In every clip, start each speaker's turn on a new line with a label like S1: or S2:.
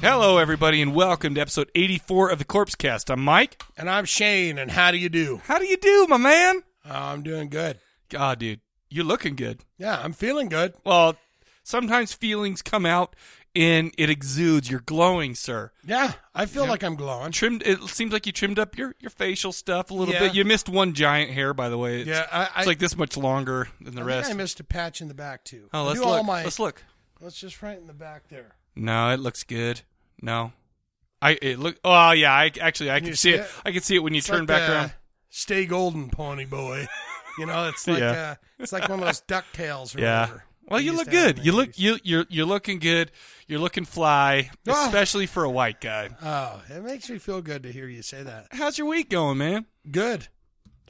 S1: Hello, everybody, and welcome to episode 84 of the Corpse Cast. I'm Mike.
S2: And I'm Shane, and how do you do?
S1: How do you do, my man?
S2: Uh, I'm doing good.
S1: God, dude, you're looking good.
S2: Yeah, I'm feeling good.
S1: Well, sometimes feelings come out and it exudes. You're glowing, sir.
S2: Yeah, I feel like I'm glowing.
S1: Trimmed. It seems like you trimmed up your, your facial stuff a little
S2: Yeah.
S1: bit. You missed one giant hair, by the way. It's,
S2: Yeah, I- I-
S1: it's like this much longer than the
S2: I
S1: rest.
S2: think I missed a patch in the back too.
S1: oh,
S2: I
S1: let's
S2: do all
S1: look.
S2: my-
S1: Let's look.
S2: Let's just right in the back there.
S1: No, it looks good. No, I it look. Oh yeah, I actually I can,
S2: you
S1: see
S2: see
S1: it?
S2: it?
S1: I can see it when you
S2: It's
S1: turn
S2: like
S1: back
S2: the
S1: around.
S2: Stay golden, pony boy. You know, it's like
S1: Yeah.
S2: uh, it's like one of those Ducktales. Or
S1: Yeah.
S2: whatever
S1: Well,
S2: they
S1: you
S2: used
S1: look
S2: to have
S1: good.
S2: in
S1: You
S2: the
S1: look
S2: 80s.
S1: you you're you're looking good. You're looking fly,
S2: Ah.
S1: especially for a white guy.
S2: Oh, it makes me feel good to hear you say that.
S1: How's your week going, man?
S2: Good,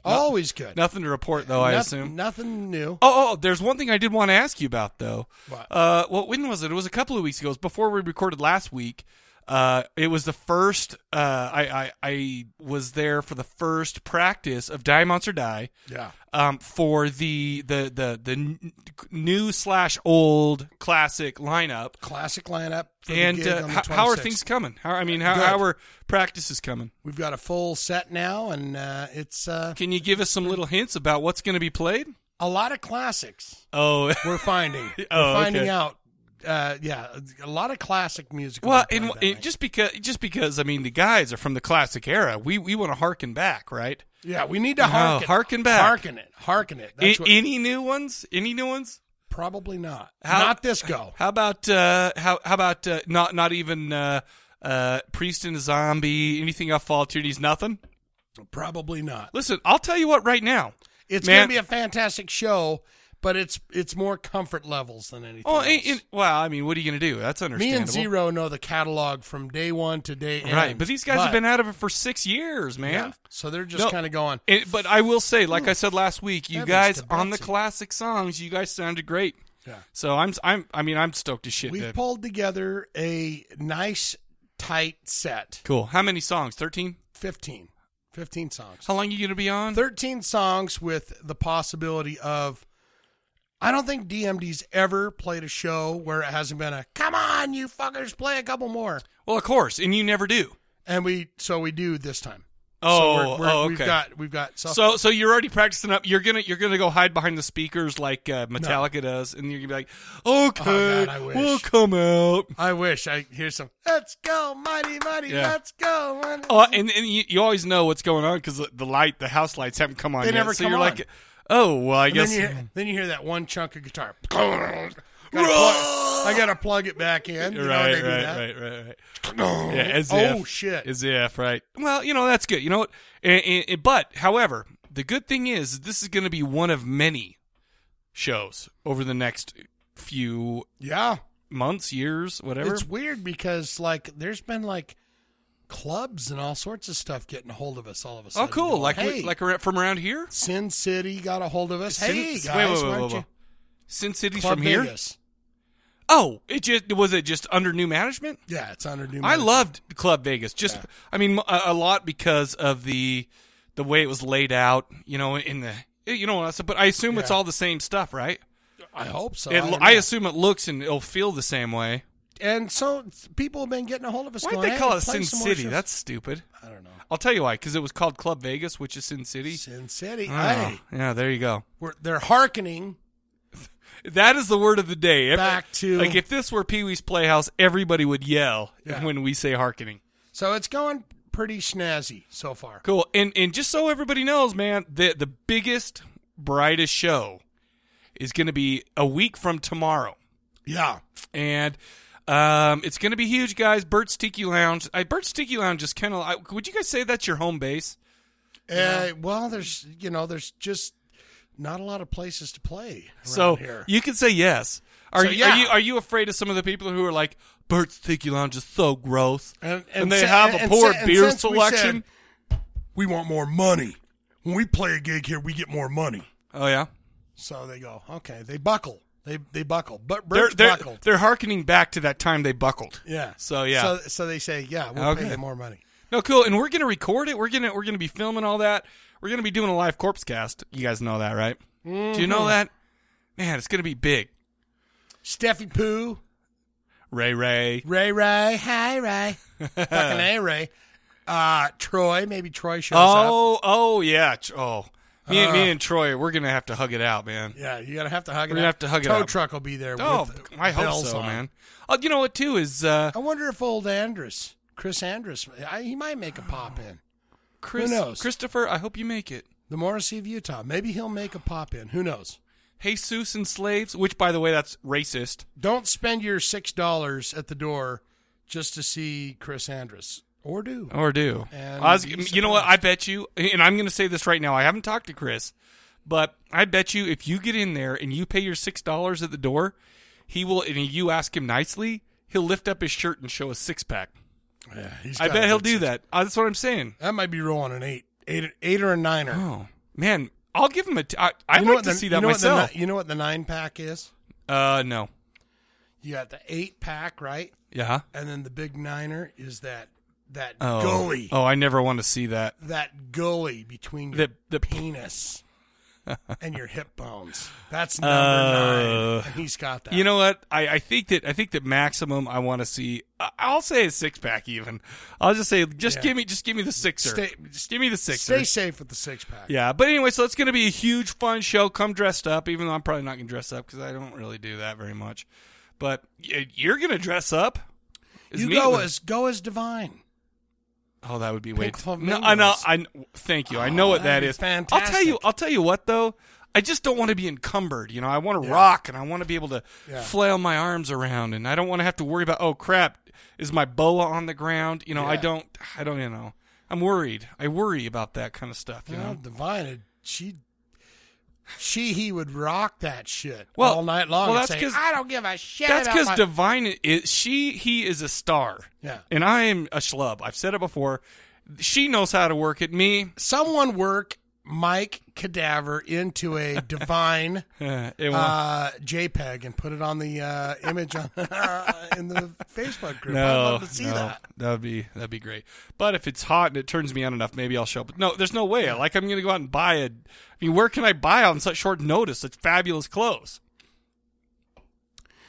S2: always good.
S1: Nothing to report though, I
S2: Noth-
S1: assume.
S2: nothing new.
S1: Oh, oh, there's one thing I did want to ask you about though.
S2: What?
S1: Uh, well, when was it? It was a couple of weeks ago. It was before we recorded last week. Uh, it was the first. Uh, I, I I was there for the first practice of Die Monster Die.
S2: Yeah,
S1: um, for the the the the n- new slash old classic lineup.
S2: classic lineup. For the
S1: And
S2: gig
S1: uh,
S2: on the
S1: how, how are
S2: 26th.
S1: things coming? How I mean, how,
S2: Good.
S1: how are practices coming?
S2: We've got a full set now, and uh, it's uh,
S1: Can you give us some little hints about what's going to be played?
S2: a lot of classics.
S1: Oh,
S2: We're finding.
S1: Oh,
S2: we're finding
S1: okay.
S2: out. Uh, yeah, a lot of classic music.
S1: well,
S2: we
S1: and,
S2: played that
S1: and
S2: night.
S1: just because just because I mean, the guys are from the classic era. We we want to harken back, right?
S2: yeah, we need to
S1: No,
S2: harken,
S1: harken back.
S2: harken it, harken it. That's
S1: A-
S2: what,
S1: any new ones? Any new ones?
S2: probably not.
S1: How-
S2: not this go.
S1: How about uh, how how about uh, not not even uh, uh, priest and zombie? Anything off Fall Tunes? Nothing.
S2: Probably not.
S1: Listen, I'll tell you what right now.
S2: It's
S1: Man-
S2: gonna be a fantastic show, but it's it's more comfort levels than anything.
S1: Oh,
S2: else.
S1: and, and- well, I mean, what are you going to do? That's
S2: me
S1: understandable.
S2: and Zero know the catalog from day one to day end.
S1: right? But these guys have
S2: But,
S1: been out of it for six years,
S2: yeah,
S1: man.
S2: so they're just
S1: No.
S2: kind of going.
S1: It- but I will say, like I said last week, you
S2: Heavens
S1: guys
S2: to
S1: on the
S2: Betsy.
S1: classic songs, you guys sounded great.
S2: Yeah.
S1: So I'm, I'm, I mean, I'm stoked as shit.
S2: We
S1: to-
S2: have pulled together a nice tight set.
S1: cool. How many songs? Thirteen.
S2: 15. 15 songs.
S1: How long you going to be on?
S2: 13 songs with the possibility of I don't think DMD's ever played a show where it hasn't been a come on you fuckers play a couple more.
S1: Well, of course, and you never do.
S2: And we so we do this time.
S1: Oh,
S2: so we're- we're-
S1: oh,
S2: we've
S1: okay.
S2: got we've got so,
S1: So, so you're already practicing up. You're gonna, you're gonna go hide behind the speakers like uh, Metallica does, and you're gonna be like, "Okay,
S2: Oh, God, I wish.
S1: we'll come out."
S2: I wish I hear some let's go mighty mighty
S1: Yeah.
S2: let's go mighty.
S1: Oh, and, and you, you always know what's going on because the, the light, the house lights haven't come on
S2: They
S1: yet.
S2: never
S1: so
S2: come
S1: you're
S2: on.
S1: like, oh, well, I
S2: And
S1: guess.
S2: then you, hear, then you hear that one chunk of guitar.
S1: Roar!
S2: Gotta plug- I gotta plug it back in. You know,
S1: right,
S2: they do
S1: right,
S2: that.
S1: right, right, right.
S2: No.
S1: Yeah, as
S2: oh
S1: if,
S2: shit!
S1: As if, right. Well, you know, that's good. You know what? And, and- and- but, however, the good thing is this is going to be one of many shows over the next few
S2: yeah,
S1: months, years, whatever.
S2: it's weird because like there's been like clubs and all sorts of stuff getting a hold of us all of a
S1: oh,
S2: sudden.
S1: cool.
S2: Going,
S1: Like,
S2: hey,
S1: like around- from around here?
S2: Sin City got a hold of us.
S1: Sin-
S2: hey
S1: wait,
S2: guys,
S1: wait, wait,
S2: why don't
S1: wait,
S2: you
S1: wait. Sin City's
S2: Club
S1: from here?
S2: Vegas.
S1: Oh, it just was it just under new management?
S2: Yeah, it's under new.
S1: I
S2: management.
S1: loved Club Vegas. Just, I mean, a, a lot because of the the way it was laid out. You know, in the you know what I said, but I assume it's
S2: Yeah.
S1: all the same stuff, right?
S2: I hope so.
S1: It,
S2: I don't
S1: I
S2: know.
S1: assume it looks and it'll feel the same way.
S2: and so people have been getting a hold of us.
S1: Why would
S2: going,
S1: they call
S2: hey,
S1: it
S2: play
S1: Sin
S2: some more
S1: City?
S2: shows.
S1: That's stupid.
S2: I don't know.
S1: I'll tell you why. Because it was called Club Vegas, which is Sin City.
S2: Sin City.
S1: Oh,
S2: Hey,
S1: yeah, there you go.
S2: we're, they're hearkening.
S1: That is the word of the day. Every-
S2: Back to-
S1: like if this were Pee Wee's Playhouse, everybody would yell
S2: Yeah.
S1: when we say hearkening.
S2: So it's going pretty snazzy so far.
S1: Cool. And and just so everybody knows, man, the the biggest, brightest show is going to be a week from tomorrow,
S2: Yeah.
S1: and Um, it's going to be huge, guys. Bert's Tiki Lounge. I, Bert's Tiki Lounge is kind of. Would you guys say that's your home base?
S2: Uh, well, there's you know, there's just not a lot of places to play. around
S1: So
S2: here,
S1: you can say yes. Are,
S2: So,
S1: you,
S2: yeah.
S1: are you are you afraid of some of the people who are like Bert's Tiki Lounge is so gross and, they
S2: si-
S1: have a
S2: and- and
S1: poor
S2: si- and
S1: beer
S2: since we
S1: selection?
S2: said, We, want more money. When we play a gig here, we get more money.
S1: oh yeah,
S2: So they go, okay, they buckle. They they buckle. But
S1: they're
S2: Bert's
S1: they're
S2: buckled.
S1: they're hearkening back to that time they buckled.
S2: Yeah.
S1: So,
S2: So,
S1: yeah.
S2: so they say, yeah, we'll
S1: Okay.
S2: pay you more money.
S1: No, cool. And we're gonna record it. We're gonna we're gonna be filming all that. We're gonna be doing a live corpse cast. You guys know that, right? Do you know
S2: Mm-hmm.
S1: that? Man, it's gonna be big.
S2: Steffi Poo,
S1: Ray Ray.
S2: Ray Ray, hi Ray, fucking A Ray, uh, Troy. Maybe Troy shows up. Uh.
S1: Oh, oh yeah. Tr- Oh, me and me and Troy, we're gonna have to hug it out, man.
S2: Yeah, you're gonna have to hug it.
S1: We're gonna
S2: out.
S1: have to hug it
S2: Tow
S1: out.
S2: truck will be there.
S1: Oh,
S2: with
S1: I hope
S2: bells
S1: so,
S2: on.
S1: man. Oh, you know what too is uh,
S2: I wonder if old Andrus, Chris Andrus, I, he might make a pop in.
S1: Chris
S2: knows?
S1: Christopher. I hope you make it.
S2: The Morrissey of Utah. Maybe he'll make a pop in. Who knows?
S1: Jesus and slaves, which by the way, that's racist.
S2: Don't spend your six dollars at the door just to see Chris Andrus. Or do.
S1: Or do.
S2: And
S1: I was-
S2: be
S1: you know what? I bet you, and I'm going to say this right now. I haven't talked to Chris, but I bet you if you get in there and you pay your six dollars at the door, he will. And you ask him nicely, he'll lift up his shirt and show a six pack.
S2: Yeah, he's
S1: I
S2: got a
S1: bet he'll
S2: good
S1: do
S2: six-
S1: that. Uh, that's what I'm saying.
S2: That might be rolling an eight. Eight, eight or a niner.
S1: Oh man, I'll give him a. T- I, I'd
S2: You know
S1: like
S2: what
S1: to
S2: the-
S1: see that
S2: you know what the ni-
S1: myself.
S2: you know what the nine pack is?
S1: uh, no.
S2: You got the eight pack, right?
S1: Yeah.
S2: And then the big niner is that that
S1: Oh.
S2: gully.
S1: Oh, I never want to see that.
S2: That gully between your
S1: The the
S2: penis and your hip bones. That's number
S1: Uh,
S2: nine. And he's got that.
S1: You know what? I, I think that I think that maximum I want to see. I- I'll say a six pack even. I'll just say just
S2: Yeah.
S1: give me just give me the sixer.
S2: Stay-
S1: just give me the sixer.
S2: Stay safe with the six pack.
S1: yeah, but anyway, so it's going to be a huge fun show. Come dressed up, even though I'm probably not going to dress up because I don't really do that very much. But y- you're going to dress up. Is
S2: you
S1: me
S2: go
S1: with-
S2: as go as divine.
S1: oh, that would be way.
S2: Pink
S1: too- No, I know.
S2: flamingos.
S1: I kn- thank you. I know
S2: Oh,
S1: what that
S2: that'd be
S1: is. I'll tell you.
S2: fantastic.
S1: I'll tell you what though. I just don't want to be encumbered. You know, I want to rock and I want to be able to
S2: Yeah.
S1: flail my arms around, and I don't want to have to worry about. Oh crap! Is my boa on the ground? You know, I
S2: Yeah.
S1: don't. I don't. You know, I'm worried. I worry about that kind of stuff. You
S2: Well,
S1: know.
S2: divine, it- she, she, he would rock that shit
S1: Well,
S2: all night long.
S1: well,
S2: and
S1: that's
S2: say,
S1: 'cause-
S2: I don't give a shit.
S1: That's
S2: about
S1: because
S2: my-"
S1: divine is she. He is a star.
S2: Yeah.
S1: And I am a schlub. I've said it before. She knows how to work it. Me,
S2: someone work Mike Cadaver into a divine
S1: eh, it won't.
S2: uh, JPEG and put it on the uh, image on in the Facebook group. I'd
S1: No,
S2: love to see
S1: no,
S2: that.
S1: would be that'd be great. But if it's hot and it turns me on enough, maybe I'll show up. But no, there's no way. Like I'm gonna go out and buy a. I mean, where can I buy on such short notice such fabulous clothes?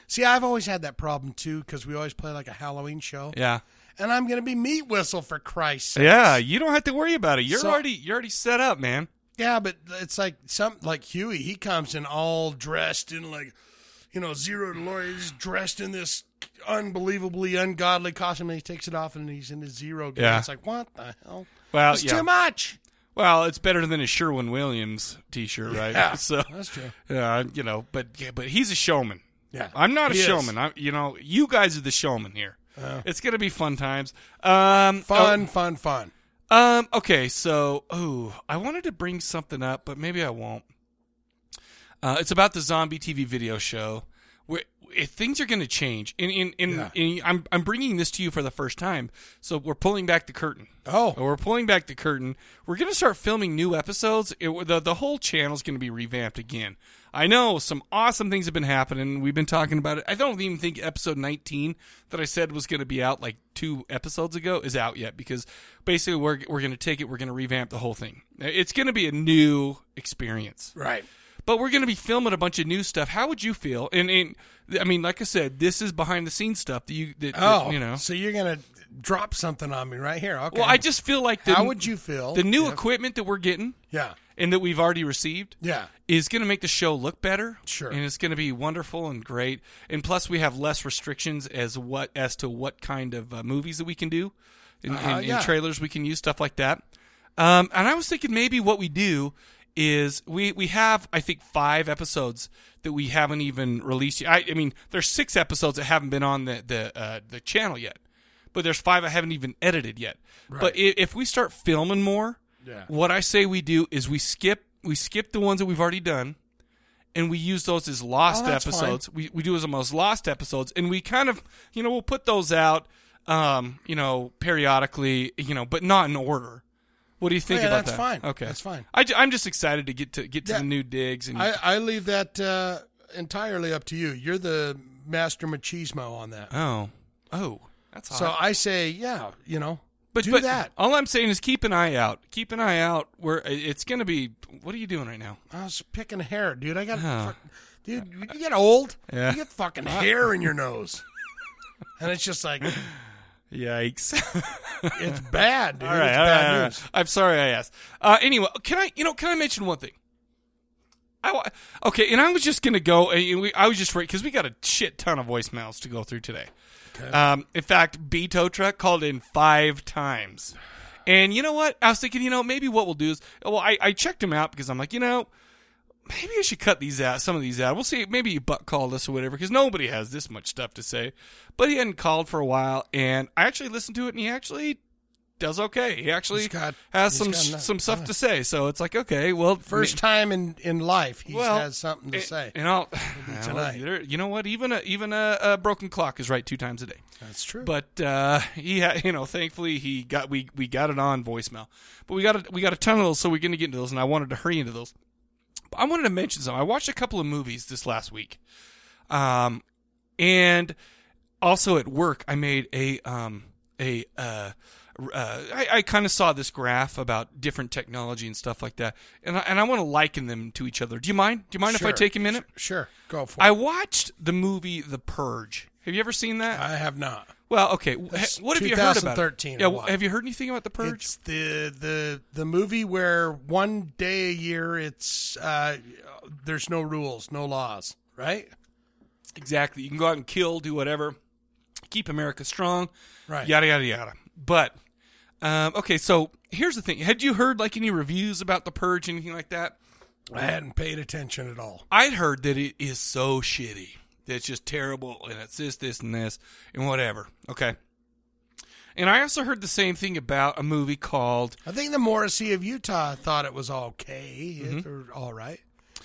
S2: See, I've always had that problem too because we always play like a Halloween show,
S1: Yeah,
S2: and I'm gonna be meat whistle for Christ's sake.
S1: yeah. You don't have to worry about it. You're
S2: So-
S1: already you're already set up, man.
S2: Yeah, but it's like some like Huey. He comes in all dressed in like, you know, zero to lawyer. He's dressed in this unbelievably ungodly costume, and he takes it off, and he's in his zero. gear.
S1: Yeah.
S2: it's like what the hell?
S1: Well,
S2: it's
S1: yeah.
S2: too much.
S1: Well, it's better than a Sherwin Williams T-shirt, right?
S2: Yeah,
S1: So,
S2: that's true.
S1: yeah, you know, but yeah, but he's a showman.
S2: Yeah,
S1: I'm not a
S2: he is. Uh.
S1: showman. I'm, you know, you guys are the showman here. it's gonna be fun times. Um, oh,
S2: Fun, fun, fun.
S1: Um. Okay. So, oh, I wanted to bring something up, but maybe I won't. Uh, it's about the zombie TV video show. Where if things are going to change, and in in,
S2: Yeah.
S1: in I'm I'm bringing this to you for the first time. So we're pulling back the curtain. Uh,
S2: Oh,
S1: We're pulling back the curtain. We're going to start filming new episodes. It, the the whole channel is going to be revamped again. I know some awesome things have been happening. We've been talking about it. I don't even think episode 19 that I said was going to be out like two episodes ago is out yet because basically we're we're going to take it. We're going to revamp the whole thing. It's going to be a new experience
S2: right.
S1: but we're going to be filming a bunch of new stuff. How would you feel? And, and I mean, like I said, this is behind the scenes stuff that you that, that,
S2: Oh,
S1: you know.
S2: So you're gonna drop something on me right here? Okay.
S1: Well, I just feel like the,
S2: How would you feel?
S1: the new
S2: if-
S1: equipment that we're getting
S2: Yeah.
S1: and that we've already received
S2: Yeah.
S1: is going to make the show look better.
S2: Sure.
S1: and it's going to be wonderful and great. And plus, we have less restrictions as what as to what kind of uh, movies that we can do, and, and- and
S2: Uh-huh, yeah.
S1: trailers we can use, stuff like that. Um, and I was thinking maybe what we do is we we have I think five episodes that we haven't even released yet. I, I mean, there's six episodes that haven't been on the the uh, the channel yet, but there's five I haven't even edited yet. But if, if we start filming more,
S2: Yeah.
S1: what I say we do is we skip we skip the ones that we've already done, and we use those as lost
S2: Oh, that's
S1: episodes. We we do as most lost episodes, and we kind of you know we'll put those out, um, you know periodically, you know, but not in order. What do you think
S2: Oh, Yeah,
S1: about
S2: that's
S1: that?
S2: fine.
S1: Okay,
S2: That's fine.
S1: I, am just excited to get to get to
S2: Yeah.
S1: the new digs and
S2: I, I leave that uh, entirely up to you. You're the master machismo on that.
S1: oh oh that's Oh, hot.
S2: So I say, yeah, you know,
S1: but,
S2: do
S1: but
S2: that.
S1: All I'm saying is keep an eye out. Keep an eye out. Where it's going to be. What are you doing right now?
S2: I was picking hair, dude. I got,
S1: Oh.
S2: fuck, dude. You get old,
S1: Yeah.
S2: you get fucking hair in your nose, and it's just like
S1: Yikes.
S2: it's bad, dude.
S1: All right,
S2: it's
S1: all
S2: bad
S1: right, all right.
S2: news.
S1: I'm sorry I asked. Uh, anyway, can I, you know, can I mention one thing? I wa- okay, and I was just gonna go. uh, we- I was just because we got a shit ton of voicemails to go through today. Um, in fact, B Tow Truck called in five times, and you know what? I was thinking, you know, maybe what we'll do is, well, I, I checked him out because I'm like, you know, maybe I should cut these out, some of these out. We'll see. Maybe Buck called us or whatever, because nobody has this much stuff to say. But he hadn't called for a while, and I actually listened to it, and he actually does okay. He actually
S2: He's got-
S1: has
S2: he's
S1: some
S2: got
S1: sh-
S2: enough.
S1: some stuff to say. So it's like, okay, well,
S2: First time in in life he
S1: Well,
S2: has something to
S1: and-
S2: say.
S1: and I'll well,
S2: tonight.
S1: there- you know what? Even a even a, a broken clock is right two times a day.
S2: That's true.
S1: But uh, he, ha- you know, thankfully he got we we got it on voicemail. But we got a, we got a ton of those, so we're going to get into those, and I wanted to hurry into those. But I wanted to mention something. I watched a couple of movies this last week, um, and also at work I made a um a uh. r- Uh, I, I kind of saw this graph about different technology and stuff like that, and I, and I want to liken them to each other. Do you mind? Do you mind
S2: Sure.
S1: if I take a minute?
S2: sure, go for it.
S1: I watched the movie The Purge. Have you ever seen that?
S2: I have not.
S1: well, okay. wh-
S2: That's
S1: What have you heard about? it?
S2: 2013
S1: Yeah,
S2: I
S1: wh-
S2: watched.
S1: have you heard anything about The Purge?
S2: It's the the the movie where one day a year it's uh, there's no rules, no laws, right?
S1: exactly. You can go out and kill, do whatever, keep America strong,
S2: Right.
S1: yada yada yada. But um, okay, so here's the thing: had you heard like any reviews about The Purge, anything like that?
S2: I hadn't paid attention at all.
S1: I'd heard that it is so shitty. That it's just terrible and it's this, this, and this, and whatever. Okay. And I also heard the same thing about a movie called
S2: I think the Morrissey of Utah thought it was okay it- or all right. I think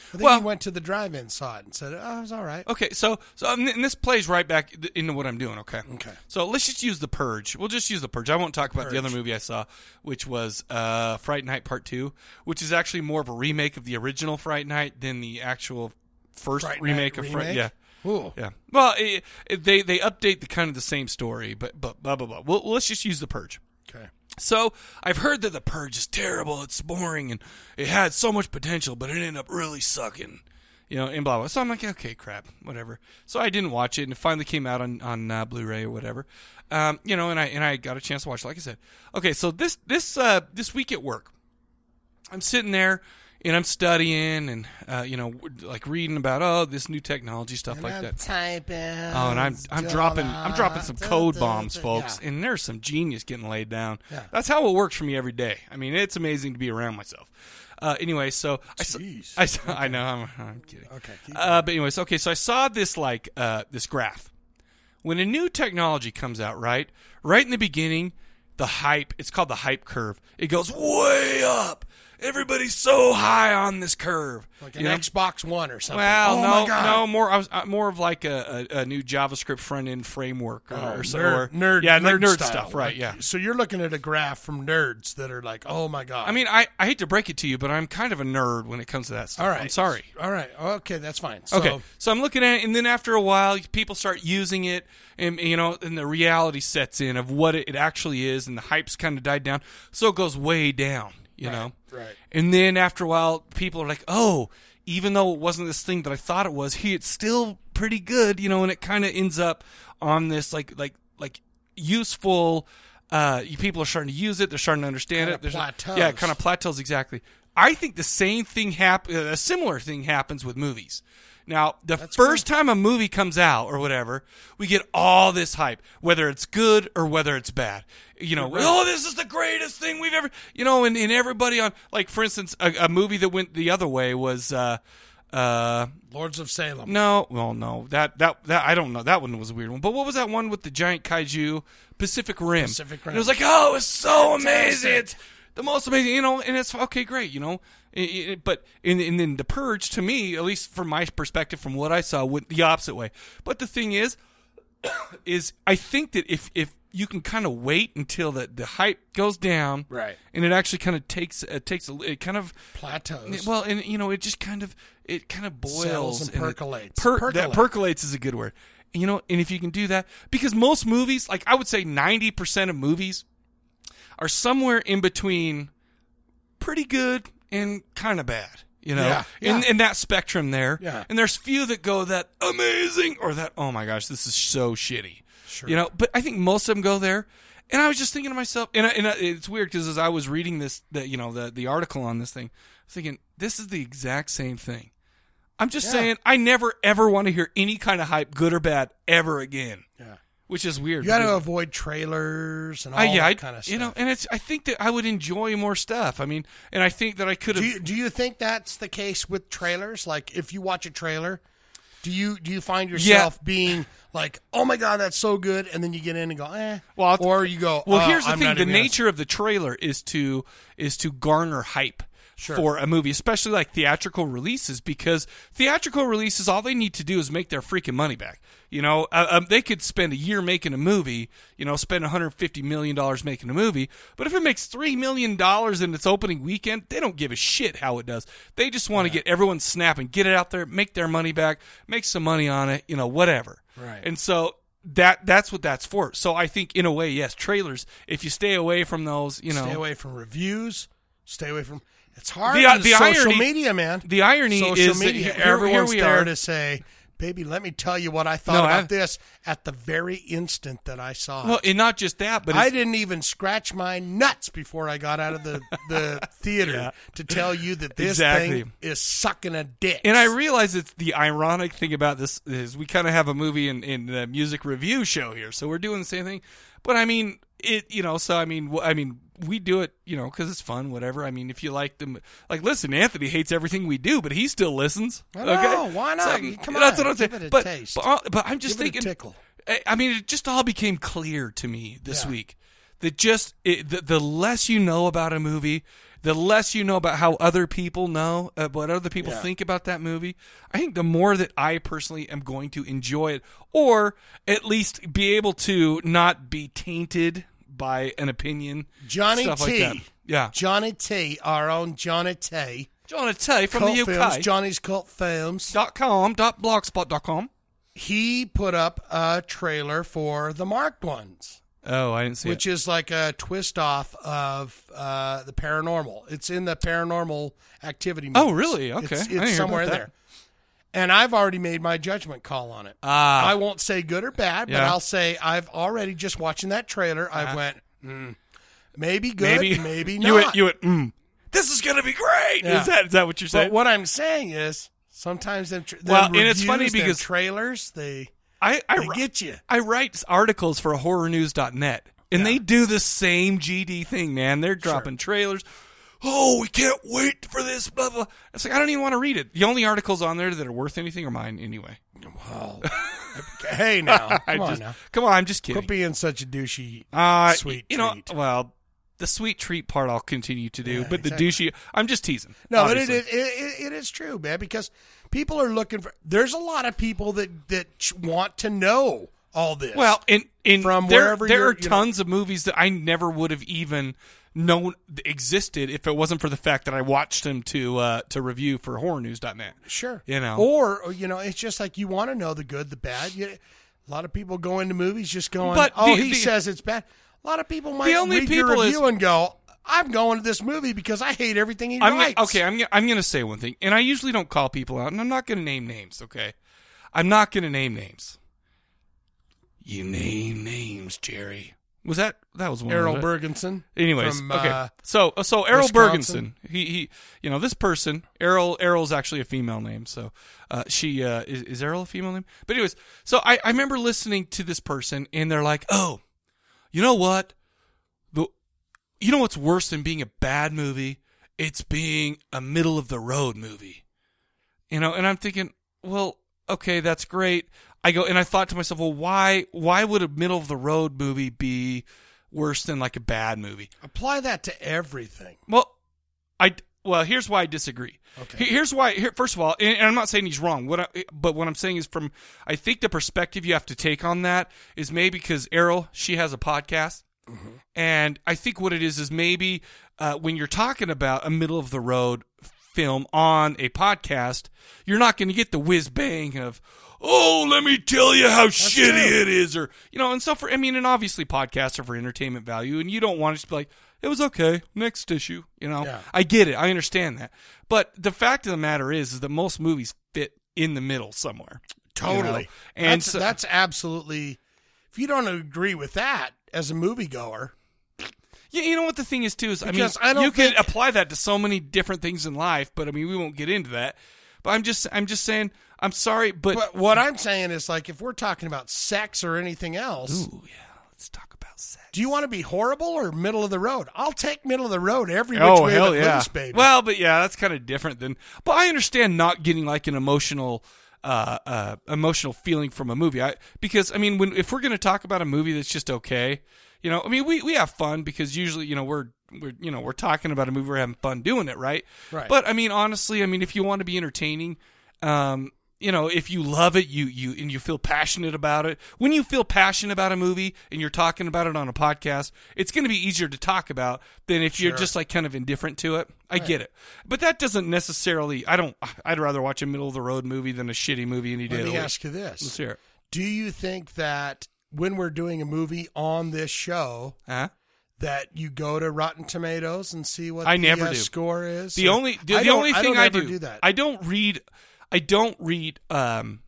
S1: Mm-hmm. Well-
S2: he went to the drive-in, saw it, and said, "Oh, it was all right."
S1: Okay, so so um, and th- and this plays right back th- into what I'm doing. Okay.
S2: Okay.
S1: So let's just use the purge. We'll just use the purge. I won't talk about the other
S2: Purge.
S1: movie I saw, which was uh, Fright Night Part Two, which is actually more of a remake of the original Fright Night than the actual first
S2: Fright Night
S1: remake of Fright.
S2: remake?
S1: Yeah.
S2: Ooh.
S1: Yeah. Well, it, it- they they update the kind of the same story, but but blah blah blah. Well, let's just use the purge.
S2: Okay.
S1: So I've heard that the purge is terrible, it's boring, and it had so much potential, but it ended up really sucking. You know, and blah blah. So I'm like, okay, crap, whatever. So I didn't watch it, and it finally came out on on uh, Blu-ray or whatever. Um, you know, and I and I got a chance to watch. it, Like I said, okay, so this this uh, this week at work, I'm sitting there and I'm studying and uh, you know w- like reading about oh this new technology stuff like that.
S2: Typing.
S1: Oh, and I'm I'm dropping I'm dropping some code bombs, folks. And there's some genius getting laid down.
S2: Yeah.
S1: That's how it works for me every day. I mean, it's amazing to be around myself. Uh, anyway, so I s-
S2: Jeez.
S1: I, s- I know I'm, I'm kidding.
S2: Okay, keep
S1: Uh, but anyways, okay. So I saw this like uh, this graph. When a new technology comes out, right, right in the beginning, the hype. It's called the hype curve. It goes way up. Everybody's so high on this curve.
S2: Like
S1: You
S2: an
S1: know?
S2: Xbox One or something.
S1: Well,
S2: oh
S1: no,
S2: my God.
S1: no, more I was, uh, more of like a, a, a new JavaScript front end framework or, or, so- or
S2: Oh, nerd, nerd,
S1: yeah, nerd, nerd
S2: style.
S1: stuff, right?
S2: Like,
S1: Yeah.
S2: So you're looking at a graph from nerds that are like, "Oh my god."
S1: I mean, I, I hate to break it to you, but I'm kind of a nerd when it comes to that stuff.
S2: all right,
S1: I'm sorry.
S2: All right, okay, that's fine. So,
S1: Okay, so I'm looking at it, and then after a while, people start using it, and you know, and the reality sets in of what it it actually is, and the hype's kind of died down, so it goes way down, you know.
S2: right.
S1: And then after a while, people are like, "Oh, even though it wasn't this thing that I thought it was, he it's still pretty good," you know, and it kind of ends up on this like like like useful. Uh, you- people are starting to use it. They're starting to understand
S2: Kinda
S1: it. There's a-
S2: plateaus.
S1: yeah, it kind of plateaus exactly. I think the same thing hap- uh, a similar thing happens with movies. Now, the first time a movie comes out or whatever, we get all this hype, whether it's good or whether it's bad. You know,
S3: Right.
S1: oh, this is the greatest thing we've ever, you know, and, and everybody on, like, for instance, a, a movie that went the other way was, uh, uh,
S2: Lords of Salem.
S1: no, well, no, that that that I don't know. That one was a weird one. But what was that one with the giant kaiju? Pacific Rim.
S2: Pacific Rim.
S1: And it was like, oh, it's so amazing. It's the most amazing, you know. And it's okay, great, you know. I- I- I- but in in in the Purge, to me, at least from my perspective, from what I saw, went the opposite way. But the thing is, is I think that if if you can kind of wait until the, the hype goes down,
S3: Right.
S1: and it actually kind of takes it takes a, it kind of
S2: Plateaus.
S1: well, and you know, it just kind of it kind of boils
S2: Settles and
S1: it-
S2: percolates.
S1: per-
S2: Percolate.
S1: That percolates is a good word. And, You know, and if you can do that, because most movies, like I would say, ninety percent of movies are somewhere in between pretty good and kind of bad. You know,
S2: Yeah,
S1: In,
S2: yeah.
S1: in that spectrum there.
S2: Yeah.
S1: And there's few that go that amazing or that oh my gosh, this is so shitty. Sure. You know, but I think most of them go there. And I was just thinking to myself, and, I, and I, it's weird because as I was reading this, the, you know, the the article on this thing, I was thinking this is the exact same thing. I'm just saying, I never ever want to hear any kind of hype, good or bad, ever again.
S2: Yeah.
S1: Which is weird.
S2: You got
S1: because-
S2: to avoid trailers and all
S1: I, yeah,
S2: that
S1: I-
S2: kind of stuff.
S1: you know, and it's. I think that I would enjoy more stuff. I mean, and I think that I could have.
S2: do you, do you think that's the case with trailers? Like, if you watch a trailer, do you do you find yourself being like, "Oh my god, that's so good," and then you get in and go, "Eh,"
S1: Well, I'll-
S2: or you go,
S1: Well,
S2: "Oh,
S1: here's the
S2: I'm
S1: thing:
S2: not
S1: the
S2: even gonna-"
S1: nature of the trailer is to is to garner hype for a movie, especially like theatrical releases, because theatrical releases all they need to do is make their freaking money back. You know, uh, um, they could spend a year making a movie. You know, spend 150 million dollars making a movie, but if it makes three million dollars in its opening weekend, they don't give a shit how it does. They just want to get everyone snapping, get it out there, make their money back, make some money on it. You know, whatever.
S2: Right.
S1: And so that that's what that's for. So I think in a way, yes, trailers. If you stay away from those, you know,
S2: Stay away from reviews. Stay away from. It's hard.
S1: The- uh,
S2: with
S1: the
S2: social
S1: irony-
S2: media, man.
S1: the irony
S2: social
S1: is that
S2: media.
S1: here- here
S2: Everyone's
S1: we
S2: there
S1: are.
S2: to say, "Baby, let me tell you what I thought
S1: No,
S2: about
S1: I-
S2: this at the very instant that I saw it."
S1: well, and not just that, but
S2: I
S1: it's-
S2: didn't even scratch my nuts before I got out of the, the theater to tell you that this
S1: Exactly.
S2: thing is sucking a dick.
S1: and I realize it's the ironic thing about this is we kind of have a movie and in, the music review show here, so we're doing the same thing. But I mean, it you know, so I mean, wh- I mean, we do it you know because it's fun, whatever. I mean, if you like them, like listen, Anthony hates everything we do, but he still listens.
S2: I know,
S1: okay,
S2: why
S1: So,
S2: not? Come
S1: that's
S2: on,
S1: what I'm saying.
S2: give it a
S1: but,
S2: taste.
S1: but but I'm just
S2: Give it a
S1: thinking,
S2: tickle.
S1: I I mean, it just all became clear to me this
S2: Yeah.
S1: week that just it, the, the less you know about a movie, the less you know about how other people know, uh, what other people think about that movie. I think the more that I personally am going to enjoy it, or at least be able to not be tainted by an opinion.
S2: Johnny
S1: stuff
S2: T.
S1: Like that. Yeah.
S2: Johnny T, our own Johnny T,
S1: Johnny T from
S2: Cult
S1: the
S2: Films,
S1: UK.
S2: Johnny's Cult Films.
S1: dot com dot blogspot dot com.
S2: He put up a trailer for The Marked Ones,
S1: Oh, I didn't see
S2: which
S1: it.
S2: is like a twist off of uh, the paranormal. It's in the paranormal activity.
S1: Oh,
S2: movies.
S1: really? Okay. I
S2: It's,
S1: didn't hear
S2: it's somewhere in
S1: about that.
S2: there. And I've already made my judgment call on it.
S1: Ah.
S2: I won't say good or bad, but
S1: Yeah. Ah.
S2: I'll say I've already just watching that trailer. I went, mm, maybe good,
S1: Uh, maybe
S2: maybe,
S1: you
S2: not.
S1: Went, you went. Mm, this is gonna be great.
S2: Yeah.
S1: Is that is that what you're saying?
S2: but what I'm saying is sometimes them, tra- them
S1: Well, and it's
S2: reviews,
S1: funny
S2: them
S1: because-
S2: trailers they
S1: I, I
S2: they
S1: ri-
S2: get you.
S1: I write articles for horrornews.net and they do the same GD thing, man. They're dropping trailers. Oh, we can't wait for this, blah, blah. It's like, I don't even want to read it. The only articles on there that are worth anything are mine anyway.
S2: Wow. hey now,
S1: I
S2: come on
S1: just-
S2: now.
S1: Come on, I'm just kidding.
S2: Quit being such a douchey
S1: uh,
S2: sweet
S1: You know,
S2: treat.
S1: well, the sweet treat part I'll continue to do, but the douchey, I'm just teasing.
S2: No,
S1: obviously.
S2: but it, it, it, it is true, man, because people are looking for. There's a lot of people that that ch- want to know all this.
S1: Well, in in
S2: From
S1: there,
S2: wherever
S1: there
S2: you're-
S1: are
S2: you know-
S1: tons of movies that I never would have even known existed if it wasn't for the fact that I watched them to uh, to review for horrornews.net.
S2: Sure.
S1: You know.
S2: Or, or, you know, it's just like you want to know the good, the bad. You, a lot of people go into movies just going,
S1: But
S2: oh,
S1: the-
S2: he
S1: the-
S2: says it's bad. A lot of people might
S1: The only
S2: read your
S1: people is-
S2: review and go, I'm going to this movie because I hate everything he
S1: I'm gonna-
S2: writes.
S1: okay, I'm gonna- I'm going to say one thing, and I usually don't call people out, and I'm not going to name names. Okay, I'm not going to name names. You name names, Jerry. Was that that was one
S2: Errol
S1: was it?
S2: Bergenson.
S1: Anyways,
S2: from,
S1: okay.
S2: uh,
S1: so so Errol
S2: Wisconsin.
S1: Bergenson. He he. You know this person. Errol Errol's actually a female name. So uh, she uh, is, is Errol a female name? But anyways, so I I remember listening to this person and they're like, oh, you know what, the you know what's worse than being a bad movie? It's being a middle of the road movie. You know, and I'm thinking, well, okay, that's great. I go and I thought to myself, well, why why would a middle of the road movie be worse than like a bad movie?
S2: Apply that to everything.
S1: Well, I well, here's why I disagree. Okay. Here's why. Here, first of all, and, and I'm not saying he's wrong. What, I, but what I'm saying is from I think the perspective you have to take on that is maybe because Errol she has a podcast, and I think what it is is maybe uh, when you're talking about a middle of the road film on a podcast, you're not going to get the whiz bang of. Oh, let me tell you how shitty
S2: true.
S1: it is, or you know, and so for I mean, and obviously podcasts are for entertainment value, and you don't want it to be like it was okay, next issue, you know.
S2: Yeah.
S1: I get it. I understand that. But the fact of the matter is, is that most movies fit in the middle somewhere. you know?
S2: Totally.
S1: And
S2: that's,
S1: so,
S2: that's absolutely. If you don't agree with that as a moviegoer,
S1: yeah, you know what the thing is too is I mean
S2: Because I don't
S1: you
S2: think-
S1: can apply that to so many different things in life, but I mean we won't get into that. But I'm just I'm just saying I'm sorry, but,
S2: but what I'm saying is like if we're talking about sex or anything else,
S1: Ooh, yeah, let's talk about sex.
S2: do you want to be horrible or middle of the road? I'll take middle of the road every which
S1: Oh,
S2: way but loose, baby.
S1: Well, but yeah, that's kind of different than. But I understand not getting like an emotional, uh, uh, emotional feeling from a movie. I because I mean, when if we're going to talk about a movie that's just okay, you know, I mean, we we have fun because usually, you know, we're we're you know we're talking about a movie, we're having fun doing it, right?
S2: Right.
S1: But I mean, honestly, I mean, if you want to be entertaining, um. You know, if you love it, you you and you feel passionate about it. When you feel passionate about a movie and you're talking about it on a podcast, it's going to be easier to talk about than if you're
S2: Sure.
S1: just like kind of indifferent to it. I get it, but that doesn't necessarily. I don't. I'd rather watch a middle of the road movie than a shitty movie any day.
S2: Let
S1: of the
S2: me
S1: week.
S2: ask you this:
S1: Let's hear it.
S2: Do you think that when we're doing a movie on this show,
S1: Huh?
S2: that you go to Rotten Tomatoes and see what
S1: I
S2: the,
S1: never
S2: uh,
S1: do.
S2: score is?
S1: The
S2: Or-
S1: only the,
S2: I
S1: the
S2: don't-
S1: only thing
S2: don't
S1: I,
S2: ever
S1: do,
S2: that.
S1: I don't read. I don't read um,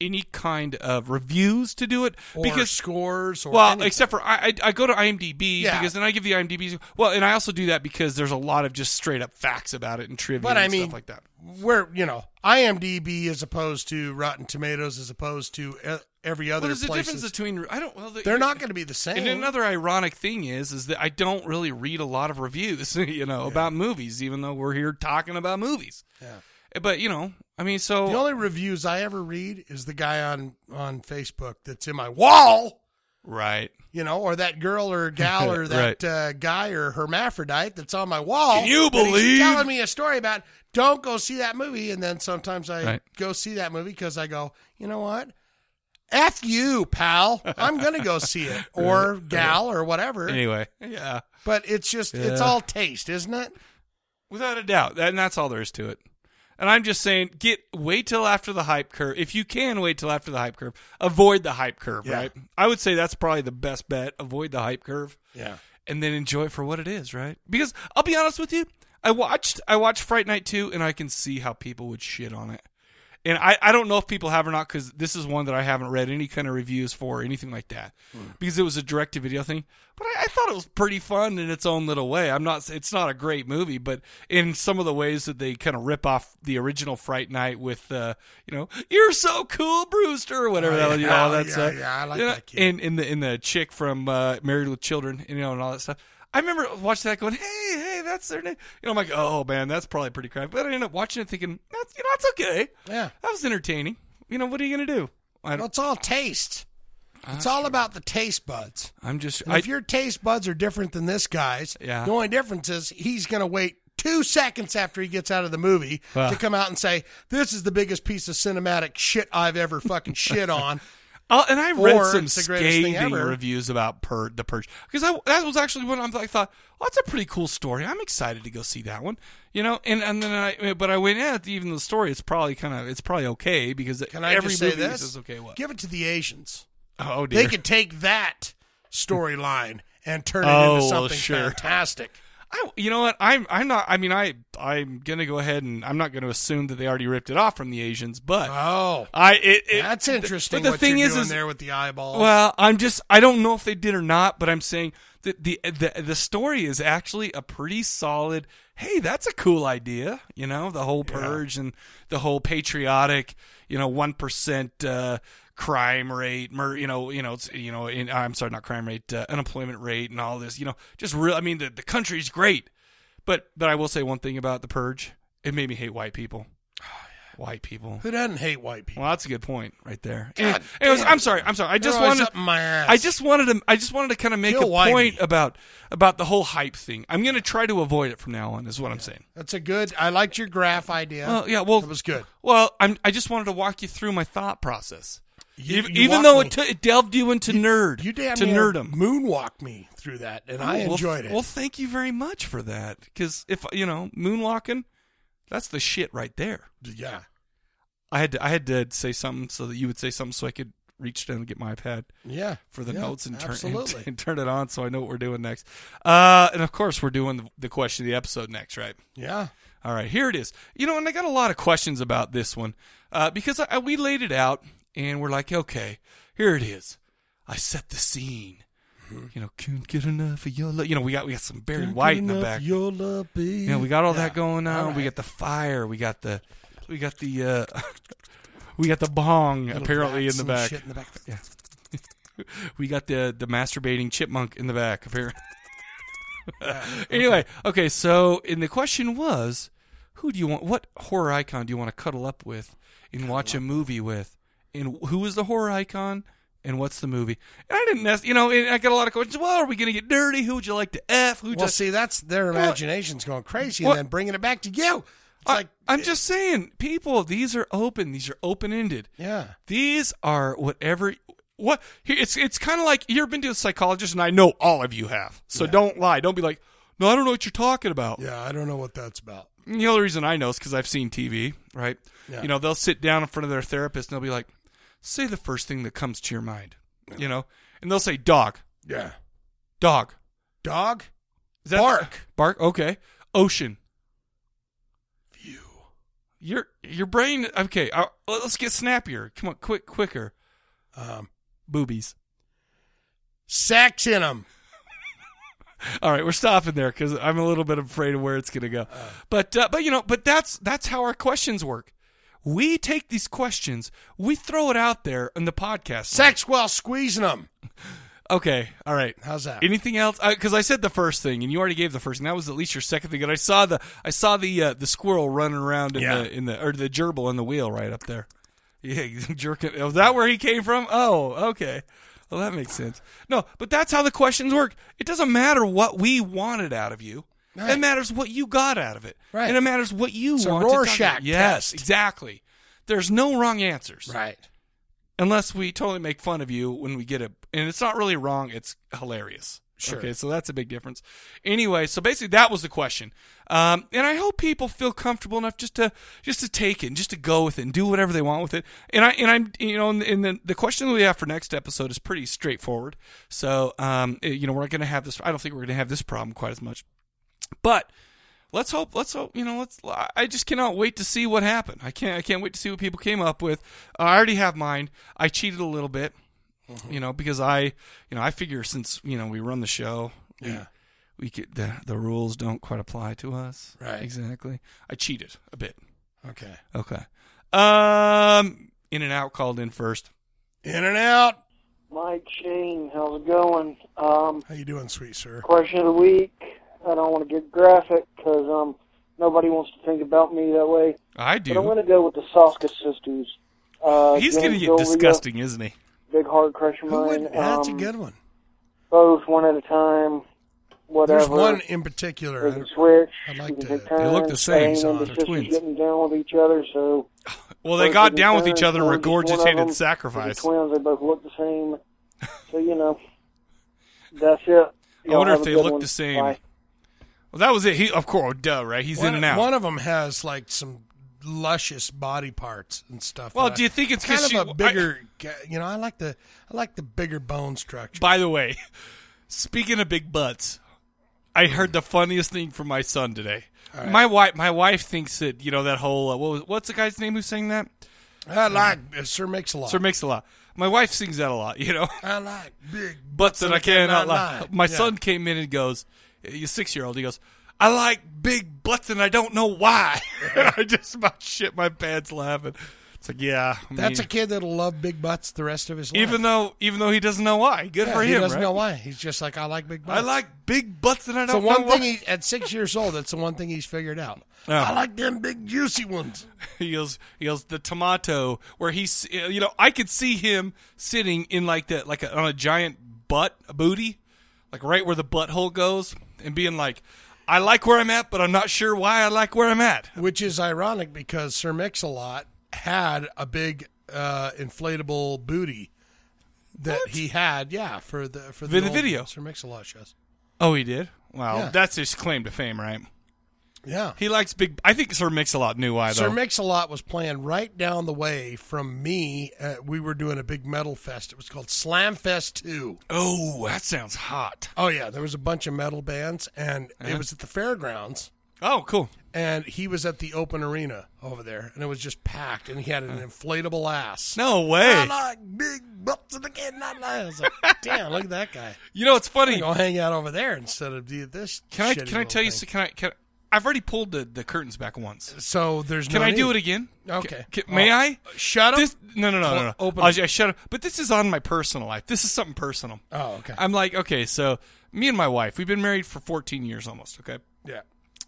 S1: any kind of reviews to do it
S2: or
S1: because
S2: scores or
S1: well,
S2: anything.
S1: except for I, I, I go to IMDb
S2: Yeah.
S1: because then I give the IMDb. Well, and I also do that because there's a lot of just straight up facts about it and trivia
S2: But
S1: and
S2: I mean-
S1: stuff like that.
S2: where you know IMDb as opposed to Rotten Tomatoes as opposed to e- every other
S1: Well, there's a
S2: places.
S1: difference between I don't. Well, the-
S2: They're not going to be the same.
S1: And another ironic thing is, is that I don't really read a lot of reviews, you know, about movies, even though we're here talking about movies.
S2: Yeah.
S1: But you know, I mean,
S2: the
S1: so
S2: only reviews I ever read is the guy on on Facebook that's in my wall.
S1: right.
S2: You know, or that girl or gal or that uh, guy or hermaphrodite that's on my wall.
S1: Can you
S2: that he's
S1: believe?
S2: telling me a story about? Don't go see that movie. And then sometimes I
S1: Right.
S2: go see that movie because I go, you know what? F you, pal. I'm gonna go see it or gal or whatever.
S1: Anyway, yeah,
S2: But it's just it's
S1: Yeah.
S2: all taste, isn't it?
S1: without a doubt, that, and that's all there is to it. And I'm just saying, get wait till after the hype curve. If you can wait till after the hype curve, avoid the hype curve.
S2: Yeah.
S1: Right. I would say that's probably the best bet. Avoid the hype curve.
S2: Yeah.
S1: and then enjoy it for what it is, right? Because I'll be honest with you, I watched I watched Fright Night 2 and I can see how people would shit on it. And I, I don't know if people have or not because this is one that I haven't read any kind of reviews for or anything like that
S2: Hmm.
S1: because it was a direct to video thing. But I, I thought it was pretty fun in its own little way. I'm not it's not a great movie, but in some of the ways that they kind of rip off the original Fright Night with uh, you know you're so cool Brewster or whatever
S2: Oh,
S1: that was, you know all
S2: yeah,
S1: that
S2: yeah,
S1: stuff.
S2: yeah, I like
S1: You know,
S2: that kid.
S1: and in the in the chick from uh, Married with Children, you know, and all that stuff. I remember watching that, going, "Hey, hey, that's their name." You know, I'm like, "Oh man, that's probably pretty crap." But I ended up watching it, thinking, "That's you know, that's okay.
S2: Yeah.
S1: That was entertaining." You know, what are you gonna do? I
S2: Well,
S1: don't.
S2: it's all taste. It's all about the taste buds.
S1: I'm just.
S2: And
S1: I,
S2: if your taste buds are different than this guy's,
S1: Yeah.
S2: the only difference is he's going to wait two seconds after he gets out of the movie
S1: Wow.
S2: to come out and say, "This is the biggest piece of cinematic shit I've ever fucking shit on."
S1: I'll- Oh, and I read
S2: or
S1: some
S2: it's the greatest thing
S1: scathing
S2: ever.
S1: reviews about Pur- the Purge because I, that was actually one I'm, I thought, "Oh, that's a pretty cool story. I'm excited to go see that one." You know, and and then I, eh, but I went, "Yeah, even the story, it's probably kind of, it's probably okay because
S2: Can I
S1: every
S2: just say
S1: movie
S2: this?
S1: is okay." What?
S2: Give it to the Asians.
S1: oh dear.
S2: They could take that storyline and turn it
S1: Oh,
S2: into
S1: well,
S2: something
S1: sure.
S2: fantastic.
S1: I, you know what? I'm, I'm not. I mean, I, I'm gonna go ahead and I'm not gonna assume that they already ripped it off from the Asians, but
S2: oh,
S1: I, it, it-
S2: that's
S1: th-
S2: interesting.
S1: But the
S2: what
S1: thing
S2: you're
S1: is,
S2: doing
S1: is
S2: there with the eyeballs.
S1: well, uh, I'm just I don't know if they did or not, but I'm saying that the the the story is actually a pretty solid. Hey, that's a cool idea. You know, the whole purge and the whole patriotic, you know, one percent uh, crime rate, mur- you know, you know, it's, you know, in, I'm sorry, not crime rate, uh, unemployment rate, and all this. You know, just real. I mean, the the country's great, but but I will say one thing about the purge. It made me hate white people. White people.
S2: Oh, who doesn't hate white people?
S1: Well, that's a good point right there. Anyway- anyways, I'm sorry. I'm sorry. I just
S2: always
S1: wanted
S2: up my ass.
S1: I just wanted to I just wanted to kind of make
S2: Feel
S1: a
S2: whiny.
S1: point about about the whole hype thing. I'm going to try to avoid it from now on is what I'm saying.
S2: That's a good. I liked your graph idea.
S1: Well, yeah, well
S2: that was good.
S1: Well, I'm I just wanted to walk you through my thought process.
S2: You-
S1: Ev-
S2: you walked
S1: even though
S2: me-
S1: it, took it delved you into nerd
S2: you damn
S1: to
S2: near
S1: nerdum.
S2: moonwalked me through that, and I
S1: Oh, well,
S2: enjoyed
S1: th-
S2: it.
S1: Well, thank you very much for that cuz if you know, moonwalking that's the shit right there.
S2: yeah,
S1: I had to, I had to say something so that you would say something so I could reach down and get my iPad.
S2: yeah,
S1: for the
S2: yeah,
S1: notes and turn
S2: absolutely.
S1: and, turn it on so I know what we're doing next. Uh, and of course, we're doing the, the question of the episode next, right?
S2: yeah,
S1: All right, here it is. You know, and I got a lot of questions about this one uh, because I, we laid it out and we're like, okay, here it is. I set the scene.
S2: Mm-hmm.
S1: You know, couldn't get enough of your love. You know, we got we got some Barry White in the back. You
S2: Your love, baby.
S1: know, we got all that
S2: Yeah,
S1: going on.
S2: all
S1: We
S2: right.
S1: got the fire. We got the we got the uh, we got the bong
S2: Little
S1: apparently in
S2: rats
S1: the
S2: and
S1: back.
S2: shit in the back.
S1: We got the the masturbating chipmunk in the back. Apparently. anyway, okay. So, and the question was, who do you want? What horror icon do you want to cuddle up with and watch a movie with? And who is the horror icon? And what's the movie? And I didn't, nec- you know, and I got a lot of questions. Well, are we going to get dirty? Who would you like to f? Who
S2: Well,
S1: just?
S2: see, that's their imagination's going crazy,
S1: What?
S2: and then bringing it back to you. It's
S1: I,
S2: like,
S1: I'm just saying, people. These are open. These are open ended.
S2: yeah,
S1: These are whatever. What here- it's it's kind of like you've been to a psychologist, and I know all of you have. So don't lie. Don't be like, no, I don't know what you're talking about.
S2: yeah. I don't know what that's about.
S1: And The only reason I know is because I've seen TV. Right?
S2: Yeah.
S1: You know, they'll sit down in front of their therapist and they'll be like, say the first thing that comes to your mind. You know, and they'll say dog,
S2: Yeah,
S1: dog,
S2: dog.
S1: Is that-
S2: Bark.
S1: bark. Okay, ocean. View. Your your brain. Okay, uh, let's get snappier. Come on, quick, quicker.
S2: Um,
S1: Boobies.
S2: sex in them.
S1: All right, we're stopping there because I'm a little bit afraid of where it's going to go. but uh, but you know, but that's that's how our questions work. We take these questions, we throw it out there in the podcast.
S2: Sex while squeezing them.
S1: Okay, all right.
S2: How's that?
S1: Anything else? Because I said the first thing, and you already gave the first thing. That was at least your second thing. And I saw the I saw the uh, the squirrel running around in
S2: Yeah.
S1: the in the or the gerbil in the wheel right up there. Yeah, jerking. oh, Is that where he came from? Oh, okay. Well, that makes sense. No, but that's how the questions work. It doesn't matter what we wanted out of you. It
S2: Right.
S1: matters what you got out of it.
S2: Right.
S1: And it matters what you
S2: It's a
S1: want. to talk about.
S2: Rorschach
S1: Yes,
S2: test.
S1: exactly. There's no wrong answers
S2: right.
S1: unless we totally make fun of you when we get it and it's not really wrong it's hilarious
S2: Sure.
S1: okay so that's a big difference anyway so basically that was the question um, and i hope people feel comfortable enough just to just to take it and just to go with it and do whatever they want with it and i and i'm you know and, and the, the question that we have for next episode is pretty straightforward so um, eh, you know we're not going to have this i don't think we're going to have this problem quite as much but let's hope let's hope you know let's i just cannot wait to see what happened i can't i can't wait to see what people came up with i already have mine i cheated a little bit
S2: Mm-hmm.
S1: you know because i you know i figure since you know we run the show we-
S2: Yeah.
S1: we, could the, the rules don't quite apply to us
S2: Right.
S1: exactly i cheated a bit
S2: Okay.
S1: okay um in and out called in first
S2: In and out.
S3: Mike Shane, how's it going? Um,
S2: How you doing, sweet sir?
S3: question of the week. I don't want to get graphic because um, nobody wants to think about me that way.
S1: i
S3: But I'm
S1: do
S3: going to go with the Soska sisters. Uh,
S1: he's
S3: James
S1: gonna get
S3: Olea,
S1: disgusting isn't he
S3: Big heart crusher
S2: Who
S3: mine.
S2: would, that's a
S3: um,
S2: good one.
S3: Both one at a time. Whatever.
S2: There's one in
S3: You
S2: particular. I
S3: can
S2: don't-
S3: switch.
S2: I'd like
S3: you can
S2: to-
S3: take turns.
S1: They look the same,
S3: Shane and
S1: so
S3: the
S1: they're
S3: sisters
S1: twins.
S3: getting down with each other, so
S1: well they
S3: Both
S1: got
S3: of
S1: down with
S3: these
S1: each other and were
S3: parents, one of them
S1: regurgitated
S3: is a
S1: sacrifice
S3: Twins, they both look the same. So you know, that's it. Y'all
S1: wonder
S3: have
S1: if
S3: a
S1: they
S3: good
S1: look
S3: one.
S1: the same.
S3: Bye.
S1: well that was it he of course duh right he's
S2: one,
S1: in and out
S2: One of them has like some luscious body parts and stuff.
S1: Well,
S2: that
S1: do
S2: I-
S1: you think it's
S2: kind
S1: 'cause
S2: of
S1: she-
S2: a bigger? ga- you know, I like the I like the bigger bone structure.
S1: By the way, speaking of big butts, I heard the funniest thing from my son today. My wife, my wife thinks that you know that whole uh, what was, what's the guy's name who sang that? Um,
S2: I like uh, Sir Mix a Lot.
S1: Sir Mix a Lot. My wife sings that a lot, you know.
S2: I like big
S1: butts that I cannot lie. My
S2: Yeah.
S1: son came in and goes, he's six year old. He goes, I like big butts and I don't know why. And I just about shit my pants laughing. It's like, yeah, I
S2: That's
S1: mean,
S2: a kid that'll love big butts the rest of his life.
S1: even though even though he doesn't know why. Good
S2: Yeah,
S1: for him.
S2: he doesn't
S1: right?
S2: know why. He's just like I like big butts.
S1: I like big butts and I
S2: It's
S1: don't
S2: the one
S1: know
S2: thing
S1: why.
S2: he, at six years old. That's the one thing he's figured out.
S1: Yeah.
S2: I like them big juicy ones.
S1: oh. He goes, he goes, the tomato where he's, you know, I could see him sitting in like that, like a, on a giant butt, a booty, like right where the butthole goes, and being like, I like where I'm at, but I'm not sure why I like where I'm at.
S2: Which is ironic because Sir Mix-a-Lot had a big uh, inflatable booty that he had, yeah, for the for the,
S1: For the
S2: old
S1: video.
S2: Sir Mix-a-Lot shows.
S1: Oh, he did. Wow,
S2: Yeah.
S1: that's his claim to fame, right?
S2: Yeah.
S1: He likes big. I think Sir Mix-a-Lot knew why
S2: Sir
S1: though.
S2: Mix-a-Lot was playing right down the way from me. Uh, we were doing a big metal fest. It was called Slam Fest 2.
S1: oh, that sounds hot. Uh-huh.
S2: Oh yeah, there was a bunch of metal bands and it was at the fairgrounds.
S1: Oh, cool.
S2: and he was at the open arena over there, and it was just packed, and he had an inflatable ass.
S1: Uh-huh. No way.
S2: I like big butts and I cannot lie. I was like, damn, look at that guy.
S1: You know, it's funny.
S2: Go hang out over there instead of do this.
S1: Can I?
S2: shitty
S1: Can I
S2: little
S1: tell you?
S2: thing.
S1: so- Can I? Can I I've already pulled the, the curtains back once.
S2: So there's.
S1: Can
S2: no
S1: I do
S2: need.
S1: it again?
S2: Okay.
S1: Ca- ca- may
S2: Oh,
S1: I?
S2: Shut up.
S1: This, no, no, no, no, no.
S2: Well, open
S1: I, I
S2: it.
S1: shut up. But this is on my personal life. This is something personal.
S2: oh, okay.
S1: I'm like, okay, so me and my wife, we've been married for 14 years almost. Okay,
S2: yeah.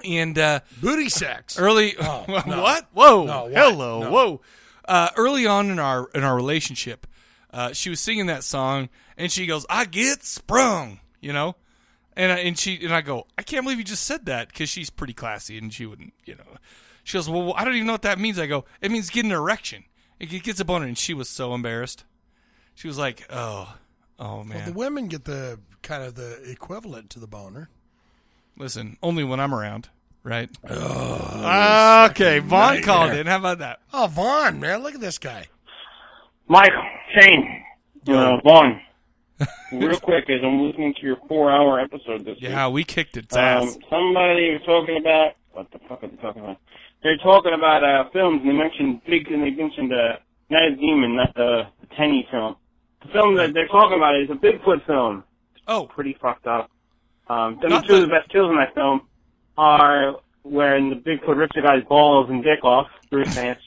S1: and uh,
S2: Booty sex. Oh,
S1: early
S2: no.
S1: what? Whoa,
S2: No, what?
S1: hello,
S2: No.
S1: whoa. Uh, early on in our in our relationship, uh, she was singing that song, and she goes, "I get sprung," you know. And I, and she and I go, I can't believe you just said that because she's pretty classy and she wouldn't, you know. She goes, well, I don't even know what that means. I go, it means get an erection. It g- gets a boner, and she was so embarrassed. She was like, oh, oh man.
S2: The women get the kind of the equivalent to the boner.
S1: Listen, only when I'm around, right? Ah, okay, Vaughn called in. How about that?
S2: Oh, Vaughn, man, look at this guy.
S4: Mike, Shane, uh, Vaughn, real quick, as I'm listening to your four-hour episode this week,
S1: Yeah, we kicked its
S4: um,
S1: ass.
S4: somebody was talking about what the fuck are they talking about? They're talking about uh, films, and they mentioned big, and they mentioned uh, Night of the Demon, not the, the Tenny film. The film that they're talking about is a Bigfoot film.
S1: Oh,
S4: Pretty fucked up. Um, I mean,
S1: Not
S4: two of
S1: the-
S4: the best kills in that film are when the Bigfoot rips a guy's balls and dick off, Bruce Vance.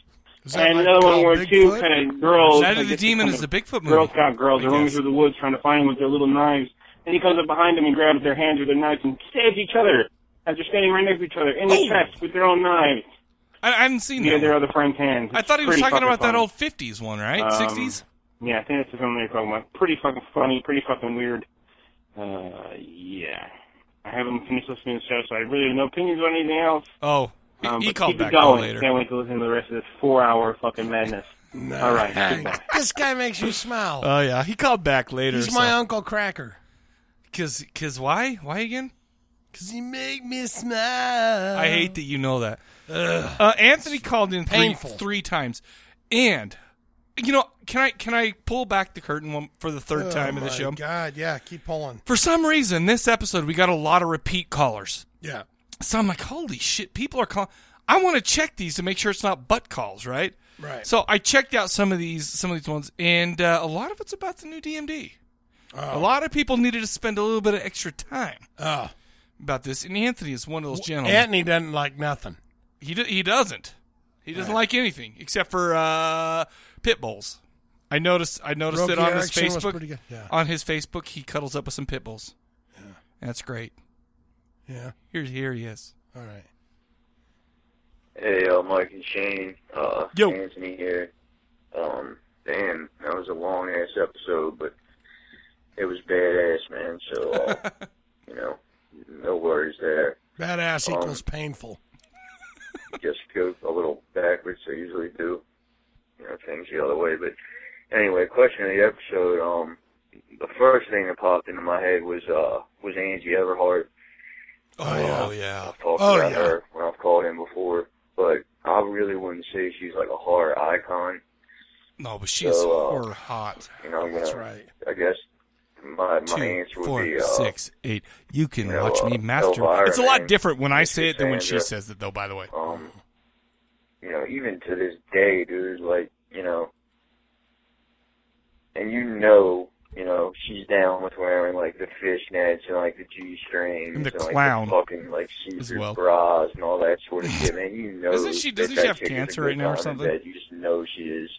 S2: Is that
S4: And
S2: like
S4: another one
S2: called
S4: where two
S2: Bigfoot?
S4: kind of girls.
S1: Night
S4: I
S1: of the
S4: guess,
S1: Demon
S4: kind
S1: is
S4: of
S1: the Bigfoot movie.
S4: Girl Scout girls
S1: I
S4: are roaming
S1: guess.
S4: through the woods trying to find him with their little knives. And he comes up behind them and grabs their hands with their knives and stabs each other as they're standing right next to each other in the chest with their own knives
S1: Oh! I, I haven't seen
S4: near
S1: that.
S4: their
S1: one.
S4: other friend's hands.
S1: I
S4: It's
S1: thought he was
S4: pretty
S1: talking
S4: fucking
S1: about that
S4: funny.
S1: old 50s one, right?
S4: Um,
S1: 60s?
S4: Yeah, I think that's the film they're talking about. Pretty fucking funny, pretty fucking weird. Uh, yeah. I haven't finished listening to the show, so I really have no opinions on anything else.
S1: Oh, he,
S4: Um,
S1: he
S4: but
S1: called
S4: keep
S1: back
S4: it
S1: though
S4: going.
S1: later.
S4: Can't wait to listen to the rest of this four-hour fucking madness. All right, goodbye.
S2: this guy makes you smile.
S1: Oh, yeah. He called back later.
S2: He's my uncle Cracker.
S1: Because cause why? Why again?
S2: Cause he make me smile.
S1: I hate that you know that. Uh, Anthony called in three,
S2: Painful.
S1: three times. And, you know, can I can I pull back the curtain one for the third time of the
S2: Oh my
S1: show?
S2: God, yeah, keep pulling.
S1: For some reason, this episode, we got a lot of repeat callers.
S2: Yeah,
S1: So I'm like, holy shit, people are calling. I want to check these to make sure it's not butt calls, right?
S2: right.
S1: So I checked out some of these, some of these ones, and uh, a lot of it's about the new DMD. A lot of people needed to spend a little bit of extra time
S2: Oh.
S1: about this, and Anthony is one of those gentlemen.
S2: Anthony doesn't like nothing.
S1: he do- he doesn't, he doesn't like anything except for uh, pit bulls. I noticed I noticed
S2: Roky
S1: that on his
S2: Erickson was pretty
S1: Facebook.
S2: good. Yeah.
S1: On his Facebook, he cuddles up with some pit bulls. That's great.
S2: Yeah.
S1: Here, here he is.
S2: All right.
S5: Hey, uh, Mike and Shane. Uh,
S1: Yo.
S5: Anthony here. Um, damn, that was a long ass episode, but it was badass, man. So, uh, you know, no worries there.
S2: Badass equals painful.
S5: Just go a little backwards. I usually do, you know, things the other way. But anyway, question of the episode. Um, the first thing that popped into my head was uh was Angie Everhart.
S1: Oh yeah.
S5: I've talked
S2: Oh,
S5: about
S2: yeah.
S5: her when I've called in before, but I really wouldn't say she's like a horror icon.
S1: No, but she is
S5: So, uh,
S1: horror hot.
S5: You know, I'm gonna,
S2: That's right.
S5: I guess my, my
S1: two,
S5: answer would be
S1: four,
S5: uh,
S1: six, eight. You can
S5: you know,
S1: watch me
S5: uh,
S1: master.
S5: Elvira,
S1: It's a lot
S5: man.
S1: different when I
S5: It's
S1: say it than when she
S5: Cassandra.
S1: says it, though. By the way,
S5: um, you know, even to this day, dude, like, you know, and you know, you know, she's down with wearing like the fishnets and like the G strings
S1: And the
S5: like
S1: clown
S5: the fucking like see
S1: well.
S5: bras and all that sort of shit. Man, you know,
S1: Isn't she-
S5: that
S1: doesn't
S5: that
S1: she have
S5: chick is a
S1: cancer
S5: good
S1: right now or
S5: time in
S1: something?
S5: bed. You just know she is.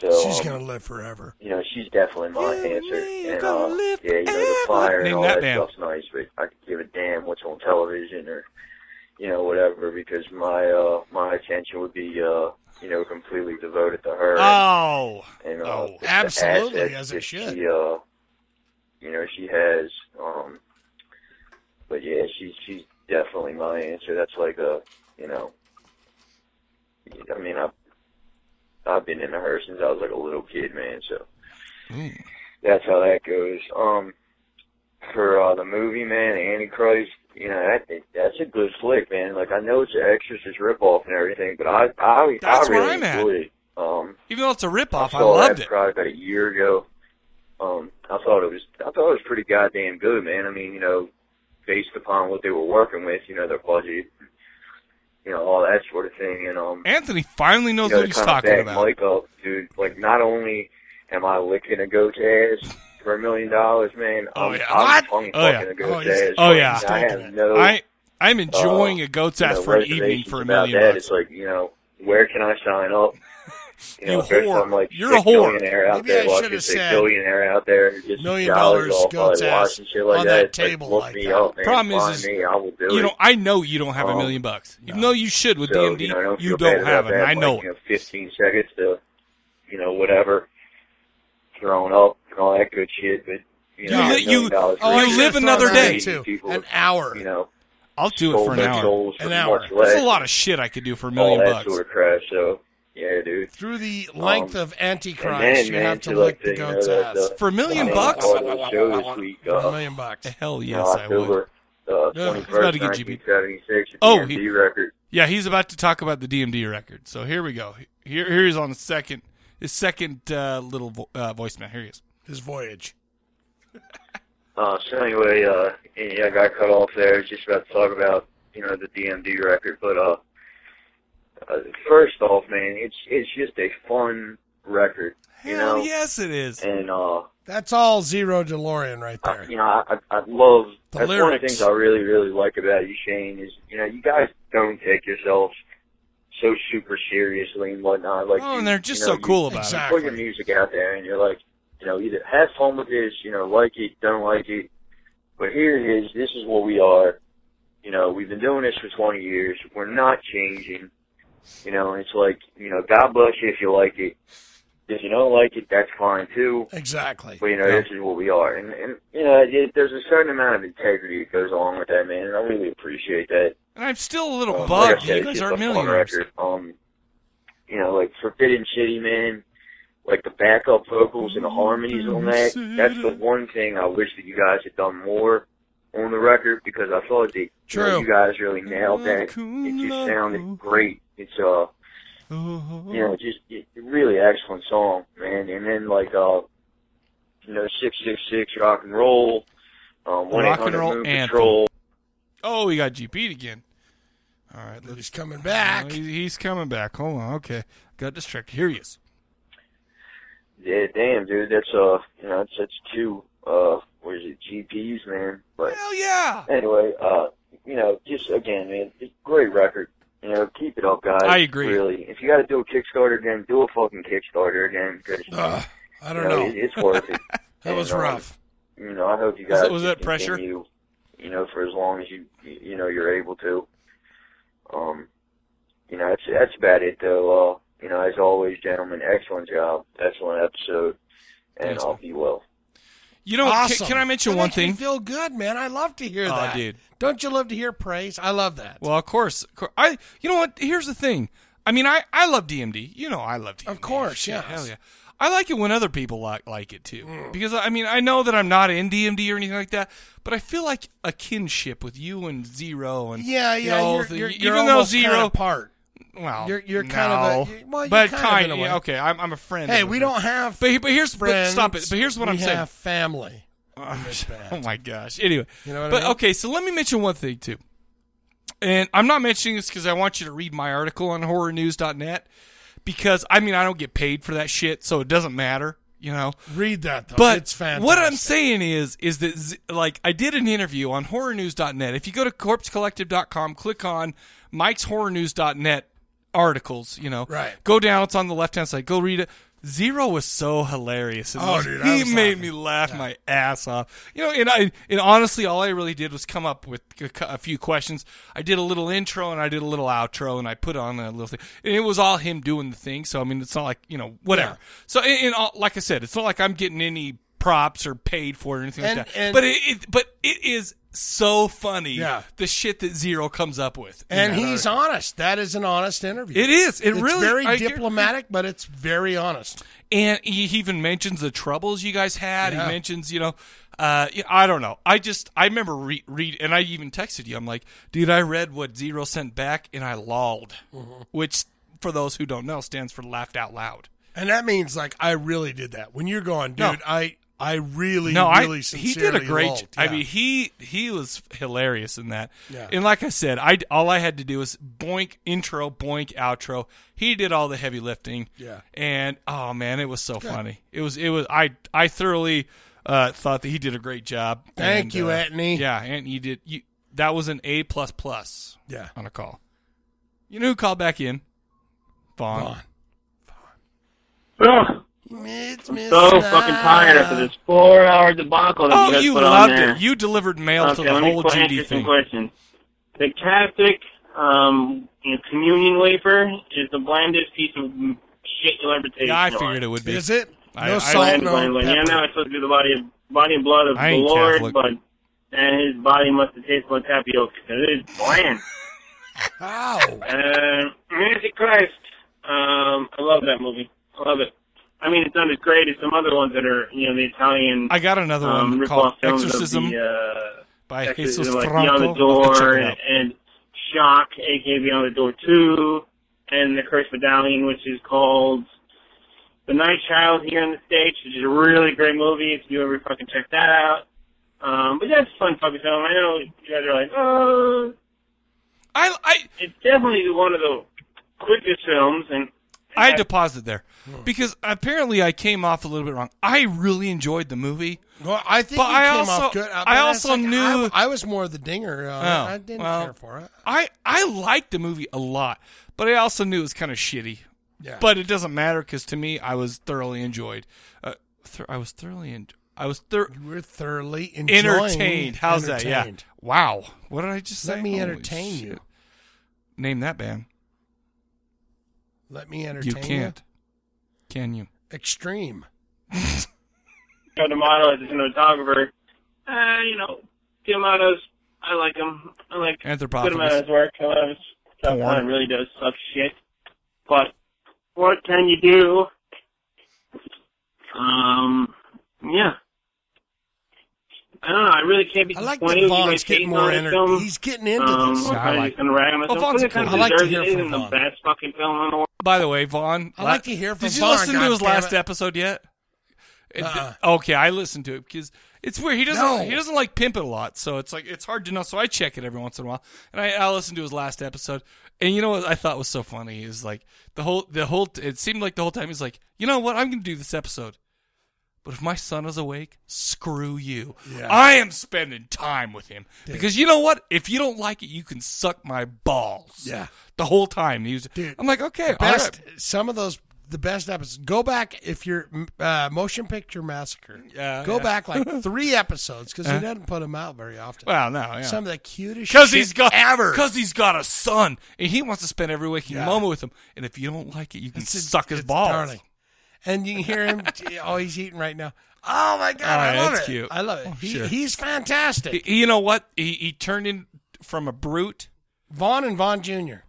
S5: So
S2: She's
S5: um,
S2: gonna live forever.
S5: you know, she's definitely my
S1: You and
S5: answer.
S1: me are
S5: And
S1: gonna
S5: uh,
S1: live
S5: yeah, you know, the
S1: forever.
S5: fire
S1: Name
S5: and all
S1: that
S5: that,
S1: band.
S5: stuff's nice, but I could give a damn what's on television or you know whatever because my uh my attention would be uh you know completely devoted to her.
S1: oh,
S5: and, uh,
S1: oh,
S5: just the
S2: absolutely,
S5: assets
S2: as it
S5: that
S2: should.
S5: She, uh, you know, she has. Um, but yeah, she's she's definitely my answer. That's like a you know, I mean, I've I've been into her since I was like a little kid, man. So
S1: Hmm.
S5: that's how that goes. Um, for uh, the movie, man, Antichrist, you know, that that's a good flick, man. Like I know it's an Exorcist ripoff and everything, but I I
S1: That's
S5: I
S1: where
S5: really
S1: I'm at.
S5: enjoyed it. Um,
S1: even though it's a ripoff, I
S5: saw
S1: loved
S5: that
S1: it.
S5: probably about a year ago. Um, I thought it was I thought it was pretty goddamn good, man. I mean, you know, based upon what they were working with, you know, their budget, you know, all that sort of thing, and um,
S1: Anthony finally knows
S5: you know,
S1: what
S5: to
S1: he's
S5: kind of
S1: talking
S5: back
S1: about.
S5: Mike up, dude. Like, not only am I licking a goat's ass for a million dollars, man,
S1: Oh,
S5: I'm,
S1: yeah.
S5: I'm
S1: What?
S5: tongue
S1: Oh, yeah.
S5: fucking a
S2: Oh,
S5: goat's
S2: he's-
S5: ass.
S1: oh, yeah.
S5: I have no
S1: I I'm enjoying
S5: uh,
S1: a goat's
S5: you
S1: ass
S5: know,
S1: for an evening
S5: reservations
S1: for a
S5: about
S1: million
S5: that.
S1: bucks.
S5: It's like, you know, where can I sign up?
S1: You
S5: know, there's
S1: whore.
S5: some, like,
S1: You're a
S5: sick
S1: whore.
S5: Billionaire out
S2: Maybe I
S5: there, well,
S2: should have
S5: say
S2: said
S5: billionaire out there, who just
S2: million
S5: dollars
S2: dollars
S5: off
S2: goes
S5: my watch
S2: ass
S5: and shit like
S2: on that
S5: It's like,
S2: table
S5: look
S2: like
S5: me
S2: that.
S5: up, man.
S1: Problem is,
S5: Find
S1: is
S5: me, I will do
S1: You
S5: it.
S1: know, I know you don't have a
S5: Um,
S1: million bucks. You know you should with
S5: So,
S1: DMD.
S5: you know, I don't
S1: you
S5: feel
S1: don't
S5: bad about
S1: have it. and
S5: that.
S1: I know
S5: like, you
S1: it.
S5: know, 15 seconds to, you know, whatever, thrown up and all that good shit. But you,
S1: You
S5: know,
S1: li-
S5: a million
S1: you-
S5: dollars
S1: oh,
S2: I
S5: really
S1: you
S2: should've
S1: live
S2: thrown
S1: another
S2: that
S1: day.
S2: in, too.
S5: People-
S2: An hour.
S5: you know,
S1: I'll do it
S5: sold
S1: for an
S5: their
S1: hour.
S5: souls for
S2: An hour.
S5: much less. Oh,
S1: There's a lot of shit I could do for a
S5: all
S1: million
S5: that
S1: bucks.
S5: sort of crap. So yeah, dude.
S2: Through the length
S5: Um,
S2: of Antichrist,
S5: And then,
S2: you
S5: man,
S2: have to
S5: to like
S2: lick
S5: the,
S2: the
S5: you know,
S2: goat's
S5: the,
S2: ass.
S5: the
S1: For a million
S5: main
S1: bucks?
S5: part of the show this week,
S2: For a
S5: uh,
S2: million bucks.
S1: Hell
S5: you
S1: yes,
S5: know,
S1: I would.
S5: October, uh,
S2: Yeah, he's
S5: 21st,
S1: about to get GB.
S5: 1976,
S1: Oh,
S5: DMD
S1: he-
S5: record.
S1: Yeah, he's about to talk about the DMD record. So here we go. Here, here he is on the second, his second uh, little vo- uh, voicemail. Here he is.
S2: His voyage.
S5: Uh, so anyway, uh, yeah, I got cut off there. I was just about to talk about, you know, the DMD record, but, uh, uh, first off, man, it's, it's just a fun record, you
S1: Hell
S5: know?
S1: yes, it is.
S5: And, uh,
S2: That's all zero DeLorean right
S5: I,
S2: there.
S5: you know, I, I- I love,
S2: The
S5: that's one of the
S2: lyrics.
S5: things I really, really like about you, Shane, is, you know, you guys don't take yourselves so super seriously and whatnot. Like,
S1: Oh,
S5: you-
S1: and they're just
S5: you know,
S1: so
S5: you-
S1: cool about
S2: Exactly.
S5: put your music out there and you're like, you know, either have fun with this, you know, like it, don't like it. But here it is, this is what we are. You know, we've been doing this for 20 years. We're not changing. You know, and it's like, you know, God bless you if you like it. If you don't like it, that's fine too.
S2: Exactly.
S5: But you know, this is what we are, and and you know, it, there's a certain amount of integrity that goes along with that, man. And I really appreciate that.
S1: it. And I'm still a little
S5: Um, like
S1: bugged.
S5: I said,
S1: Oh, You
S5: it's
S1: guys
S5: just
S1: aren't
S5: a fun
S1: millionaires.
S5: record. Um, you know, like Forbidden City, man. Like the backup vocals and the harmonies on that. That's the one thing I wish that you guys had done more on the record because I thought that you, know,
S2: True.
S5: you guys really nailed that. It just sounded great. It's uh, you know, just it, it really excellent song, man. And then like uh, you know, six six six rock and roll, um, one eight
S1: Rock and
S5: hundred
S1: roll
S5: moon
S1: anthem.
S5: patrol.
S1: Oh, we got GP'd again. All right,
S2: That
S1: let's.
S2: he's coming
S1: Oh,
S2: back.
S1: he's, he's coming back. Hold on. Okay, got distracted. Here he is.
S5: Yeah, damn, dude, that's uh, you know, that's, that's two uh, what is it, GPs, man. But
S1: Hell yeah!
S5: anyway, uh, you know, just again, man, it's a great record. You know, keep it up, guys.
S1: I agree.
S5: Really, if you got to do a Kickstarter again, do a fucking Kickstarter again because
S2: Ugh, I
S5: you
S2: don't
S5: know,
S2: know.
S5: it, it's worth it.
S2: That was
S5: And, um,
S2: rough.
S5: you know, I hope you
S1: Was
S5: guys
S1: that- was that
S5: can
S1: pressure?
S5: continue, you know, for as long as you you know you're able to. Um, you know, that's that's about it though. Uh, you know, as always, gentlemen, excellent job, excellent episode, and
S1: Thanks,
S5: I'll
S1: man.
S5: be well.
S1: You know, what?
S2: Awesome.
S1: can, can I mention
S2: That
S1: one
S2: makes me
S1: thing? Oh,
S2: feel good, man. I love to hear
S1: Aw,
S2: that.
S1: dude.
S2: Don't you love to hear praise? I love that.
S1: Well, of course, of cour- I. You know what? Here's the thing. I mean, I I love DMD. You know, I love DMD.
S2: Of course,
S1: Shit,
S2: yes. Mm.
S1: Hell yeah. I like it when other people like like it too, because I mean, I know that I'm not in DMD or anything like that, but I feel like a kinship with you and Zero and
S2: yeah,
S1: you
S2: yeah.
S1: know,
S2: you're,
S1: the-
S2: you're,
S1: even
S2: you're
S1: though
S2: almost
S1: Zero
S2: kind of part.
S1: well,
S2: You're- you're kind of a-
S1: no.
S2: you- well, you're
S1: but
S2: kind of in a
S1: of
S2: way.
S1: okay. I'm, I'm a friend.
S2: Hey,
S1: of a
S2: we
S1: friend.
S2: don't have
S1: But, he- but here's but
S2: friends.
S1: stop it. But here's what
S2: we
S1: I'm saying.
S2: have family.
S1: oh my gosh. Anyway,
S2: You know what I
S1: but
S2: mean?
S1: okay. So let me mention one thing too. And I'm not mentioning this because I want you to read my article on horrornews.net because I mean I don't get paid for that shit, so it doesn't matter. You know.
S2: Read that though.
S1: But
S2: it's fantastic.
S1: what I'm saying is, is that z- like I did an interview on horrornews.net. If you go to corpsecollective.com, click on Mike's horrornews.net articles. You know,
S2: Right.
S1: Go down. It's on the left hand side. Go read it. Zero was so hilarious. in
S2: Oh,
S1: this.
S2: dude, I
S1: he
S2: was
S1: made
S2: laughing.
S1: me laugh my ass off. You know, and I and honestly, all I really did was come up with a, cou- a few questions. I did a little intro and I did a little outro, and I put on a little thing, and it was all him doing the thing. So I mean, it's not like you know whatever. So and, and all, like I said, it's not like I'm getting any props or paid for it or anything
S2: And-
S1: like that.
S2: and-
S1: but it, it but it is so funny.
S2: Yeah.
S1: the shit that Zero comes up with, in
S2: and
S1: that
S2: he's
S1: article.
S2: honest. That is an honest interview.
S1: It is. It
S2: it's
S1: really-
S2: very
S1: I guarantee-
S2: diplomatic, but it's very honest.
S1: and he he even mentions the troubles you guys had.
S2: Yeah.
S1: He mentions, you know, uh, yeah, I don't know. I just I remember read, read and I even texted you. I'm like, dude, I read what Zero sent back, and I lolled,
S2: Mm-hmm.
S1: which for those who don't know stands for laughed out loud.
S2: And that means like I really did that. When you're going, dude,
S1: No.
S2: I I really
S1: no,
S2: really
S1: I he
S2: sincerely
S1: did a great.
S2: lulled.
S1: I
S2: Yeah.
S1: mean, he he was hilarious in that.
S2: Yeah.
S1: And like I said, I all I had to do was boink intro, boink outro. He did all the heavy lifting.
S2: Yeah.
S1: And oh man, it was so funny. It was it was I I thoroughly uh, thought that he did a great job.
S2: Thank
S1: And,
S2: you,
S1: uh,
S2: Anthony.
S1: Yeah, Anthony you did. You that was an A plus plus
S2: yeah.
S1: on a call. You know who called back in? Vaughn.
S2: Vaughn.
S4: Ugh,
S2: It's
S4: so fucking tired after this four-hour debacle that
S1: Oh,
S4: guys
S1: you
S4: put
S1: loved
S4: on there.
S1: it. You delivered mail
S4: okay,
S1: to the
S4: let me
S1: whole
S4: qu- answer
S1: GD
S4: some
S1: thing.
S4: questions. The Catholic um, you know, communion wafer is the blandest piece of shit you'll ever taste.
S1: Yeah, I
S4: in your
S1: figured it
S4: life.
S1: would be.
S2: Is it? No
S1: I- I-
S2: salt,
S4: Bland,
S2: no
S4: bland, bland. Yeah,
S2: pepper.
S4: no, it's supposed to be the body, of, body and blood of
S1: I
S4: the
S1: ain't
S4: Lord,
S1: Catholic.
S4: but and his body must have tasted like tapioca. It is bland.
S2: Ow.
S4: Uh, Nancy Christ. Um, I love that movie. I love it. I mean, it's not as great as some other ones that are, you know, the Italian
S1: I got another
S4: um,
S1: one
S4: rip-off
S1: called
S4: films
S1: Exorcism
S4: of the, uh,
S1: by
S4: Texas,
S1: Jesus
S4: like Beyond
S1: Franco.
S4: the
S1: I'll have to
S4: Door
S1: check it
S4: and,
S1: out.
S4: and Shock, aka Beyond the Door Two, and the Cursed Medallion, which is called The Night Child here on the stage, which is a really great movie. If you ever fucking check that out. Um, but that's a fun fucking film. I know you guys are like, oh,
S1: I, I,
S4: it's definitely one of the quickest films, and
S1: I had to pause it there
S2: Hmm.
S1: because apparently I came off a little bit wrong. I really enjoyed the movie.
S2: Well, I think
S1: But
S2: you
S1: I
S2: came
S1: also-
S2: off good. Uh,
S1: I
S2: but it's
S1: also knew-
S2: I, I was more of the dinger. Uh,
S1: Oh,
S2: I didn't
S1: well.
S2: care for it.
S1: I, I liked the movie a lot, but I also knew it was kind of shitty.
S2: Yeah.
S1: But it doesn't matter because to me, I was thoroughly enjoyed. Uh, th- I was thoroughly, en- I was thor-
S2: you were thoroughly enjoying,
S1: entertained. How's that? Yeah.
S2: entertained.
S1: Wow. What did I just say?
S2: Let me
S1: Holy
S2: entertain
S1: shit.
S2: you.
S1: Name that band.
S2: Let me
S1: You
S2: entertain you.
S1: can't. Can you?
S2: Extreme.
S4: Joe D'Amato as a cinematographer, uh, you know, D'Amato's, I like him. I like a good amount of
S1: Anthropophagus.
S4: his work. A lot of his stuff
S1: Porn.
S4: uh, really does suck shit. But what can you do? Um, yeah. I don't know. I really can't be
S2: I like that
S4: disappointed with you
S2: Vaughn's
S4: guys
S2: getting
S4: hating
S2: more
S4: on this
S2: energy.
S4: film.
S2: He's getting into
S4: um,
S2: this.
S4: I'm
S1: Yeah, I
S4: kinda
S1: like-
S4: just gonna rag on
S1: Oh,
S4: myself.
S1: Vaughn's
S4: It kinda
S1: cool. I
S2: like to
S4: deserves
S2: hear
S4: it. It
S2: from
S4: isn't the
S2: Vaughn.
S4: best fucking film in the world.
S1: By the way, Vaughn.
S2: I like to hear from
S1: Did you
S2: Vaughn,
S1: listen to his
S2: goddammit.
S1: last episode yet? It-
S2: Uh-uh.
S1: Okay, I listened to it because it's weird. He doesn't
S2: No.
S1: he doesn't like pimp it a lot, so it's like it's hard to know. So I check it every once in a while, and I, I listened to his last episode. And you know what I thought was so funny is like the whole the whole it seemed like the whole time he's like, you know what, I'm gonna do this episode. But if my son is awake, screw you.
S2: Yeah.
S1: I am spending time with him because you know what? If you don't like it, you can suck my balls.
S2: Yeah.
S1: the whole time he was.
S2: Dude,
S1: I'm like, okay, all right.
S2: Best. Some of those. The best episodes. Go back if you're uh, motion picture massacre.
S1: Yeah,
S2: Go
S1: yeah.
S2: back like three episodes because he doesn't put them out very often.
S1: Well, no, yeah.
S2: Some of the cutest.
S1: Because
S2: shit
S1: he's got
S2: ever.
S1: Because he's got a son, and he wants to spend every waking moment with him. And if you don't like it, you can
S2: It's a-
S1: suck his
S2: it's
S1: balls.
S2: darling. And you can hear him. oh, he's eating right now. Oh my god,
S1: All
S2: I
S1: right,
S2: love
S1: that's
S2: it.
S1: cute.
S2: I love it.
S1: Oh,
S2: He-
S1: sure.
S2: He's fantastic.
S1: He- he- you know what? He, he turned in from a brute.
S2: Vaughn and Vaughn Jr.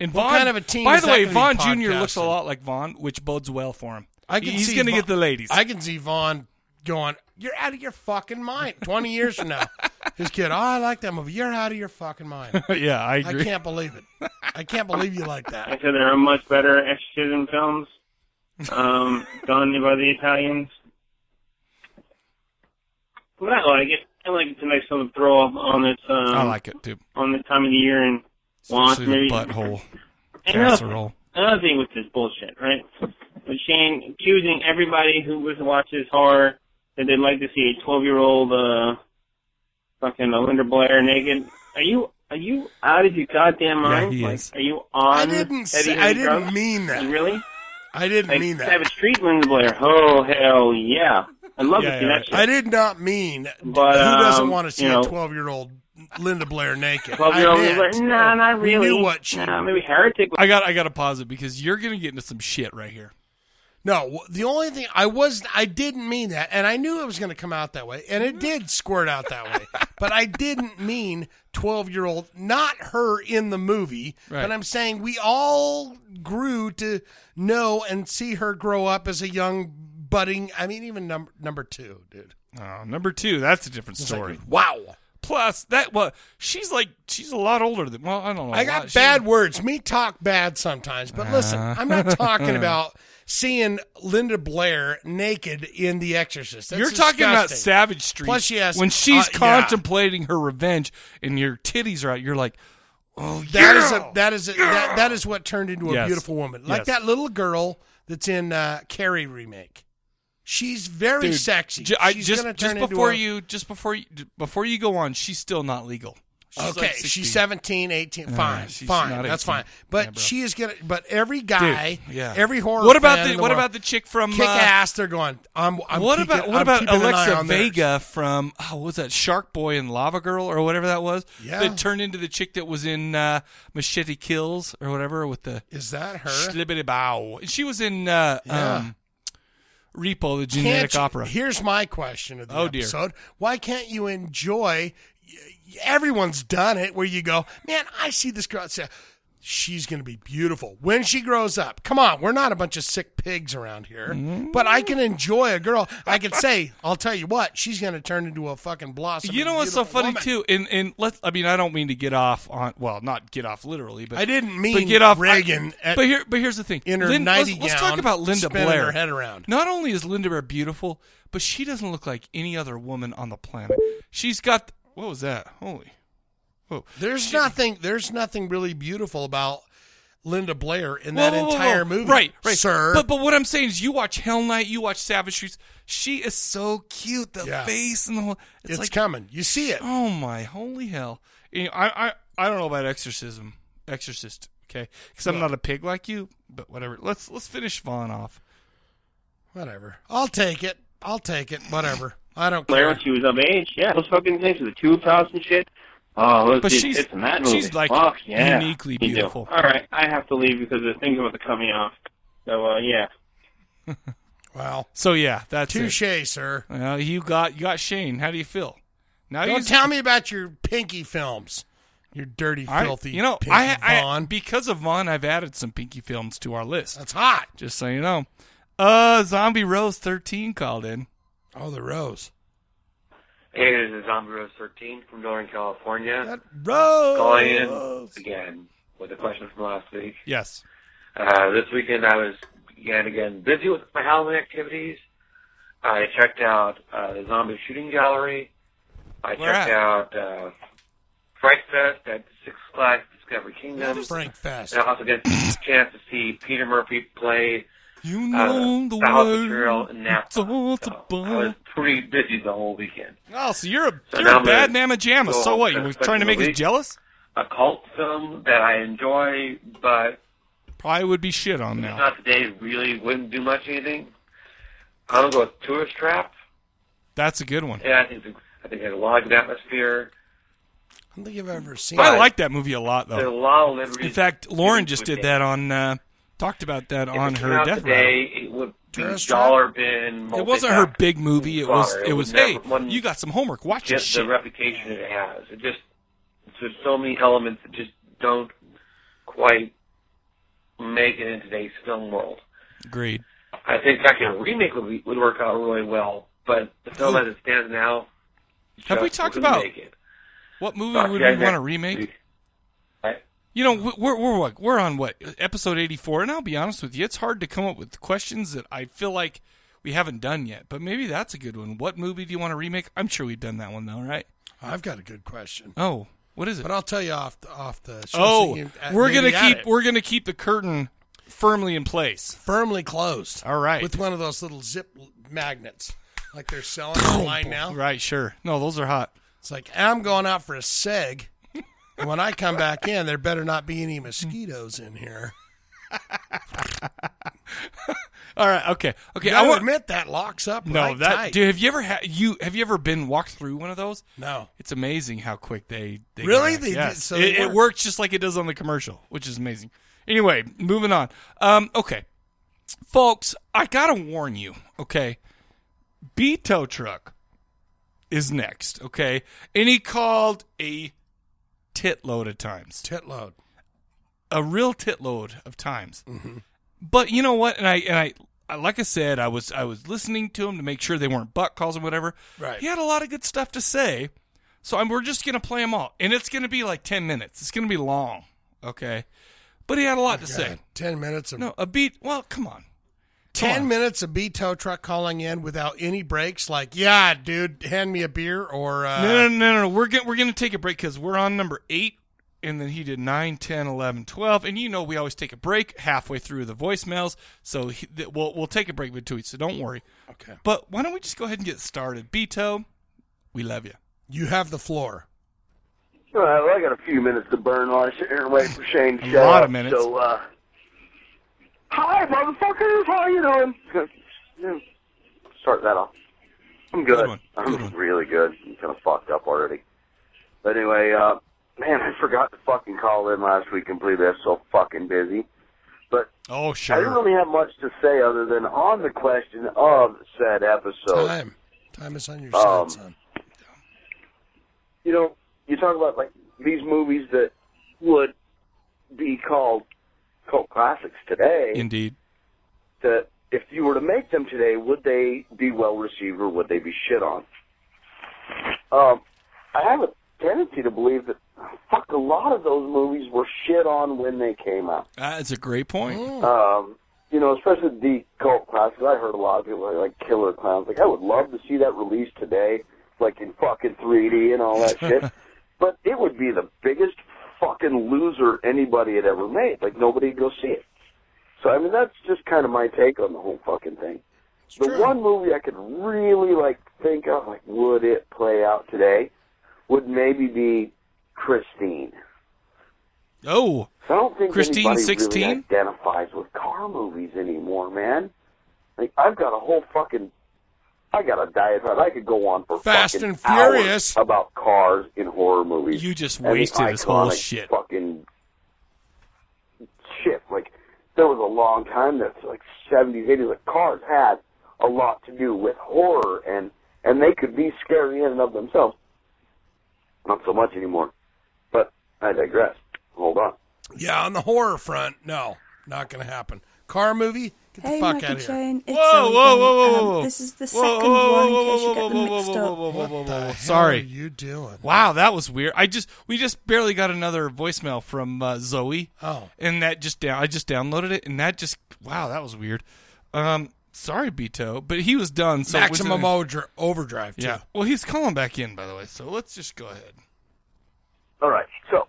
S1: And
S2: What
S1: Vaughn,
S2: kind of a team
S1: By
S2: is
S1: the
S2: that
S1: way,
S2: gonna
S1: Vaughn
S2: be
S1: Jr. looks a
S2: podcasting?
S1: lot like Vaughn, which bodes well for him.
S2: I can
S1: he's
S2: see
S1: going to
S2: Vaughn-
S1: get the ladies.
S2: I can see Vaughn going. You're out of your fucking mind. Twenty years from now, His kid, oh, I like that movie. You're out of your fucking mind.
S1: yeah, I
S2: I
S1: agree.
S2: can't believe it. I can't believe you like that.
S4: I said there are much better exorcism films um, done by the Italians. But I like it. I like it's a nice little throw up on this um,
S1: I like it too.
S4: on the time of the year and want
S1: Especially the
S4: maybe
S1: butthole
S4: And another-
S1: casserole.
S4: another thing with this bullshit, right? With Shane accusing everybody who was watches horror that they'd like to see a twelve year old uh fucking uh, Linda Blair naked. Are you are you out of your goddamn
S1: Yeah,
S4: mind?
S1: he
S4: like,
S1: is.
S4: Are you on?
S2: I didn't
S4: heavy,
S2: say,
S4: heavy
S2: I didn't
S4: drugs?
S2: mean that.
S4: Really?
S2: I didn't
S4: Like,
S2: mean that.
S4: Savage Street, Linda Blair. Oh hell yeah! I love
S1: Yeah,
S4: to see
S1: yeah,
S4: that shit.
S2: I did not mean
S4: But,
S2: who doesn't
S4: um,
S2: want to see
S4: you know-
S2: a 12 year old Linda Blair naked.
S4: Twelve year old
S2: I
S4: Linda
S2: meant-
S4: Blair. Nah, not
S2: We
S4: really.
S2: knew what she-
S4: nah, maybe Heretic. Was-
S1: I got I got to pause it because you're gonna get into some shit right here.
S2: No, the only thing I was I didn't mean that, and I knew it was going to come out that way, and it did squirt out that way. But I didn't mean twelve year old, not her in the movie.
S1: Right.
S2: But I'm saying we all grew to know and see her grow up as a young budding. I mean, even number number two, dude.
S1: Oh, number two, that's a different
S2: It's like,
S1: story.
S2: wow,
S1: Plus, that well, she's like she's a lot older than. Well, I don't know.
S2: I
S1: a lot.
S2: got
S1: She-
S2: bad words. Me talk bad sometimes, but listen, I'm not
S1: Uh.
S2: talking about seeing Linda Blair naked in The Exorcist. That's
S1: you're talking about
S2: disgusting.
S1: Savage Street.
S2: Plus she has-
S1: when she's
S2: uh, yeah.
S1: contemplating her revenge, and your titties are out. You're like, oh,
S2: That
S1: yeah!
S2: is a that is a, that, that is what turned into a
S1: Yes.
S2: beautiful woman, like
S1: Yes.
S2: that little girl that's in uh, Carrie remake. She's very
S1: Dude,
S2: sexy.
S1: ju- I-
S2: She's
S1: just
S2: gonna
S1: just
S2: turn into
S1: before
S2: a-
S1: you just before you before you go on, she's still not legal. She's
S2: okay,
S1: like 16.
S2: she's 17, 18.
S1: All
S2: Fine,
S1: right, she's
S2: fine,
S1: not
S2: that's
S1: 18.
S2: fine. But
S1: Yeah, bro.
S2: she is gonna. But every
S1: Dude,
S2: guy,
S1: yeah.
S2: every horror.
S1: What about
S2: fan
S1: the,
S2: in
S1: what
S2: world,
S1: about the chick from
S2: kick
S1: uh,
S2: ass? They're going. I'm. I'm
S1: what
S2: keeping-
S1: about what
S2: I'm
S1: about
S2: keeping an eye
S1: Alexa
S2: on theirs.
S1: Vega from oh, what was that Shark Boy and Lava Girl or whatever that was?
S2: Yeah.
S1: That turned into the chick that was in uh, Machete Kills or whatever with the
S2: Is that her?
S1: schlibbity bow. She was in uh,
S2: Yeah.
S1: um, Repo, the
S2: Can't
S1: genetic
S2: you-
S1: opera.
S2: Here's my question of the
S1: Oh, dear.
S2: episode: Why can't you enjoy? Everyone's done it, where you go, man. I see this girl. It's a- She's going to be beautiful when she grows up. Come on, we're not a bunch of sick pigs around here.
S1: Mm-hmm.
S2: But I can enjoy a girl. I can say, I'll tell you what, she's going to turn into a fucking blossom.
S1: you know what's so
S2: beautiful
S1: funny
S2: woman.
S1: too? And and let I mean I don't mean to get off on well not get off literally, but
S2: I didn't mean
S1: but get off
S2: Reagan
S1: I-
S2: at-
S1: but here but here's the thing.
S2: in her
S1: Lin- let's,
S2: nighty
S1: let's talk
S2: gown,
S1: about Linda
S2: spinning
S1: Blair.
S2: her head around.
S1: Not only is Linda Blair beautiful, but she doesn't look like any other woman on the planet. She's got what was that? Holy. Whoa.
S2: There's nothing. There's nothing really beautiful about Linda Blair in
S1: Whoa,
S2: that
S1: whoa, whoa, whoa.
S2: entire movie,
S1: Right, right.
S2: sir?
S1: But but what I'm saying is you watch Hell Night, you watch Savage Streets. She is so cute. The
S2: Yeah.
S1: face and the whole it's,
S2: it's
S1: like
S2: coming. You see it.
S1: Oh my holy hell! You know, I I I don't know about exorcism, exorcist. Okay, because I'm not a pig like you, but whatever. Let's let's finish Vaughn off.
S2: Whatever. I'll take it. I'll take it. Whatever. I don't
S4: Blair
S2: care.
S4: when she was of age. Yeah, those fucking things with the tube house and shit. Oh, those
S1: But
S4: dudes
S1: she's-
S4: tits in that movie.
S1: she's, like,
S4: Fuck, yeah.
S1: uniquely
S4: You do.
S1: beautiful.
S4: All right, I have to leave because the thing's about to cut me off. So uh, yeah,
S2: Well,
S1: So yeah, that's it.
S2: touche, sir.
S1: Well, you got you got Shane. How do you feel? Now
S2: Don't
S1: you
S2: tell me about your pinky films. Your dirty,
S1: I-
S2: filthy.
S1: You know,
S2: pinky
S1: I, I
S2: Vaughn.
S1: because of Vaughn, I've added some Pinky films to our list.
S2: That's hot.
S1: Just so you know. Uh, Zombie Rose thirteen called in.
S2: Oh, the rose.
S6: Hey, this is Zombie Rose 13 from Northern California. Uh,
S2: That rose.
S6: Calling in again with a question from last week.
S1: Yes.
S6: Uh, this weekend I was again again busy with my Halloween activities. I checked out uh, the Zombie Shooting Gallery. I
S1: Where
S6: checked
S1: at?
S6: out uh, Fright Fest at Six Flags Discovery Kingdom.
S2: Frank Fest.
S6: and I also got the chance to see Peter Murphy play
S1: You
S6: uh,
S1: know the
S6: the House of Drill
S1: word.
S6: in Napa.
S1: It's all
S6: So
S1: to
S6: I was
S1: buy.
S6: pretty busy the whole weekend.
S1: Oh, so you're a,
S6: So
S1: you're
S6: now
S1: a
S6: I'm
S1: bad
S6: gonna
S1: mamma jamma.
S6: go
S1: So
S6: on
S1: what?
S6: to
S1: You were
S6: the
S1: trying
S6: second
S1: to make us
S6: week.
S1: jealous?
S6: A cult film that I enjoy, but
S1: Probably would be shit on
S6: If
S1: now.
S6: Not today really wouldn't do much anything. I'm gonna go with Tourist Trap.
S1: That's a good one.
S6: Yeah, I think I think it had a lot of good atmosphere.
S2: I don't think I've ever seen
S1: I
S6: Right.
S1: like that movie a lot
S6: There's a
S1: though.
S6: lot of liberties.
S1: In fact, Lauren
S6: to
S1: just
S6: with
S1: did
S6: it.
S1: that on uh, talked about that
S6: If it
S1: on
S6: came
S1: her
S6: out
S1: death rattle.
S6: today, it would be
S2: Tourist Trap?
S6: dollar bin.
S1: It wasn't her
S6: multi-pack.
S1: big movie. It was
S6: Sorry,
S1: it was
S6: would never-
S1: hey,
S6: wouldn't
S1: you got some homework. Watch
S6: get
S1: this
S6: the
S1: shit.
S6: reputation it has. It just there's so many elements that just don't quite make it in today's film world.
S1: Agreed.
S6: I think actually a remake would, be, would work out really well, but the film as it stands now,
S1: Have we
S6: just
S1: talked
S6: wouldn't
S1: about-
S6: make it.
S1: What movie
S6: Fuck
S1: would
S6: yeah,
S1: we want to
S6: yeah.
S1: remake?
S6: Right.
S1: You know, we- we're we're what we're on what episode eighty four, and I'll be honest with you, it's hard to come up with questions that I feel like we haven't done yet. But maybe that's a good one. What movie do you want to remake? I'm sure we've done that one though, right?
S2: I've got a good question.
S1: Oh, what is it?
S2: But I'll tell you off the, off the show. so
S1: oh,
S2: you can, uh,
S1: we're
S2: maybe
S1: gonna
S2: add
S1: keep
S2: it.
S1: we're gonna keep the curtain firmly in place.
S2: firmly closed.
S1: All right.
S2: With one of those little zip magnets, like they're selling online now.
S1: Right, sure. No, those are hot.
S2: It's like I'm going out for a seg. And when I come back in, there better not be any mosquitoes in here.
S1: All right, okay, okay.
S2: I
S1: I want
S2: admit that locks up.
S1: no
S2: right
S1: that
S2: tight.
S1: dude. Have you ever had you have you ever been walked through one of those?
S2: No,
S1: It's amazing how quick they, they
S2: Really?
S1: react.
S2: They did-
S1: yes.
S2: so
S1: it,
S2: they
S1: it
S2: work.
S1: worked just like it does on the commercial, which is amazing. Anyway, moving on. Um, okay, folks, I gotta warn you. Okay, Beto truck is next. Okay, and he called a titload of times,
S2: tit load.
S1: a real titload of times.
S2: Mm-hmm.
S1: But you know what? And I and I, I like I said, I was I was listening to him to make sure they weren't butt calls and whatever.
S2: Right.
S1: He had a lot of good stuff to say. So I'm, we're just gonna play them all, and it's gonna be like ten minutes. It's gonna be long, okay? But he had a lot to say.
S2: God, ten minutes of
S1: No, a beat. Well, come on.
S2: ten
S1: on.
S2: minutes of B tow truck calling in without any breaks. Like, yeah, dude, hand me a beer or uh,
S1: No, no, no, no. no. We're gonna we're gonna take a break because we're on number eight, and then he did nine, ten, eleven, twelve, and you know we always take a break halfway through the voicemails, so he, th- we'll we'll take a break between. So don't worry.
S2: Okay,
S1: But why don't we just go ahead and get started? Beto, we love you.
S2: you have the floor.
S7: Well, I got a few minutes to burn while I sit here and wait for Shane to
S1: A
S7: shut
S1: lot
S7: up.
S1: of minutes.
S7: So, uh, hi, motherfuckers. How you doing?
S8: Good. Yeah. Start that off. I'm good.
S1: Good one.
S8: I'm
S1: Good one.
S8: really good. I'm kind of fucked up already. But anyway, uh, man, I forgot to fucking call in last week completely. I'm so fucking busy.
S1: Oh
S8: I didn't really have much to say other than on the question of said episode.
S2: Time, time is on your
S8: Um,
S2: side, son.
S8: you know, you talk about like these movies that would be called cult classics today.
S1: Indeed.
S8: that if you were to make them today, would they be well received or would they be shit on? Um, I have a tendency to believe that fuck a lot of those movies were shit on when they came out.
S1: That's a great point.
S8: Um, you know, especially the cult classics. I heard a lot of people like Killer Clowns. Like I would love to see that released today, like in fucking 3D and all that shit. But it would be the biggest fucking loser anybody had ever made. Like nobody would go see it. So I mean, that's just kind of my take on the whole fucking thing. the
S2: true.
S8: one movie I could really like think of, like would it play out today, would maybe be Christine.
S1: Oh,
S8: I don't think
S1: Christine
S8: anybody
S1: 16?
S8: really identifies with car movies anymore, man. Like I've got a whole fucking, I got a diatribe. I could go on for
S2: Fast
S8: fucking
S2: and Furious.
S8: hours about cars in horror movies.
S1: You just
S8: and the
S1: wasted this whole
S8: iconic
S1: shit.
S8: Fucking shit. Like there was a long time that's like seventies, eighties. Like cars had a lot to do with horror, and and they could be scary in and of themselves. Not so much anymore. But I digress. Hold on.
S2: Yeah, on the horror front, no, not going to happen. Car movie, get the
S9: Hey,
S2: fuck
S9: Mike
S2: out
S9: and
S2: of here.
S9: Shane. It's
S1: Whoa, whoa, whoa,
S9: Owen.
S1: whoa, whoa,
S9: Um,
S1: whoa.
S9: this is the
S1: Whoa,
S9: second
S1: whoa,
S9: one in
S1: whoa,
S9: case you
S1: whoa,
S9: get
S1: whoa,
S9: them
S1: whoa,
S9: mixed
S1: whoa,
S9: up.
S1: whoa, whoa, whoa,
S2: What
S1: whoa,
S2: the
S1: whoa.
S2: hell
S1: Sorry.
S2: are you doing?
S1: Wow, that was weird. I just we just barely got another voicemail from uh, Zoe.
S2: Oh.
S1: and that just down. I just downloaded it, and that just wow, that was weird. Um, sorry, Beto, but he was done. So it was
S2: Maximum
S1: in-
S2: Odr- overdrive. Too.
S1: Yeah. Well, he's calling back in, by the way. So let's just go ahead.
S8: All right, so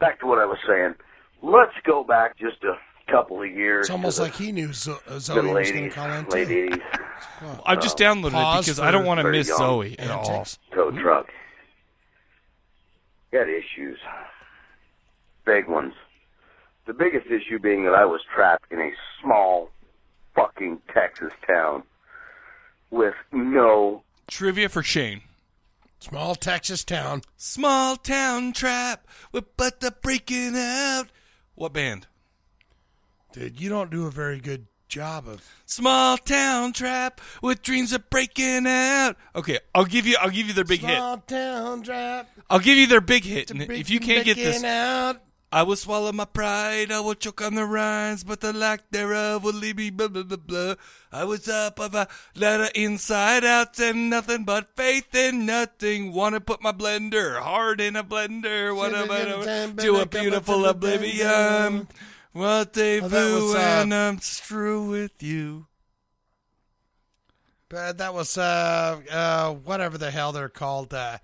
S8: back to what I was saying. Let's go back just a couple of years.
S2: It's almost
S8: to
S2: like he knew Zo- uh,
S8: the
S2: Zoe
S8: middle
S2: was going
S8: eighties,
S2: to call in too.
S8: late eighties
S1: I've just downloaded it
S2: Pause
S1: because I don't
S2: for
S1: want to
S8: very
S1: miss
S8: young
S1: Zoe at all.
S2: Antics. Hmm?
S8: tow truck. Got issues, big ones. The biggest issue being that I was trapped in a small, fucking Texas town with no
S1: Trivia for Shane.
S2: Small Texas town.
S1: Small town trap with but the breaking out. What band?
S2: Dude, you don't do a very good job of.
S1: Small town trap with dreams of breaking out. Okay, I'll give you. I'll give you their big hit.
S2: Small town trap.
S1: I'll give you their big hit.
S2: to
S1: And if
S2: break-
S1: you can't get
S2: breaking
S1: this,
S2: out.
S1: I will swallow my pride, I will choke on the rhymes, but the lack thereof will leave me blah blah blah blah. I was up of a letter inside out and nothing but faith in nothing. Wanna put my blender hard in a blender, what am I doing? to a beautiful oblivion? What they
S2: Oh,
S1: do
S2: that was, uh,
S1: and I'm through with you.
S2: But that was uh uh whatever the hell they're called. Uh,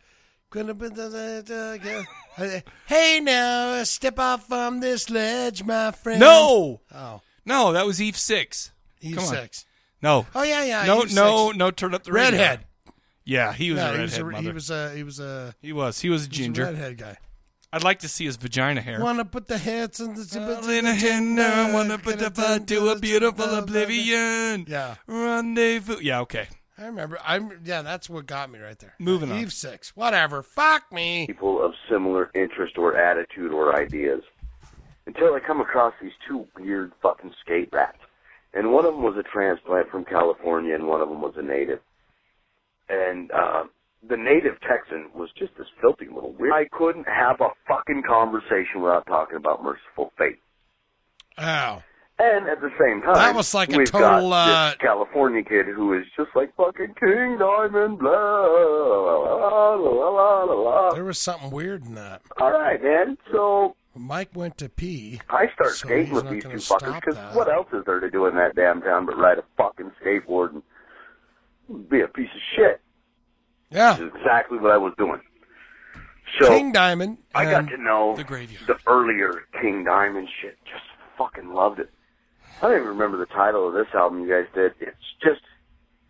S2: hey now, step off from this ledge, my friend.
S1: No!
S2: Oh.
S1: No, that was Eve Six.
S2: Eve
S1: Come on.
S2: Six.
S1: No.
S2: Oh yeah, yeah.
S1: No,
S2: Eve
S1: no,
S2: Six.
S1: no. Turn up the radio.
S2: redhead.
S1: Yeah, he was
S2: No,
S1: a redhead.
S2: he was a,
S1: mother.
S2: he was a Uh, he was a
S1: He was. He was a ginger.
S2: redhead guy.
S1: I'd like to see his vagina hair.
S2: Wanna put the heads in the
S1: in a hand, I wanna put the butt to a beautiful oblivion.
S2: Yeah.
S1: Rendezvous. Yeah, okay.
S2: I remember. I'm yeah. That's what got me right there.
S1: Moving on.
S2: Eve six. Whatever. Fuck me.
S8: people of similar interest or attitude or ideas. Until I come across these two weird fucking skate rats. And one of them was a transplant from California and one of them was a native. And, uh, the native Texan was just this filthy little weird. I couldn't have a fucking conversation without talking about merciful fate.
S2: Ow.
S8: And at the same time,
S2: That was like a
S8: we've
S2: total,
S8: got
S2: uh,
S8: this California kid who is just like fucking uh, King Diamond, blah, la, la, la, la, la, la.
S2: There was something weird in that.
S8: Uh, All right, man. So
S2: Mike went to pee.
S8: I start
S2: So
S8: skating
S2: he's
S8: with
S2: not
S8: these two
S2: gonna
S8: fuckers
S2: stop
S8: because
S2: that.
S8: what else is there to do in that damn town but ride a fucking skateboard and be a piece of shit?
S2: Yeah.
S8: Which is exactly what I was doing. So
S2: King Diamond.
S8: I got
S2: and
S8: to know
S1: the graveyard.
S8: the earlier King Diamond shit. Just fucking loved it. I don't even remember the title of this album you guys did. It's just,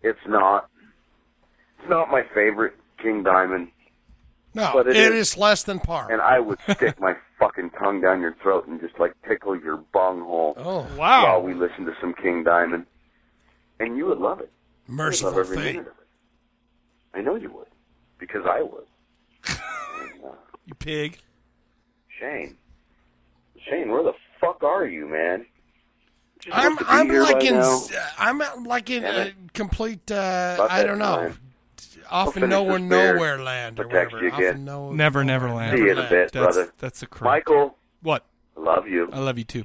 S8: it's not, it's not my favorite King Diamond,
S2: no.
S8: but it
S2: it
S8: is-
S2: is less than par.
S8: and I would stick my fucking tongue down your throat and just like tickle your bunghole.
S2: oh,
S1: Wow.
S8: while we listen to some King Diamond, and you would love it. You'd love
S2: merciful
S8: every
S2: fate.
S8: minute of it. I know you would, because I would. And, uh,
S1: You pig.
S8: Shane, Shane, where the fuck are you, man? Just
S2: I'm
S8: supposed to be
S2: I'm
S8: here
S2: like
S8: by
S2: in
S8: now.
S2: I'm like in
S8: Damn
S2: a
S8: it.
S2: complete uh,
S8: About
S2: I
S8: that
S2: don't know
S8: time.
S2: off in
S8: finish
S2: nowhere
S8: this beer.
S2: nowhere land or
S8: I'll text
S2: whatever
S8: you
S2: off
S8: again.
S2: in no,
S1: Never, never
S2: nowhere.
S1: land.
S8: See you in a bit,
S1: That's
S8: brother.
S1: that's the crap.
S8: Michael,
S1: What?
S8: love you.
S1: I love you too.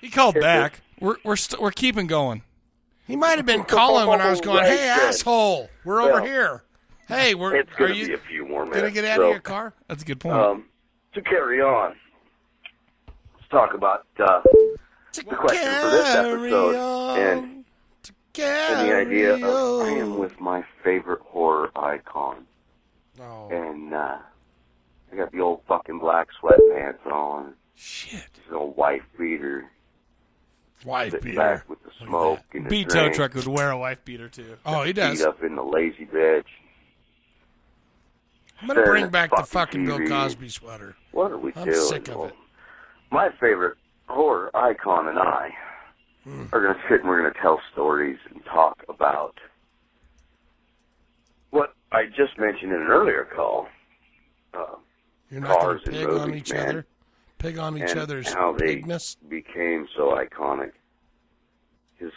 S1: He called back. We're we're st- we're keeping going.
S2: He might have been calling when I was going,
S8: Oh, Right
S2: "Hey
S8: then.
S2: asshole, we're over
S8: Well,
S2: here. Hey, we're
S8: It's
S2: are
S8: gonna be
S2: you
S8: a few more minutes.
S2: gonna get out
S8: so,
S2: of your car?"
S1: That's a good point.
S8: Um, to carry on, let's talk about uh, the question for this episode and and the idea of I am with my favorite horror icon,
S2: Oh
S8: and uh, I got the old fucking black sweatpants on,
S1: Shit.
S8: this old white beater,
S2: white
S8: sitting
S2: beer.
S8: back with the smoke and the
S1: B tow
S8: drink,
S1: truck would wear a wife beater too.
S2: Oh, he
S8: feet
S2: does.
S8: up in the lazy bitch.
S2: I'm gonna bring back the fucking
S8: Fucking
S2: Bill
S8: TV.
S2: Cosby sweater.
S8: What are we
S2: I'm
S8: doing?
S2: sick of
S8: Well,
S2: it.
S8: My favorite horror icon and I
S2: Hmm.
S8: are going to sit and we're going to tell stories and talk about what I just mentioned in an earlier call. Uh,
S2: You're not gonna
S8: Cars and
S2: pig on
S8: movies,
S2: each
S8: man.
S2: other. Pig on each
S8: and
S2: other's
S8: how they
S2: bigness.
S8: became so iconic. Is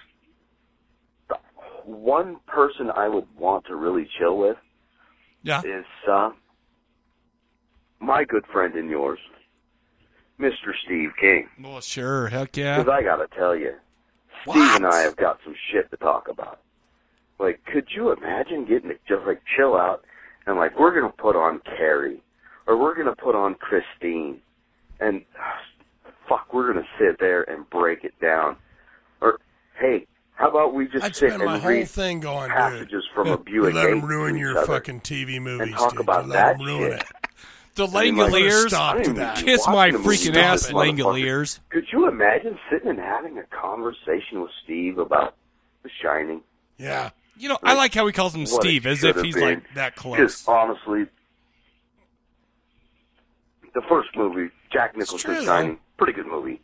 S8: the one person I would want to really chill with
S1: Yeah.
S8: is uh, my good friend and yours, Mr. Steve King.
S1: Well, sure. Heck yeah.
S8: Because I gotta tell you, Steve
S2: What?
S8: and I have got some shit to talk about. Like, could you imagine getting to just like chill out and like we're gonna put on Carrie or we're gonna put on Christine and ah, fuck, we're gonna sit there and break it down. Or hey, how about we just
S2: I'd
S8: sit
S2: spend
S8: and
S2: my whole
S8: read
S2: thing going, dude.
S8: passages from a
S2: You
S8: Buick
S2: let
S8: Eight
S2: him
S8: to
S2: ruin
S8: each
S2: your
S8: other.
S2: fucking TV movies,
S8: talk
S2: dude.
S8: about
S2: you let
S8: that
S2: him ruin
S8: shit.
S2: it.
S1: the
S8: Put a
S1: Langoliers.
S2: stop
S8: I
S2: to
S8: didn't
S2: that.
S8: even
S1: Kiss
S8: watch
S1: my
S8: the movie,
S1: freaking
S8: this
S1: ass,
S8: motherfucker.
S1: Langoliers.
S8: Could you imagine sitting and having a conversation with Steve about The Shining?
S2: Yeah.
S1: You know, I like how he calls him
S8: what it
S1: Steve, as
S8: should
S1: if
S8: have
S1: he's
S8: been.
S1: like that
S8: Because
S1: close.
S8: honestly, the first movie, Jack Nicholson
S2: true,
S8: Shining, pretty good movie.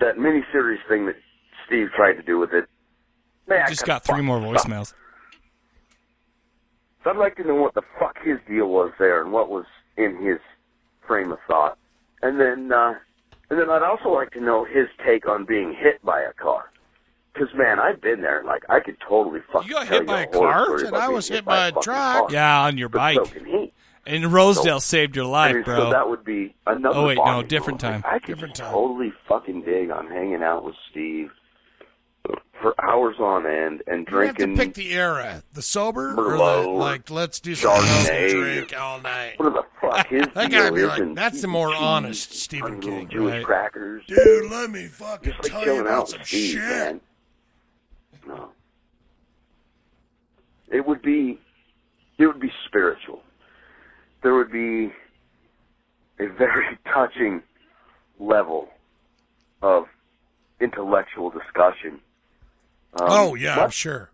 S8: That miniseries thing that Steve tried to do with it, man,
S1: Just got three more voicemails.
S8: So I'd like to know what the fuck his deal was there and what was in his frame of thought, and then uh, and then I'd also like to know his take on being hit by a car. Because man, I've been there. Like I could totally fucking
S1: You got
S8: tell
S1: hit by
S8: you
S1: a
S8: horror
S1: car?
S8: story
S2: Said
S8: about
S2: I
S8: being
S2: was hit
S8: by
S2: by a
S8: fucking
S2: truck.
S8: car.
S1: Yeah, on your
S8: But
S1: bike.
S8: so can he.
S1: And Rosedale saved your
S8: I
S1: life,
S8: mean,
S1: bro.
S8: So that would be another.
S1: Oh, wait, no,
S8: bonding
S1: different
S8: moment.
S1: time.
S8: I could
S1: Different time.
S8: totally fucking dig on hanging out with Steve for hours on end and
S2: You have to
S8: drinking
S2: pick the era, the sober or
S8: Merlot
S2: the,
S8: or
S2: like. Let's do something else and
S8: Chardonnay.
S2: drink all night.
S8: Whatever the fuck his
S2: That
S8: deal
S2: guy be
S8: is
S2: like,
S8: and
S2: that's the more
S8: cheese,
S2: honest Stephen
S8: little
S2: King,
S8: Jewish
S2: right?
S8: crackers.
S2: Dude, let me fucking
S8: Just
S2: tell
S8: like
S2: you
S8: chilling
S2: about
S8: out
S2: some
S8: with Steve,
S2: shit.
S8: man. No. It would be, it would be spiritual. There would be a very touching level of intellectual discussion. Um,
S2: oh yeah, I'm
S8: but
S2: sure.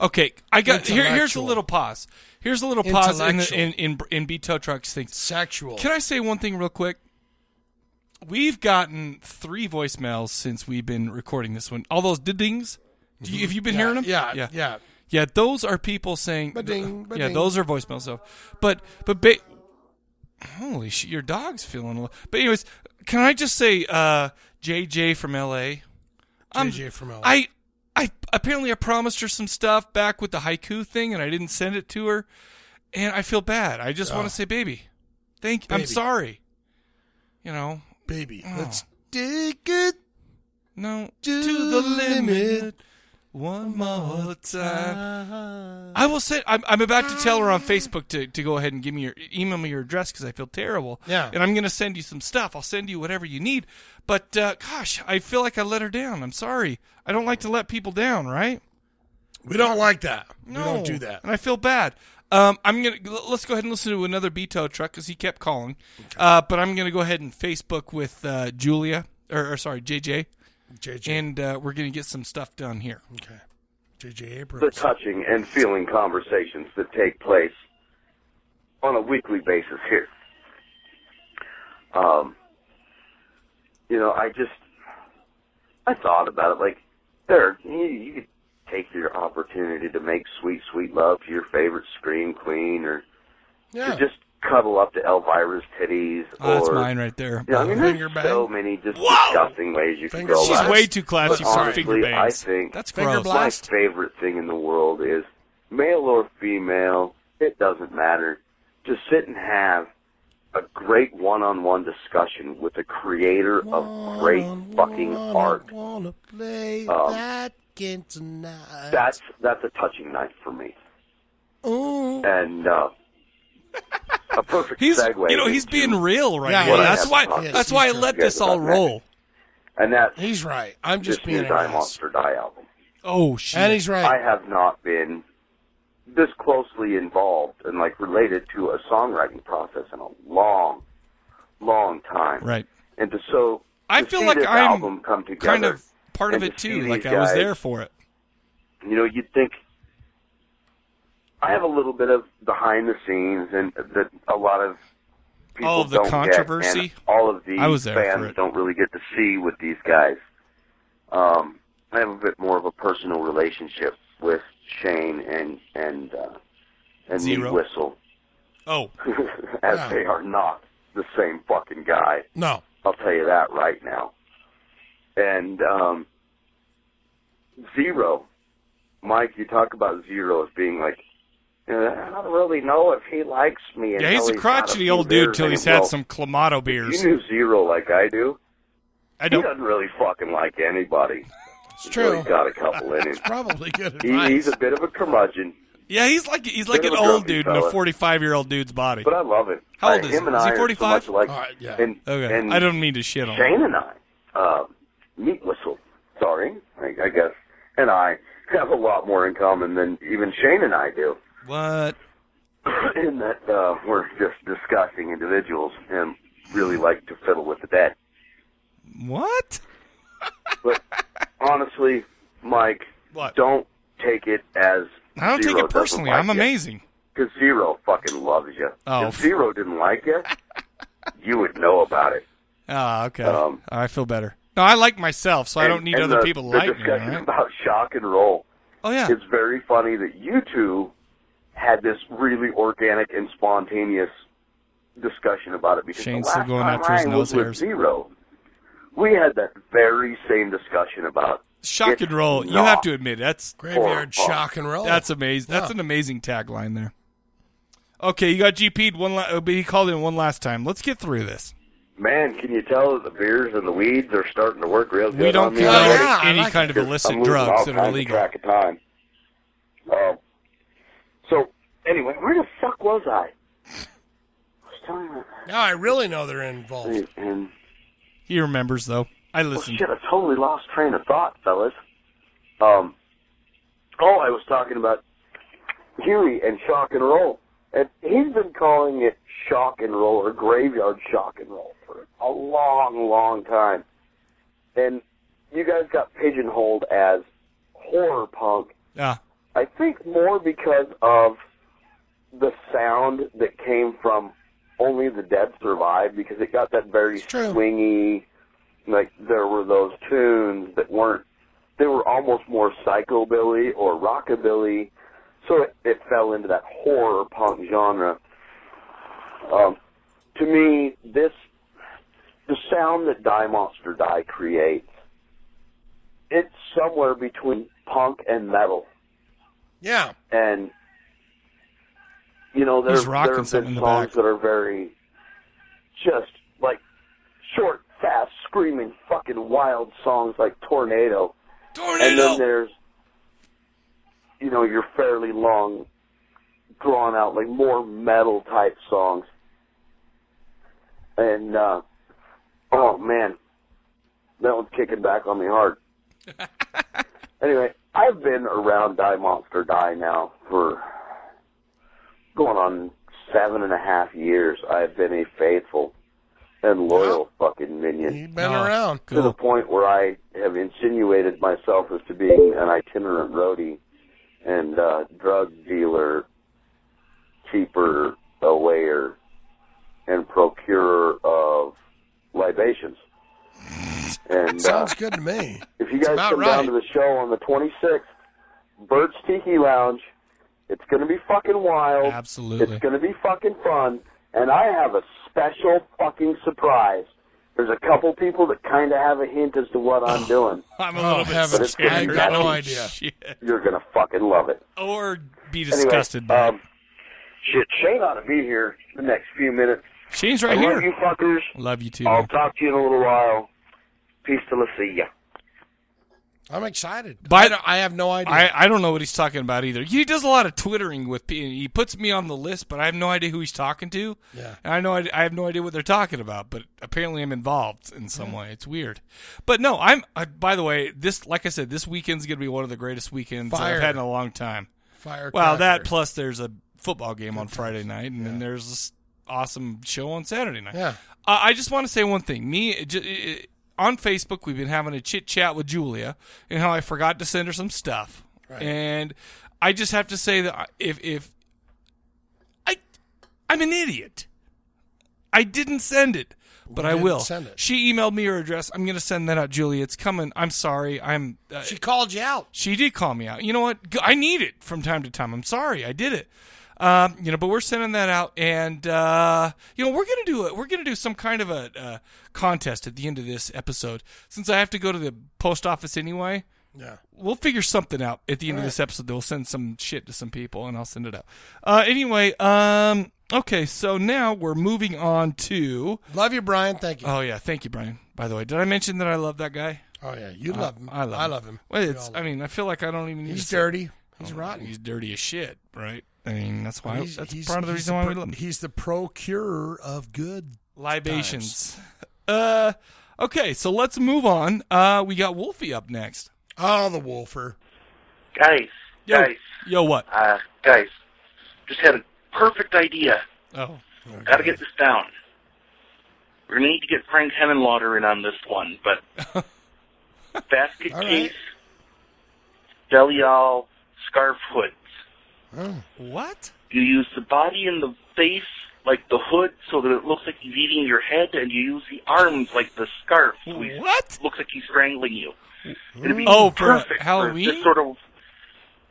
S1: Okay, I got here. Here's a
S2: Intellectual.
S1: little pause. Here's a little pause in the,
S2: Intellectual.
S1: in in in B Tow Trucks thing.
S2: Sexual.
S1: Can I say one thing real quick? We've gotten three voicemails since we've been recording this one. All those didings. Do you, have you been hearing them?
S2: Yeah,
S1: yeah,
S2: yeah, yeah.
S1: Yeah, Those are people saying.
S2: Ba-ding,
S1: Yeah,
S2: ba-ding.
S1: those are voicemails. So, but but ba- holy shit, your dog's feeling a little. But anyways, can I just say, uh, JJ from L.A. I'm-
S2: JJ from LA.
S1: I I apparently I promised her some stuff back with the haiku thing, and I didn't send it to her, and I feel bad. I just want
S2: Oh.
S1: to say, baby, thank. I'm
S2: Baby.
S1: sorry. You know,
S2: baby.
S1: Oh.
S2: Let's dig it.
S1: no
S2: To
S1: to
S2: the
S1: the limit.
S2: limit.
S1: One more time. I will say I'm, I'm about to tell her on Facebook to, to go ahead and give me your email me your address because I feel terrible.
S2: Yeah.
S1: and I'm gonna send you some stuff. I'll send you whatever you need. But uh, gosh, I feel like I let her down. I'm sorry. I don't like to let people down, right?
S2: We don't like that.
S1: No,
S2: We don't do that.
S1: And I feel bad. Um, I'm gonna l- let's go ahead and listen to another Beto truck because he kept calling. Uh, but I'm gonna go ahead and Facebook with uh, Julia or, or sorry JJ,
S2: JJ.
S1: and uh, we're gonna get some stuff done here.
S2: okay. JJ
S8: The
S2: Abrams.
S8: touching and feeling conversations that take place on a weekly basis here. Um, you know, I just I thought about it. Like, there, you, you could take your opportunity to make sweet, sweet love to your favorite scream queen, or
S2: Yeah.
S8: to just cuddle up to Elvira's titties,
S1: Oh, that's
S8: or
S1: mine right there.
S8: you know, I mean,
S2: Finger
S8: there's
S2: bang.
S8: so many just
S2: Whoa!
S8: disgusting ways you
S2: Finger-
S8: can go
S2: She's
S8: about
S1: She's
S8: it.
S1: way too classy
S8: But
S1: for
S8: honestly,
S1: finger bangs.
S8: I think-
S1: that's
S2: Finger
S1: gross.
S2: blast.
S8: my
S2: Last-
S8: favorite thing in the world is male or female, it doesn't matter. Just sit and have a great one on one discussion with the creator of great fucking art.
S2: Wanna play
S8: Um,
S2: that game tonight.
S8: That's that's a touching night for me.
S2: Ooh.
S8: And uh a perfect
S1: He's
S8: segue.
S1: you know Oh, he's
S8: into-
S1: being real right
S2: Yeah,
S1: now.
S2: he
S1: That's
S8: is.
S1: why
S8: Yes,
S1: that's why I
S2: he's
S1: let
S8: true.
S1: this all roll.
S8: and that's
S2: He's right. I'm just
S8: just
S2: being
S8: his
S2: an
S8: I
S2: ass.
S8: Monster Die album.
S1: Oh shit!
S2: And he's
S8: I
S2: right.
S8: have not been this closely involved and like related to a songwriting process in a long, long time.
S1: right.
S8: And to so
S1: I
S8: to
S1: feel
S8: see
S1: like
S8: this
S1: I'm
S8: album come together,
S1: Kind of part of
S8: and
S1: it
S8: to see
S1: too.
S8: these
S1: Like I was
S8: guys-
S1: there for it.
S8: You know, you'd think I have a little bit of behind the scenes and that a lot of people
S1: All of the
S8: don't get, and
S1: controversy.
S8: all of the
S1: I was there for
S8: fans
S1: it.
S8: don't really get to see with these guys. Um, I have a bit more of a personal relationship with Shane and and uh, and
S1: Zero.
S8: Meat Whistle,
S1: Oh,
S8: as
S2: Yeah.
S8: they are not the same fucking guy.
S2: No.
S8: I'll tell you that right now. And um, zero, Mike, you talk about zero as being like, "Uh, I don't really know if he likes me.
S1: yeah,
S8: until
S1: he's a
S8: had
S1: crotchety
S8: few
S1: old dude
S8: beers
S1: till
S8: in
S1: he's
S8: him."
S1: had
S8: Well,
S1: some clamato
S8: You
S1: beers.
S8: knew zero like I do.
S1: I
S8: He
S1: don't.
S8: doesn't really fucking like anybody.
S2: It's
S8: Until
S2: true.
S8: he's got a couple in him.
S2: Probably good
S8: He,
S2: advice.
S8: he's a bit of a curmudgeon,
S1: Yeah, he's like he's like
S8: Bit
S1: an
S8: of a
S1: old
S8: grumpy
S1: dude in a
S8: fella.
S1: forty-five year old dude's body.
S8: but I love him.
S1: How old
S8: I,
S1: is
S8: him
S1: he?
S8: and
S1: Is he
S8: I are so
S1: 45?
S8: much alike.
S2: All right, yeah.
S8: And,
S1: Okay,
S8: and
S1: I don't mean to shit on. him.
S8: Shane and I, uh, Meat Whistle, sorry, I, I guess, and I have a lot more in common than even Shane and I do,
S1: What?
S8: in that uh, we're just disgusting individuals and really like to fiddle with the dead.
S1: What?
S8: But honestly, Mike,
S1: What?
S8: don't take it as
S1: I don't
S8: zero
S1: take it
S8: doesn't
S1: personally.
S8: like
S1: I'm
S8: you.
S1: amazing.
S8: Because Zero fucking loves you.
S1: Oh.
S8: If Zero didn't like you, you would know about it.
S1: Ah, okay.
S8: Um,
S1: I feel better. No, I like myself, so I
S8: And-
S1: don't need
S8: and
S1: other
S8: the-
S1: people to
S8: the
S1: like me. all
S8: discussion
S1: right?
S8: about shock and roll.
S1: Oh yeah.
S8: It's very funny that you two had this really organic and spontaneous discussion about it because
S1: Shane's
S8: the
S1: still
S8: last
S1: going
S8: time
S1: after his
S8: I
S1: nose
S8: was with
S1: hairs.
S8: Zero, we had that very same discussion about
S1: Shock
S8: it's
S1: and roll. You
S8: not
S1: have to admit that's
S2: Graveyard shock and roll.
S1: that's amazing. That's
S2: Yeah.
S1: an amazing tagline there. Okay, you got GP'd one. La- uh, but he called in one last time. Let's get through this.
S8: Man, can you tell that the beers and the weeds are starting to work real good?
S1: We don't
S8: on me
S1: condone
S8: already?
S1: any kind of illicit
S8: I'm losing
S1: drugs
S8: all
S1: that
S8: kinds
S1: are
S8: of
S1: legal.
S8: track of time. Um, so anyway, where the fuck was I?
S2: Now I really know they're involved.
S8: And
S1: He remembers though. I
S8: well,
S1: listened.
S8: shit, I totally lost train of thought, fellas. Um, oh, I was talking about Huey and shock and roll, and he's been calling it shock and roll or graveyard shock and roll for a long, long time. And you guys got pigeonholed as horror punk
S1: Ah,
S8: I think more because of the sound that came from only the dead survived because it got that very swingy like there were those tunes that weren't they were almost more psychobilly or rockabilly so it, it fell into that horror punk genre um, to me this the sound that die monster die creates it's somewhere between punk and metal
S2: Yeah.
S8: and you know there,
S1: He's rocking
S8: there have
S1: something in
S8: been
S1: the
S8: songs
S1: back.
S8: that are very just like short, fast, screaming, fucking wild songs like Tornado. And then there's you know your fairly long, drawn out like more metal type songs. And uh, oh man, that one's kicking back on me hard. Anyway, I've been around Die Monster Die now for going on seven and a half years. I've been a faithful and loyal fucking minion
S2: You've been
S1: Oh.
S2: around.
S8: to
S1: cool.
S8: the point where I have insinuated myself as to being an itinerant roadie and uh, drug dealer, keeper, awayer, and procurer of libations. And uh,
S2: Sounds good to me.
S8: if you guys
S2: about
S8: come
S2: right.
S8: down to the show on the 26th, Bird's Tiki Lounge, it's going to be fucking wild.
S1: Absolutely.
S8: It's going to be fucking fun. And I have a special fucking surprise. There's a couple people that kind of have a hint as to what I'm doing.
S1: I'm a
S2: Oh,
S1: little bit
S2: heaven.
S1: scared.
S8: I got no
S2: idea.
S1: Shit.
S8: You're going to fucking love it.
S1: Or be
S8: Anyway,
S1: disgusted by it.
S8: um, Shit, Shane ought to be here the next few minutes.
S1: Shane's
S8: I
S1: right
S8: love you
S1: here.
S8: fuckers.
S1: Love you too.
S8: I'll
S1: man.
S8: talk to you in a little while. Peace till I see ya.
S2: I'm excited.
S1: By-
S2: I, don't- I have no idea.
S1: I, I don't know what he's talking about either. He does a lot of twittering with people. He puts me on the list, but I have no idea who he's talking to.
S2: Yeah.
S1: And I know I, I have no idea what they're talking about, but apparently I'm involved in some way. It's weird. But no, I'm. Uh, by the way, this like I said, this weekend's gonna be one of the greatest weekends
S2: Fire.
S1: I've had in a long time.
S2: Firecracker.
S1: Well, that plus there's a football game on Friday night, and then there's this awesome show on Saturday night.
S2: Yeah.
S1: Uh, I just want to say one thing. Me it ju- it- it- on Facebook, we've been having a chit chat with Julia, and how I forgot to send her some stuff. And I just have to say that I- if if I I'm an idiot, I didn't send it, but I
S2: didn't
S1: will
S2: send it.
S1: She emailed me her address. I'm going to send that out, Julia. It's coming. I'm sorry. I'm uh,
S2: She called you out.
S1: she did call me out. You know what? G- I need it from time to time. I'm sorry, I did it. Um, you know, but we're sending that out, and uh, you know, we're gonna do it. We're gonna do some kind of a uh, contest at the end of this episode. Since I have to go to the post office anyway,
S2: Yeah.
S1: we'll figure something out at the end of this episode. They'll send some shit to some people, and I'll send it out. Uh, anyway, um, okay, so now we're moving on to.
S2: Love you, Brian. Thank you.
S1: Oh yeah, thank you, Brian. By the way, did I mention that I love that guy?
S2: oh yeah, you love him.
S1: I love.
S2: I love him.
S1: Well,
S2: We
S1: it's.
S2: all
S1: I
S2: love him.
S1: mean, I feel like I don't even. Need
S2: he's
S1: to say- Oh,
S2: dirty. He's rotten.
S1: He's dirty as shit, right? I mean, that's why.
S2: He's-
S1: that's
S2: he's-
S1: part of the
S2: he's
S1: reason why we
S2: pro-
S1: love him.
S2: He's the procurer of good.
S1: Libations. Uh, okay, so let's move on. Uh, we got Wolfie up next.
S2: Oh, the wolfer.
S6: Guys,
S1: Yo,
S6: guys,
S1: yo, what?
S6: uh, guys, just had a perfect idea.
S1: Oh,
S6: Gotta get this down. We're gonna need to get Frank Henenlotter in on this one, but basket
S2: All right.
S6: case, belly all, scarf hoods.
S1: what?
S6: You use the body and the face like the hood so that it looks like he's eating your head, and you use the arms like the scarf so he
S1: What?
S6: looks like he's strangling you. It'd be
S1: Oh, for
S6: perfect
S1: Halloween?
S6: this sort of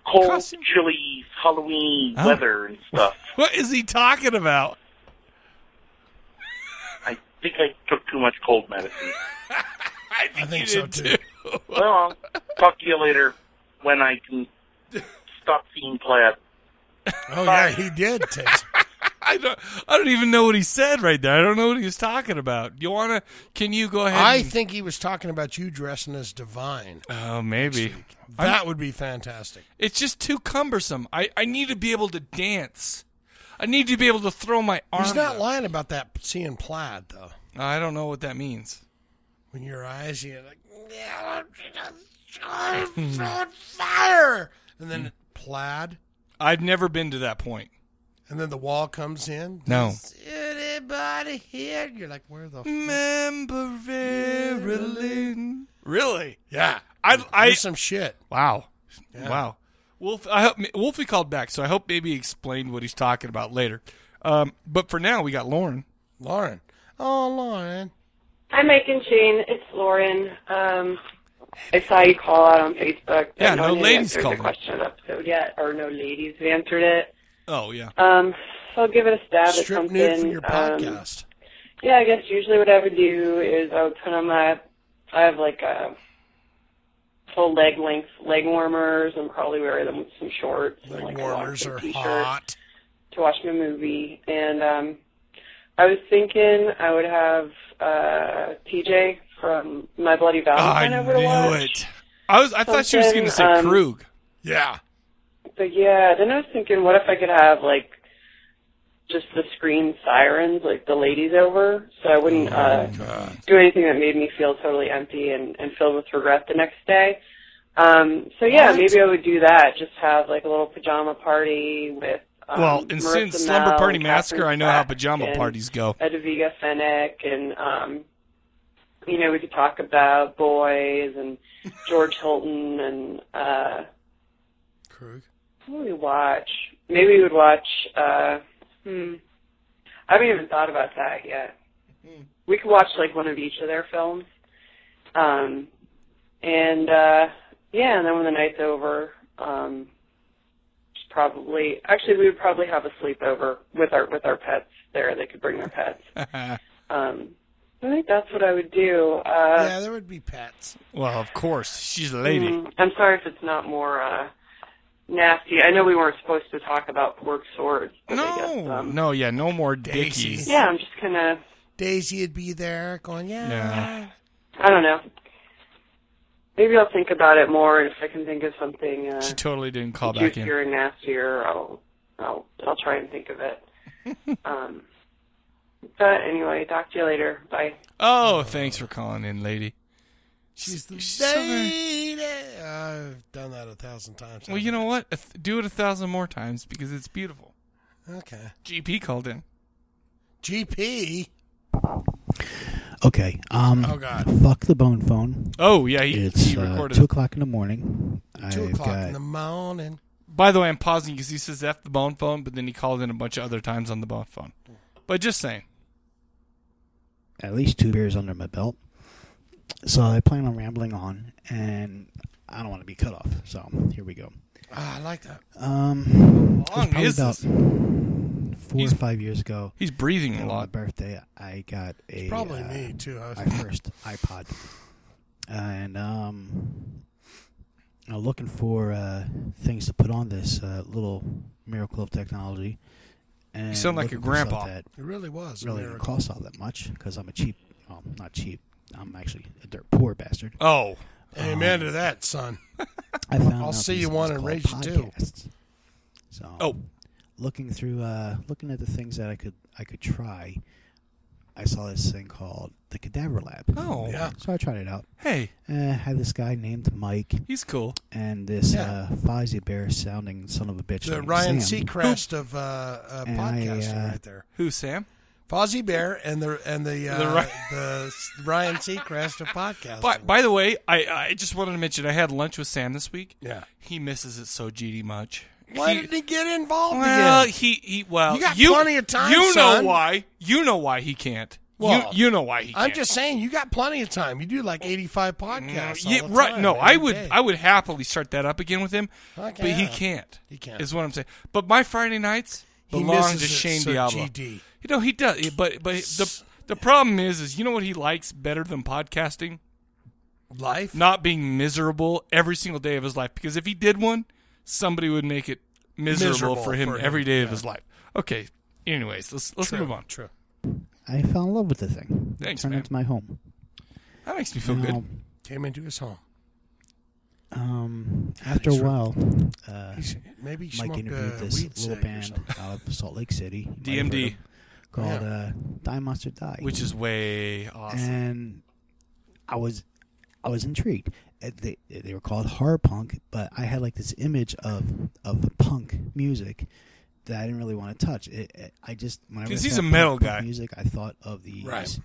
S6: cold,
S1: Costume?
S6: chilly Halloween
S1: Oh.
S6: weather and stuff.
S1: What is he talking about?
S6: I think I took too much cold medicine.
S1: I think,
S2: think
S1: you
S2: so,
S1: did
S2: too.
S6: Well, I'll talk to you later when I can stop seeing plaid.
S2: Oh yeah, he did. Taste.
S1: I don't, I don't even know what he said right there. I don't know what he was talking about. You wanna? Can you go ahead?
S2: I
S1: and-
S2: think he was talking about you dressing as divine.
S1: Oh, maybe.
S2: That would be fantastic.
S1: It's just too cumbersome. I, I need to be able to dance. I need to be able to throw my arms.
S2: He's not lying about that seeing plaid though.
S1: I don't know what that means.
S2: When your eyes, you're like, I'm on fire, and
S1: Hmm.
S2: then plaid,
S1: I've never been to that point.
S2: and then the wall comes in.
S1: No.
S2: Is anybody here? You're like, where the
S1: Remember Marilyn. Really?
S2: Yeah.
S1: I I
S2: some shit.
S1: Wow.
S2: Yeah.
S1: Wow. Wolf, I hope, Wolfie called back, so I hope maybe he explained what he's talking about later. Um, but for now, we got Lauren.
S2: Lauren. Oh, Lauren.
S10: Hi, Mike and Shane. It's Lauren. Um, I saw you call out on Facebook. but
S1: Yeah, no
S10: one had
S1: ladies
S10: answered
S1: calling.
S10: The question episode yet, or no ladies have answered it.
S1: Oh yeah.
S10: Um, so I'll give it a stab at
S2: Strip
S10: something.
S2: nude for your
S10: Um,
S2: podcast.
S10: yeah, I guess usually what I would do is I would put on my, I have like a full leg length leg warmers and probably wear them with some shorts. and
S2: Leg
S10: like a
S2: warmers
S10: long
S2: are
S10: sleeve t-shirt
S2: hot.
S10: to watch my movie, and um, I was thinking I would have uh, TJ from My Bloody
S1: I
S10: Valentine over to
S1: knew
S10: watch.
S1: it. I was. I thought she was going to say
S10: Something, um,
S1: Krug.
S2: Yeah.
S10: But yeah, then I was thinking, what if I could have like just the screen sirens, like the ladies over, so I
S1: Oh
S10: wouldn't uh, do anything that made me feel totally empty and, and filled with regret the next day. Um, so yeah, maybe I would do that. Just have like a little pajama party with. Um,
S1: well, and
S10: Marissa
S1: since Slumber
S10: Mell
S1: Party
S10: and
S1: Massacre,
S10: Catherine
S1: I know how
S10: Beck
S1: pajama
S10: and
S1: parties go.
S10: Edviga Fennec, and um, you know we could talk about boys and George Hilton and. uh
S2: Krug.
S10: what would we watch? Maybe we would watch. Uh, hmm. I haven't even thought about that yet.
S2: Hmm.
S10: We could watch like one of each of their films. Um, and uh, yeah, and then when the night's over, um, just probably actually we would probably have a sleepover with our with our pets there. They could bring their pets. Um, I think that's what I would do. Uh,
S2: yeah, there would be pets.
S1: well, of course, she's a lady.
S10: Mm, I'm sorry if it's not more uh, nasty. I know we weren't supposed to talk about pork swords. but I guess,
S1: No,
S10: um,
S1: Oh, no, yeah, no more dickies.
S10: Yeah, I'm just kind of.
S2: Daisy would be there going, yeah.
S1: Yeah.
S10: I don't know. Maybe I'll think about it more, and if I can think of something uh,
S1: She totally didn't call back in.
S10: juicier and nastier, I'll I'll I'll try and think of it. um, but anyway, talk to you later. Bye.
S1: Oh, thanks for calling in, lady.
S2: She's the
S1: She's so very-
S2: lady. I've done that a thousand times.
S1: Well, you know what? If- Do it a thousand more times because it's beautiful.
S2: Okay.
S1: GP called in.
S2: GP.
S11: Okay. Um,
S2: Oh, God.
S11: Fuck the bone phone.
S1: Oh yeah, he,
S11: It's
S1: he
S11: uh,
S1: recorded.
S11: two o'clock in the morning.
S2: Two
S11: I've
S2: o'clock in
S11: got
S2: the morning.
S1: By the way, I'm pausing because he says F the bone phone, but then he called in a bunch of other times on the bone phone. But just saying.
S11: at least two beers under my belt, so I plan on rambling on, and I don't want to be cut off. So here we go.
S2: Ah, I like that.
S11: Um, it was
S1: long
S11: probably
S1: is
S11: about
S1: this?
S11: four
S1: He's-
S11: or five years ago.
S1: He's breathing a
S11: On my
S1: lot.
S11: birthday, I got a
S2: Probably
S11: uh,
S2: me, too. I was,
S11: my first iPod, and um, I'm looking for uh, things to put on this uh, little miracle of technology. And
S1: sound like your
S11: looking for stuff
S1: grandpa.
S11: That
S2: it really was. a
S11: really didn't
S2: miracle.
S11: cost all that much because I'm a cheap, well, not cheap. I'm actually a dirt poor bastard.
S1: Oh,
S2: Amen to that, son.
S11: I found.
S2: I'll
S11: out
S2: see
S11: these
S2: you one
S11: things
S2: in
S11: called
S2: Rage Two.
S11: podcasts. So
S1: oh,
S11: looking through uh, looking at the things that I could I could try, I saw this thing called the Cadaver Lab.
S1: oh.
S2: Yeah.
S11: So I tried it out.
S1: Hey,
S11: Uh, had this guy named Mike
S1: he's cool.
S11: and this
S2: Yeah.
S11: uh, Fozzie Bear sounding son of a bitch.
S2: The
S11: named
S2: Ryan
S11: Sam.
S2: Seacrest of uh, uh,
S11: And I,
S2: podcasting,
S11: uh,
S2: right there.
S1: Who, Sam?
S2: Fozzie Bear and the and the uh,
S1: The
S2: the,
S1: Ry-
S2: s- Ryan Seacrest of podcasting.
S1: By, by the way, I I just wanted to mention I had lunch with Sam this week.
S2: yeah.
S1: He misses it so GD much.
S2: Why
S1: He-
S2: did he get involved
S1: Well,
S2: again?
S1: he, he well,
S2: You got plenty of time,
S1: You
S2: son.
S1: know why? You know why he can't. You-
S2: Well,
S1: you, know why he. can't.
S2: I'm just saying, you got plenty of time. You do like 85 podcasts. all
S1: Yeah,
S2: the
S1: right.
S2: time,
S1: No, I
S2: every
S1: would.
S2: day.
S1: I would happily start that up again with him,
S2: Fuck
S1: but he
S2: yeah.
S1: can't.
S2: He can't.
S1: Is what I'm saying. But my Friday nights
S2: He
S1: belong
S2: misses
S1: to
S2: it,
S1: Shane
S2: so
S1: Diablo.
S2: GD.
S1: You know he does. But but the the problem is is you know what he likes better than podcasting?
S2: Life.
S1: Not being miserable every single day of his life. Because if he did one, somebody would make it miserable,
S2: Miserable
S1: for him
S2: for him,
S1: every day of his life. Okay, Anyways, let's let's
S2: True,
S1: move on. True.
S11: I fell in love with the thing.
S1: Thanks,
S11: Turned
S1: man.
S11: into my home.
S1: That makes me feel
S11: Now,
S1: good.
S2: Came into his home.
S11: Um, after a
S2: Thanks for-
S11: while, uh,
S2: He's- maybe he
S11: Mike
S2: smoked,
S11: interviewed
S2: uh,
S11: this
S2: weed
S11: little
S2: sick or
S11: band out of Salt Lake City. You might have heard
S1: DMD.
S11: of 'em, called uh, Die Monster Die,
S1: Which is way awesome.
S11: And I was, I was intrigued. Uh, They they were called horror punk, but I had like this image of of punk music that I didn't really want to touch. It, it- I just whenever I
S1: 'Cause he's
S11: thought
S1: a metal
S11: punk- punk
S1: guy.
S11: Music, I thought of these
S1: Right.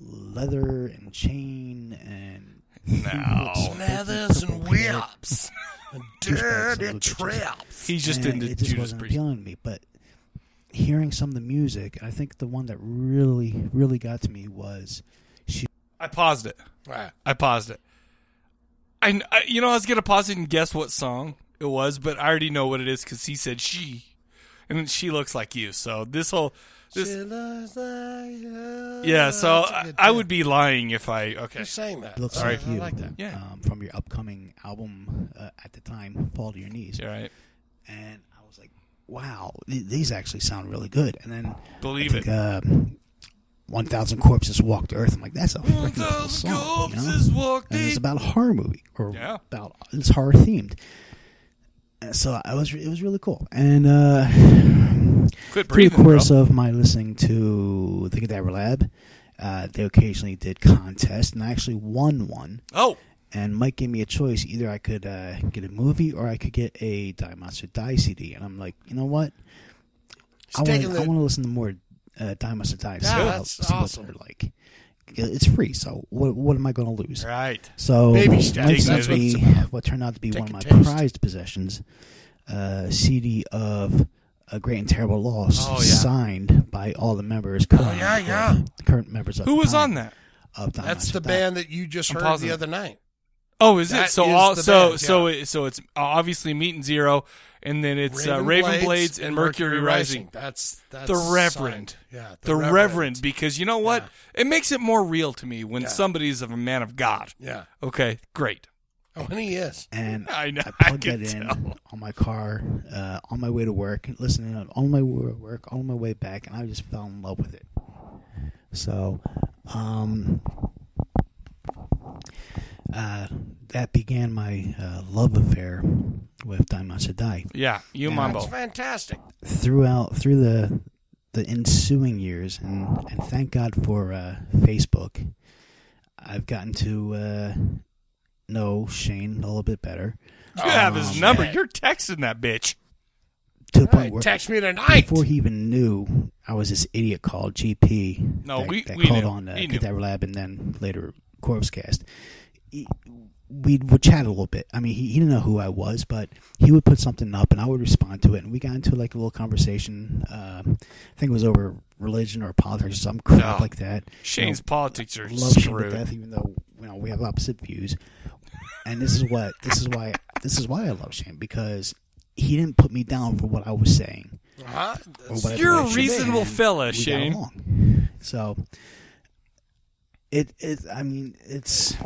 S11: leather and chain and
S1: No.
S2: Leathers and whips and dirty traps.
S1: He's just
S11: and
S1: into
S11: it just
S1: Judas
S11: wasn't
S1: Priest.
S11: appealing to me. But hearing some of the music, I think the one that really, really got to me was she.
S1: I paused it.
S2: Right.
S1: I paused it. I, kn- I- you know I was gonna pause it and guess what song it was, but I already know what it is because he said she, and she looks like you. So this whole this yeah. So I, I would be lying if I okay.
S2: You're saying that.
S11: Looks
S1: Sorry.
S11: like you.
S1: Yeah.
S11: Um, from your upcoming album uh, at the time, Fall to Your Knees.
S1: All right.
S11: And I was like, wow, th- these actually sound really good. And then
S1: Believe
S11: I think, Uh, 1,000 Corpses Walk the Earth. I'm like, that's a freaking cool song. You know? and it's about a horror movie or about it's horror themed. And so I was it was really cool. And uh
S1: Quit
S11: through the
S1: breathing,
S11: course
S1: bro.
S11: of my listening to the Cadaver Lab, uh, they occasionally did contests and I actually won one.
S1: Oh.
S11: And Mike gave me a choice. Either I could uh, get a movie or I could get a Die Monster Die CD. And I'm like, you know what? I want,
S2: taking
S11: to,
S2: the-
S11: I want to listen to more uh, Die Monster Die.
S2: Yeah,
S11: see what-
S2: that's
S11: see what
S2: awesome.
S11: they're like. It's free, so what, what am I going to lose?
S1: Right.
S11: So
S1: Baby
S11: that's-
S1: steps.
S11: that's what,
S1: Dignity.
S11: what turned out to be
S1: Take
S11: one of
S1: a
S11: my
S1: taste.
S11: prized possessions, uh, CD of A Great and Terrible Loss,
S1: Oh, yeah. Oh,
S11: signed by all the members. Current,
S2: yeah, yeah.
S11: Current members of
S1: Who
S11: the
S1: was
S11: time
S1: on that?
S11: Of Don
S2: That's the
S11: Mazzadai.
S2: band that you just
S1: I'm
S2: heard
S1: pausing
S2: the
S1: it.
S2: other night.
S1: Oh, is it?
S2: That
S1: So
S2: is
S1: all
S2: the
S1: so
S2: band,
S1: so it, so it's uh, obviously Meat and Zero, and then it's Raven, uh,
S2: Raven
S1: Raven Blades,
S2: Blades
S1: and,
S2: and
S1: Mercury,
S2: Mercury
S1: Rising.
S2: Rising. That's- that's
S1: the Reverend.
S2: signed. Yeah,
S1: the,
S2: the
S1: Reverend.
S2: Reverend.
S1: Because you know what? It makes it more real to me when
S2: Yeah.
S1: somebody's of a man of God.
S2: Yeah.
S1: Okay. Great.
S2: Oh, and he is.
S11: and
S1: I, know,
S11: plugged
S1: can
S11: that in
S1: tell.
S11: on my car uh, on my way to work, listening on- on my way to work, on my way back, and I just fell in love with it. So, um, uh, that began my uh, love affair with Daimon Sedai.
S1: Yeah, you
S11: Now,
S1: Mambo.
S2: It's fantastic.
S11: Throughout through the the ensuing years, and, and thank God for uh, Facebook, I've gotten to uh, know Shane a little bit better.
S2: Oh,
S1: You have his
S11: Um,
S1: number. You're texting that bitch.
S11: to the point where
S2: text me tonight.
S11: before he even knew I was this idiot called GP.
S1: No,
S11: that,
S1: we-
S11: that
S1: we
S11: called
S1: knew.
S11: on uh,
S1: He knew.
S11: Cadaver Lab and then later Corpsecast. He- We would chat a little bit. I mean, he, he didn't know who I was, but he would put something up and I would respond to it, and we got into like a little conversation. Uh, I think it was over religion or politics or some crap
S1: Oh,
S11: like that.
S1: Shane's
S11: You know,
S1: politics are
S11: love Shane to
S1: screwed.
S11: death, even though you know we have opposite views. And this is what this is why this is why I love Shane because he didn't put me down for what I was saying.
S2: Uh-huh.
S11: or whatever
S1: You're a
S11: it should be,
S1: reasonable
S11: and
S1: fella,
S11: we got
S1: Shane.
S11: along. So it it I mean it's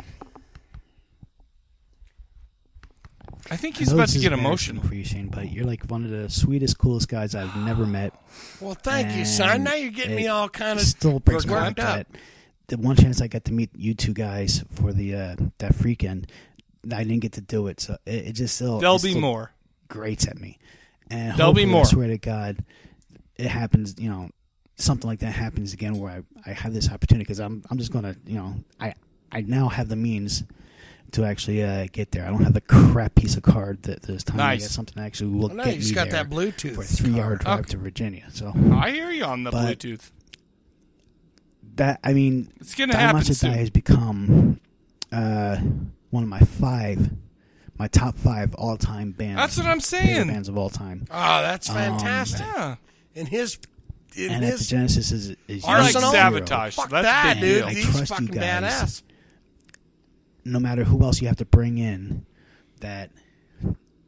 S1: I think he's
S11: I know
S1: about
S11: this
S1: to
S11: is
S1: get
S11: embarrassing
S1: emotional.
S11: for you, Shane. But you're like one of the sweetest, coolest guys I've never met.
S2: Well, thank you, son.
S11: And
S2: Now you're getting
S11: it
S2: me all kind of
S11: still brings me
S2: worked
S11: back
S2: up.
S11: to that. The one chance I got to meet you two guys for the uh, that freaking, I didn't get to do it. So it, it just still
S1: There'll
S11: it
S1: be
S11: still
S1: more.
S11: Grates at me, and
S1: There'll be
S11: hopefully,
S1: more.
S11: I swear to God, it happens. You know, something like that happens again where I, I have this opportunity because I'm I'm just gonna you know I I now have the means. To actually uh, get there, I don't have the crap piece of card that this time. I
S1: Nice.
S11: got something that actually will
S2: Well, now
S11: get
S2: he's
S11: me
S2: got
S11: there
S2: that Bluetooth
S11: for a three-hour
S2: card.
S11: drive
S1: Okay.
S11: to Virginia. So
S1: I hear you on the
S11: But-
S1: Bluetooth.
S11: that I mean,
S1: It's gonna
S11: Die
S1: happen
S11: Monster
S1: soon.
S11: Die has become uh, one of my five, my top five all-time bands.
S1: That's what I'm
S11: favorite
S1: saying. Ah,
S11: Bands of all time.
S2: Oh, that's
S11: Um,
S2: fantastic.
S1: Yeah.
S2: And his, in
S11: and at the
S2: his
S11: Genesis is, is
S1: I like
S11: Year Zero.
S1: sabotage.
S2: Fuck
S1: That's
S2: that,
S1: big
S2: dude.
S1: deal.
S11: I
S2: He's
S11: trust
S2: fucking
S11: you guys.
S2: badass.
S11: No matter who else you have to bring in, that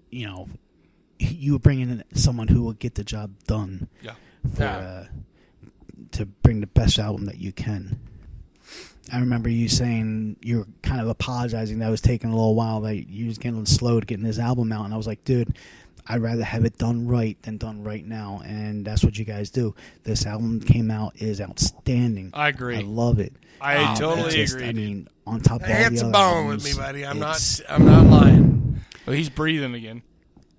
S11: you know, you bring in someone who will get the job done.
S1: Yeah.
S11: for uh, to bring the best album that you can. I remember you saying you were kind of apologizing that it was taking a little while that you was getting a little slow to getting this album out, and I was like, dude, I'd rather have it done right than done right now, and that's what you guys do. This album came out it is outstanding.
S1: I agree.
S11: I love it.
S1: I
S11: Um,
S1: totally
S11: just-
S1: agree,
S11: I
S1: dude.
S11: mean, on top of all
S2: That's
S11: the
S2: a
S11: other
S2: bone with
S11: albums,
S2: me, buddy. I'm not.
S11: it's-
S2: I'm not lying.
S1: Oh, he's breathing again.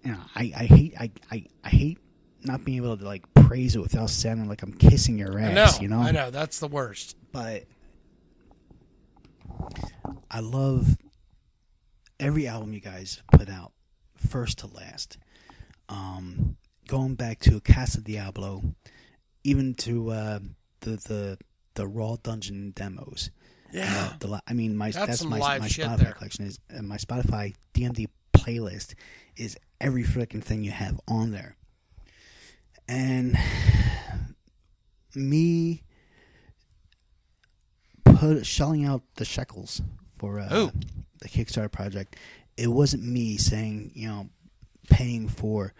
S11: you know, I, I hate I, I, I hate not being able to like praise it without sounding like I'm kissing your
S2: I
S11: ass.
S2: know.
S11: you know,
S2: I know. That's the worst.
S11: But I love every album you guys put out, first to last. Um, going back to Casa Diablo, even to uh, the the the raw dungeon demos.
S2: Yeah.
S11: Uh, the, li- I mean, my
S2: That's
S11: that's,
S2: some
S11: my
S2: live
S11: my
S2: shit
S11: Spotify
S2: there.
S11: collection is uh, my Spotify DMD playlist is every freaking thing you have on there. And me put shelling out the shekels for uh,
S1: Oh.
S11: the Kickstarter project. It wasn't me saying, you know, paying for.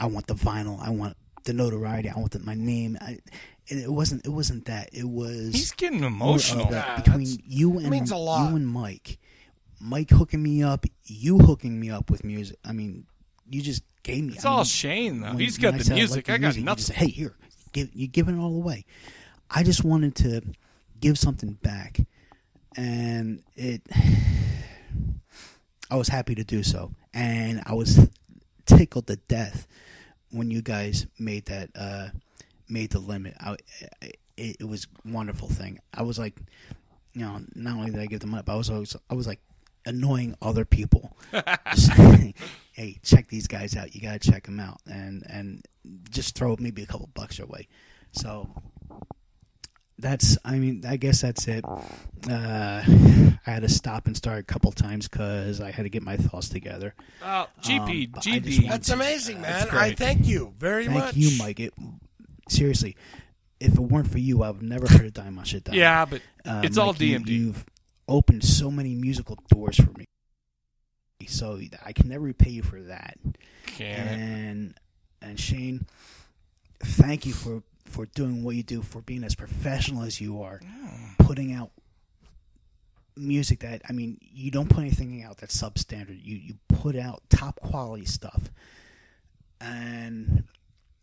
S11: I want the vinyl. I want the notoriety. I want the, my name. I, and it wasn't. It wasn't that. It was.
S1: He's getting
S11: more of
S1: emotional.
S11: that
S1: Yeah,
S11: between
S1: that's-
S11: you
S1: that
S11: and
S1: means a lot.
S11: you and Mike. Mike hooking me up. You hooking me up with music. I mean, you just gave me.
S1: It's
S11: I mean,
S1: all Shane though.
S11: when-
S1: he's
S11: when
S1: got
S11: I
S1: the
S11: said I
S1: music.
S11: liked
S1: I,
S11: the
S1: got
S11: music, you
S1: nothing.
S11: just say, hey, here, give, you're giving it all away. I just wanted to give something back, and it. I was happy to do so, and I was tickled to death when you guys made that uh, made the limit. I, it, it was a wonderful thing. I was like, you know, not only did I give them up, I was always, I was like annoying other people. Just, hey, check these guys out. You gotta check them out, and and just throw maybe a couple bucks your way. So that's, I mean, I guess that's it. Uh, I had to stop and start a couple times because I had to get my thoughts together.
S1: Oh, GP,
S11: Um, but I just
S1: GB.
S11: want
S2: That's
S11: to- uh,
S2: amazing, man.
S11: great.
S2: I thank you very
S11: Thank
S2: much.
S11: you, Mike. It, seriously, if it weren't for you, I would have never heard of Dime My Shit Down.
S1: Yeah, but it's all
S11: you-
S1: DMD.
S11: you've opened so many musical doors for me, so I can never repay you for that.
S1: Can it?
S11: and and Shane, thank you for for doing what you do, for being as professional as you are, putting out music that I mean, you don't put anything out that's substandard. You you put out top quality stuff, and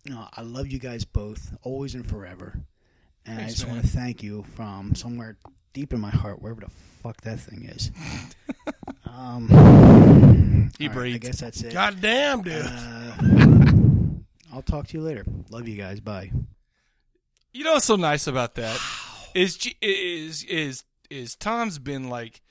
S11: you know, I love you guys both, always and forever. And I
S1: Thanks,
S11: just
S1: man.
S11: want to thank you from somewhere deep in my heart, wherever the fuck that thing is. um,
S1: He
S11: all right, I
S1: breathed.
S11: guess that's it. Uh,
S2: God damn, dude.
S11: I'll talk to you later. Love you guys. Bye.
S1: You know what's so nice about that is G- is is is Tom's been like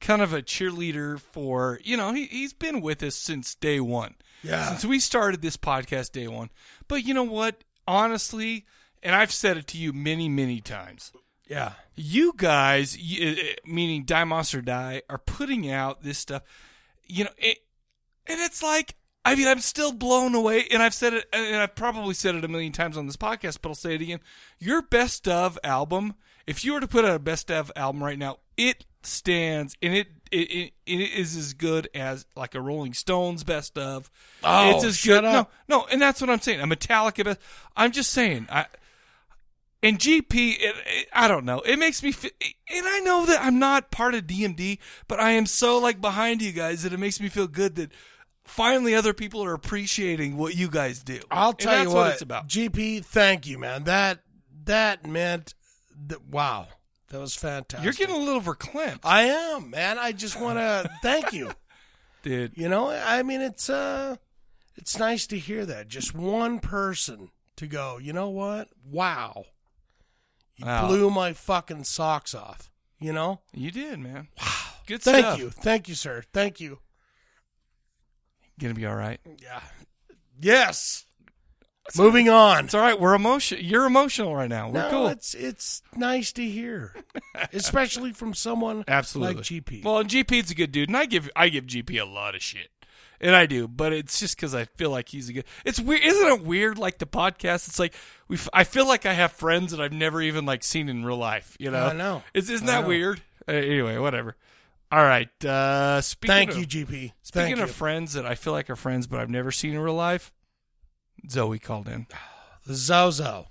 S1: kind of a cheerleader for you know he he's been with us since day one.
S2: Yeah.
S1: since we started this podcast day one. But you know what? Honestly, and I've said it to you many many times.
S2: yeah.
S1: you guys, y- uh, meaning Die Monster Die, are putting out this stuff. You know, it, and it's like, I mean, I'm still blown away, and I've said it, and I've probably said it a million times on this podcast, but I'll say it again. Your best of album, if you were to put out a best of album right now, it stands, and it it, it, it is as good as like a Rolling Stones best of.
S2: Oh,
S1: it's as
S2: shut
S1: good.
S2: up.
S1: No, no, and that's what I'm saying. A Metallica best. I'm just saying. I and GP, it, it- I don't know. It makes me, feel, and I know that I'm not part of DMD, but I am so like behind you guys that it makes me feel good that finally other people are appreciating what you guys do.
S2: I'll
S1: And
S2: tell
S1: that's
S2: you what,
S1: it's about.
S2: GP, thank you, man. That that meant that, wow. That was fantastic.
S1: You're getting a little verklempt,
S2: I am, man. I just want to thank you.
S1: dude.
S2: You know, I mean, it's uh, it's nice to hear that. Just one person to go. You know what? Wow, you
S1: Wow.
S2: blew my fucking socks off. You know?
S1: You did, man. Wow. Good
S2: Thank
S1: stuff.
S2: you, thank you, sir. Thank you.
S1: Gonna be all right.
S2: Yeah. Yes. Moving on.
S1: It's all right. We're emotion. You're emotional right now. We're
S2: no,
S1: cool.
S2: it's it's nice to hear, especially from someone
S1: Absolutely.
S2: like GP.
S1: Well, and GP's a good dude, and I give I give GP a lot of shit. And I do, but it's just because I feel like he's a good. It's weird, isn't it weird? Like the podcast, it's like we. f- I feel like I have friends that I've never even like seen in real life. You know,
S2: I know.
S1: It's, isn't
S2: I
S1: that
S2: know.
S1: weird? Uh, anyway, whatever. All right. Uh, speaking
S2: Thank
S1: of,
S2: you, GP.
S1: Speaking
S2: Thank
S1: of
S2: you.
S1: friends that I feel like are friends, but I've never seen in real life, Zoe called in.
S2: Zozo.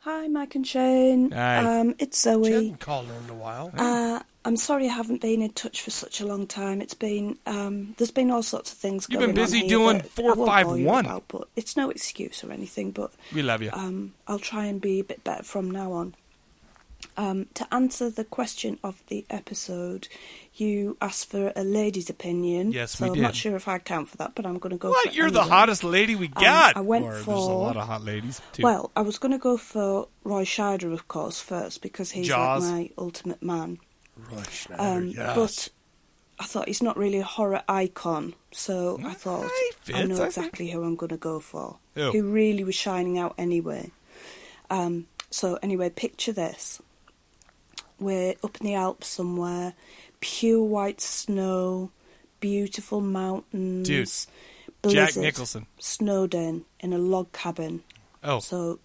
S12: Hi, Mike and Shane.
S1: Hi.
S12: Um, it's Zoe.
S2: Called her in a while.
S12: Uh, I'm sorry I haven't been in touch for such a long time. It's been um, there's been all sorts of things.
S1: You've
S12: going
S1: been busy
S12: on here
S1: doing
S12: that
S1: four,
S12: I won't
S1: five,
S12: bore you
S1: one.
S12: about, but it's no excuse or anything. But
S1: We love you.
S12: Um, I'll try and be a bit better from now on. Um, to answer the question of the episode, you asked for a lady's opinion.
S1: Yes,
S12: so
S1: we
S12: I'm not
S1: did.
S12: sure if I count for that, but I'm going to go. for
S1: What?
S12: it
S1: You're the
S12: anyway.
S1: hottest lady we
S12: Um,
S1: got.
S12: I went
S1: Or
S12: for
S1: There's a lot of hot ladies too.
S12: well, I was going to go for Roy Scheider, of course, first because he's
S1: Jaws.
S12: like my ultimate man.
S2: Roy Scheider,
S12: um,
S2: yes.
S12: But I thought he's not really a horror icon, so I thought I
S1: fits,
S12: know
S1: I
S12: exactly who I'm going to go for.
S1: Who?
S12: Who really was shining out anyway. Um, so anyway, picture this: we're up in the Alps somewhere, pure white snow, beautiful mountains.
S1: Dude,
S12: blizzard,
S1: Jack Nicholson.
S12: snowed in in a log cabin.
S1: Oh.
S12: So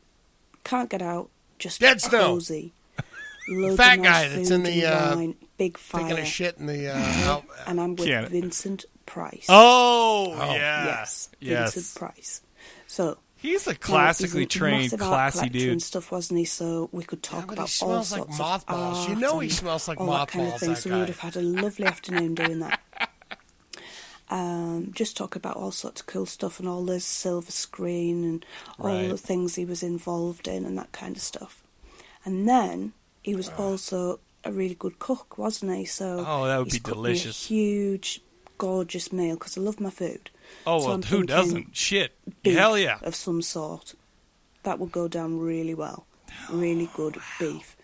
S12: can't get out. Just
S2: Dead snow.
S12: cozy. Loads of
S2: Fat guy
S12: nice
S2: that's
S12: food
S2: in the
S12: and
S2: uh,
S12: wine, big fire.
S2: taking a shit in the uh, out-
S12: and I'm with
S2: Can't-
S12: Vincent Price.
S1: Oh, Oh. yeah.
S12: yes,
S1: Yes.
S12: Vincent Price. So
S1: He's a
S12: you know,
S1: classically
S12: he's a
S1: trained,
S12: massive art
S1: classy
S12: collector
S1: dude.
S12: and stuff, wasn't he? So we could talk
S2: but he
S12: about all
S2: smells like
S12: sorts of
S2: mothballs. You
S12: art
S2: know he
S12: and
S2: smells like
S12: all that kind of
S2: mothballs,
S12: thing.
S2: that
S12: so we
S2: guy.
S12: would have had a lovely afternoon doing that. Um, just talk about all sorts of cool stuff and all the silver screen and all
S13: Right.
S12: the things he was involved in and that kind of stuff. And then he was also a really good cook, wasn't he? So
S1: Oh, that would
S12: he's
S1: be
S12: cooked me a
S1: delicious.
S12: huge, gorgeous meal because I love my food.
S1: Oh,
S12: So
S1: well,
S12: I'm
S1: who
S12: thinking
S1: doesn't? Shit.
S12: beef
S1: Hell yeah.
S12: of some sort. That would go down really well. Really
S1: Oh,
S12: good beef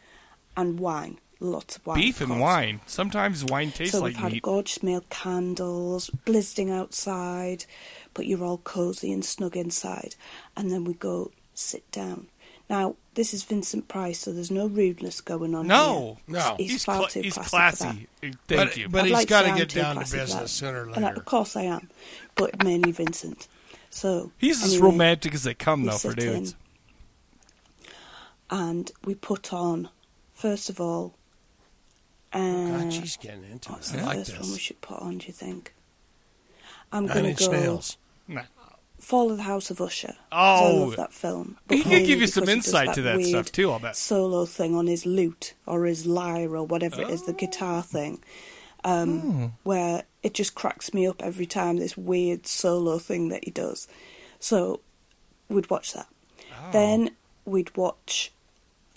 S12: and wine, lots of wine.
S1: Beef
S12: of
S1: and
S12: course.
S1: wine. Sometimes wine tastes
S12: so
S1: like
S12: we've had
S1: meat.
S12: gorgeous meal, candles, blizzarding outside, but you're all cosy and snug inside, and then we go sit down. Now this is Vincent Price, so there's no rudeness going on.
S1: No,
S12: here.
S1: no.
S12: he's,
S1: He's
S12: far
S1: cla-
S12: too
S1: he's
S12: classy.
S1: classy.
S12: For that.
S1: Thank But- you. but
S12: I'd
S1: he's
S12: like to
S1: gotta
S12: say I'm
S1: get
S12: too
S1: down to
S12: classy for
S1: business
S12: that.
S1: sooner or
S12: And I-
S1: later.
S12: of course I am, but mainly Vincent. So
S1: He's as
S12: anyway,
S1: romantic as they come,
S12: we
S1: though, for
S12: sit in
S1: dudes.
S12: and we put on, first of all,
S1: Oh,
S12: uh,
S2: God, she's getting into
S12: what's
S2: it.
S12: the
S2: I like
S12: first
S2: this.
S12: one we should put on? Do you think? I'm
S2: Nine
S12: going
S2: Inch
S12: to go.
S2: Nails.
S12: Fall of the House of Usher. 'cause I
S1: Oh.
S12: love that film.
S1: He
S12: But
S1: could
S12: mainly
S1: give you some
S12: because he does
S1: insight to that
S12: weird
S1: stuff too, I'll bet.
S12: Solo thing on his lute or his lyre or whatever it is, the guitar thing, um,
S1: Hmm.
S13: Oh.
S12: where it just cracks me up every time. This weird solo thing that he does. So we'd watch that.
S1: Oh.
S12: Then we'd watch.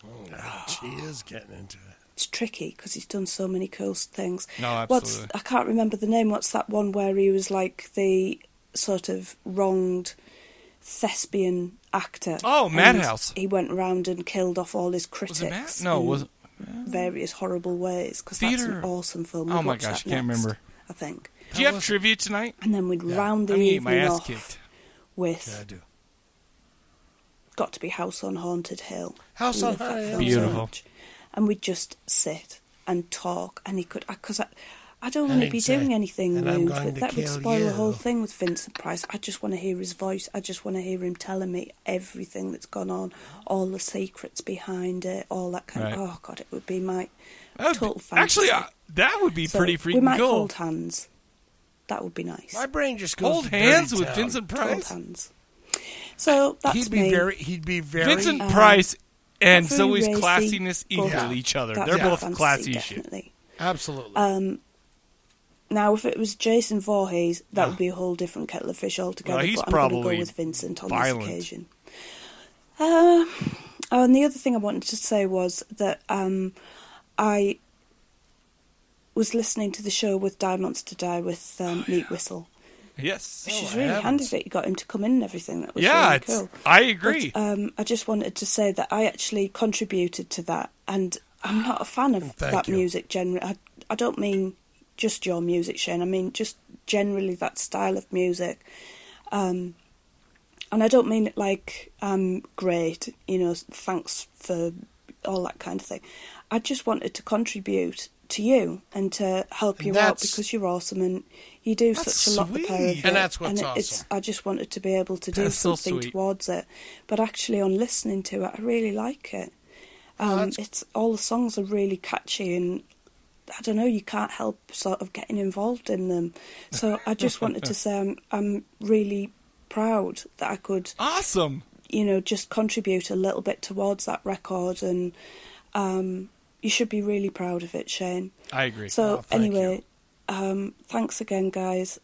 S2: Oh, she is getting into it.
S12: It's tricky because he's done so many cool things.
S2: No,
S12: What's
S2: absolutely.
S12: I can't remember the name. What's that one where he was like the sort of wronged thespian actor?
S1: Oh,
S12: and
S1: Madhouse.
S12: He went round and killed off all his critics.
S1: it Mad- no,
S12: in
S1: was it-
S12: various horrible ways because that's an
S1: Theatre-
S12: awesome film.
S1: Oh
S12: We'd
S1: my
S12: watch
S1: gosh,
S12: that
S1: can't
S12: next,
S1: remember.
S12: I think.
S1: Do you have trivia tonight?
S12: And then we'd round the
S1: I'm gonna get my
S12: evening
S1: ass
S12: off
S1: kicked.
S12: with
S1: Yeah, I do.
S12: Got to be House on Haunted Hill.
S2: House
S12: I
S2: on
S12: love that
S2: Haunted
S12: film so
S1: Beautiful.
S12: much. And we'd just sit and talk, and he could because I, I don't
S2: And
S12: want to
S2: he'd
S12: be
S2: say,
S12: doing anything
S2: "And I'm
S12: rude.
S2: going
S12: That,
S2: to
S12: that would
S2: kill
S12: spoil
S2: you."
S12: the whole thing with Vincent Price. I just want to hear his voice. I just want to hear him telling me everything that's gone on, all the secrets behind it, all that kind of.
S1: Right.
S12: Oh God, it would be my
S1: That'd
S12: total
S1: be- actually,
S12: fantasy.
S1: uh, that would be
S12: So We
S1: pretty freaking
S12: might
S1: cool.
S12: hold hands. That would be nice.
S2: My brain just goes.
S1: Hold
S2: to
S1: hands
S2: dirty
S1: with
S2: town.
S1: Vincent
S12: Hold
S1: Price.
S12: hands. So that's
S2: He'd be
S12: me. Uh,
S2: very. He'd be very.
S1: Vincent Price and
S12: very
S1: Zoe's
S12: racy,
S1: classiness equal
S12: but
S1: each other.
S12: that's
S1: They're
S12: my
S1: both
S12: fantasy,
S1: classy as shit.
S12: definitely.
S2: Absolutely.
S12: Um, now, if it was Jason Voorhees, that would be a whole different kettle of fish altogether.
S1: Well, he's
S12: but I'm going to
S1: probably
S12: go with Vincent on
S1: violent.
S12: this occasion. Uh, oh, and the other thing I wanted to say was that um, I was listening to the show with Die Monster Die with
S1: Oh,
S12: um, Meat Whistle.
S1: Yes.
S12: Which is really handy that you got him to come in and everything. That was
S1: Oh, Yeah,
S12: really
S1: it's-
S12: cool.
S1: I agree.
S12: But, um, I just wanted to say that I actually contributed to that, and I'm not a fan of
S13: thank
S12: that
S13: you.
S12: music generally. I, I don't mean just your music, Shane. I mean just generally that style of music. Um, and I don't mean it like um, great, you know, thanks for all that kind of thing. I just wanted to contribute to you and to help
S2: And
S12: you out
S2: that's-
S12: because you're awesome and you do
S2: That's
S12: such a lot. The pair of
S2: sweet.
S12: you.
S2: And that's what's
S12: it-
S2: awesome.
S12: I just wanted to be able to do
S2: That's so
S12: something
S2: sweet.
S12: towards it, but actually on listening to it, I really like it. Um, it's all the songs are really catchy and I don't know, you can't help sort of getting involved in them. So I just wanted to say I'm, I'm really proud that I could,
S1: Awesome.
S12: you know, just contribute a little bit towards that record and um, you should be really proud of it, Shane.
S1: I agree.
S12: So
S1: Oh, thank
S12: anyway, um, thanks again, guys.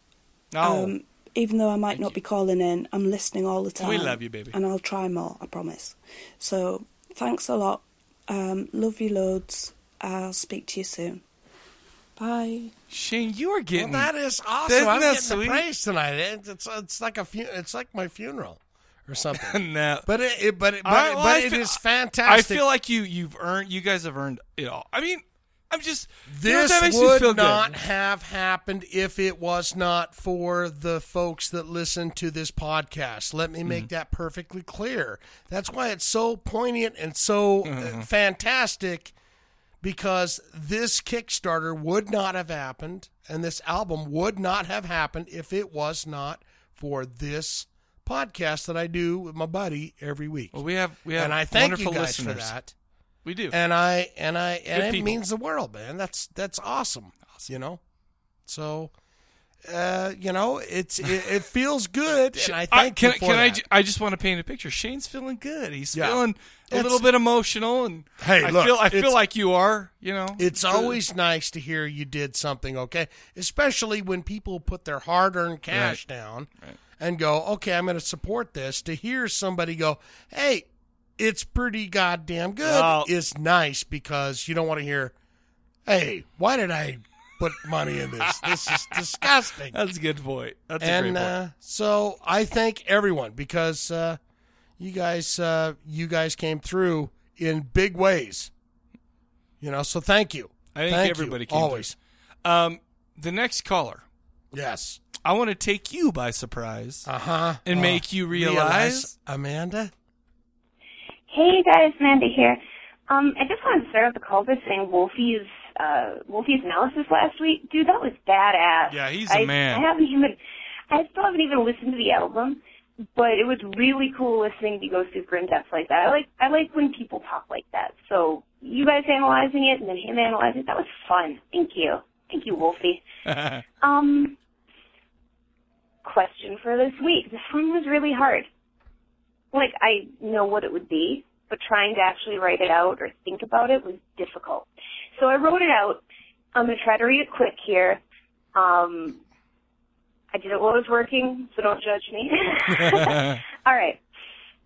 S1: Oh.
S12: Um, even though I might not be calling in, I'm listening all the time.
S1: We love you, baby.
S12: And I'll try more, I promise. So thanks a lot. Um, love you loads. I'll speak to you soon. Bye.
S1: Shane, you are getting.
S2: Well, that is awesome.
S1: Isn't
S2: I'm
S1: that
S2: getting
S1: sweet?
S2: the praise tonight. It- It's it's like a fu- it's like my funeral or something.
S1: no,
S2: but it, it but it, but,
S1: I- well, I
S2: but it
S1: feel-
S2: is fantastic.
S1: I feel like you you've earned you guys have earned it all. I mean, I'm just you know,
S2: this
S1: that makes me
S2: would
S1: feel good.
S2: not have happened if it was not for the folks that listen to this podcast. Let me make
S1: Mhm.
S2: that perfectly clear. That's why it's so poignant and so uh,
S1: Mhm.
S2: fantastic because this Kickstarter would not have happened and this album would not have happened if it was not for this podcast that I do with my buddy every week.
S1: Well, we have we have
S2: and I thank
S1: wonderful
S2: you guys
S1: listeners.
S2: for that.
S1: We do.
S2: And I and I and
S1: Good
S2: it
S1: people.
S2: means the world, man. That's that's awesome. You know? So uh, you know, it's it, it feels good and I
S1: I,
S2: thank
S1: can
S2: you for
S1: can I?
S2: that.
S1: ju- I just want to paint a picture. Shane's feeling good. He's
S2: Yeah.
S1: feeling a
S2: It's-
S1: little bit emotional, and
S2: Hey,
S1: I
S2: look,
S1: feel I
S2: it's-
S1: feel like you are. You know,
S2: It's always nice to hear you did something, okay? Especially when people put their hard earned cash
S1: Right.
S2: down and go, okay, I'm going to support this. To hear somebody go, hey, it's pretty goddamn good
S1: Well-
S2: is nice because you don't want to hear, hey, why did I put money in this? This is disgusting.
S1: That's a good point. That's
S2: and,
S1: a great point.
S2: Uh, so I thank everyone because uh, you guys, uh, you guys came through in big ways. You know, so thank you.
S1: I think
S2: Thank you,
S1: everybody came
S2: always.
S1: through. Um, the next caller.
S2: Yes.
S1: I want to take you by surprise.
S2: Uh huh.
S1: And
S2: Uh,
S1: make you
S2: realize,
S1: realize.
S2: Amanda.
S13: Hey guys, Amanda here. Um, I just wanted to start out the call by saying Wolfie's uh, Wolfie's analysis last week, dude, that was badass.
S1: Yeah, he's
S13: a
S1: a man.
S13: I haven't even, I still haven't even listened to the album, but it was really cool listening to you go super in depth like that. I like I like when people talk like that. So you guys analyzing it and then him analyzing it, that was fun. Thank you, thank you, Wolfie.
S1: Uh-huh.
S13: Um, question for this week. This one was really hard. Like, I know what it would be, but trying to actually write it out or think about it was difficult. So I wrote it out. I'm going to try to read it quick here. Um, I did it while it was working, so don't judge me. All right.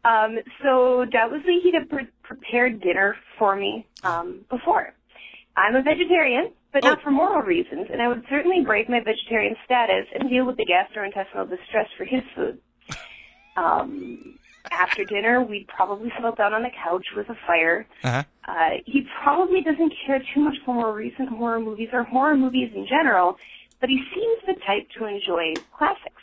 S13: Um, so that was the heat of pre- prepared dinner for me um, before. I'm a vegetarian, but not for moral reasons, and I would certainly break my vegetarian status and deal with the gastrointestinal distress for his food. Um, after dinner, we'd probably settle down on the couch with a fire.
S1: Uh-huh.
S13: Uh, he probably doesn't care too much for more recent horror movies or horror movies in general, but he seems the type to enjoy classics.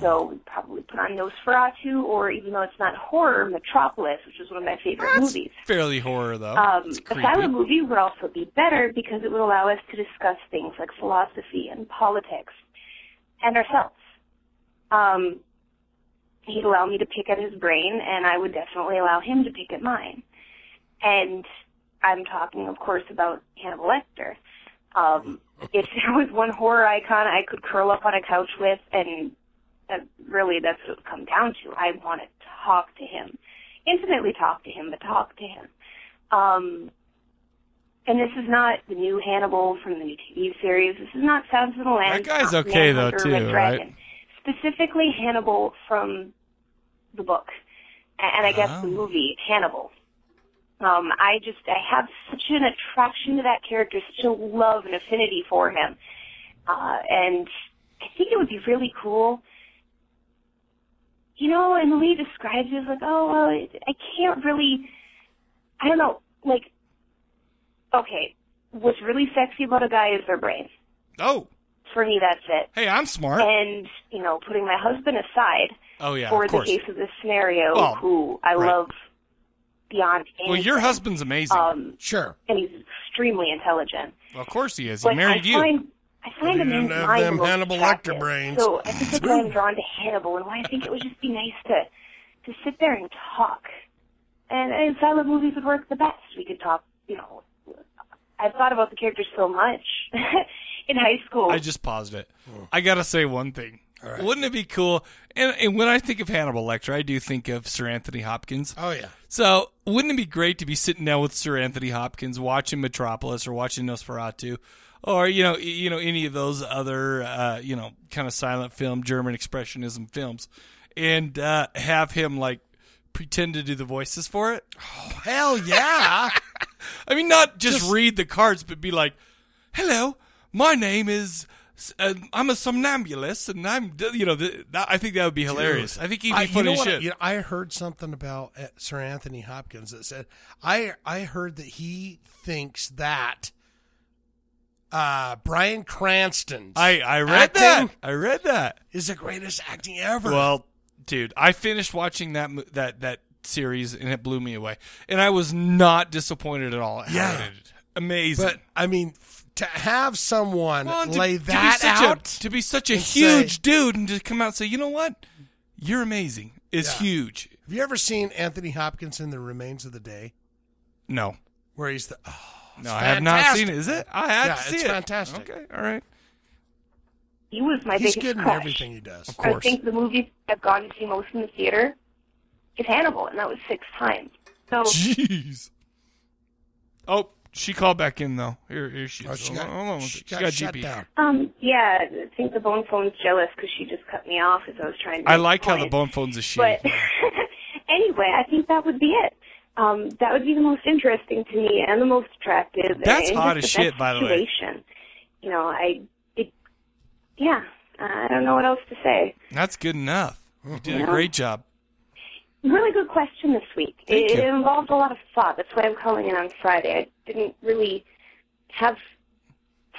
S13: So we'd probably put on Nosferatu, or even though it's not horror, Metropolis, which is one of my favorite movies.
S1: Fairly horror though.
S13: Um,
S1: It's
S13: a
S1: creepy.
S13: silent movie would also be better because it would allow us to discuss things like philosophy and politics and ourselves. Um, he'd allow me to pick at his brain, and I would definitely allow him to pick at mine. And I'm talking, of course, about Hannibal Lecter. Um, if there was one horror icon I could curl up on a couch with, and that really that's what it would come down to. I want to talk to him, intimately talk to him, but talk to him. Um, and this is not the new Hannibal from the new TV series. This is not Sounds of the Land.
S1: That guy's
S13: not
S1: okay though
S13: Manhunter, Red
S1: too,
S13: Dragon.
S1: right?
S13: Specifically Hannibal from the book, a- and I guess the
S1: Oh.
S13: movie Hannibal. Um, I just I have such an attraction to that character, such a love and affinity for him, uh, and I think it would be really cool. You know, and the way he describes it is like, oh well, it- I can't really. I don't know, like, okay, what's really sexy about a guy is their brain.
S1: Oh.
S13: For me, that's it.
S1: Hey, I'm smart.
S13: And you know, putting my husband aside
S1: Oh yeah,
S13: for
S1: of
S13: the
S1: course.
S13: case of this scenario,
S1: Well,
S13: who I
S1: right.
S13: love beyond anything.
S1: Well, your husband's amazing.
S13: Um,
S2: sure.
S13: and he's extremely intelligent.
S1: Well, of course he is. He
S13: Like,
S1: married
S13: I
S1: you.
S13: Find, I find
S1: But
S13: him
S1: he didn't have
S13: mind
S1: them
S13: the most
S1: Hannibal Lecter
S13: attractive.
S1: brains.
S13: So I think that's why I'm drawn to Hannibal, and why I think it would just be nice to to sit there and talk. And, and silent movies would work the best. We could talk. You know, I've thought about the character so much in high school.
S2: Hmm.
S1: I just paused it. I gotta say one thing. Wouldn't it be cool? And, and when I think of Hannibal Lecter, I do think of Sir Anthony Hopkins.
S2: Oh yeah.
S1: So wouldn't it be great to be sitting down with Sir Anthony Hopkins, watching Metropolis or watching Nosferatu, or you know, y- you know, any of those other uh, you know kind of silent film, German expressionism films, and uh, have him like pretend to do the voices for it? Oh
S2: hell yeah!
S1: I mean, not just, read the cards, but be like, "Hello, my name is." Uh, I'm a somnambulist, and I'm, you know, th- that, I think that would be hilarious. I think he'd be
S2: I- you
S1: funny
S2: know
S1: as
S2: what?
S1: shit.
S2: You know, I heard something about uh, Sir Anthony Hopkins that said I I heard that he thinks that uh, Brian Cranston.
S1: I, I read
S2: Acting
S1: that. I read that.
S2: Is the greatest acting ever.
S1: Well, dude, I finished watching that mo- that that series and it blew me away, and I was not disappointed at all. at how
S2: Yeah.
S1: it ended. amazing.
S2: But I mean, f- to have someone
S1: Well, and to-
S2: lay
S1: to be
S2: that
S1: such a-
S2: out
S1: to be such a
S2: and
S1: huge
S2: say-
S1: dude and to come out and say, you know what, you're amazing is
S2: Yeah.
S1: huge.
S2: Have you ever seen Anthony Hopkins in The Remains of the Day?
S1: No,
S2: Where he's the oh, it's
S1: no, I have not
S2: fantastic.
S1: seen it. Is it? I had
S2: yeah,
S1: to see
S2: it's
S1: it.
S2: Fantastic.
S1: Okay, all right.
S13: He was my
S2: He's
S13: biggest
S2: good in
S13: crush.
S2: everything he does.
S1: Of
S13: I
S1: course.
S13: think the movie I've gone to see most in the theater is Hannibal, and that was six times. So
S1: Jeez. Oh, she called back in though. Here, here she is.
S13: Oh, she
S1: Hold
S13: got-
S1: on, hold on.
S13: she
S1: She
S13: got
S1: got
S13: shut
S1: GP.
S13: down. Um, yeah, I think the bone phone's jealous because she just cut me off as I was trying to.
S1: I
S13: make a
S1: like how the
S13: point.
S1: bone phone's a she.
S13: But anyway, I think that would be it. Um, that would be the most interesting to me and the most attractive.
S1: That's
S13: and
S1: hot
S13: just
S1: as
S13: the best
S1: shit, by the way.
S13: situation. You know, I, it, yeah, I don't know what else to say.
S1: That's good enough. You did a
S13: Yeah.
S1: great job.
S13: Really good question this week.
S1: Thank
S13: It,
S1: you.
S13: it involved a lot of thought. That's why I'm calling in on Friday. I didn't really have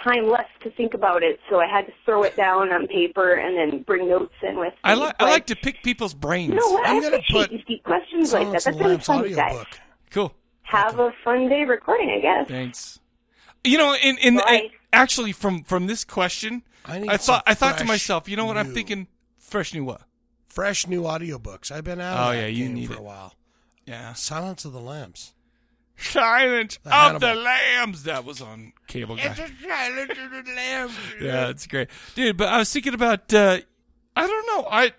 S13: time left to think about it, so I had to throw it down on paper and then bring notes in with.
S1: I
S13: me.
S1: like I like to pick people's brains.
S13: You know what? i
S1: I'm gonna
S13: appreciate these deep questions like that.
S1: Silence of
S13: That's
S1: the
S13: really
S1: Lambs
S13: fun, you guys.
S1: audiobook. Cool.
S13: Have a fun day recording, I guess.
S1: Thanks. You know, and, and, and actually from from this question, I,
S2: need
S1: thought
S2: some
S1: I thought to
S2: fresh
S1: myself, you know what? I'm
S2: new-
S1: thinking fresh new what?
S2: Fresh new audiobooks. I've been out.
S1: Oh,
S2: of that
S1: yeah, you
S2: game
S1: need
S2: for
S1: it.
S2: a while.
S1: Yeah.
S2: Silence of the Lambs.
S1: Silence
S2: The
S1: of the
S2: Hannibal.
S1: Lambs. That was on cable guy.
S2: Silence of the Lambs.
S1: yeah, it's great, dude. But I was thinking about uh, I don't know. I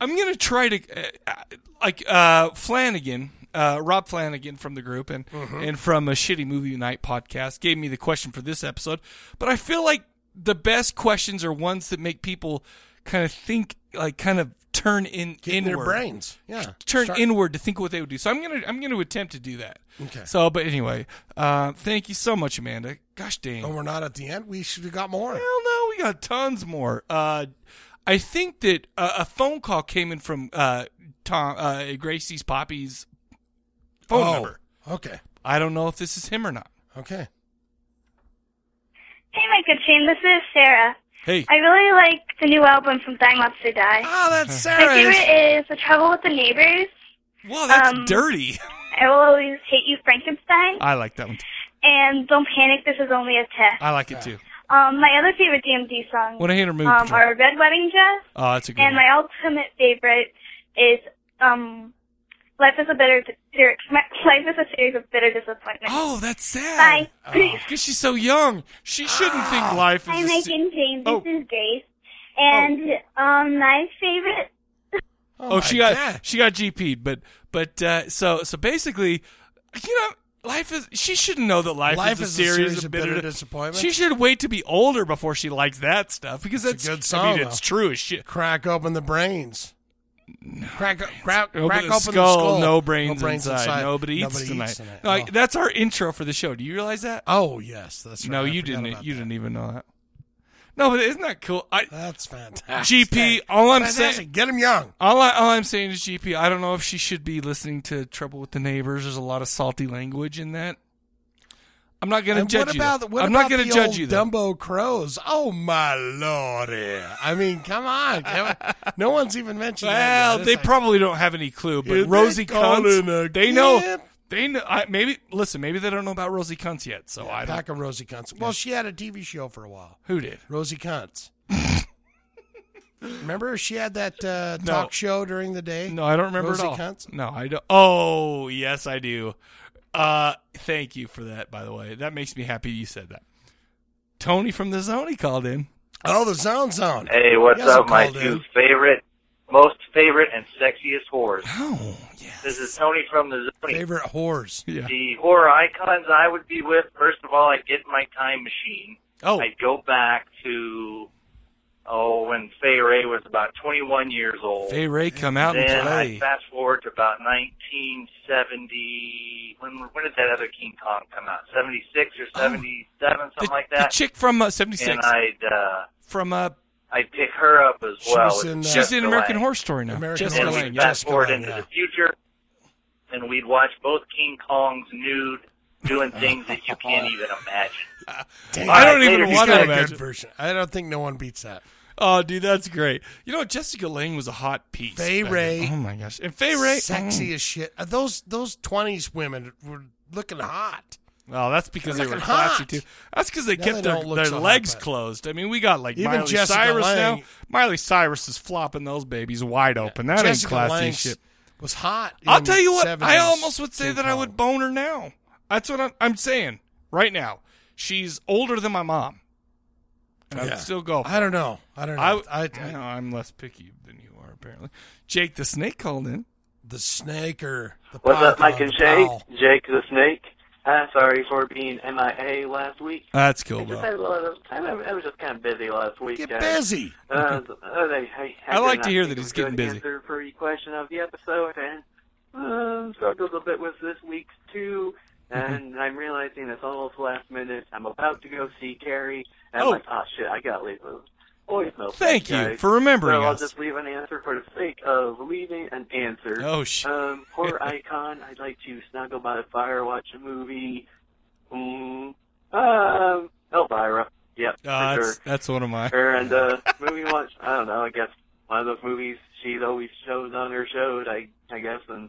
S1: I'm gonna try to uh, uh, like uh, Flanagan, uh, Rob Flanagan from the group and
S2: Mhm.
S1: and from a shitty movie night podcast gave me the question for this episode. But I feel like the best questions are ones that make people kind of think, like kind of turn in
S2: in their
S1: inward.
S2: brains. Yeah.
S1: Turn
S2: Start-
S1: inward to think what they would do. So I'm gonna I'm gonna attempt to do that.
S2: Okay.
S1: So, but anyway, uh, thank you so much, Amanda. Gosh dang.
S2: Oh, we're not at the end. We should have got more.
S1: Hell no, we got tons more. Uh, I think that uh, a phone call came in from uh, Tom uh, Gracie's Poppy's phone
S2: Oh,
S1: number.
S2: Okay.
S1: I don't know if this is him or not.
S2: Okay.
S14: Hey, my good team. This is Sarah.
S1: Hey.
S14: I really like the new album from Dying Wants to Die.
S2: Oh, that's
S14: My favorite is The Trouble with the Neighbors.
S1: Well, that's
S14: Um,
S1: dirty.
S14: I Will Always Hate You, Frankenstein.
S1: I like that one.
S14: And Don't Panic, This Is Only a Test.
S1: I like it too.
S14: Um, my other favorite DMD songs
S1: Uh, When I hit her move,
S14: um,
S1: Patrol.
S14: are Red Wedding Dress.
S1: Oh, that's a good
S14: And
S1: one.
S14: my ultimate favorite is um, Life is a Bitter Bitter- Life is a Series of Bitter Disappointments.
S1: Oh, that's sad.
S14: Bye.
S1: Because she's so young. She shouldn't
S2: Ah.
S1: think life
S14: Hi,
S1: is. a
S14: Mike
S1: se- Oh.
S14: and James. This is Grace. And um, my favorite.
S1: Oh, she got she got GP'd, but but uh, so so basically, you know, life is she shouldn't know that life,
S2: Life is
S1: is, a series, of bitter,
S2: disappointments.
S1: She should wait to be older before she likes that stuff because that's
S2: It's a good
S1: I
S2: song.
S1: mean, it's
S2: though.
S1: true as shit.
S2: Crack open the brains. crack crack,
S1: Open
S2: crack
S1: the
S2: open
S1: skull,
S2: the skull.
S1: no brains, inside. Nobody eats tonight. No, I-
S2: Oh.
S1: that's our intro for the show. Do you realize that?
S2: Oh, yes, that's
S1: No,
S2: right. I
S1: you
S2: forgot
S1: didn't.
S2: about
S1: You didn't even know that. No, but isn't that cool? I,
S2: that's fantastic.
S1: GP, all I'm
S2: Fantastic.
S1: saying,
S2: get him young.
S1: All, I, all I'm saying is GP. I don't know if she should be listening to Trouble with the Neighbors. There's a lot of salty language in that. I'm not going to
S2: And
S1: judge
S2: what
S1: you.
S2: about,
S1: though.
S2: What
S1: I'm
S2: about
S1: not going
S2: the
S1: to judge
S2: old
S1: you. Though.
S2: Dumbo crows. Oh my lordy! I mean, come on, come on. no one's even mentioned.
S1: Well,
S2: that
S1: they probably don't have any clue, but
S2: Is
S1: Rosie
S2: they calling
S1: Kuntz,
S2: a
S1: they know.
S2: kid?
S1: They know. I, maybe listen. Maybe they don't know about Rosie Kuntz yet. So I don't.
S2: Pack of Rosie Kuntz. Well, she had a TV show for a while.
S1: Who did?
S2: Rosie Kuntz. remember, she had that uh,
S1: No.
S2: talk show during the day.
S1: No, I don't remember
S2: Rosie
S1: at all.
S2: Kuntz?
S1: No, I don't. Oh, yes, I do. Uh, thank you for that. By the way, that makes me happy. You said that. Tony from the Zony called in.
S2: Oh, the Zound Zound.
S6: Hey, what's
S2: He hasn't
S6: up, my
S2: called
S6: two
S2: in.
S6: favorite, most favorite, and sexiest whores?
S2: Oh,
S6: This is Tony from the Zony.
S2: Favorite whores. Yeah.
S6: The horror icons I would be with, first of all, I'd get in my time machine.
S2: Oh.
S6: I'd go back to, oh, when Fay Ray was about 21 years old.
S1: Fay Wray, come out and
S6: then
S1: play.
S6: I fast forward to about 1970. When when did that other King Kong come out? 76 or 77, something like
S1: Oh. The
S6: that.
S1: chick from uh, 76.
S6: And I'd uh,
S1: from uh,
S6: I'd pick her up as well.
S2: uh,
S1: she's in American
S6: Horse.
S1: Horror Story now.
S6: American
S1: Jessica
S6: and
S1: Lange,
S6: we'd
S1: yeah.
S6: fast forward into the future, and we'd watch both King Kongs nude doing things that you can't even imagine.
S1: I don't even
S2: He's
S1: want
S2: got
S1: to
S2: a good
S1: imagine.
S2: version. I don't think no one beats that.
S1: Oh, dude, that's great. You know, Jessica Lange was a hot piece.
S2: Fay
S1: back then.
S2: Ray.
S1: Oh my gosh, and Fay Ray,
S2: sexy
S1: mm.
S2: as shit. Uh, Those those twenties women were looking hot.
S1: Oh, that's because
S2: They're
S1: they were
S2: looking
S1: classy
S2: hot.
S1: too. That's because they
S2: Now
S1: kept
S2: they
S1: their,
S2: don't look
S1: their
S2: so hot,
S1: legs
S2: but-
S1: closed. I mean, we got like
S2: Even
S1: Miley
S2: Jessica
S1: Cyrus
S2: Lange-
S1: now. Miley Cyrus is flopping those babies wide open. That
S2: Jessica
S1: ain't classy
S2: Lange
S1: shit.
S2: Was hot.
S1: I'll
S2: in
S1: tell you what. I
S2: 70s
S1: almost would say
S2: King
S1: that I would bone her now. That's what I'm, I'm saying right now. She's older than my mom, and
S2: Yeah.
S1: I'd still go. for
S2: I
S1: it.
S2: don't know. I don't know.
S1: I,
S2: I-
S1: I know, I'm less picky than you are apparently. Jake the Snake called in.
S2: The snake or the
S15: What's up, Mike and Jake?
S2: Owl.
S15: Jake the Snake. Uh, sorry for being MIA last week.
S1: That's cool,
S15: I, just
S1: bro.
S15: had a lot of time. I I was just kind of busy last week. Get
S2: busy.
S15: Uh, uh, they- I,
S1: I like
S15: did not
S1: to hear
S15: think
S1: that
S15: of
S1: he's
S15: a good
S1: getting busy.
S15: Answer for your question of the episode, and uh, struggled a bit with this week's too.
S1: Mm-hmm.
S15: And I'm realizing it's almost last minute. I'm about to go see Carrie, and
S1: Oh.
S15: I'm like, oh shit, I gotta leave. a voicemail for
S1: Thank
S15: you
S1: you
S15: guys.
S1: for remembering
S15: so I'll
S1: us.
S15: just leave an answer for the sake of leaving an answer.
S1: Oh, shit.
S15: Um, horror icon, I'd like to snuggle by the fire, watch a movie. Mm, um, Elvira. Yep, for
S1: Uh,
S15: sure.
S1: that's, that's one of my.
S15: Her and uh, movie watch. I don't know. I guess one of those movies she always shows on her shows. I I guess and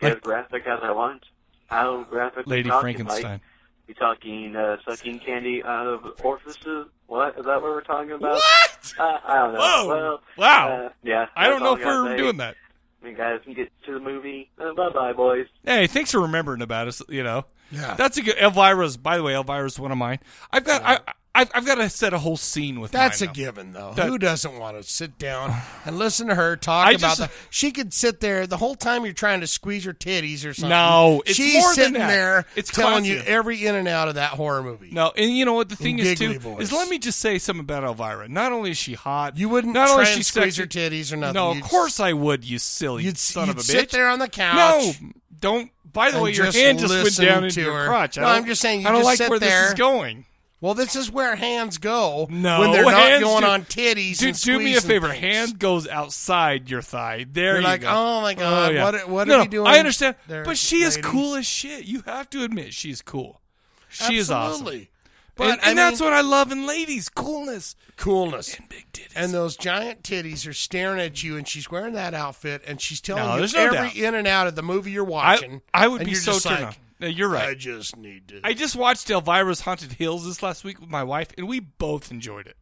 S15: get as graphic as I want. How graphic? we
S1: Lady
S15: talking,
S1: Frankenstein.
S15: Mike? We talking uh, sucking candy out of orifices? What is that? What we're talking about? What? Uh, I don't know.
S1: Whoa.
S15: Well,
S1: Wow.
S15: uh, yeah.
S1: I don't
S15: that's
S1: know
S15: all
S1: if
S15: I gotta
S1: we're
S15: say.
S1: doing that.
S15: You guys can get to the movie. Uh, bye bye, boys.
S1: Hey, thanks for remembering about us. You know,
S15: Yeah.
S1: that's a good. Elvira's, by the way, Elvira's one of mine. I've got, I, I've, I've got to set a whole scene with.
S2: That's a
S1: mine, though.
S2: given, though.
S1: That-
S2: Who doesn't want to sit down and listen to her talk
S1: I
S2: about
S1: just-
S2: that? She could sit there the whole time you're trying to squeeze her titties or something.
S1: No, it's
S2: she's
S1: more than
S2: sitting
S1: that.
S2: there
S1: It's
S2: telling you
S1: classier.
S2: every in and out of that horror movie.
S1: No, and you know what the
S2: In
S1: thing is too
S2: giggly voice.
S1: is let me just say something about Elvira. Not only is she hot, you
S2: wouldn't
S1: not
S2: try
S1: only is she
S2: and squeeze
S1: sexy-
S2: her titties or nothing.
S1: No,
S2: You'd
S1: of course I would. You silly son
S2: you'd
S1: of a bitch.
S2: sit there on the couch.
S1: No, don't. By the
S2: and
S1: way, your
S2: just
S1: hand just went
S2: listen
S1: down into
S2: to
S1: your
S2: her.
S1: crotch. I
S2: No,
S1: don't-
S2: I'm just saying. You
S1: I don't
S2: just
S1: like
S2: sit
S1: where
S2: there.
S1: this is going.
S2: Well, this is where hands go
S1: No,
S2: when they're not
S1: hands
S2: going
S1: do-
S2: on titties.
S1: Dude,
S2: and
S1: do me a
S2: squeezing
S1: favor.
S2: things.
S1: Hand goes outside your thigh. There
S2: You're
S1: you
S2: like,
S1: go.
S2: "Oh my God, what are- what are
S1: no,
S2: we
S1: no,
S2: doing
S1: I understand,
S2: there,
S1: but she is
S2: lady?"
S1: cool as shit. You have to admit she's cool. She is awesome.
S2: Absolutely. But,
S1: and, and
S2: I
S1: that's
S2: mean-
S1: what I love in ladies: coolness.
S2: coolness and big titties. And those giant titties are staring at you, and she's wearing that outfit, and she's telling
S1: No,
S2: you
S1: there's no
S2: every
S1: doubt.
S2: in and out of the movie you're
S1: I,
S2: watching.
S1: I would
S2: and
S1: be
S2: you're
S1: so
S2: just
S1: turned
S2: like,
S1: on. No, you're right.
S2: I just need to.
S1: I just watched Elvira's Haunted Hills this last week with my wife, and we both enjoyed it.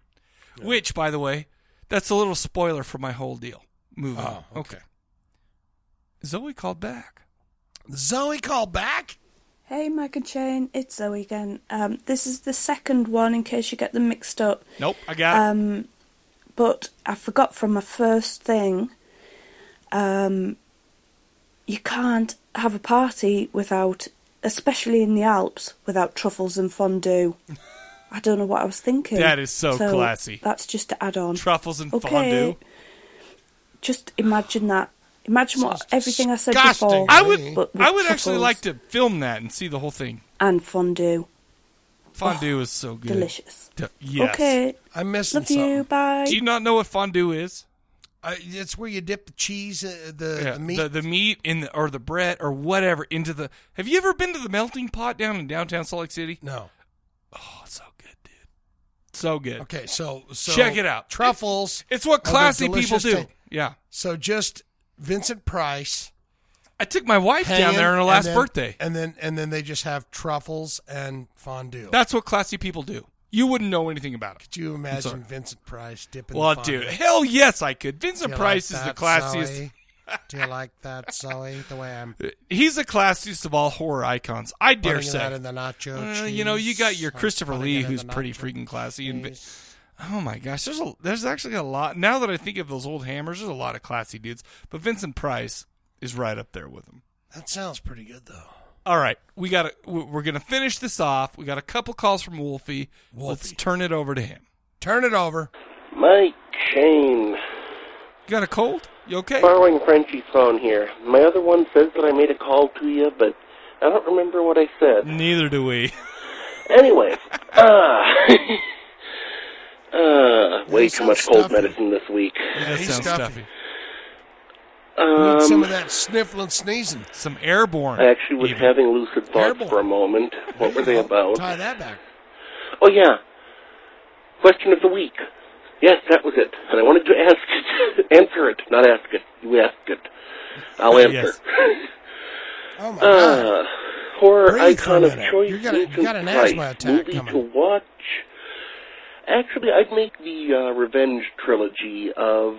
S1: Which, by the way, that's a little spoiler for my whole deal. Moving
S2: Oh,
S1: on. Okay. Zoe called back.
S2: Zoe called back.
S12: Hey, Mike and Shane, it's Zoe again. Um, this is the second one in case you get them mixed up.
S1: Nope, I got it.
S12: Um, but I forgot from my first thing. Um, you can't have a party without, especially in the Alps, without truffles and fondue. I don't know what I was thinking.
S1: That is so classy.
S12: That's just to add on.
S1: Truffles and
S12: okay.
S1: fondue.
S12: Just imagine that. Imagine what everything I said before.
S1: I would.
S12: but with
S1: I would actually
S12: truffles
S1: like to film that and see the whole thing.
S12: and fondue. Oh,
S1: Fondue is so good.
S12: delicious.
S1: D- yes.
S12: Okay.
S2: I'm missing
S12: Love you. Bye.
S1: Do you not know what fondue is?
S2: I, Uh, it's where you dip the cheese, uh, the,
S1: Yeah,
S2: the meat.
S1: the, meat in the, or the bread or whatever into the. Have you ever been to the melting pot down in downtown Salt Lake City?
S2: No.
S1: Oh, it's so good, dude. So good.
S2: okay, so, so
S1: check it out.
S2: Truffles.
S1: It's what
S2: are the
S1: classy people
S2: delicious
S1: do.
S2: thing.
S1: Yeah.
S2: So just Vincent Price.
S1: I took my wife down there on her
S2: and
S1: last
S2: then-
S1: birthday.
S2: and then and then they just have truffles and fondue.
S1: That's what classy people do. You wouldn't know anything about it.
S2: Could you Imagine Vincent Price dipping.
S1: Well,
S2: the
S1: dude,
S2: fondue.
S1: hell yes, I could. Vincent
S2: Do you
S1: Price
S2: like
S1: is the
S2: that,
S1: classiest.
S2: Zoe? Do you like that, Zoe? The way I'm
S1: He's the classiest of all horror icons. I dare
S2: Putting
S1: say.
S2: that in the nacho
S1: Uh, you know, you got your
S2: cheese. I'm
S1: Christopher
S2: putting
S1: Lee,
S2: it in
S1: who's
S2: the
S1: pretty freaking classy, and Oh my gosh, there's a, there's actually a lot. Now that I think of those old hammers, there's a lot of classy dudes, but Vincent Price is right up there with them.
S2: That sounds pretty good though.
S1: All right, we got to we're going to finish this off. We got a couple calls from Wolfie. Let's turn it over to him.
S2: Turn it over.
S16: Mike Shane.
S1: You got a cold? You okay?
S16: Borrowing Frenchie's phone here. My other one says that I made a call to you, but I don't remember what I said.
S1: Neither do we.
S16: Anyway, uh, uh, way too much cold medicine this week.
S1: That sounds stuffy.
S2: We need some
S16: Um,
S2: of that sniffling, sneezing.
S1: Some airborne.
S16: I actually was having lucid thoughts for a moment. What were they about?
S2: Tie that back.
S16: Oh yeah. Question of the week. Yes, that was it. And I wanted to ask it, answer it, not ask it. You asked it. I'll answer.
S9: Yes.
S2: Oh
S16: my uh, Horror
S9: Breathe for a
S16: icon of
S9: minute.
S16: choice.
S9: You got a- you
S16: Vincent
S9: got an
S16: Price.
S9: asthma attack
S16: Movie
S9: coming.
S16: to watch. Actually, I'd make the uh, Revenge trilogy of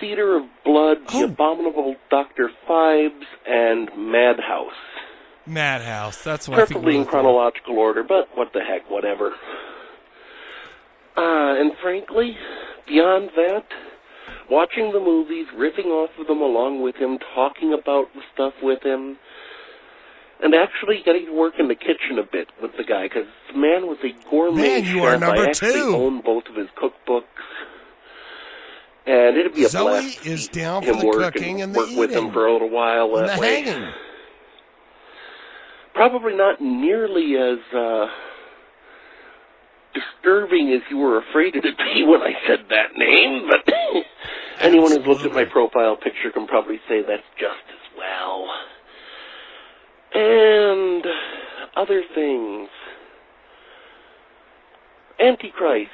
S16: Theater of Blood,
S9: Oh.
S16: The Abominable Doctor Fibes, and Madhouse.
S1: Madhouse. That's what
S16: Preferably
S1: I
S16: in
S1: think. We're
S16: chronological order, but what the heck, whatever. Uh, and frankly, beyond that, watching the movies, riffing off of them along with him, talking about the stuff with him, and actually getting to work in the kitchen a bit with the guy, because the man was a gourmet
S2: Man, you are
S16: chef.
S2: number
S16: I actually
S2: two.
S16: own both of his cookbooks. And it'd be a
S2: Zoe
S16: blast to
S2: is down for
S16: him
S2: the
S16: work
S2: cooking and the
S16: work with him
S2: eating.
S16: for a little while uh,
S2: And
S16: that
S2: the
S16: way.
S2: hanging.
S16: Probably not nearly as uh, disturbing as you were afraid it would be when I said that name, but anyone who's looked at my profile picture can probably say that's just as well. And other things. Antichrist.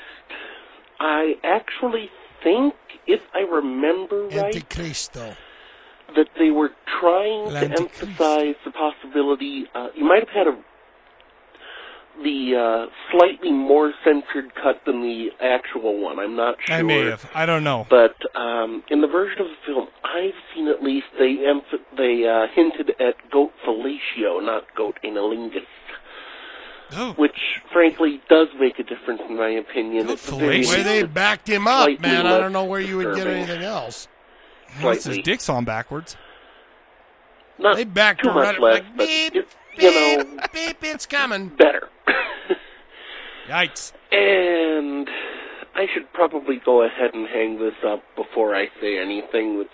S16: I actually think, if I remember right,
S2: Anticristo.
S16: that they were trying to
S2: Atlantic
S16: emphasize the possibility. Uh, you might have had a the uh, slightly more censored cut than the actual one. I'm not sure.
S1: I may have. I don't know.
S16: But um, in the version of the film I've seen, at least they emph- they uh, hinted at goat fellatio, not goat analingus. Which, frankly, does make a difference in my opinion. Goat
S2: The way they backed him up, man. I don't know where you would get anything else.
S1: Unless his dick's on backwards.
S16: Not
S2: they backed
S1: too
S2: her
S1: much
S2: right
S1: less,
S2: up, like,
S1: but
S2: beep,
S1: it-
S16: you
S2: beep, beep, it's coming.
S16: Better.
S1: Yikes.
S16: And I should probably go ahead and hang this up before I say anything that's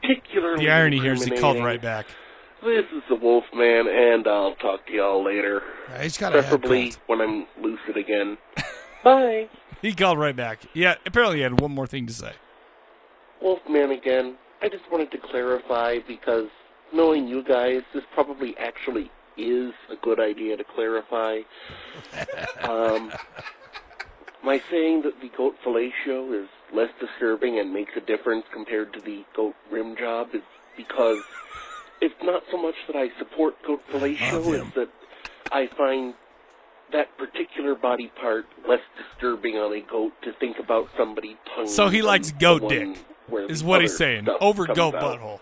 S16: particularly.
S1: The irony here is he called
S16: incriminating.
S1: right back.
S16: This is the Wolfman, and I'll talk to y'all later.
S2: he's
S1: got a head
S16: Preferably when I'm lucid again. Bye.
S1: He called right back. Yeah, apparently he had one more thing to say.
S16: Wolfman again. I just wanted to clarify because knowing you guys, this probably actually is a good idea to clarify. um, my saying that the goat fellatio is less disturbing and makes a difference compared to the goat rim job is because it's not so much that I support goat fellatio, it's that I find that particular body part less disturbing on a goat to think about somebody tongue.
S1: So he likes goat dick, is what he's saying. Over goat butthole.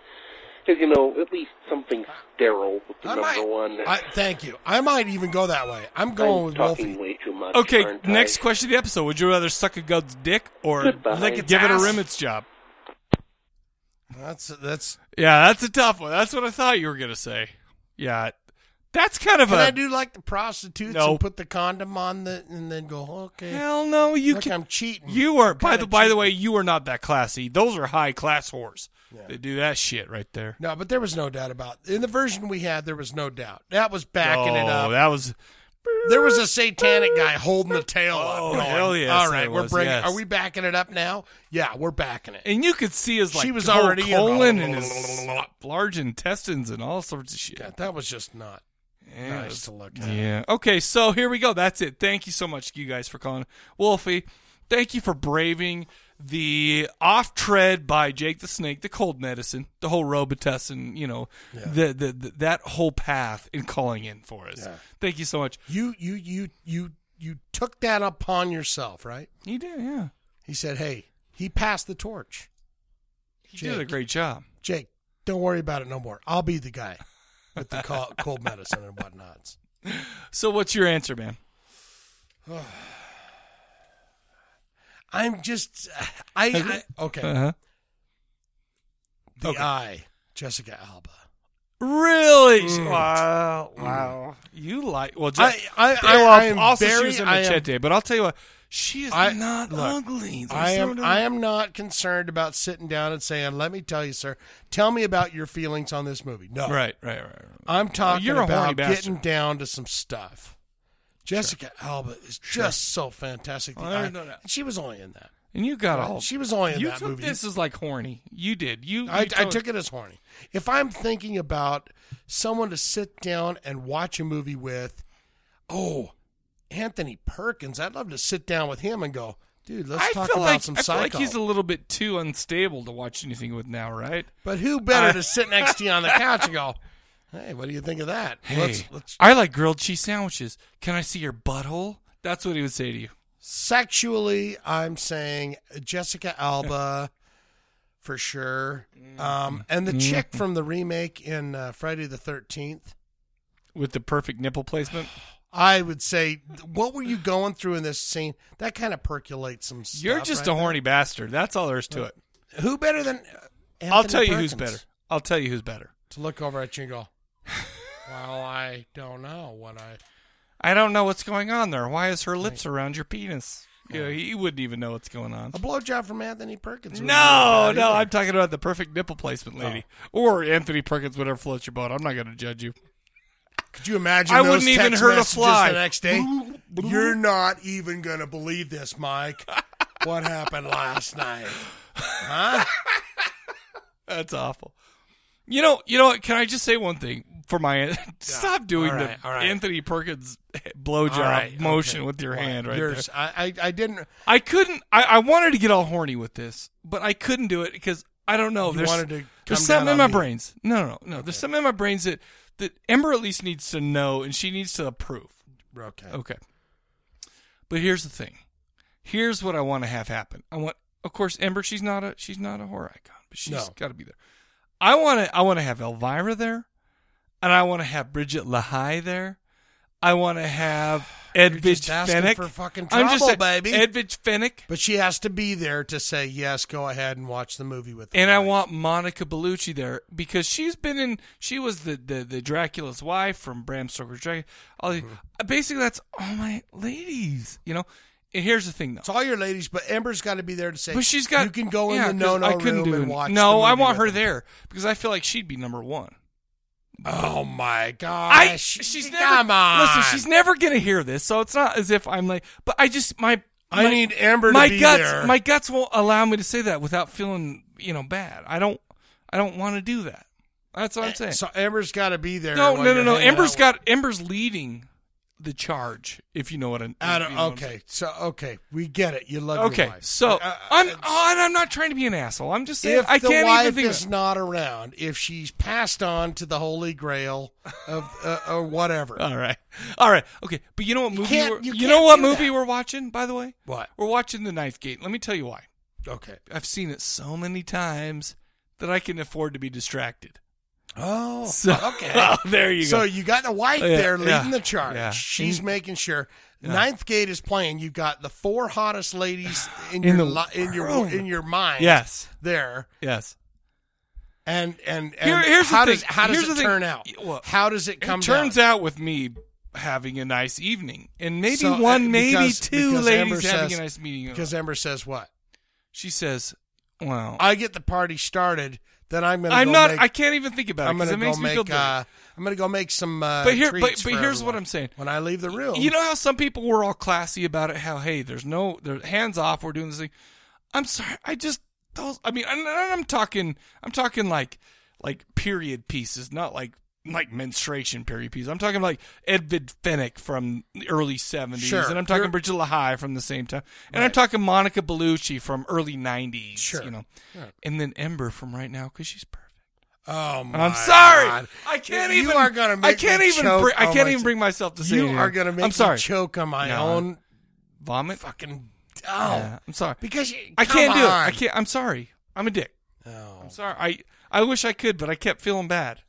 S16: Because you know, at least something sterile with the number one.
S2: I, thank you. I might even go that way. I'm going with
S16: talking
S2: Wolfie.
S16: way too much.
S1: Okay,
S16: aren't I?
S1: next question of the episode. Would you rather suck a goat's dick or
S16: Goodbye.
S1: lick its
S16: Give it a
S1: ass?
S16: rimmets
S1: job?
S2: That's that's.
S1: Yeah, that's a tough one. That's what I thought you were going to say. Yeah. That's kind of
S2: Can
S1: a.
S2: I do like the prostitutes
S1: No.
S2: and put the condom on the and then go okay?
S1: Hell no, you
S2: Look,
S1: can.
S2: I'm cheating.
S1: You are. By the by the way, you are not that classy. Those are high class whores. They do that shit right there.
S2: No, but there was no doubt about in the version we had. There was no doubt that was backing
S1: oh,
S2: it up.
S1: that was.
S2: There was a satanic guy holding the tail up.
S1: Oh,
S2: going,
S1: hell yes,
S2: All
S1: there
S2: right, we're
S1: was,
S2: bringing.
S1: yes.
S2: Are we backing it up now? Yeah, we're backing it.
S1: And you could see his like
S2: She was
S1: whole
S2: already in-
S1: colon and his large intestines and all sorts of shit.
S2: That was just not
S1: Yeah,
S2: nice to look at.
S1: Yeah. Okay, so here we go. That's it. Thank you so much, you guys, for calling. Wolfie, thank you for braving the off tread by Jake the Snake, the cold medicine, the whole Robitussin, you know, the, the, the that whole path in calling in for us.
S2: Yeah.
S1: Thank you so much.
S2: You you you you you took that upon yourself, right?
S1: He did, yeah.
S2: He said, "Hey, he passed the torch."
S1: You did a great job.
S2: Jake, don't worry about it no more. I'll be the guy with the co- cold medicine and whatnots.
S1: So, what's your answer, man?
S2: I'm just I, I okay.
S1: Uh-huh.
S2: The eye, Jessica Alba.
S1: Really?
S2: Mm.
S1: Wow! Wow! Mm. You like well? Just,
S2: I- I- I- I am
S1: also
S2: very-
S1: Susan
S2: I am-
S1: Machete, but I'll tell you what, she is not
S2: look,
S1: ugly. There's
S2: I am.
S1: no-
S2: I am not concerned about sitting down and saying, "Let me tell you, sir. Tell me about your feelings on this movie." No,
S1: Right, right, right, right.
S2: I'm talking
S1: You're a horny
S2: about
S1: bastard.
S2: getting down to some stuff. Jessica Alba is just so fantastic. The
S1: I
S2: eye-
S1: know that.
S2: and She was only in that.
S1: And you got
S2: Right.
S1: all.
S2: She was only in
S1: you
S2: that
S1: took
S2: movie.
S1: This is like horny. You did. You.
S2: I,
S1: you
S2: I
S1: told-
S2: took it as horny. If I'm thinking about someone to sit down and watch a movie with, oh, Anthony Perkins, I'd love to sit down with him and go, dude, let's
S1: I
S2: talk
S1: feel
S2: about
S1: like,
S2: some
S1: I feel
S2: psycho.
S1: like he's a little bit too unstable to watch anything with now, right?
S2: But who better to sit next to you on the couch and go, hey, what do you think of that?
S1: Hey,
S2: Let's, let's
S1: I like grilled cheese sandwiches. Can I see your butthole? That's what he would say to you.
S2: sexually, I'm saying Jessica Alba for sure. Um, and the
S1: Mm.
S2: chick from the remake in uh, Friday the 13th.
S1: With the perfect nipple placement?
S2: I would say, what were you going through in this scene? That kind of percolates some stuff.
S1: You're
S2: right?
S1: just a horny bastard. That's all there is to it.
S2: Who better than. uh,
S1: I'll
S2: Anthony
S1: tell you who's
S2: Perkins
S1: better. I'll tell you who's better.
S2: To look over at you and go, well, I don't know what I.
S1: I don't know what's going on there. Why is her lips around your penis? You know, he wouldn't even know what's going on.
S2: A blowjob from Anthony Perkins. wouldn't
S1: No,
S2: be bad
S1: no,
S2: either.
S1: I'm talking about the perfect nipple placement lady.
S2: Oh.
S1: Or Anthony Perkins, whatever floats your boat. I'm not going to judge you.
S2: Could you imagine?
S1: I
S2: those
S1: wouldn't even
S2: text
S1: hurt a
S2: messages
S1: fly.
S2: the next day. You're not even gonna believe this, Mike. what happened last night? Huh?
S1: That's awful. You know, you know what? Can I just say one thing for my stop doing
S2: all right,
S1: the
S2: all right.
S1: Anthony Perkins blowjob
S2: All right,
S1: motion
S2: okay.
S1: with your
S2: Well,
S1: hand right
S2: yours-
S1: there.
S2: I, I I didn't.
S1: I couldn't. I, I wanted to get all horny with this, but I couldn't do it because I don't know.
S2: You
S1: there's
S2: wanted to come
S1: there's
S2: down
S1: something in my
S2: on me.
S1: brains. No, no, no. There's something in my brains that that Ember at least needs to know, and she needs to approve.
S2: Okay.
S1: Okay. But here's the thing. Here's what I want to have happen. I want, of course, Ember. She's not a she's not a horror icon, but she's
S2: No.
S1: got to be there. I want to I want to have Elvira there, and I want to have Bridget Lahai there. I want to have Edvige
S2: Just asking
S1: Fennec.
S2: for fucking trouble,
S1: I'm just saying,
S2: baby.
S1: Edvige Fennec.
S2: But she has to be there to say yes. Go ahead and watch the movie with.
S1: And I want Monica Bellucci there because she's been in. She was the the, the Dracula's wife from Bram Stoker's Dracula. All the-
S2: Mm-hmm.
S1: Basically, that's all my ladies. You know. And here's the thing, though.
S2: It's all your ladies, but Amber's got to be there to say.
S1: But she's got.
S2: You can go
S1: yeah,
S2: in the
S1: 'cause
S2: no no
S1: I couldn't
S2: room
S1: do
S2: and
S1: it.
S2: watch.
S1: No,
S2: the
S1: I
S2: movie
S1: want
S2: with
S1: her
S2: them.
S1: there because I feel like she'd be number one.
S2: Oh my gosh!
S1: I she's never,
S2: come on.
S1: Listen, she's never gonna hear this, so it's not as if I'm like. But I just my.
S2: I
S1: my-
S2: need Amber to
S1: My
S2: be
S1: guts,
S2: there.
S1: my guts won't allow me to say that without feeling you know bad. I don't. I don't want to do that. That's what I'm saying.
S2: Eh, So Amber's got to be there.
S1: No,
S2: while
S1: no, no,
S2: you're
S1: no.
S2: hanging
S1: Ember's
S2: out
S1: got Ember's leading the charge. If you know what I.
S2: I
S1: if
S2: don't,
S1: you know what I'm
S2: okay, so okay, we get it. You love
S1: Okay,
S2: your wife.
S1: so I'm oh, and I'm not trying to be an asshole. I'm just saying
S2: if
S1: I
S2: the
S1: can't
S2: wife
S1: even think.
S2: is not around, if she's passed on to the holy grail of uh, or whatever,
S1: all right, all right, okay. But you know what movie?
S2: can't-
S1: we're,
S2: you
S1: you, know
S2: can't
S1: what
S2: do
S1: movie
S2: that.
S1: we're watching? By the way,
S2: What?
S1: we're watching The Ninth Gate. Let me tell you why.
S2: Okay,
S1: I've seen it so many times that I can afford to be distracted.
S2: Oh,
S1: So-
S2: okay.
S1: Oh, there you
S2: So
S1: go.
S2: you got the wife
S1: Yeah,
S2: there
S1: yeah,
S2: leading the charge.
S1: yeah. Mm.
S2: She's making sure.
S1: Yeah.
S2: Ninth Gate is playing. You've got the four hottest ladies in, your
S1: In the
S2: li- in your
S1: world.
S2: in your mind.
S1: Yes.
S2: there.
S1: Yes.
S2: And and, and
S1: Here- here's
S2: how
S1: the
S2: does
S1: thing.
S2: how does
S1: Here's the
S2: it
S1: thing.
S2: turn out? how does it come?
S1: it turns out with me having a nice evening and maybe
S2: So, uh,
S1: one maybe
S2: because-
S1: two
S2: because
S1: ladies
S2: Amber
S1: having
S2: says-
S1: a nice meeting
S2: Because Amber says what?
S1: She says, "Well,
S2: I get the party started. Then I'm gonna.
S1: I'm
S2: go
S1: not-
S2: Make,
S1: I can't even think about it
S2: I'm
S1: 'cause
S2: gonna
S1: it makes
S2: go
S1: me feel
S2: make, uh, I'm gonna go make some. Uh,
S1: But here- but-
S2: treats
S1: but
S2: for
S1: here's what
S2: everyone
S1: I'm saying.
S2: When I leave the room,
S1: You know how some people were all classy about it. How hey, there's no there's hands off. We're doing this thing. I'm sorry. I just those. I mean, and and I'm talking. I'm talking like like period pieces, not like like menstruation period pieces. I'm talking like Edvin Fennec from the early 70s,
S2: Sure.
S1: and I'm talking
S2: You're-
S1: Bridget Lahai from the same time, and I'm
S2: Right.
S1: talking Monica Bellucci from early 90s. Sure. You know,
S2: Right.
S1: and then Ember from right now because she's perfect.
S2: Oh my
S1: I'm sorry.
S2: God.
S1: I can't
S2: You
S1: even.
S2: are gonna make
S1: I can't
S2: me
S1: even.
S2: choke
S1: bring, I
S2: on
S1: can't
S2: my-
S1: even bring myself to say.
S2: You
S1: it here.
S2: are gonna make
S1: I'm
S2: me
S1: sorry.
S2: choke on my
S1: No.
S2: own
S1: vomit.
S2: Fucking. Oh,
S1: Yeah, I'm sorry.
S2: Because you-
S1: I
S2: come
S1: can't do it.
S2: on.
S1: I can't. I'm sorry. I'm a dick.
S2: Oh.
S1: I'm sorry. I I wish I could, but I kept feeling bad.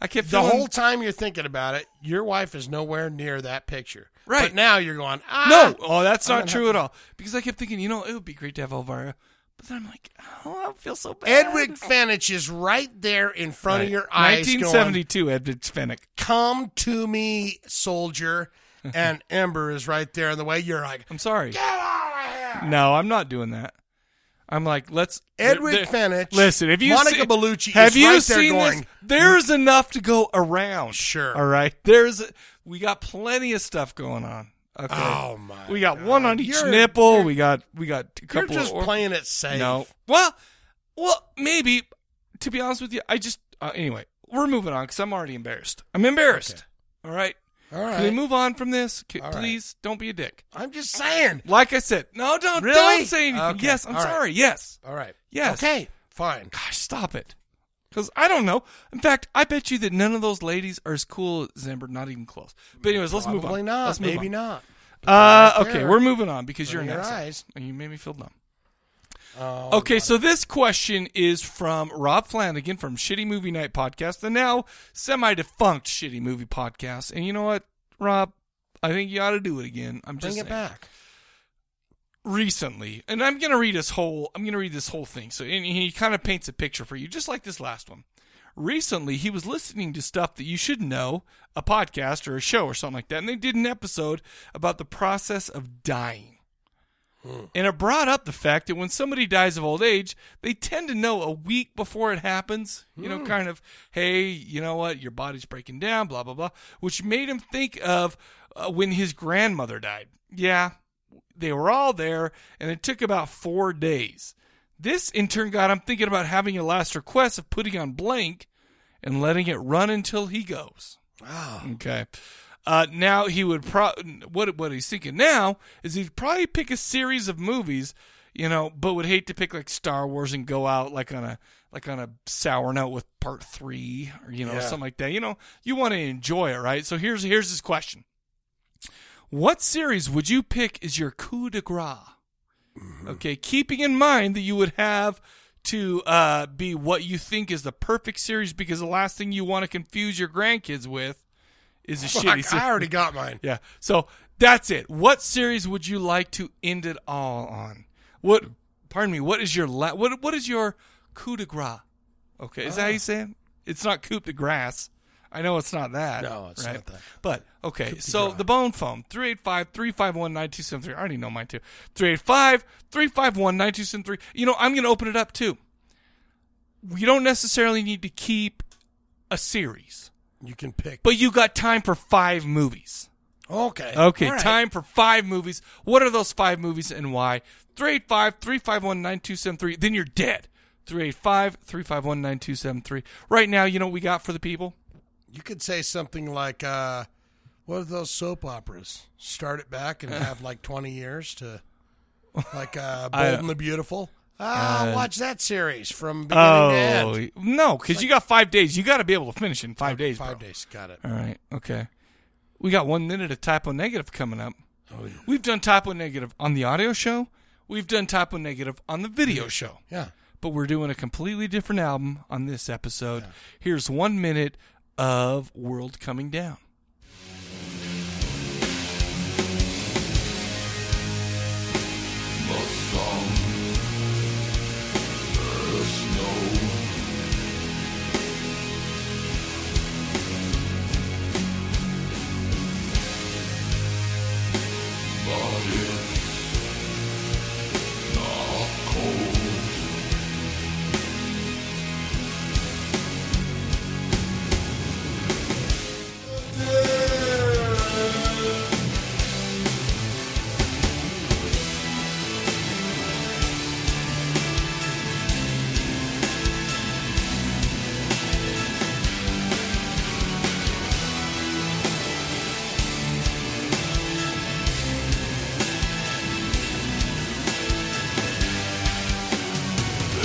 S1: I kept
S2: the
S1: feeling-
S2: whole time you're thinking about it. Your wife is nowhere near that picture.
S1: Right.
S2: But now you're going. Ah,
S1: no, oh, that's
S2: I'm
S1: not
S2: gonna
S1: true
S2: have
S1: at all. Because I kept thinking, you know, it would be great to have Elvira. But then I'm like, oh, I feel so bad.
S2: Edwig Fanich is right there in front of
S1: Right.
S2: your eyes. going,
S1: 1972, Edwig Fennick.
S2: Come to me, soldier. and Ember is right there in the way. You're like,
S1: I'm sorry. No, I'm not doing that. I'm like, let's
S2: Edwig
S1: there- there-
S2: Fanich,
S1: Listen, if you
S2: Monica
S1: see-
S2: Bellucci
S1: have
S2: is
S1: you
S2: right there
S1: seen
S2: going,
S1: this? There's enough to go around. Sure. All right. There's we got plenty of stuff going on. Okay.
S2: Oh, my
S1: We got one on each
S2: You're-
S1: nipple. We got we got a
S2: You're
S1: couple.
S2: just
S1: of or-
S2: playing it safe.
S1: No. Well, well, maybe. To be honest with you, I just uh, anyway. We're moving on because I'm already embarrassed. I'm embarrassed. All right.
S2: All right.
S1: Can we move on from this? Can-
S2: All right.
S1: please don't be a dick.
S2: I'm just saying.
S1: Like I said, no, don't
S2: Really?
S1: don't say anything.
S2: Okay.
S1: Yes, I'm
S2: All right.
S1: sorry. Yes.
S2: All right.
S1: Yes.
S2: Okay. Fine.
S1: Gosh, stop it. Because I don't know. In fact, I bet you that none of those ladies are as cool as Amber. Not even close. But anyways, let's move on.
S2: Probably not.
S1: Let's move
S2: Maybe
S1: on.
S2: not.
S1: Uh,
S2: Right
S1: okay,
S2: there.
S1: we're moving on because you're
S2: Open your
S1: next.
S2: eyes.
S1: And you made me feel dumb.
S2: Oh,
S1: Okay, so this question is from Rob Flanagan from Shitty Movie Night Podcast, the now semi defunct Shitty Movie Podcast. And you know what, Rob? I think you ought to do it again. I'm
S2: Bring
S1: just
S2: it
S1: saying.
S2: back.
S1: recently, and I'm gonna read this whole. I'm gonna read this whole thing. So and he kind of paints a picture for you, just like this last one. Recently, he was listening to stuff that you should know, a podcast or a show or something like that, and they did an episode about the process of dying. And it brought up the fact that when somebody dies of old age, they tend to know a week before it happens, you know,
S2: Hmm.
S1: kind of, hey, you know what, your body's breaking down, blah, blah, blah, which made him think of uh, when his grandmother died. Yeah, they were all there, and it took about four days. This, in turn, got him thinking about having a last request of putting on blank and letting it run until he goes.
S2: Wow.
S1: Okay. Uh, now he would pro what what he's thinking now is he'd probably pick a series of movies, you know, but would hate to pick like Star Wars and go out like on a like on a sour note with part three or you know
S2: Yeah.
S1: something like that. You know, you want to enjoy it, right? So here's here's his question: What series would you pick as your coup de grace? Okay, keeping in mind that you would have to uh, be what you think is the perfect series because the last thing you want to confuse your grandkids with is a
S2: Fuck,
S1: shitty series.
S2: I already got mine.
S1: Yeah. So that's it. What series would you like to end it all on? What? Pardon me. What is your la- what? What is your coup de grace? Okay, is that
S2: Uh,
S1: how you say it? It's not coup de grass. I know it's not that.
S2: No, it's
S1: right?
S2: not that.
S1: But okay, so the bone phone 385-351-9273. I already know mine too. 385-351-9273. You know, I'm going to open it up too. You don't necessarily need to keep a series.
S2: You can pick.
S1: But you got time for 5 movies.
S2: Okay.
S1: Okay,
S2: All right.
S1: time for five movies. What are those five movies and why? 385 351 9273. Then you're dead. 385 351 9273. Right now, you know what we got for the people?
S2: You could say something like, uh, "What are those soap operas? Start it back
S1: Uh.
S2: and have like twenty years to, like uh, Bold
S1: I-
S2: and the Beautiful. Ah,
S1: Uh,
S2: watch that series from beginning to
S1: Oh,
S2: end.
S1: no, because you got five days. You got to be able to finish in five days.
S2: Five
S1: bro.
S2: days, got it.
S1: All right, okay. We got one minute of typo negative coming up.
S2: Oh,
S1: We've done typo negative on the audio show, we've done typo negative on the video show.
S2: Yeah.
S1: but we're doing a completely different album on this episode. Here's one minute of World Coming Down.
S9: The sun, the snow. But it's not cold.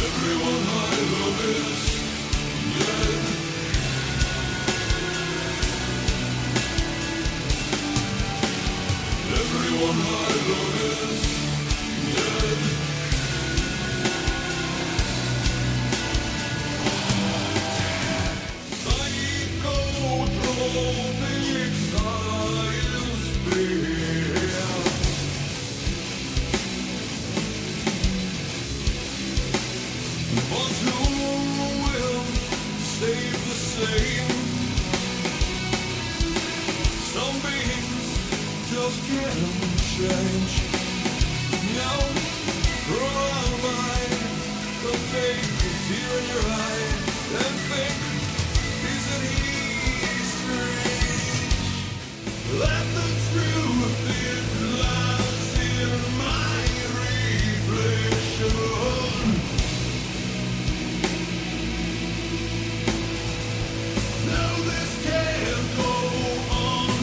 S9: Everyone I love is dead. Everyone I love is dead. Sign girls can change. Now, wrong am I? The fake fear in your eye and fake is an history. Let the truth it lies in my reflection. No, this can't go on.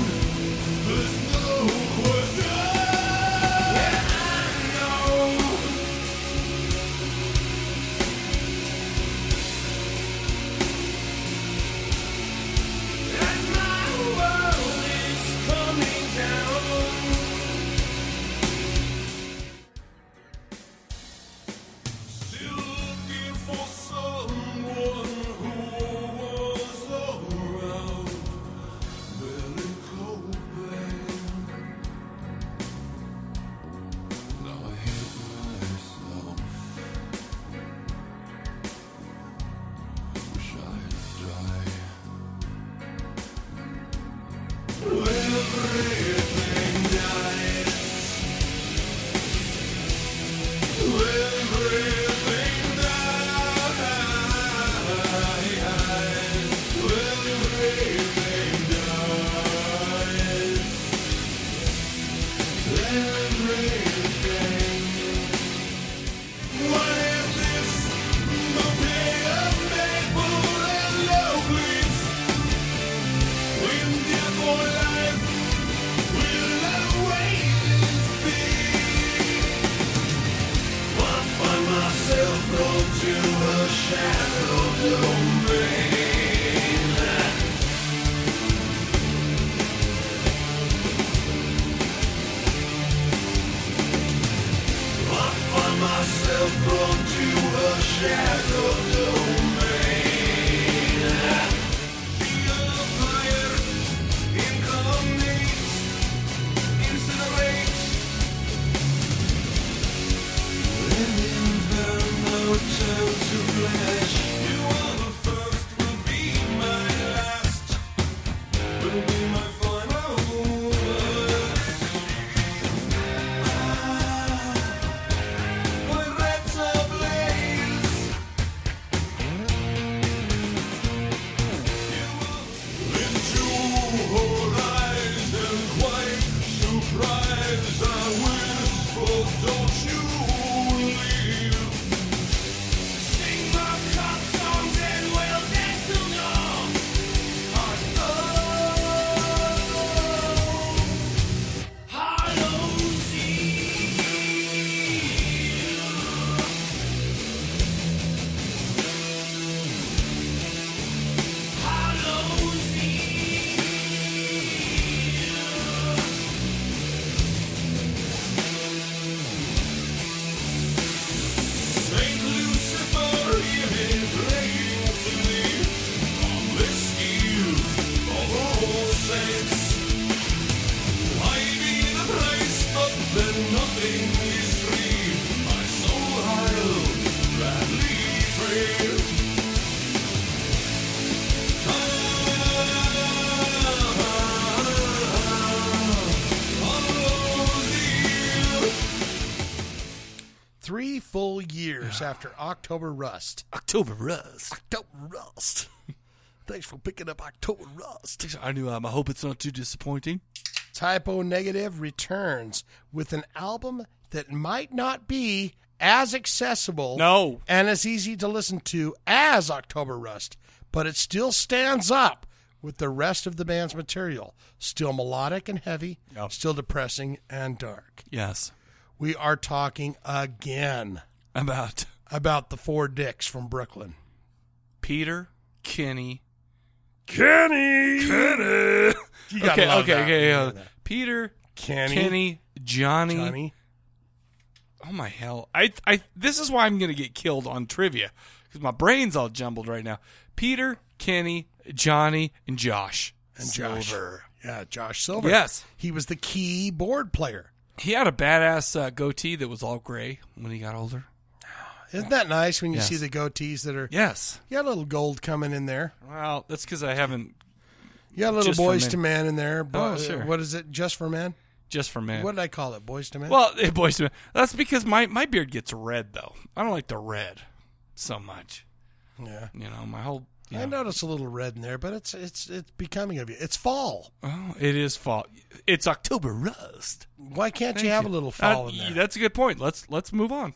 S9: There's no question. Yeah, I know. And my world is coming down. Still looking for someone who was around. Mary Cobain. Now I hate myself. Wish I'd die. Everything dies. Everything Ah.
S2: Three full years after October Rust.
S1: October Rust.
S2: October Rust. Thanks for picking up October Rust.
S1: I knew. Um, I hope it's not too disappointing.
S2: Typo Negative returns with an album that might not be as accessible
S1: No.
S2: and as easy to listen to as October Rust, but it still stands up with the rest of the band's material. Still melodic and heavy, still depressing and dark.
S1: Yes.
S2: We are talking again
S1: About
S2: about the four dicks from Brooklyn.
S1: Peter, Kenny,
S2: Kenny,
S1: Kenny.
S2: You gotta
S1: okay,
S2: love
S1: okay,
S2: that.
S1: okay.
S2: You
S1: yeah.
S2: gotta love that.
S1: Peter,
S2: Kenny.
S1: Kenny, Johnny.
S2: Johnny.
S1: Oh my hell! I, I, this is why I'm gonna get killed on trivia because my brain's all jumbled right now. Peter, Kenny, Johnny, and Josh.
S2: And Josh. Yeah, Josh Silver.
S1: Yes.
S2: He was the keyboard player.
S1: He had a badass uh, goatee that was all gray when he got older.
S2: Isn't that nice when you
S1: Yes.
S2: see the goatees that are
S1: Yes.
S2: You got a little gold coming in there.
S1: Well, that's because I haven't.
S2: You got a little
S1: Just for
S2: boys
S1: men.
S2: to man in there. Bo-
S1: Oh, sure.
S2: What is it? Just for men?
S1: just for men.
S2: What did I call it? Boys to men.
S1: Well, it boys to men. That's because my, my beard gets red though. I don't like the red so much.
S2: Yeah.
S1: You know, my whole you
S2: I
S1: know,
S2: noticed a little red in there, but it's it's it's becoming of you. It's fall.
S1: Oh, it is fall. It's October rust.
S2: Why can't
S1: Thank
S2: you have
S1: you.
S2: a little fall
S1: Uh,
S2: in
S1: y-
S2: there?
S1: That's a good point. Let's let's move on.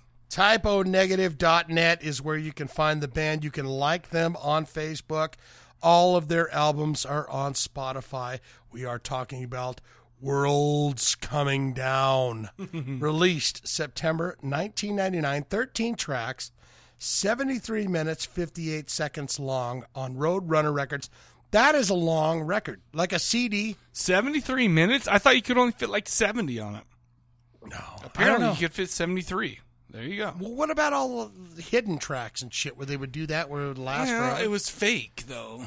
S2: typonegative.net is where you can find the band. You can like them on Facebook. All of their albums are on Spotify. We are talking about Worlds Coming Down, released September 1999, 13 tracks, 73 minutes 58 seconds long on Roadrunner Records. That is a long record, like a CD.
S1: 73 minutes? I thought you could only fit like 70 on it.
S2: No.
S1: Apparently,
S2: know.
S1: you could fit seventy three. There you go.
S2: Well, what about all the hidden tracks and shit where they would do that where it would last
S1: Yeah,
S2: for
S1: it was fake though.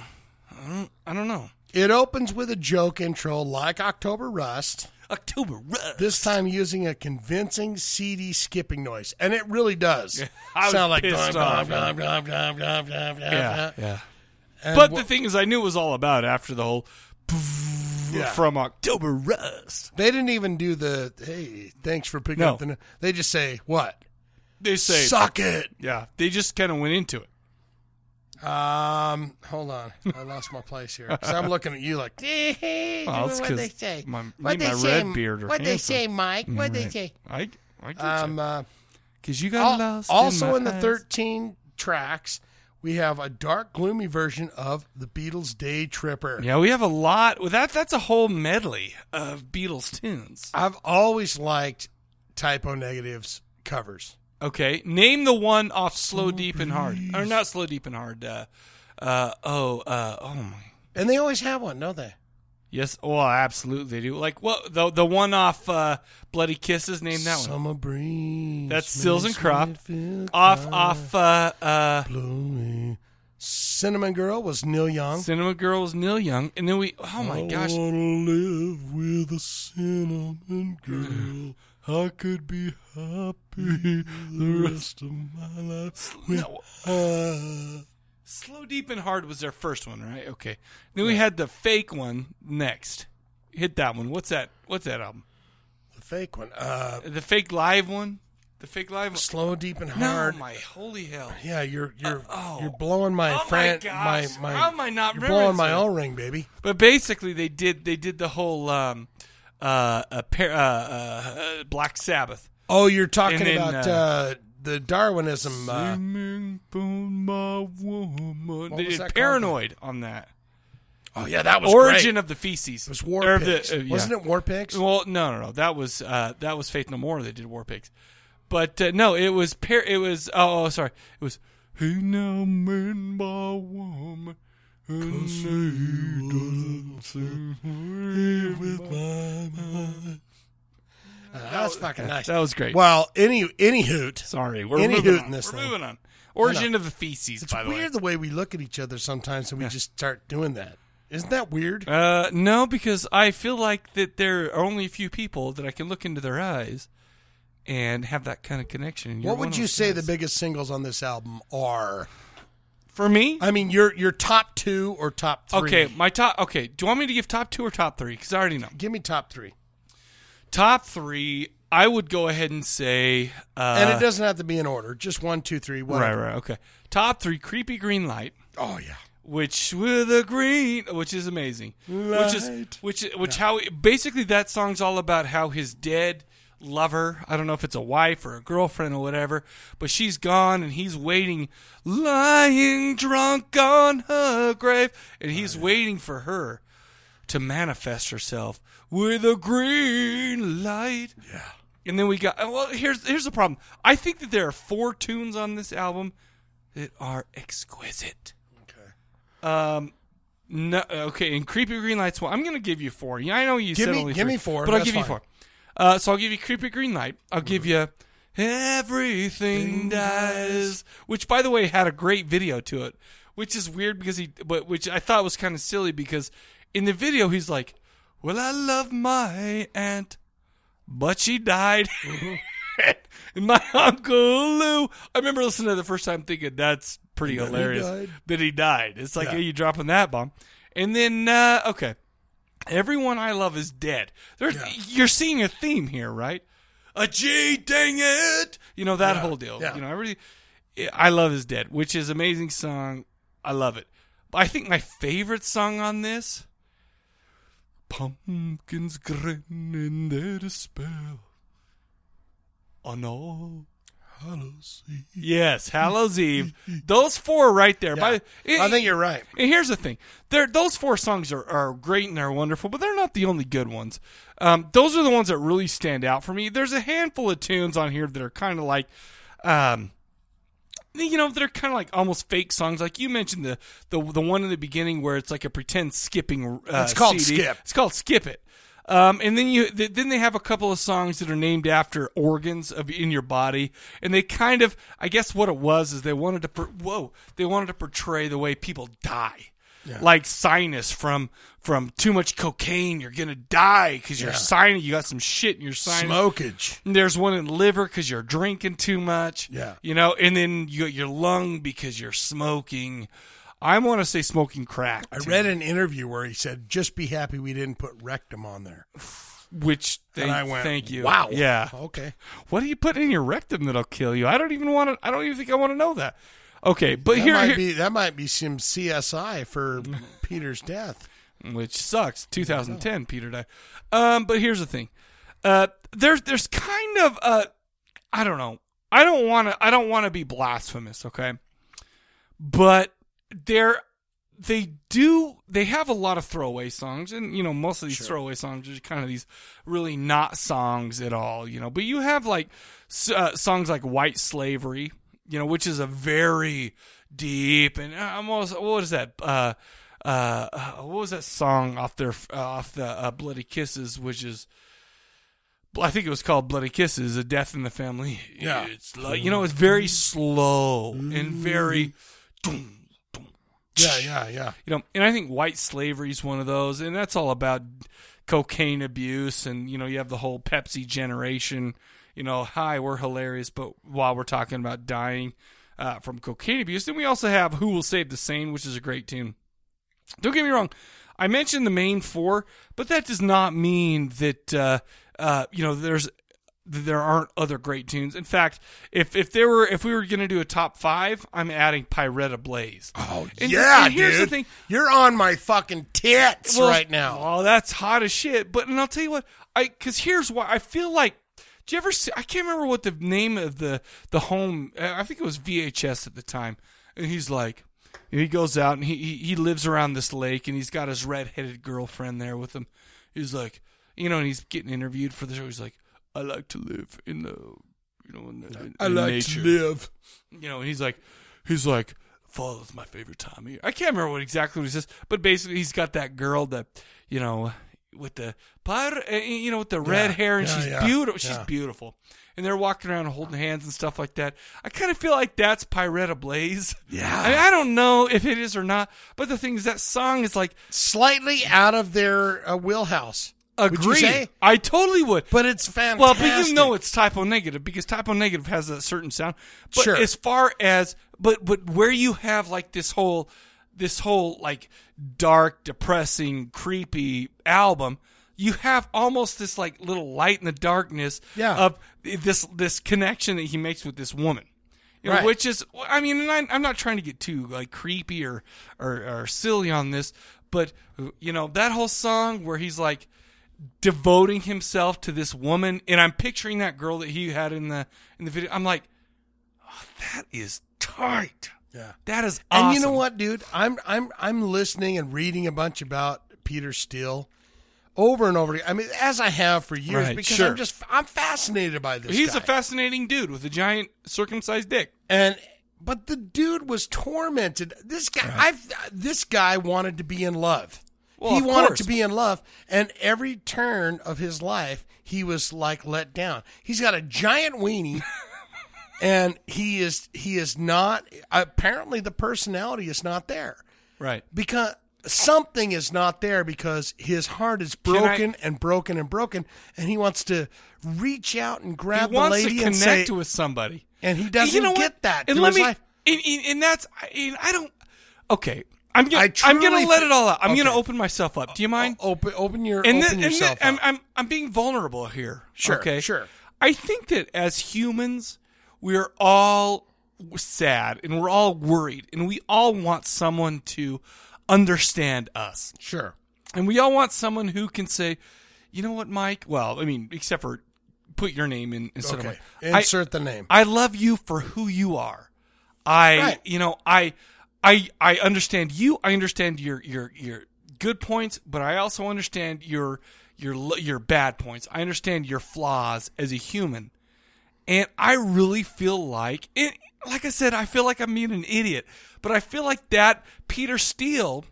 S1: I don't, I don't know.
S2: It opens with a joke intro like October Rust.
S1: October Rust.
S2: This time using a convincing CD skipping noise. And it really does.
S1: I was
S2: Sound like
S1: pissed
S2: "Dum,
S1: off.
S2: dum, dum, dum, dum, dum, dum,
S1: Yeah,
S2: dum."
S1: yeah.
S2: And
S1: but
S2: wha-
S1: the thing is, I knew it was all about after the whole
S2: Yeah.
S1: from October Rust.
S2: They didn't even do the hey, thanks for picking
S1: No.
S2: up the n-" they just say what?
S1: They say
S2: Suck it.
S1: Yeah, they just kind of went into it.
S2: Um hold on. I lost my place here. Cuz I'm looking at you like
S1: Well, it's
S2: what
S1: 'cause
S2: they say?
S1: my- me
S2: What'd
S1: and my
S2: they say?
S1: red beard are
S2: What'd they
S1: handsome. Mm.
S2: say, Mike?
S1: Yeah,
S2: What'd they
S1: right.
S2: say?
S1: I I get
S2: Um, uh,
S1: because you got
S2: Al-
S1: lost.
S2: Also,
S1: my
S2: in, the
S1: eyes.
S2: 13 tracks, we have a dark, gloomy version of the Beatles' "Day Tripper."
S1: Yeah, we have a lot. Well, that that's a whole medley of Beatles tunes.
S2: I've always liked typo negatives covers.
S1: Okay, name the one off "Slow, Deep, and Hard," or not "Slow, Deep, and Hard." Uh, uh, oh, uh, oh my.
S2: And they always have one, don't they?
S1: Yes, well, absolutely they do. Like what the the one off uh, "Bloody Kisses"? Name that one.
S2: Summer breeze.
S1: That's Sills and
S2: makes
S1: Crop.
S2: me feel
S1: Off,
S2: fine.
S1: off. Uh, uh,
S2: Cinnamon Girl was Neil Young.
S1: Cinema Girl was Neil Young, and then we. Oh my gosh.
S2: I wanna live with a cinnamon girl. I could be happy the rest of my life. with her.
S1: Slow, Deep, and Hard was their first one, right? Okay. Then we had the fake one next. Hit that one. What's that? What's that album?
S2: The fake one. Uh,
S1: the fake live one. The fake live one.
S2: Slow, deep, and
S1: No,
S2: hard.
S1: my holy hell. Uh,
S2: Yeah, you're you're you're blowing my
S1: Oh my
S2: friend my,
S1: gosh.
S2: my
S1: How am I not
S2: You're blowing
S1: remembering
S2: my
S1: this?
S2: O ring, baby.
S1: But basically, they did they did the whole um, uh, a pair, uh, uh, uh, Black Sabbath.
S2: Oh, you're talking
S1: And then,
S2: about uh, the Darwinism. Uh,
S1: they
S2: what was
S1: did
S2: that called?
S1: Paranoid on that.
S2: Oh yeah, that was
S1: Origin
S2: great.
S1: of the Feces. It
S2: was War Pigs. Wasn't it War Pigs?
S1: Well, no, no, no. That was uh, that was Faith No More. They did War Pigs, but uh, no, it was par- it was oh, oh, sorry, it was He now made my woman. and he doesn't seem to with my mind.
S2: Uh, that was fucking nice.
S1: That was great.
S2: Well, any any hoot.
S1: Sorry, we're
S2: any
S1: moving
S2: hoot
S1: on.
S2: in this
S1: We're
S2: thing.
S1: moving on.
S2: No, no.
S1: Origin of the feces,
S2: It's
S1: by the way.
S2: weird the way we look at each other sometimes, and we just start doing that. Isn't that weird?
S1: Uh, no, because I feel like that there are only a few people that I can look into their eyes and have that kind of connection. and you're
S2: What
S1: one
S2: would
S1: of
S2: you
S1: those
S2: say
S1: guys.
S2: the biggest singles on this album are?
S1: For me,
S2: I mean your your top two or top three.
S1: Okay, my top. Okay, do you want me to give top two or top three? Because I already know.
S2: Give me top three.
S1: Top three, I would go ahead and say. Uh,
S2: and it doesn't have to be in order. Just one, two, three.
S1: Right,
S2: Whatever.
S1: right, okay. Top three, creepy green light.
S2: Oh yeah.
S1: Which with a green, which is amazing. Which is
S2: Light.
S1: which which how basically that song's all about how his dead lover, I don't know if it's a wife or a girlfriend or whatever, but she's gone and he's waiting, lying drunk on her grave, and he's waiting for her to manifest herself with a green light. Yeah. And then we got well. Here's here's the problem. I think that there are four tunes on this album that are exquisite. Okay. Um. No. Okay. And creepy green lights. Well, I'm gonna give you four. Yeah, I know you
S2: Give
S1: said
S2: me-
S1: only
S2: give
S1: three,
S2: me four,
S1: but I'll
S2: that's
S1: give you
S2: fine.
S1: four. Uh, so I'll give you creepy green light. I'll give you everything dies, which by the way had a great video to it, which is weird because he, but which I thought was kind of silly because in the video he's like, "Well, I love my aunt, but she died."
S2: Mm-hmm.
S1: and my uncle Lou, I remember listening to it the first time thinking that's pretty
S2: And then he
S1: hilarious
S2: died.
S1: that he died. It's like,
S2: Yeah.
S1: hey, you dropping that bomb. And then, uh, okay. Everyone I love is dead. There, You're seeing a theme here, right? A G, dang it! You know that
S2: Yeah,
S1: whole deal.
S2: yeah.
S1: You know, I really, I love is dead, which is amazing song. I love it. But I think my favorite song on this, pumpkins grin in their despair on all
S2: Hallows Eve.
S1: Yes, Hallows Eve. Those four right there. By, I think
S2: you're right.
S1: And here's the thing: They're, those four songs are, are great and they're wonderful, but they're not the only good ones. Um, those are the ones that really stand out for me. There's a handful of tunes on here that are kind of like, um, you know, they're kind of like almost fake songs. Like you mentioned the the the one in the beginning where it's like a pretend skipping. Uh,
S2: It's called
S1: CD.
S2: Skip.
S1: It's called Skip It. Um, and then you th- then they have a couple of songs that are named after organs of in your body, and they kind of I guess what it was is they wanted to per- whoa they wanted to portray the way people die,
S2: Yeah.
S1: like sinus from from too much cocaine you're gonna die because you're
S2: Yeah.
S1: sinus you got some shit in your sinus
S2: Smokage.
S1: And There's one in liver because you're drinking too much.
S2: Yeah.
S1: you know, and then you got your lung because you're smoking. I want to say smoking crack.
S2: I
S1: too.
S2: read an interview where he said, "Just be happy we didn't put rectum on there."
S1: Which
S2: And
S1: thank,
S2: I went,
S1: thank you.
S2: "Wow,
S1: Yeah.
S2: okay."
S1: What do you put in your rectum that'll kill you? I don't even want to. I don't even think I want to know that. Okay, but
S2: that
S1: here,
S2: might
S1: here-
S2: be that might be some CSI for Peter's death.
S1: which sucks. 2010, Peter died. Um, but here's the thing. Uh, there's there's kind of uh, I don't know. I don't want to. I don't want to be blasphemous. Okay, but they're they do they have a lot of throwaway songs and you know most of these throwaway songs are just kind of these really not songs at all you know but you have like s- uh, songs like white slavery you know which is a very deep and uh, almost what is that uh uh, uh, what was that song off their uh, off the uh, Bloody Kisses, which is, I think it was called Bloody Kisses, a death in the family.
S2: Yeah.
S1: it's like you know, it's very slow and very
S2: Mm-hmm. Yeah, yeah, yeah.
S1: you know, and I think white slavery is one of those, and that's all about cocaine abuse, and you know, you have the whole Pepsi generation. You know, hi, we're hilarious, but while we're talking about dying uh, from cocaine abuse, then we also have "Who Will Save the Sane," which is a great tune. Don't get me wrong, I mentioned the main four, but that does not mean that uh, uh, you know there's there aren't other great tunes. In fact, if if there were if we were going to do a top five, I'm adding Pyretta Blaze. Oh
S2: yeah,
S1: and here's the
S2: dude.
S1: thing:
S2: you're on my fucking tits right now.
S1: Oh, that's hot as shit. But and I'll tell you what, I because here's why I feel like. Do you ever see? I can't remember what the name of the the home. uh, I think it was VHS at the time. And he's like, he goes out and he he, he lives around this lake and he's got his red headed girlfriend there with him. He's like, you know, and he's getting interviewed for the show. He's like, I like to live in the, you know, in the, in,
S2: I
S1: in
S2: like
S1: nature.
S2: to live.
S1: You know, he's like, he's like, fall is my favorite time of year. I can't remember what exactly what he says, but basically he's got that girl that, you know, with the par, eh, you know, with the red
S2: Yeah,
S1: hair, and
S2: yeah,
S1: she's
S2: yeah,
S1: beautiful.
S2: yeah.
S1: She's beautiful, and they're walking around holding hands and stuff like that. I kind of feel like that's Pyretta Blaze. Yeah, I, mean, I don't know if it is or not, but the thing is, that song is like
S2: slightly out of their uh, wheelhouse.
S1: Agree.
S2: Would you say?
S1: I totally would.
S2: But it's fantastic.
S1: Well, but you know it's typo negative because typo negative has a certain sound. But
S2: Sure.
S1: as far as but but where you have like this whole this whole like dark, depressing, creepy album, you have almost this like little light in the darkness
S2: Yeah.
S1: of this this connection that he makes with this woman. You know,
S2: Right.
S1: Which is, I mean, and I, I'm not trying to get too like creepy or, or or silly on this, but you know that whole song where he's like devoting himself to this woman, and I'm picturing that girl that he had in the in the video. I'm like, oh, that is tight.
S2: Yeah,
S1: that is.
S2: And
S1: Awesome.
S2: you know what, dude? I'm I'm I'm listening and reading a bunch about Peter Steele over and over again. I mean, as I have for years
S1: Right,
S2: because
S1: sure.
S2: I'm just I'm fascinated by this.
S1: He's
S2: guy.
S1: a fascinating dude with a giant circumcised dick.
S2: and but the dude was tormented. This guy, I've this guy wanted to be in love.
S1: Well,
S2: he
S1: of
S2: wanted
S1: course.
S2: to be in love, and every turn of his life, he was like let down. He's got a giant weenie, and he is he is not. Apparently, the personality is not there
S1: Right.
S2: because something is not there because his heart is
S1: I-
S2: broken and broken and broken, and he wants to reach out and grab
S1: he
S2: the
S1: wants
S2: lady
S1: to
S2: and
S1: connect
S2: say,
S1: with somebody,
S2: and he doesn't
S1: you know
S2: get
S1: what?
S2: that.
S1: And
S2: through
S1: let
S2: his
S1: me,
S2: life.
S1: and, and, and that's, and I don't. Okay, I'm gonna,
S2: I
S1: I'm
S2: truly
S1: gonna let
S2: thi-
S1: it all out. I'm gonna
S2: Okay.
S1: open myself up. Do you mind?
S2: Open, open your,
S1: and
S2: open
S1: thi- and thi-
S2: yourself.
S1: I'm, I'm, I'm being vulnerable here.
S2: Sure,
S1: Okay.
S2: sure.
S1: I think that as humans, we are all sad and we're all worried and we all want someone to understand us.
S2: Sure.
S1: And we all want someone who can say, you know what, Mike? Well, I mean, except for put your name in instead
S2: Okay.
S1: of Mike. I-
S2: Insert the name.
S1: I love you for who you are. I,
S2: Right.
S1: you know, I, I, I understand you. I understand your your your good points, but I also understand your your l- your bad points. I understand your flaws as a human, and I really feel like it. Like I said, I feel like I'm being an idiot, but I feel like that Peter Steele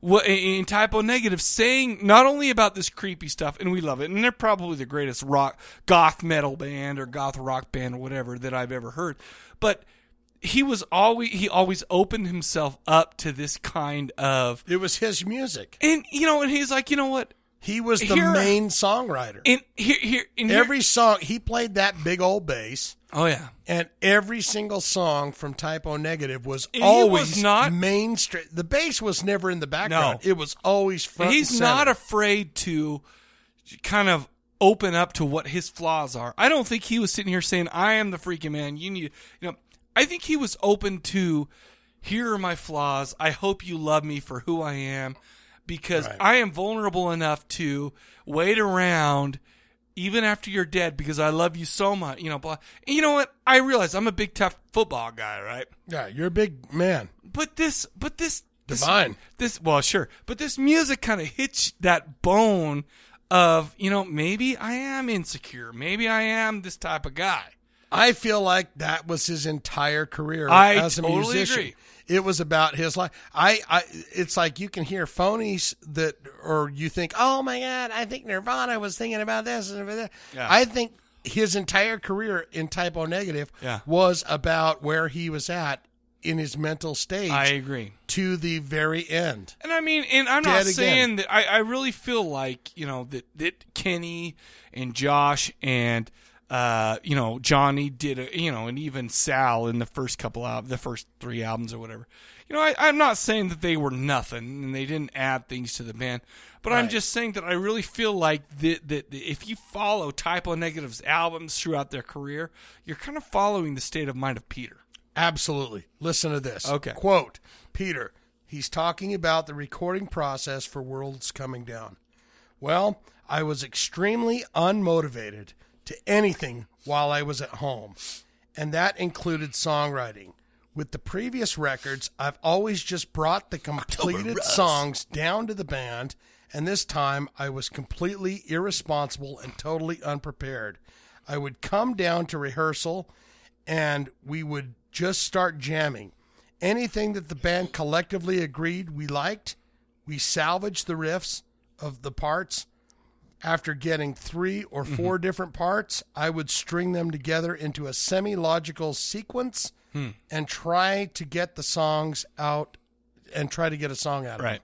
S1: what in typo negative saying not only about this creepy stuff and we love it and they're probably the greatest rock goth metal band or goth rock band or whatever that I've ever heard but he was always he always opened himself up to this kind of
S2: it was his music
S1: and you know and he's like you know what
S2: he was the main songwriter.
S1: and here here and here-
S2: every song he played that big old bass.
S1: Oh yeah.
S2: And every single song from Typo Negative was
S1: He was
S2: always
S1: not-
S2: mainstream. The bass was never in the background. It was always front.
S1: he's not afraid to kind of open up to what his flaws are. I don't think he was sitting here saying, "I am the freaking man." You need, you know, I think he was open to, "Here are my flaws. I hope you love me for who I am, because
S2: Right.
S1: I am vulnerable enough to wait around." Even after you're dead, because I love you so much, you know. Blah. And you know what? I realize I'm a big tough football guy, right?
S2: Yeah, you're a big man.
S1: But this, but this, this-
S2: Divine.
S1: This, well, sure, but this music kind of hits that bone of you know maybe I am insecure, maybe I am this type of guy.
S2: I feel like that was his entire career
S1: I
S2: as a
S1: totally
S2: musician.
S1: agree.
S2: It was about his life. I, I, it's like you can hear phonies that, or you think, oh my god, I think Nirvana was thinking about this and about that.
S1: Yeah.
S2: I think his entire career in Typo Negative
S1: Yeah.
S2: was about where he was at in his mental stage.
S1: I agree.
S2: To the very end.
S1: And I mean, and I'm not
S2: Dead again.
S1: saying that I, I really feel like you know that that Kenny and Josh and uh you know Johnny did a, you know and even Sal in the first couple of the first three albums or whatever. You know, I, I'm not saying that they were nothing and they didn't add things to the band, but I'm
S2: Right.
S1: just saying that I really feel like that, that that if you follow Typo Negative's albums throughout their career, you're kind of following the state of mind of Peter.
S2: Absolutely. Listen to this.
S1: Okay.
S2: Quote Peter, he's talking about the recording process for Worlds Coming Down. Well, I was extremely unmotivated to anything while I was at home, and that included songwriting. With the previous records, I've always just brought the completed
S1: Russ.
S2: songs down to the band, and this time I was completely irresponsible and totally unprepared. I would come down to rehearsal and we would just start jamming. Anything that the band collectively agreed we liked, we salvaged the riffs of the parts. After getting three or 4 different parts, I would string them together into a semi logical sequence
S1: Hmm.
S2: and try to get the songs out and try to get a song out of
S1: Right.
S2: it.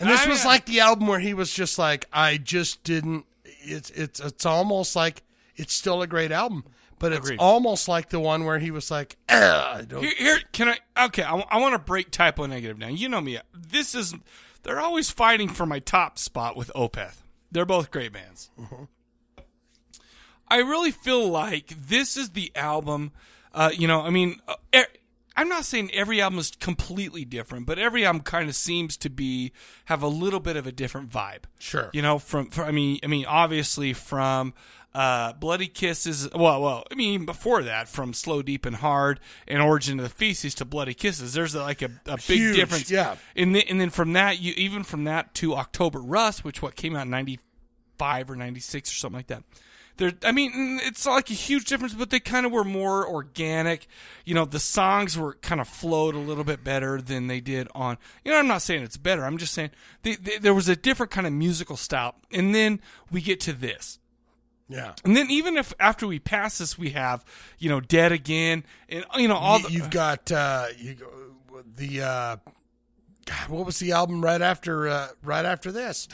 S2: And this
S1: I-
S2: was like the album where he was just like, I just didn't. It's it's it's almost like it's still a great album, but it's
S1: Agreed.
S2: almost like the one where he was like, "Ah, I don't.
S1: Here, here, can I? Okay, I, want to break typo negative down. You know me. This is they're always fighting for my top spot with Opeth. They're both great bands.
S2: Mm-hmm.
S1: I really feel like this is the album. Uh, you know, I mean, uh, e- I'm not saying every album is completely different, but every album kind of seems to be have a little bit of a different vibe.
S2: Sure.
S1: You know, from, from I mean, I mean, obviously from uh, Bloody Kisses. Well, well, I mean, before that, from Slow, Deep, and Hard, and Origin of the Feces to Bloody Kisses. There's like a, a big
S2: Huge,
S1: difference.
S2: yeah.
S1: And then, and then from that, you even from that to October Rust, which what came out in '95 or '96 or something like that. There, I mean, mm, it's not like a huge difference, but they kind of were more organic. You know, the songs were kind of flowed a little bit better than they did on. You know, I'm not saying it's better. I'm just saying they, they, there was a different kind of musical style. And then we get to this.
S2: Yeah.
S1: And then even if after we pass this, we have you know dead again, and you know all
S2: You-
S1: the,
S2: you've got uh, you, go- the uh, God, what was the album right after uh, right after this,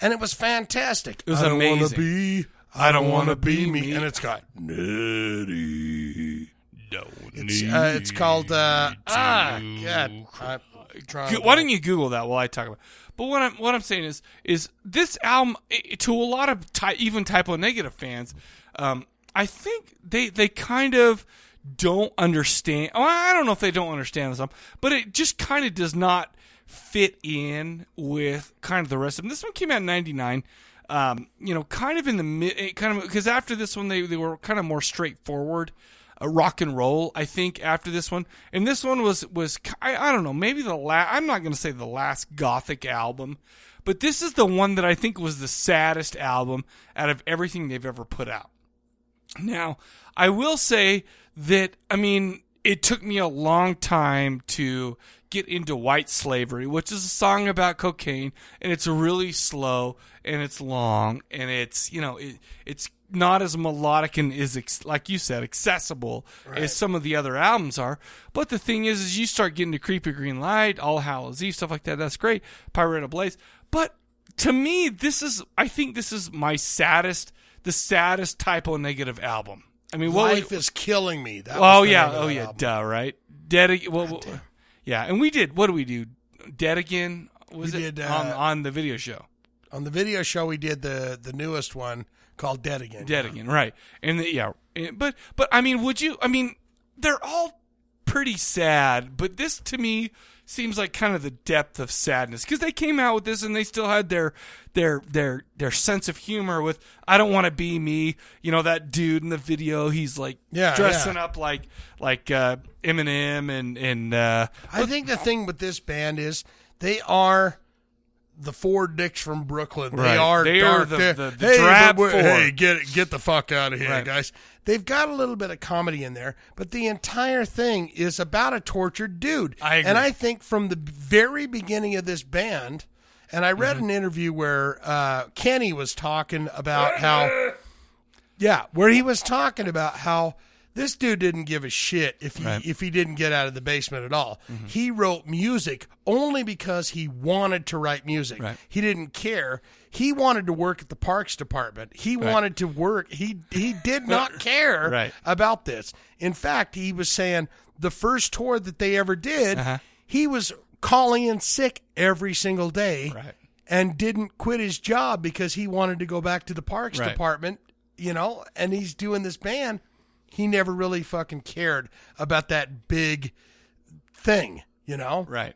S2: and it was fantastic.
S1: It was
S2: I don't wanna
S1: amazing.
S2: be. I don't want to be me. And it's got Nettie.
S1: Don't
S2: uh, It's, uh, it's called uh, Ah God. I,
S1: Go- why don't you Google that while I talk about? It? But what I'm what I'm saying is is this album i- to a lot of ty- even typo negative fans, um, I think they they kind of don't understand. Well, I don't know if they don't understand this album, but it just kind of does not fit in with kind of the rest of them. This one came out in '99. Um, you know, kind of in the mid, it kind of because after this one they they were kind of more straightforward uh, rock and roll. I think after this one, and this one was was ki- I, I don't know maybe the last. I'm not going to say the last gothic album, but this is the one that I think was the saddest album out of everything they've ever put out. Now, I will say that I mean it took me a long time to get into White Slavery, which is a song about cocaine, and it's really slow and it's long and it's you know it, it's not as melodic and is ex- like you said accessible as some of the other albums are. But the thing is, is you start getting to Creepy Green Light, All Hallows Eve, stuff like that. That's great, Pirate Blaze, but to me, this is I think this is my saddest, the saddest typo negative album. I mean, what
S2: Life is killing me. That
S1: oh
S2: was the
S1: yeah,
S2: name of
S1: oh
S2: that
S1: yeah,
S2: album.
S1: duh, right? Dead again. Well, well, yeah, and we did. What do we do? Dead again. Was
S2: We
S1: it
S2: did,
S1: on
S2: uh,
S1: on the video show?
S2: On the video show, we did the the newest one called Dead Again.
S1: Dead again, right? And the, yeah, and- but but I mean, would you? I mean, they're all pretty sad, but this to me seems like kind of the depth of sadness because they came out with this and they still had their their their their sense of humor with I don't want to be me. You know that dude in the video, he's like
S2: Yeah,
S1: dressing
S2: yeah.
S1: up like like uh, Eminem and and uh,
S2: I think the thing with this band is they are the four dicks from Brooklyn. They
S1: Right.
S2: are
S1: They are
S2: dark.
S1: the-
S2: They're-
S1: the- the
S2: hey,
S1: drab
S2: but we're-
S1: four.
S2: hey, get it, get the fuck out of here,
S1: Right.
S2: guys. They've got a little bit of comedy in there, but the entire thing is about a tortured dude.
S1: I agree.
S2: And I think from the very beginning of this band, and I
S1: Mm-hmm.
S2: read an interview where uh, Kenny was talking about how. Yeah, where he was talking about how this dude didn't give a shit if he if he didn't get out of the basement at all.
S1: Mm-hmm.
S2: He wrote music only because he wanted to write music.
S1: Right.
S2: He didn't care. He wanted to work at the parks department. He
S1: Right.
S2: wanted to work. He he did not care
S1: Right.
S2: about this. In fact, he was saying the first tour that they ever did,
S1: Uh-huh.
S2: he was calling in sick every single day. And didn't quit his job because he wanted to go back to the parks
S1: Right.
S2: department, you know, and he's doing this band. He never really fucking cared about that big thing, you know?
S1: Right.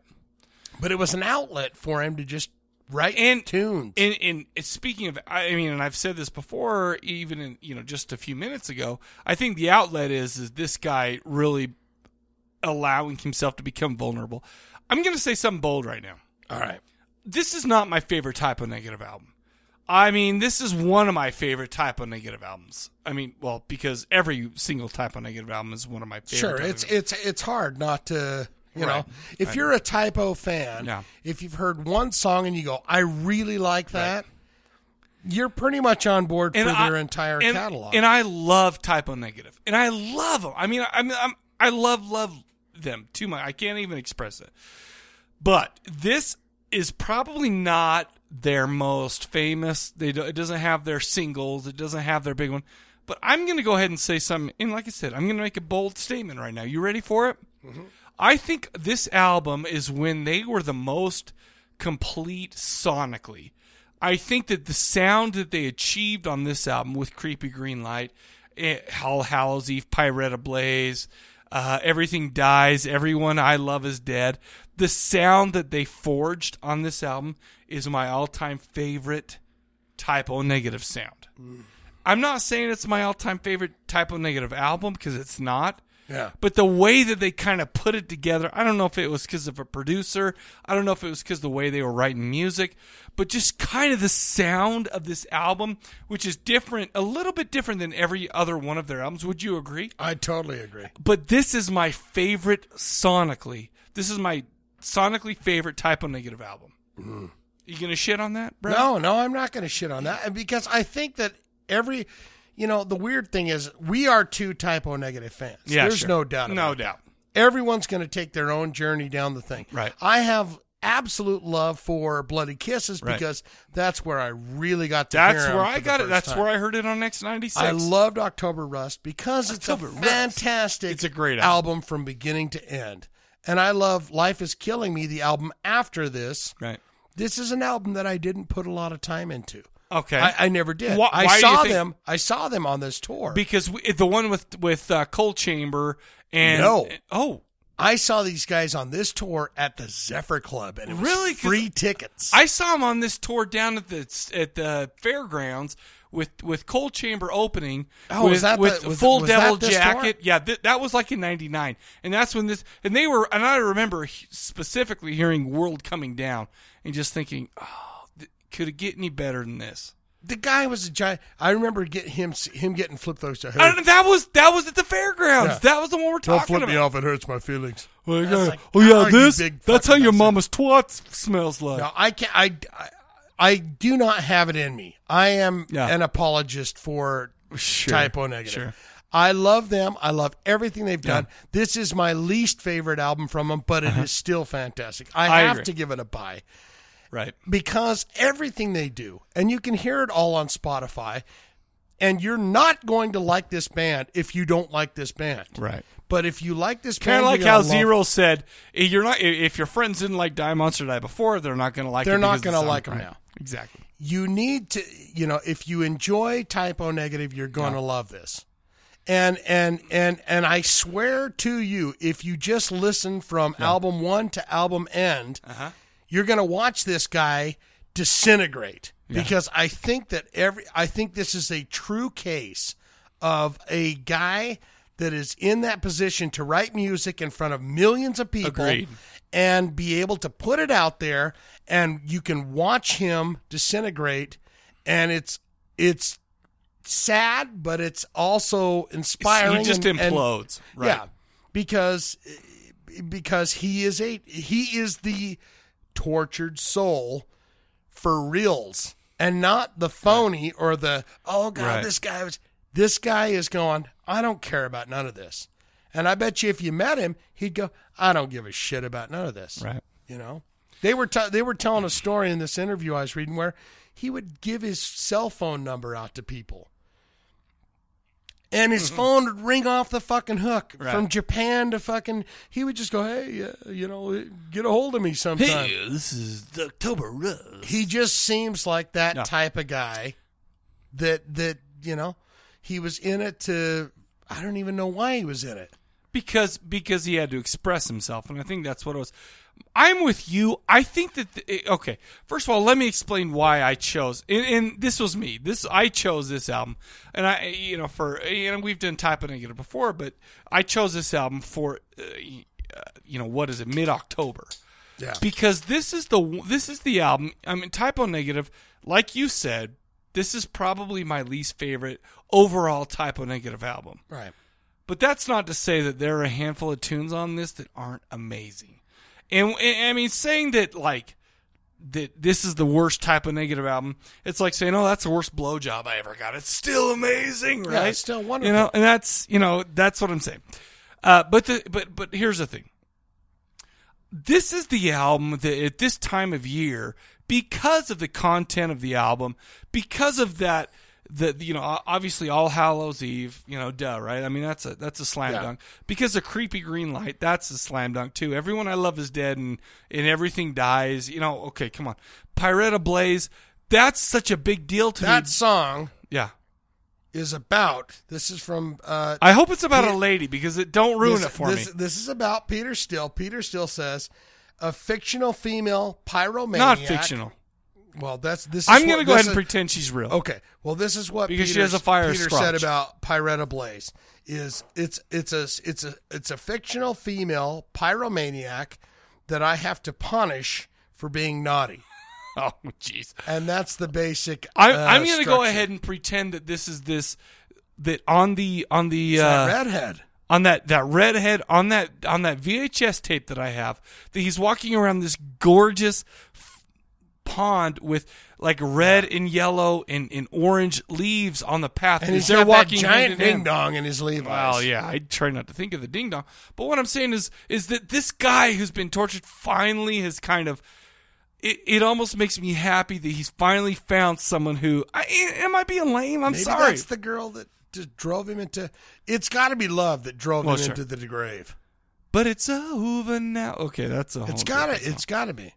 S2: But it was an outlet for him to just write
S1: and
S2: tunes.
S1: And, and it's- speaking of, I mean, and I've said this before, even in, you know just a few minutes ago. I think the outlet is is this guy really allowing himself to become vulnerable. I'm going to say something bold right now.
S2: All right,
S1: this is not my favorite type of negative album. I mean, this is one of my favorite typo negative albums. I mean, well, because every single typo negative album is one of my favorite.
S2: Sure,
S1: typo
S2: it's it's it's hard not to you
S1: Right.
S2: know if
S1: Right.
S2: you're a typo fan,
S1: Yeah.
S2: if you've heard one song and you go, I really like that, you're pretty much on board for
S1: I-
S2: their entire
S1: and-
S2: catalog.
S1: And I love typo negative, and I love them. I mean, I- I'm, I'm I love love them too much. I can't even express it. But this is probably not their most famous. They do, it doesn't have their singles. It doesn't have their big one. But I'm going to go ahead and say something. And like I said, I'm going to make a bold statement right now. You ready for it?
S2: Mm-hmm.
S1: I think this album is when they were the most complete sonically. I think that the sound that they achieved on this album with Creepy Green Light, eh, Hell Hallows Eve, Pirate Blaze, uh, Everything Dies, Everyone I Love Is Dead, the sound that they forged on this album is my all time favorite typo negative sound.
S2: Mm-hmm.
S1: I'm not saying it's my all time favorite typo negative album because it's not.
S2: Yeah.
S1: But the way that they kind of put it together, I don't know if it was because of a producer. I don't know if it was because the way they were writing music, but just kind of the sound of this album, which is different, a little bit different than every other one of their albums. Would you agree?
S2: I totally agree.
S1: But this is my favorite sonically. This is my sonically favorite typo negative album. You gonna shit on that, bro?
S2: Mm. No, no, I'm not going to shit on that because I think that every, you know, the weird thing is we are two typo negative fans.
S1: Yeah,
S2: there's
S1: sure.
S2: no doubt.
S1: No
S2: about that.
S1: doubt.
S2: Everyone's going to take their own journey down the thing.
S1: Right.
S2: I have absolute love for Bloody Kisses
S1: Right.
S2: because that's where I really got to.
S1: That's
S2: hear 'em
S1: where
S2: for
S1: I
S2: the
S1: got it.
S2: first
S1: That's
S2: time.
S1: where I heard it on X ninety six.
S2: I loved October Rust because it's a fantastic
S1: It's a great
S2: album from beginning to end. and I love Life is Killing Me, the album after this.
S1: Right.
S2: This is an album that I didn't put a lot of time into.
S1: Okay.
S2: I, I never did.
S1: Why- why do
S2: I
S1: you
S2: saw
S1: think-
S2: them. I saw them on this tour.
S1: because we, the one with with uh, Cold Chamber and
S2: no.
S1: Oh.
S2: I saw these guys on this tour at the Zephyr Club, and it was
S1: Really? 'Cause
S2: free tickets.
S1: I saw him on this tour down at the at the fairgrounds with with Cold Chamber opening.
S2: Oh,
S1: with,
S2: was that the-
S1: with
S2: was-
S1: Full
S2: was that
S1: Devil
S2: this
S1: Jacket? Yeah, th- that was like in '99, and that's when this and they were and I remember he- specifically hearing "World Coming Down" and just thinking, oh, th- could it get any better than this?
S2: The guy was a giant. I remember get him him getting flipped those to
S1: I don't know, that was that was at the fairgrounds.
S2: Yeah.
S1: That was the one we're
S2: Don't
S1: talking
S2: flip me
S1: about.
S2: off; it hurts my feelings.
S1: Well, yeah.
S2: I was like,
S1: oh yeah,
S2: "Ah, you
S1: this.
S2: big
S1: That's how your mama's twat s- smells like.
S2: No, I can I, I I do not have it in me. I am an apologist for typo negative.
S1: sure.
S2: I love them. I love everything they've done. This is my least favorite album from them, but it is still fantastic. I,
S1: Uh-huh. I
S2: have
S1: agree.
S2: to give it a buy
S1: Right.
S2: because everything they do, and you can hear it all on Spotify, and you're not going to like this band if you don't like this band.
S1: Right.
S2: But if you like this band,
S1: Kind of like
S2: you're
S1: how
S2: gonna love
S1: Zero said, "If "You're not. If your friends didn't like Die Monster Die before, they're not going to like.
S2: They're
S1: it
S2: not
S1: because of
S2: gonna
S1: the song."
S2: like 'em
S1: Right.
S2: now.
S1: Exactly.
S2: you need to you know if you enjoy typo negative you're going to love this and and and and i swear to you if you just listen from album one to album end
S1: Uh-huh.
S2: you're going to watch this guy disintegrate
S1: Yeah.
S2: because i think that every i think this is a true case of a guy that is in that position to write music in front of millions of people
S1: Agreed.
S2: and be able to put it out there and you can watch him disintegrate and it's it's sad but it's also inspiring
S1: He just
S2: and- and-
S1: implodes, right.
S2: yeah because because he is a he is the tortured soul for reals and not the phony or the oh god
S1: Right.
S2: this guy was this guy is going i don't care about none of this and i bet you if you met him he'd go i don't give a shit about none of this
S1: Right.
S2: you know they were t- they were telling a story in this interview i was reading where he would give his cell phone number out to people and his phone would ring off the fucking hook
S1: Mm-hmm. Right.
S2: from Japan to fucking. He would just go, "Hey, uh, you know, get a hold of me sometime."
S1: Hey, this is October Rose.
S2: He just seems like that type of guy that that you know he was in it to. I don't even know why he was in it.
S1: because because he had to express himself and i think that's what it was i'm with you i think that the, okay first of all let me explain why i chose and, and this was me this i chose this album and i you know for and we've done type of negative before but i chose this album for uh, you know what is it mid-october
S2: Yeah.
S1: because this is the this is the album. I mean, typo negative, like you said, this is probably my least favorite overall typo negative album.
S2: Right.
S1: But that's not to say that there are a handful of tunes on this that aren't amazing. And, and I mean, saying that like that this is the worst typo negative album, it's like saying, "Oh, that's the worst blowjob I ever got." It's still amazing, right?
S2: Yeah, it's still wonderful.
S1: You know, and that's you know that's what I'm saying. Uh, but the but but here's the thing this is the album that at this time of year, because of the content of the album, because of that, the you know o- obviously All Hallows Eve, you know, duh, right? I mean that's a that's a slam
S2: Yeah.
S1: dunk. Because of Creepy Green Light, that's a slam dunk too. Everyone I love is dead, and and everything dies. You know, okay, come on, Pirata Blaze, that's such a big deal to me.
S2: That song
S1: Yeah,
S2: is about. This is from. Uh,
S1: I hope it's about
S2: Pe-
S1: a lady because it don't ruin
S2: this,
S1: it for
S2: this,
S1: me.
S2: This is about Peter Still. Peter Still says, "A fictional female pyromaniac."
S1: Not fictional.
S2: Well, that's this. Is
S1: I'm
S2: what-
S1: gonna go
S2: this
S1: ahead and
S2: is-
S1: pretend she's real.
S2: Okay. Well, this is what
S1: Because she
S2: Peter-
S1: has a fire
S2: Peter said
S1: scrotch.
S2: about Piretta Blaze is it's it's a it's a it's a fictional female pyromaniac that I have to punish for being naughty.
S1: Oh, jeez.
S2: And that's the basic.
S1: I,
S2: uh,
S1: I'm going to go
S2: structure.
S1: ahead and pretend that this is this that on the on the
S2: It's
S1: uh,
S2: that redhead.
S1: on that that redhead on that on that VHS tape that I have that he's walking around this gorgeous f- pond with like red and yellow and, and orange leaves on the path
S2: And he's
S1: as they're
S2: got that
S1: walking
S2: giant
S1: hand in hand.
S2: ding-dong in his Levi's.
S1: Well, yeah, I try not to think of the ding dong, but what I'm saying is is that this guy who's been tortured finally has kind of it, it almost makes me happy that he's finally found someone who I, am I being lame? I'm
S2: Maybe
S1: sorry.
S2: That's the girl that just drove him into. It's got to be love that drove
S1: Well,
S2: him
S1: sure.
S2: into the grave.
S1: But it's over now. Okay, that's a whole
S2: It's
S1: different
S2: gotta. It's gotta be.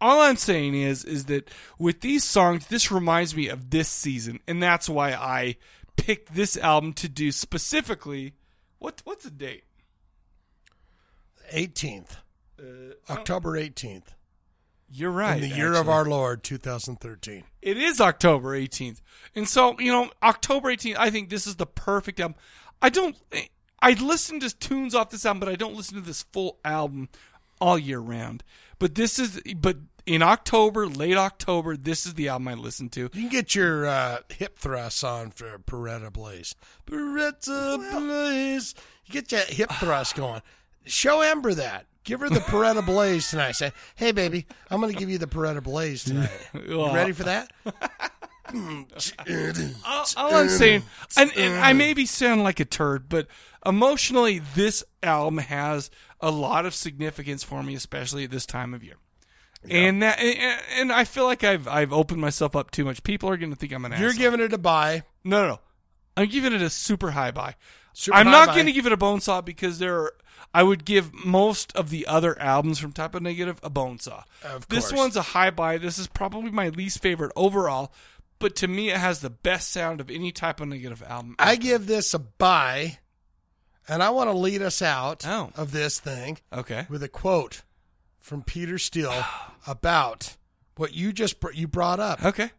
S1: all I'm saying is is that with these songs, this reminds me of this season, and that's why I picked this album to do specifically. What what's the date?
S2: Eighteenth, October eighteenth.
S1: Uh, Oh. You're right.
S2: In the year of
S1: actually.
S2: our Lord, 2013.
S1: It is October 18th. And so, you know, October 18th, I think this is the perfect album. I don't, I listen to tunes off this album, but I don't listen to this full album all year round. But this is, but in October, late October, this is the album I listen to.
S2: You can get your uh, hip thrusts on for Peretta Blaze. Peretta Blaze. You get your hip thrust going. Show Ember that. Give her the Peretta Blaze tonight. Say, hey, baby, I'm going to give you the Peretta Blaze tonight. You ready for that?
S1: all, all I'm saying, and, and I maybe sound like a turd, but emotionally, this album has a lot of significance for me, especially at this time of year. And that, and, and I feel like I've I've opened myself up too much. People are going to think I'm an
S2: You're
S1: asshole.
S2: giving it a buy.
S1: No, no, no. I'm giving it a super high buy.
S2: Super
S1: I'm
S2: high
S1: not
S2: buy.
S1: going to give it a bone saw because there are, I would give most of the other albums from Type of Negative a bone saw.
S2: Of
S1: This
S2: course.
S1: one's a high buy. This is probably my least favorite overall, but to me, it has the best sound of any Type of Negative album.
S2: I give this a buy, and I want to lead us out of this thing.
S1: Oh. Okay.
S2: With a quote from Peter Steele about what you just br- you brought up.
S1: Okay.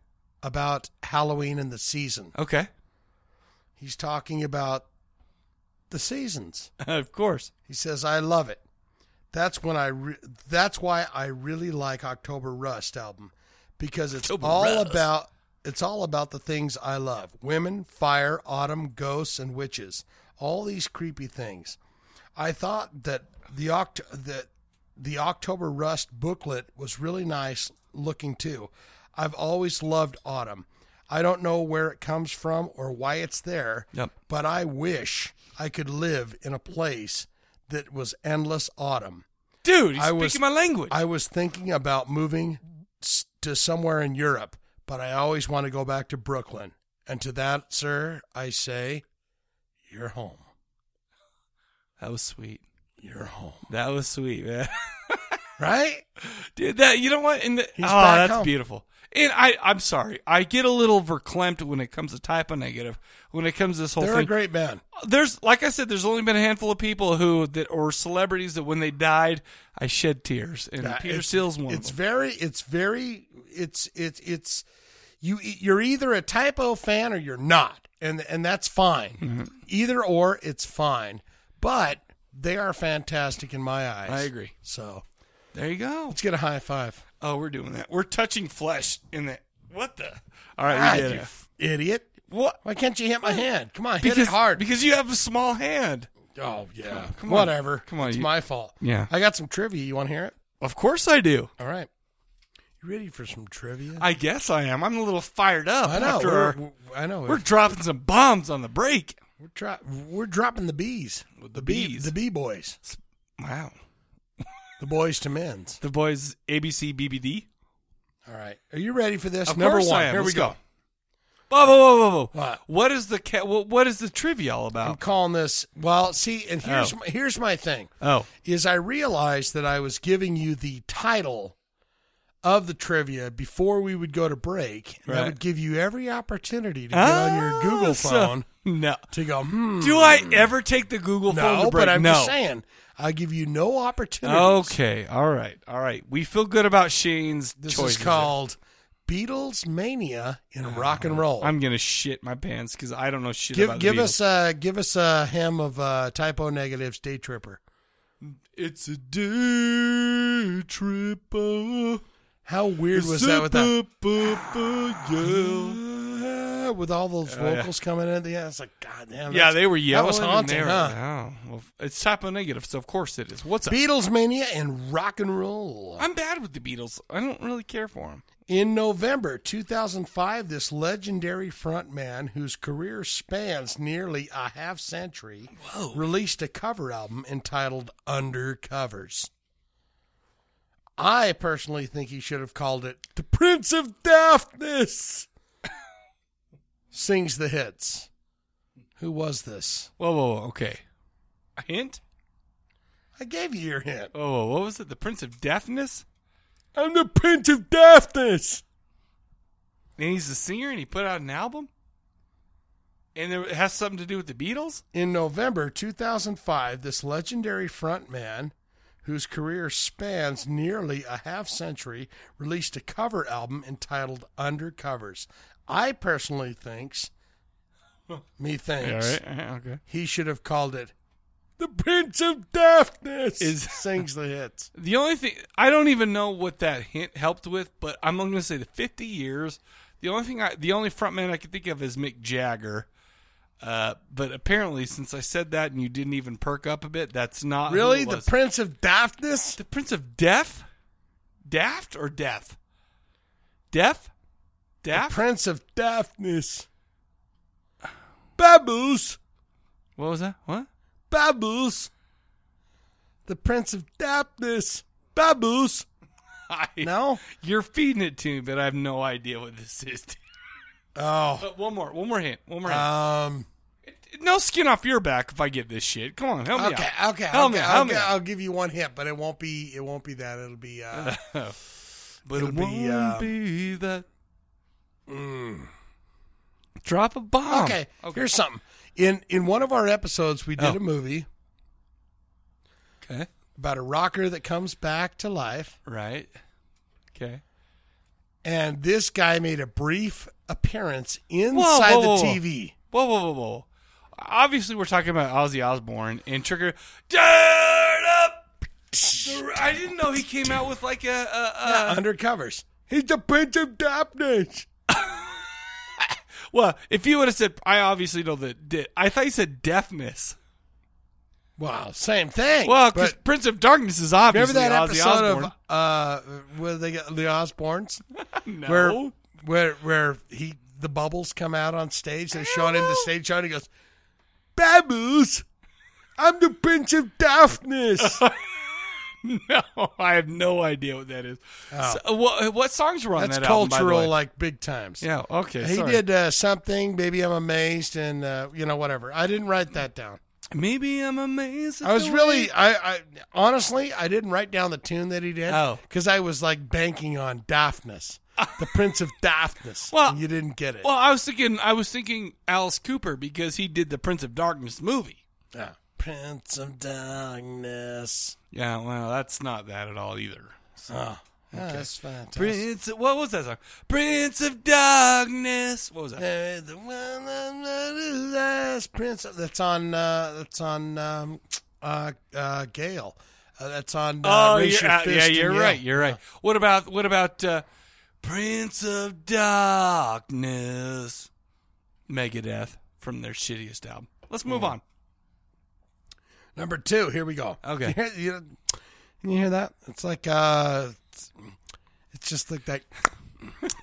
S2: About Halloween and the season.
S1: Okay.
S2: He's talking about the seasons.
S1: of course.
S2: He says, "I love it." That's when I. Re- that's why I really like October Rust album because it's
S1: October
S2: all
S1: Rust.
S2: about it's all about the things I love: women, fire, autumn, ghosts, and witches. All these creepy things. I thought that the Oct- that the October Rust booklet was really nice looking too. I've always loved autumn. I don't know where it comes from or why it's there,
S1: Yep.
S2: but I wish I could live in a place that was endless autumn.
S1: Dude, he's speaking my language.
S2: I was thinking about moving s- to somewhere in Europe, but I always want to go back to Brooklyn. And to that, sir, I say, you're home.
S1: That was sweet.
S2: You're home.
S1: That was sweet, man.
S2: right,
S1: dude. That you know what? And the,
S2: He's
S1: oh,
S2: back
S1: that's
S2: home.
S1: beautiful. And I, I'm sorry, I get a little verklempt when it comes to type of negative. When it comes to this whole
S2: They're a
S1: thing,
S2: great band.
S1: There's, like I said, there's only been a handful of people who that or celebrities that when they died, I shed tears, and
S2: Yeah,
S1: Peter
S2: it's-
S1: Steele's one.
S2: It's very, it's very, it's it's it's you. e, You're either a typo fan or you're not, and and that's fine.
S1: Mm-hmm.
S2: Either or, it's fine. But they are fantastic in my eyes.
S1: I agree.
S2: So
S1: there you go.
S2: Let's get a high five.
S1: Oh, we're doing that. We're touching flesh in that. What the? All right, we
S2: Ah,
S1: did
S2: you
S1: it.
S2: f- idiot.
S1: What?
S2: Why can't you hit my hand? Come on, hit
S1: because,
S2: it hard.
S1: because you have a small hand.
S2: Oh yeah.
S1: Come on.
S2: Whatever.
S1: Come on,
S2: It's
S1: you-
S2: my fault.
S1: Yeah.
S2: I got some trivia. You want to hear it?
S1: Of course I do.
S2: All right. You ready for some trivia?
S1: I guess I am. I'm a little fired up.
S2: I know.
S1: After
S2: We're-
S1: our,
S2: we're- I know.
S1: We're dropping some bombs on the break.
S2: We're dro- we're dropping the bees. The bees. The bee boys.
S1: Wow.
S2: The boys to men's.
S1: The boys ABC BBD.
S2: All right. Are you ready for this?
S1: Of
S2: Number
S1: course
S2: one.
S1: I am.
S2: Here
S1: Let's
S2: we go.
S1: go. Whoa, whoa, whoa, whoa, whoa.
S2: What?
S1: What is the ca- what, what is the trivia all
S2: I'm
S1: about?
S2: calling this. Well, see, and here's
S1: Oh.
S2: my, here's my thing.
S1: Oh.
S2: Is I realized that I was giving you the title of the trivia before we would go to break, and I
S1: Right.
S2: would give you every opportunity to get on your Google
S1: Ah, so-
S2: phone
S1: no.
S2: to go. Hmm.
S1: Do I ever take the Google phone
S2: No,
S1: to break?
S2: but I'm
S1: no.
S2: just saying, I give you no opportunity.
S1: Okay. All right. All right. We feel good about Shane's
S2: This
S1: choices. Ah,
S2: is called Beatles Mania in Rock and Roll.
S1: I'm gonna shit my pants because I don't know shit
S2: give
S1: about
S2: give
S1: the
S2: us
S1: Beatles.
S2: uh, give us a hem of uh, typo negatives day tripper.
S1: It's a day tripper.
S2: How weird was that with that? Uh, with all those
S1: Ah. Oh, yeah.
S2: vocals coming in at the end, it's like God damn.
S1: Yeah,
S2: that's-
S1: they were yelling.
S2: That was haunting,
S1: and they were,
S2: huh?
S1: oh, well, it's typo negative, so of course it is. What's up?
S2: Beatles mania and rock and roll.
S1: I'm bad with the Beatles. I don't really care for them.
S2: In November 2005, this legendary frontman, whose career spans nearly a half century, released a cover album entitled Undercovers. I personally think he should have called it The Prince of Daftness Sings the Hits. Who was this?
S1: Whoa, whoa, whoa. Okay. A hint?
S2: I gave you your hint.
S1: Oh, what was it? The Prince of Deafness?
S2: I'm the Prince of Deafness.
S1: And he's a singer and he put out an album? And it has something to do with the Beatles?
S2: In November 2005, this legendary frontman, whose career spans nearly a half century, released a cover album entitled Undercovers. I personally thinks, me thinks,
S1: Yeah, all right, all right, okay.
S2: he should have called it The Prince of Deafness.
S1: Is-
S2: sings the hits.
S1: The only thing I don't even know what that hint helped with, but I'm going to say the 50 years. The only thing I, the only frontman I can think of is Mick Jagger. Uh, but apparently, since I said that and you didn't even perk up a bit, that's not who
S2: Really?
S1: it
S2: The
S1: was.
S2: Prince of Daftness?
S1: The Prince of Deaf? Daft or Deaf? Deaf? Daft?
S2: The Prince of Daftness. Babbles.
S1: What was that? What?
S2: Babbles. The Prince of Daftness. Babbles.
S1: no, you're feeding it to me, but I have no idea what this is.
S2: Oh,
S1: but one more, one more hint, one more. Hint.
S2: Um,
S1: no skin off your back if I get this shit. Come on, help me
S2: okay,
S1: out.
S2: Okay,
S1: help
S2: okay,
S1: me, out, help
S2: okay,
S1: me. out.
S2: I'll give you one hint, but it won't be. It won't be that. It'll be. Uh,
S1: but
S2: it'll
S1: it won't be,
S2: uh,
S1: that.
S2: mm.
S1: Drop a bomb.
S2: Okay, here's something. In in one of our episodes, we did
S1: Oh.
S2: a movie.
S1: Okay.
S2: About a rocker that comes back to life.
S1: Right. Okay.
S2: And this guy made a brief appearance
S1: Whoa,
S2: inside
S1: whoa, whoa,
S2: the
S1: whoa.
S2: TV.
S1: Whoa, whoa, whoa, whoa! Obviously, we're talking about Ozzy Osbourne and Trigger. Turn up. I didn't know he came out with like a, a, a
S2: Yeah, undercovers. He's the Prince of Darkness.
S1: Well, if you would have said, I obviously know that. di- I thought you said deafness.
S2: Wow, same thing.
S1: Well, because
S2: but-
S1: Prince of Darkness is obviously
S2: Remember that
S1: Ozzy
S2: episode
S1: Osbourne.
S2: of uh, where they got the Osbournes? Where, where, where he the bubbles come out on stage? They're showing him the stage show. and He goes, "Babbles, I'm the Prince of Darkness."
S1: no, I have no idea what that is.
S2: Oh.
S1: So, uh, what, what songs were on
S2: That's
S1: that album, by the
S2: cultural,
S1: way?
S2: like big times.
S1: Yeah, okay,
S2: He
S1: sorry.
S2: did uh, something. Maybe I'm amazed, and uh, you know whatever. I didn't write that down.
S1: Maybe I'm amazed. at
S2: I was
S1: the
S2: really,
S1: way-
S2: I, I honestly, I didn't write down the tune that he did.
S1: Oh.
S2: because I was like banking on Daftness, the Prince of Daftness.
S1: Well-
S2: and you didn't get it.
S1: Well, I was thinking, I was thinking Alice Cooper because he did the Prince of Darkness movie.
S2: Yeah. Prince of Darkness.
S1: Yeah, well, that's not that at all either. So,
S2: Oh. Oh, that's fantastic.
S1: Prince, what was that song? Prince of Darkness. What was that?
S2: There is the one and the last Prince. of- That's on. Uh, that's on. Um, uh, uh, Gale. Uh, that's on. Uh,
S1: Oh,
S2: Raise
S1: you're,
S2: Your
S1: uh, yeah,
S2: Fist
S1: you're
S2: and
S1: right.
S2: Yell.
S1: You're right. What about what about uh, Prince of Darkness, Megadeth from their shittiest album? Let's move on.
S2: Number two. Here we go.
S1: Okay.
S2: You hear, you, can you hear that? It's like. Uh, it's, it's just like that.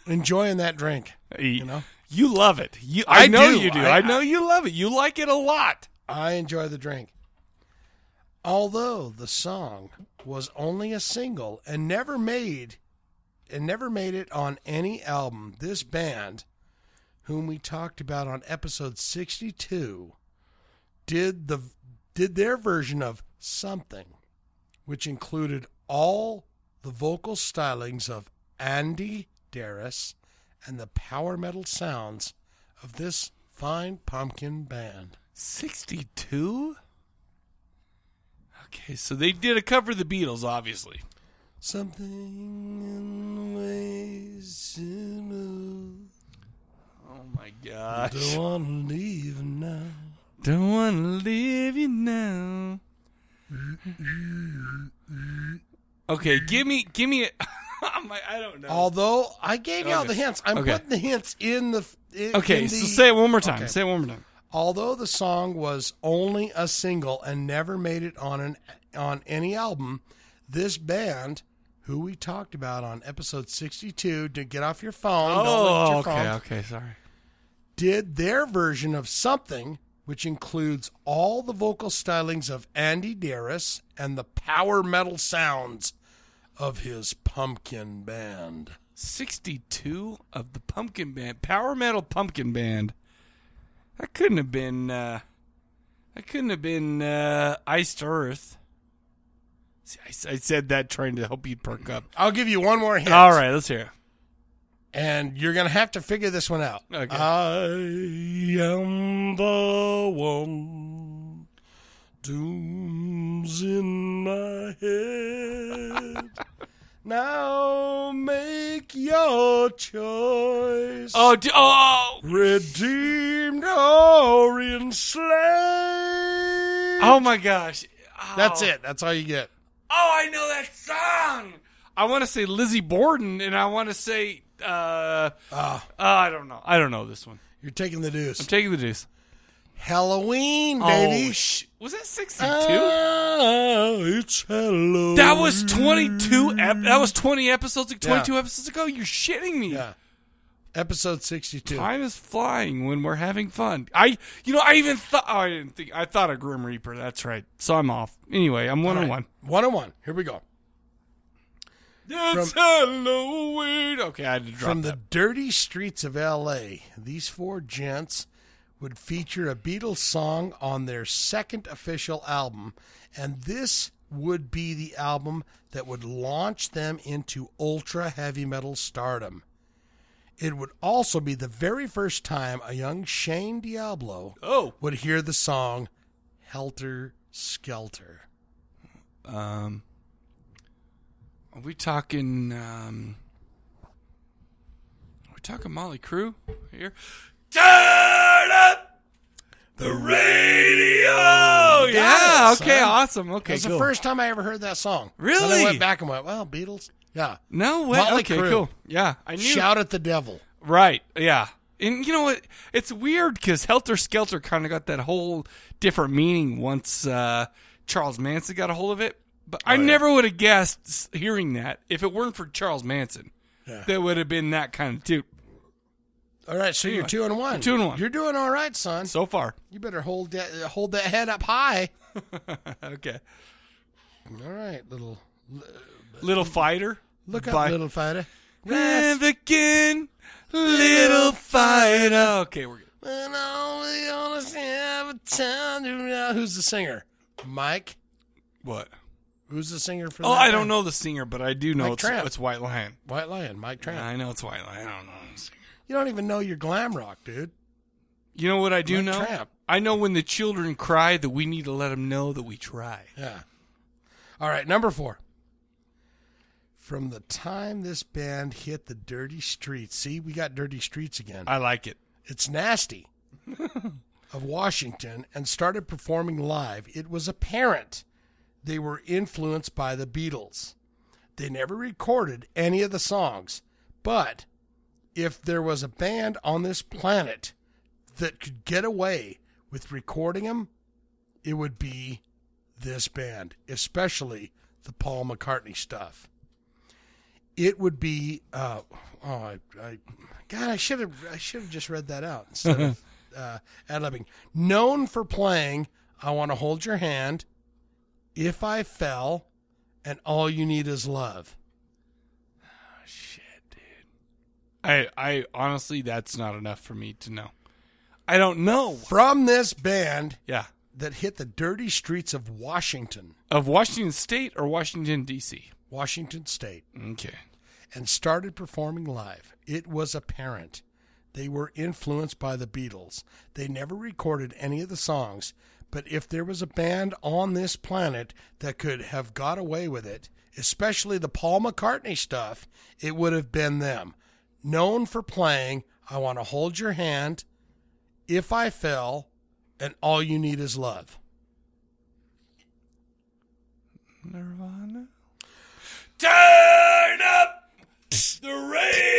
S2: enjoying that drink.
S1: You
S2: know.
S1: You love it. You, I,
S2: I
S1: know
S2: do.
S1: you do. I,
S2: I-
S1: know you love it. You like it a lot.
S2: I enjoy the drink. Although the song was only a single and never made and never made it on any album, this band, whom we talked about on episode 62, did the did their version of something, which included all the vocal stylings of Andy Darris and the power metal sounds of this fine pumpkin band.
S1: 62? Okay, so they did a cover of the Beatles, obviously.
S2: Something in the way she moves.
S1: Oh my gosh.
S2: Don't want to leave now.
S1: Don't want to leave you now. Okay, give me, give me. A, I'm like, I don't know.
S2: Although I gave you all
S1: Okay.
S2: the hints, I'm
S1: Okay.
S2: putting the hints in the. In,
S1: Okay,
S2: in
S1: so
S2: the-
S1: say it one more time.
S2: Okay.
S1: Say it one more time.
S2: Although the song was only a single and never made it on an on any album, this band, who we talked about on episode 62, to get off your phone. don't look at
S1: Oh,
S2: your
S1: okay,
S2: phone.
S1: okay, sorry.
S2: did their version of something, which includes all the vocal stylings of Andy Darris and the power metal sounds of his pumpkin band.
S1: 62 of the Pumpkin Band, Power Metal Pumpkin Band. That couldn't have been. uh That couldn't have been uh Iced Earth. I, s- I said that trying to help you perk up.
S2: I'll give you one more hint.
S1: All right, let's hear it.
S2: And you're going to have to figure this one out.
S1: Okay.
S2: I am the one. Doom's in my head. now make your choice.
S1: Oh, d- oh,
S2: Redeemed or enslaved.
S1: Oh my gosh.
S2: That's it. That's all you get.
S1: Oh, I know that song. I want to say Lizzie Borden, and I want to say uh,
S2: Ah.
S1: uh, I don't know. I don't know this one.
S2: You're taking the deuce.
S1: I'm taking the deuce.
S2: Halloween,
S1: Oh,
S2: baby.
S1: sh- was that 62?
S2: Ah, it's Halloween.
S1: That was 22. Ep- that was 20 episodes. like, 22
S2: Yeah.
S1: episodes ago. You're shitting me.
S2: Episode 62.
S1: Time is flying when we're having fun. I, you know, I even thought. Oh, I didn't think. I thought a Grim Reaper. That's right. So I'm off. Anyway, I'm one on one.
S2: One on one. Here we go.
S1: It's Halloween. Okay, I had to drop
S2: From
S1: that.
S2: the dirty streets of L.A., these four gents would feature a Beatles song on their second official album, and this would be the album that would launch them into ultra heavy metal stardom. It would also be the very first time a young Shane Diablo
S1: oh.
S2: would hear the song Helter Skelter.
S1: Um, are we talking? Um, are we talking Molly Crew here? Turn up the radio.
S2: Got
S1: yeah.
S2: it,
S1: okay.
S2: son.
S1: Awesome. Okay.
S2: It was
S1: cool.
S2: the first time I ever heard that song. Then I
S1: Really?
S2: went back and went, well, Beatles. Yeah.
S1: No way.
S2: Motley
S1: okay.
S2: Crue.
S1: Cool. Yeah. I knew.
S2: Shout at the devil.
S1: Right. Yeah. And you know what? It's weird because Helter Skelter kind of got that whole different meaning once uh, Charles Manson got a hold of it. But
S2: Oh,
S1: I never would have guessed s- hearing that if it weren't for Charles Manson.
S2: Yeah.
S1: That would have been that kind of dude.
S2: All right, so you're
S1: Anyway,
S2: two and one.
S1: you're two and one.
S2: You're doing all right, son.
S1: So far.
S2: You better hold that hold that head up high.
S1: okay.
S2: All right, little
S1: Little fighter.
S2: look up,
S1: Bye.
S2: little fighter.
S1: Live again, little fighter. Okay, we're good.
S2: When only honest have a time to know. Who's the singer? Mike.
S1: What?
S2: Who's the singer for?
S1: Oh,
S2: that
S1: I
S2: band?
S1: don't know the singer, but I do know
S2: Mike
S1: it's,
S2: Tramp.
S1: it's White Lion.
S2: White Lion, Mike Tramp.
S1: I know it's White Lion. I don't know. the singer.
S2: You don't even know your glam rock, dude.
S1: You know what I do
S2: Mike
S1: know?
S2: Tramp.
S1: I know when the children cry that we need to let them know that we try.
S2: Yeah. All right, number four. From the time this band hit the dirty streets, see, we got dirty streets again.
S1: I like it.
S2: It's nasty. of Washington and started performing live, it was apparent they were influenced by the Beatles. They never recorded any of the songs, but if there was a band on this planet that could get away with recording them, it would be this band, especially the Paul McCartney stuff. It would be uh, oh I, I God I should have I should have just read that out instead of uh, ad libbing. Known for playing "I Want to Hold Your Hand," "If I Fell," and "All You Need Is Love."
S1: I, I honestly, that's not enough for me to know. I don't know.
S2: From this band
S1: Yeah.
S2: that hit the dirty streets of Washington,
S1: Of Washington State or Washington, D.C.?
S2: Washington State.
S1: Okay.
S2: and started performing live. It was apparent they were influenced by the Beatles. They never recorded any of the songs, but if there was a band on this planet that could have got away with it, especially the Paul McCartney stuff, it would have been them. Known for playing I Want to Hold Your Hand, If I Fell, and All You Need Is Love.
S1: Nirvana. Turn up the radio.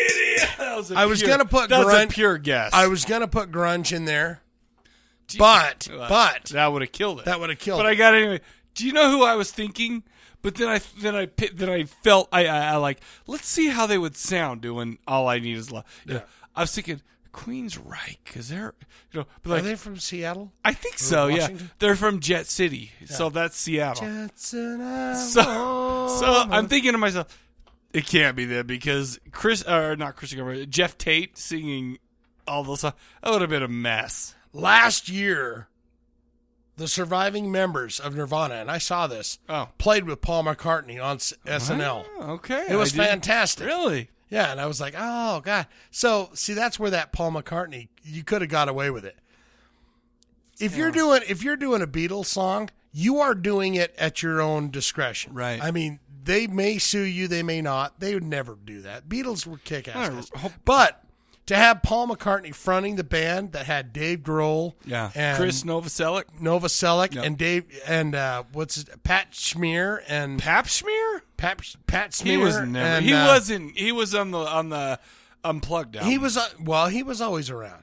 S1: That was a
S2: I was
S1: pure-
S2: gonna put
S1: that
S2: grunge.
S1: was a pure guess.
S2: I was gonna put grunge in there, but
S1: Well,
S2: but
S1: that would have killed it.
S2: that would have killed.
S1: But I got it anyway. Do you know who I was thinking? But then I then I pi- then I felt I, I I like let's see how they would sound doing all I need is love. You know,
S2: Yeah.
S1: I was thinking Queens right because they're you know but
S2: Are
S1: like
S2: they from Seattle?
S1: I think
S2: Or
S1: so yeah
S2: Washington?
S1: they're from Jet City so
S2: Yeah.
S1: that's Seattle.
S2: Jetson, I
S1: So,
S2: want
S1: so I'm
S2: a-
S1: thinking to myself, it can't be that because Chris or not Chris Gilmore, Jeff Tate singing all those songs, that would have been a mess.
S2: last year, the surviving members of Nirvana, and I saw this, played with Paul McCartney on S- SNL.
S1: Oh. okay.
S2: It was
S1: I didn't-
S2: fantastic.
S1: Really?
S2: Yeah, and I was like, oh, God. So, see, that's where that Paul McCartney, you could have got away with it. If you're doing if you're doing a Beatles song, you are doing it at your own discretion. Right. I mean, they may sue you, they may not. They would never do that. Beatles were kick ass. But to have Paul McCartney fronting the band that had Dave Grohl,
S1: Yeah.
S2: and
S1: Chris Novoselic,
S2: Novoselic, and Dave and uh, what's his, Pat Schmier and
S1: Pap Schmier,
S2: Pap Pat Schmier.
S1: he was never.
S2: and,
S1: he
S2: uh,
S1: wasn't. He was on the on the unplugged. Album.
S2: He was uh, well. He was always around.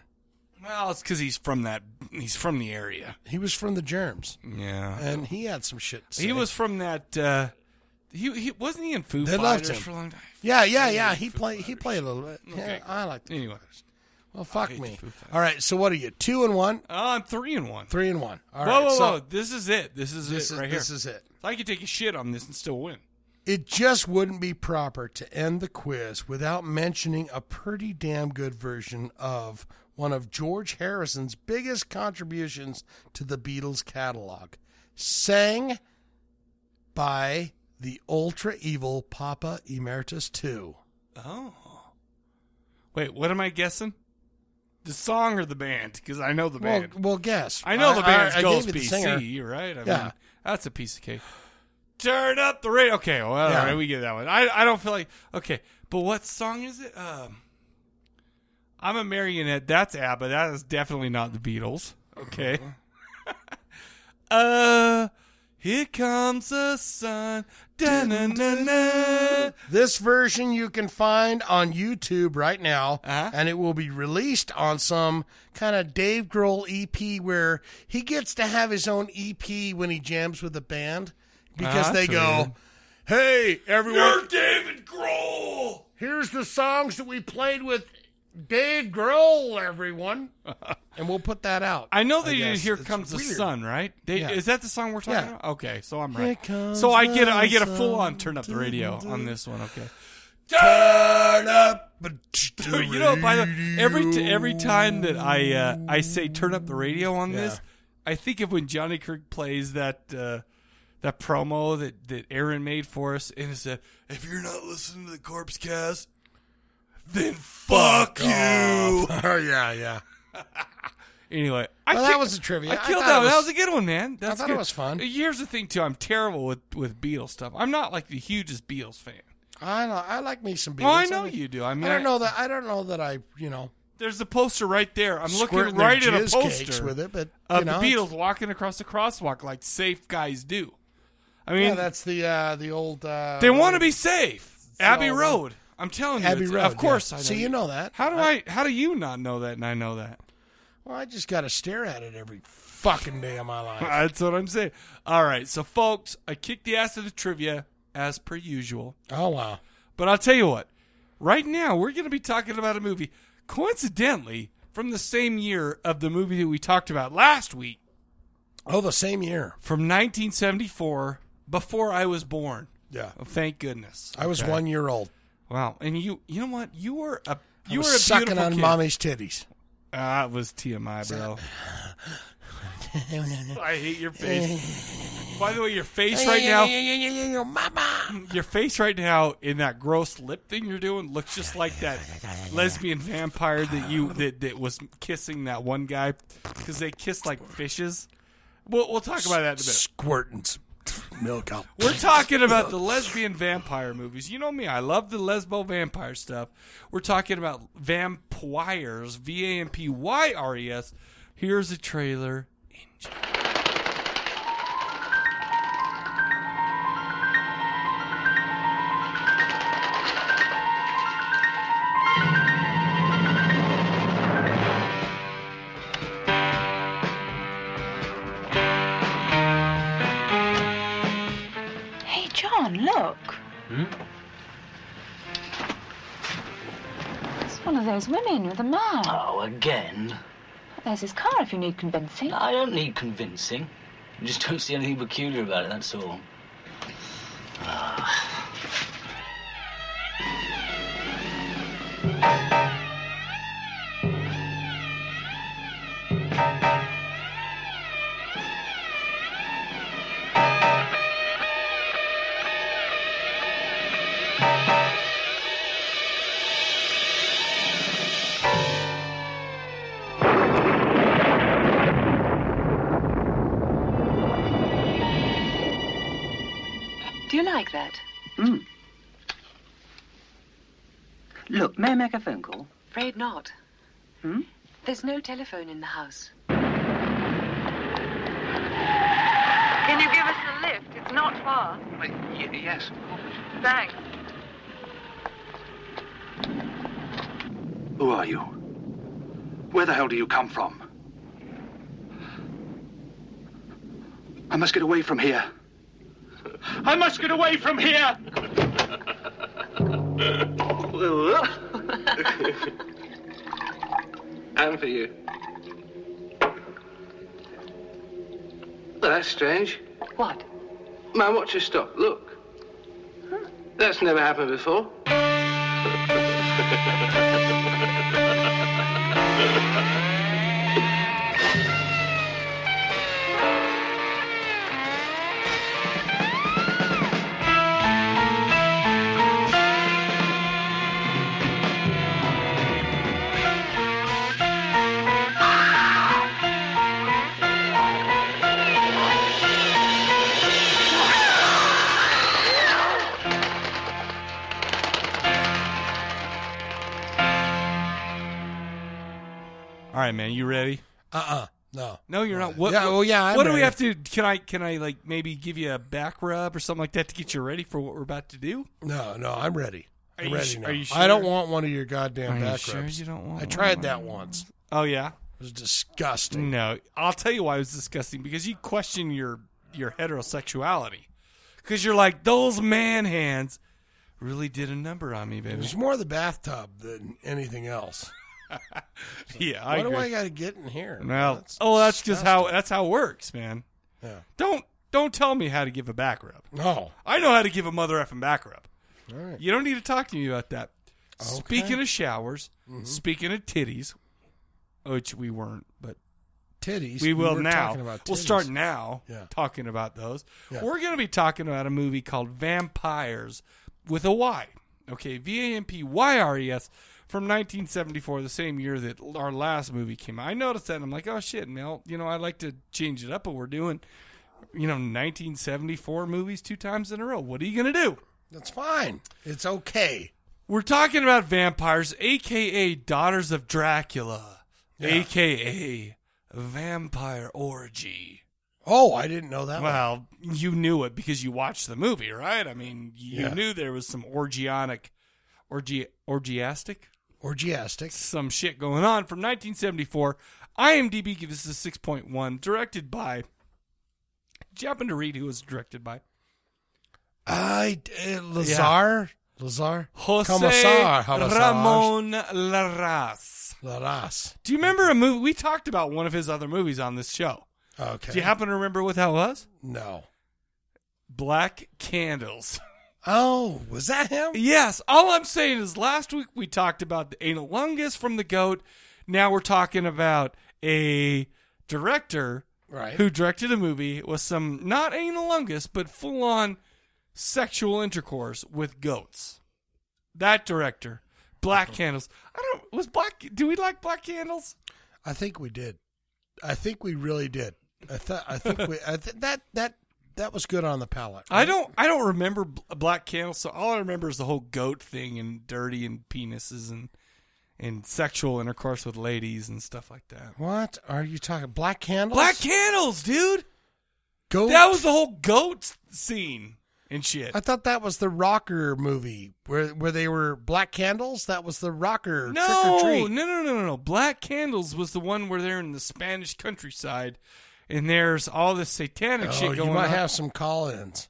S1: Well, it's because he's from that. He's from the area.
S2: He was from the Germs.
S1: Yeah,
S2: and he had some shit. To
S1: He
S2: say.
S1: was from that. Uh, he he wasn't he in Foo
S2: They loved
S1: Fighters
S2: him.
S1: for a long time.
S2: Yeah, yeah, yeah. He played. He played a little bit. Yeah,
S1: Okay.
S2: I like.
S1: Anyway,
S2: Well, fuck me. All right. So what are you? Two and one.
S1: Oh, I'm three and one.
S2: Three and one. All right.
S1: whoa, whoa,
S2: so
S1: whoa! This is it. This is
S2: This
S1: it
S2: is-
S1: right here.
S2: this is it.
S1: I could take a shit on this and still win.
S2: It just wouldn't be proper to end the quiz without mentioning a pretty damn good version of one of George Harrison's biggest contributions to the Beatles catalog, sang by the ultra evil Papa Emeritus II.
S1: Oh. Wait, what am I guessing? The song or the band? Because I know the
S2: Well,
S1: band.
S2: well, guess.
S1: I know the
S2: I-
S1: band's
S2: I- I
S1: Ghost
S2: gave you the singer.
S1: BC. You're right. I
S2: Yeah.
S1: mean, that's a piece of cake. Turn up the radio. Okay, well, all
S2: Yeah.
S1: right, we get that one. I, I don't feel like. Okay, but what song is it? Um, I'm a marionette. That's ABBA. That is definitely not the Beatles. Okay.
S2: Uh-huh.
S1: uh, here comes the sun. Da-na-na-na.
S2: This version you can find on YouTube right now,
S1: Uh-huh.
S2: and it will be released on some kind of Dave Grohl EP where he gets to have his own EP when he jams with the band because
S9: Ah,
S2: they
S9: that's
S2: go, "Hey, everyone,
S9: You're
S2: David Grohl. Here's the songs that we played with Dave Grohl, everyone." and we'll put that out.
S1: I know they
S2: guess.
S1: did. Here
S2: It's
S1: comes the
S2: weird.
S1: sun, right? They,
S2: Yeah.
S1: Is that the song we're talking
S2: Yeah.
S1: about? Okay, so I'm
S2: Here
S1: right.
S2: comes
S1: So I get
S2: the
S1: I get a full on
S2: sun.
S1: turn up the radio
S2: Dun, dun.
S1: on this one. Okay.
S2: Turn up.
S1: Dude, you know, by the way, every t- every time that I uh, I say turn up the radio on this, I think of when Johnny Kirk plays that uh, that promo that that Aaron made for us, and it said, "If you're not listening to the Corpse Cast, then fuck, you."
S2: Oh yeah, yeah.
S1: Anyway,
S2: Well, that
S1: kicked-
S2: was a trivia.
S1: I
S2: I
S1: killed
S2: thought
S1: that.
S2: it
S1: one. That
S2: was-
S1: was a good one, man.
S2: I
S1: That's
S2: thought it
S1: good. Uh,
S2: was fun.
S1: Here's the thing, too. I'm terrible with with Beatles stuff. I'm not like the hugest Beatles fan.
S2: I know. I like me some Beatles.
S1: Well, I know you do. I mean,
S2: I don't
S1: I-
S2: know that. I don't know that I. You know.
S1: There's the poster right there. I'm looking
S2: Squirting their
S1: right at a
S2: jizz cakes
S1: poster
S2: with it, but,
S1: of
S2: you know,
S1: the
S2: it's-
S1: Beatles walking across the crosswalk like safe guys do. I mean,
S2: yeah, that's the uh, the old. Uh,
S1: they want to be safe.
S2: the
S1: Abbey
S2: old-
S1: Road. I'm telling you,
S2: Abbey
S1: it's-
S2: Road,
S1: Of course,
S2: yeah.
S1: I
S2: So you know that.
S1: How do I, How do you not know that? And I know that.
S2: Well, I just got to stare at it every fucking day of my life.
S1: That's what I'm saying. All right, so folks, I kicked the ass of the trivia as per usual.
S2: Oh wow!
S1: But I'll tell you what. Right now, we're going to be talking about a movie, coincidentally, from the same year of the movie that we talked about last week.
S2: Oh, the same year
S1: from 1974, before I was born.
S2: Yeah.
S1: Oh, thank goodness.
S2: I was
S1: Okay.
S2: one year old.
S1: Wow, and you you know what? You were a
S2: I
S1: you
S2: was
S1: were a
S2: sucking
S1: beautiful
S2: on
S1: kid.
S2: mommy's titties.
S1: Ah, it was TMI, bro. I hate your face. By the way, your face right now, your face right now in that gross lip thing you're doing looks just like that lesbian vampire that you that, that was kissing that one guy because they kiss like fishes. We'll we'll talk about that in a minute.
S2: Squirting some milk out.
S1: We're talking about the lesbian vampire movies. You know me, I love the lesbo vampire stuff. We're talking about vampires, V A M P Y R E S. Here's a trailer.
S17: Hey, John, look.
S18: Hmm?
S17: It's one of those women with a man.
S18: Oh, again?
S17: There's his car if you need convincing.
S18: I don't need convincing. I just don't see anything peculiar about it, that's all. Ah.
S17: like that.
S19: Hmm. Look, may I make a phone call?
S17: Afraid not.
S19: Hmm?
S17: There's no telephone in the house.
S20: Can you give us a lift? It's not far.
S18: yes.
S20: Thanks.
S21: Who are you? Where the hell do you come from? I must get away from here. I must get away from here!
S18: And for you. Well, that's strange.
S17: What?
S18: My watch has stopped. Look. That's never happened before.
S1: All right, man, you ready?
S2: Uh uh No.
S1: No, you're not. What,
S2: Yeah, oh, yeah, I'm
S1: what do we
S2: ready.
S1: have to? Can I? Can I like maybe give you a back rub or something like that to get you ready for what we're about to do?
S2: No, no, I'm ready.
S1: Are
S2: I'm
S1: you
S2: ready
S1: su-
S2: now.
S1: are you
S2: I don't
S1: sure?
S2: want one of your goddamn
S1: Are you
S2: back
S1: sure
S2: rubs.
S1: you don't want
S2: I
S1: one?
S2: tried that once.
S1: Oh yeah, it
S2: was disgusting.
S1: No, I'll tell you why it was disgusting because you question your your heterosexuality because you're like those man hands really did a number on me,
S2: It
S1: baby.
S2: was more the bathtub than anything else.
S1: Yeah,
S2: Why
S1: I
S2: do
S1: agree.
S2: I got to get in here?
S1: Well, oh, that's just how that's how it works, man.
S2: Yeah.
S1: Don't don't tell me how to give a back rub.
S2: No.
S1: I know how to give a mother effing back rub.
S2: All right.
S1: You don't need to talk to me about that. Speaking of showers,
S2: Mm-hmm.
S1: speaking of titties, which we weren't, but
S2: titties.
S1: We
S2: We
S1: will
S2: were
S1: now.
S2: talking about
S1: we'll start
S2: titties.
S1: now
S2: Yeah.
S1: talking about those.
S2: Yeah.
S1: We're going to be talking about a movie called Vampires with a Y. Okay, V A M P Y R E S from 1974, the same year that our last movie came out. I noticed that and I'm like, oh shit, Mel, you know, I like to change it up, but we're doing, you know, 1974 movies two times in a row. What are you going to do?
S2: That's fine. It's okay.
S1: We're talking about vampires, aka Daughters of Dracula,
S2: Yeah.
S1: aka Vampire Orgy.
S2: Oh, I didn't know that. one.
S1: Well, you knew it because you watched the movie, right? I mean, you
S2: Yeah.
S1: knew there was some orgionic, orgi, orgiastic,
S2: orgiastic,
S1: some shit going on from 1974. IMDb gives us a 6.1, directed by. Did you happen to read who it was directed by?
S2: I uh, Lazar, Lazar,
S1: Jose
S2: Commissar, Commissar.
S1: Ramon Larraz.
S2: Larraz.
S1: Do you remember a movie? We talked about one of his other movies on this show.
S2: Okay.
S1: Do you happen to remember what that was?
S2: No.
S1: Black Candles.
S2: Oh, was that him?
S1: Yes. All I'm saying is last week we talked about the analungus from the goat. Now we're talking about a director
S2: Right.
S1: who directed a movie with some not analungus, but full on sexual intercourse with goats. That director, Black
S2: Uh-huh.
S1: Candles. I don't was Black do we like Black Candles?
S2: I think we did. I think we really did. I thought. I think we. I th- that that that was good on the palate.
S1: I don't. I don't remember B- Black Candles. So all I remember is the whole goat thing and dirty and penises and and sexual intercourse with ladies and stuff like that.
S2: What are you talking? Black candles.
S1: Black Candles, dude.
S2: Goat.
S1: That was the whole goat scene and shit.
S2: I thought that was the rocker movie where where they were black candles. That was the rocker
S1: no,
S2: trick or
S1: no,
S2: treat.
S1: no, no, no, no. Black Candles was the one where they're in the Spanish countryside, and there's all this satanic
S2: Oh,
S1: shit going
S2: you might
S1: on.
S2: have some call-ins.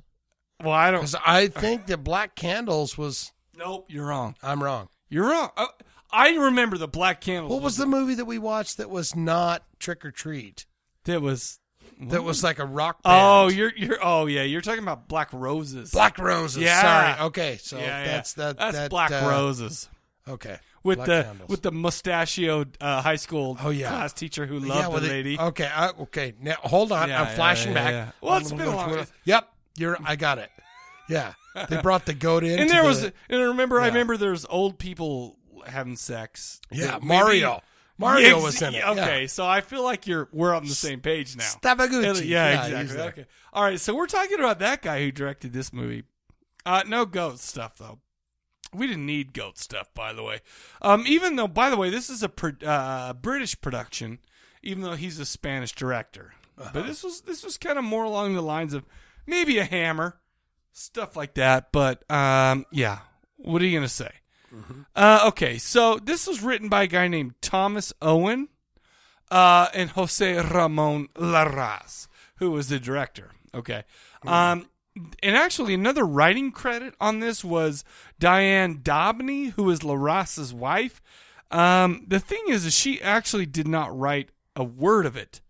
S1: Well, I don't.
S2: Because I think that Black Candles was.
S1: Nope, you're wrong.
S2: I'm wrong.
S1: You're wrong. I, I remember the Black Candles.
S2: What was the movie that we watched that was not Trick or Treat?
S1: That was.
S2: That was like a rock band.
S1: Oh, you're you're oh yeah, you're talking about Black Roses.
S2: Black Roses.
S1: Yeah.
S2: Sorry. Okay. So
S1: Yeah, yeah.
S2: that's that.
S1: That's
S2: that,
S1: Black
S2: uh,
S1: Roses.
S2: Okay.
S1: With
S2: Black
S1: the
S2: Candles.
S1: with the mustachioed uh, high school
S2: Oh, yeah.
S1: class teacher who
S2: Yeah,
S1: loved
S2: well,
S1: the
S2: they-
S1: lady.
S2: Okay. I, okay. Now hold on.
S1: Yeah,
S2: I'm flashing
S1: yeah, yeah,
S2: back.
S1: yeah. Well, it's been a long time.
S2: Yep. You're. I got it. Yeah. They brought the goat in.
S1: and
S2: to
S1: there
S2: the-
S1: was and I remember I
S2: Yeah.
S1: remember there's old people having sex.
S2: Yeah,
S1: That
S2: Mario. Mario
S1: Ex-
S2: was in it,
S1: Okay,
S2: yeah.
S1: so I feel like you're we're on the same page now.
S2: Stabaguchi.
S1: Yeah,
S2: Yeah, he's
S1: exactly.
S2: there.
S1: Okay. All right, so we're talking about that guy who directed this movie, Uh, no goat stuff though. We didn't need goat stuff, by the way. Um, even though, by the way, this is a pro- uh, British production, even though he's a Spanish director.
S2: Uh-huh.
S1: But this was this was kind of more along the lines of maybe a hammer, stuff like that. But um, yeah, what are you gonna say? Uh, okay, so this was written by a guy named Thomas Owen uh, and Jose Ramon Larraz, who was the director. Okay. Um, and actually, another writing credit on this was Diane Dobney, who is Larraz's wife. Um, the thing is, is she actually did not write a word of it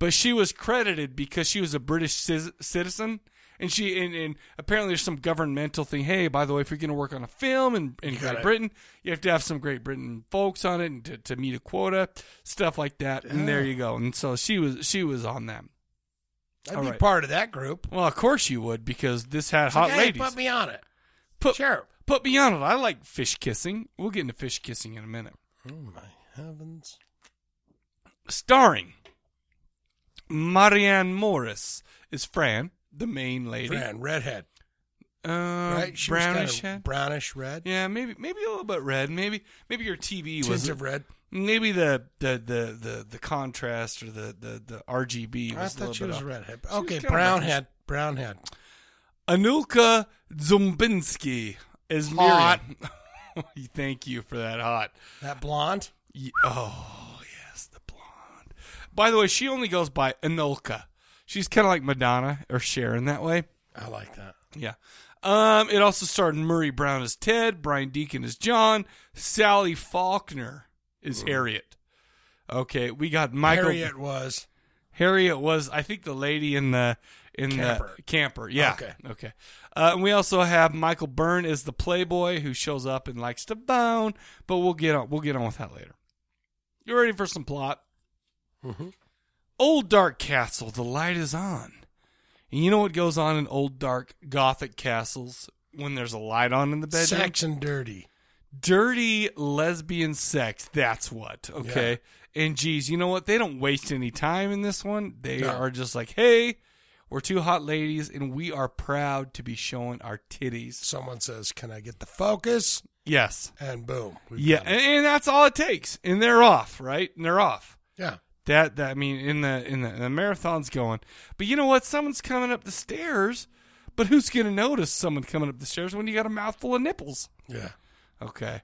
S1: but she was credited because she was a British ci- citizen. And she and, and apparently there's some governmental thing. Hey, by the way, if you're going to work on a film in, in
S2: You
S1: Great
S2: gotta-
S1: Britain, you have to have some Great Britain folks on it and to, to meet a quota, stuff like that. And there you go. And so she was she was on that.
S2: I'd be part of that group.
S1: Well, of course you would because this had
S2: It's
S1: hot
S2: like, hey,
S1: ladies.
S2: Put me on it.
S1: Put, sure. Put me on it. I like fish kissing. We'll get into fish kissing in a minute.
S2: Oh my heavens!
S1: starring Marianne Morris is Fran, the main lady.
S2: Fran, redhead.
S1: Uh,
S2: right? She was kinda
S1: brownish head.
S2: brownish red.
S1: Yeah, maybe maybe a little bit red. Maybe maybe your TV
S2: Tint
S1: was
S2: of red.
S1: Maybe the the the the, the contrast or the the, the RGB
S2: I
S1: was a
S2: thought
S1: little
S2: she
S1: bit
S2: was
S1: off.
S2: redhead.
S1: She was
S2: Okay,
S1: kinda
S2: brown
S1: brownish.
S2: head. Brown head.
S1: Anulka Zumbinski is
S2: Hot.
S1: Miriam. Thank you for that hot.
S2: That blonde.
S1: Ye- oh yes, the blonde. By the way, she only goes by Anulka. She's kind of like Madonna or Sharon that way.
S2: I like that.
S1: Yeah. Um, it also starred Murray Brown as Ted, Brian Deacon as John, Sally Faulkner is Harriet. Okay, we got Michael.
S2: Harriet was.
S1: Harriet was, I think, the lady in the in
S2: Camper.
S1: the camper. Yeah.
S2: Okay.
S1: Okay. Uh, and we also have Michael Byrne as the playboy who shows up and likes to bone, but we'll get on we'll get on with that later. You ready for some plot?
S2: Mhm.
S1: Old Dark Castle, the light is on. And you know what goes on in old dark gothic castles when there's a light on in the bedroom?
S2: Sex and dirty.
S1: dirty lesbian sex. That's what. Okay. And geez, you know what? They don't waste any time in this one. They
S2: No.
S1: are just like, hey, we're two hot ladies and we are proud to be showing our titties.
S2: Someone says, can I get the focus?
S1: Yes.
S2: And boom. we've
S1: Yeah.
S2: got it.
S1: And, and that's all it takes. And they're off, right? And they're off.
S2: Yeah.
S1: That, that I mean, in the in the, the marathon's going, but you know what? Someone's coming up the stairs, but who's gonna notice someone coming up the stairs when you got a mouthful of nipples?
S2: Yeah.
S1: Okay.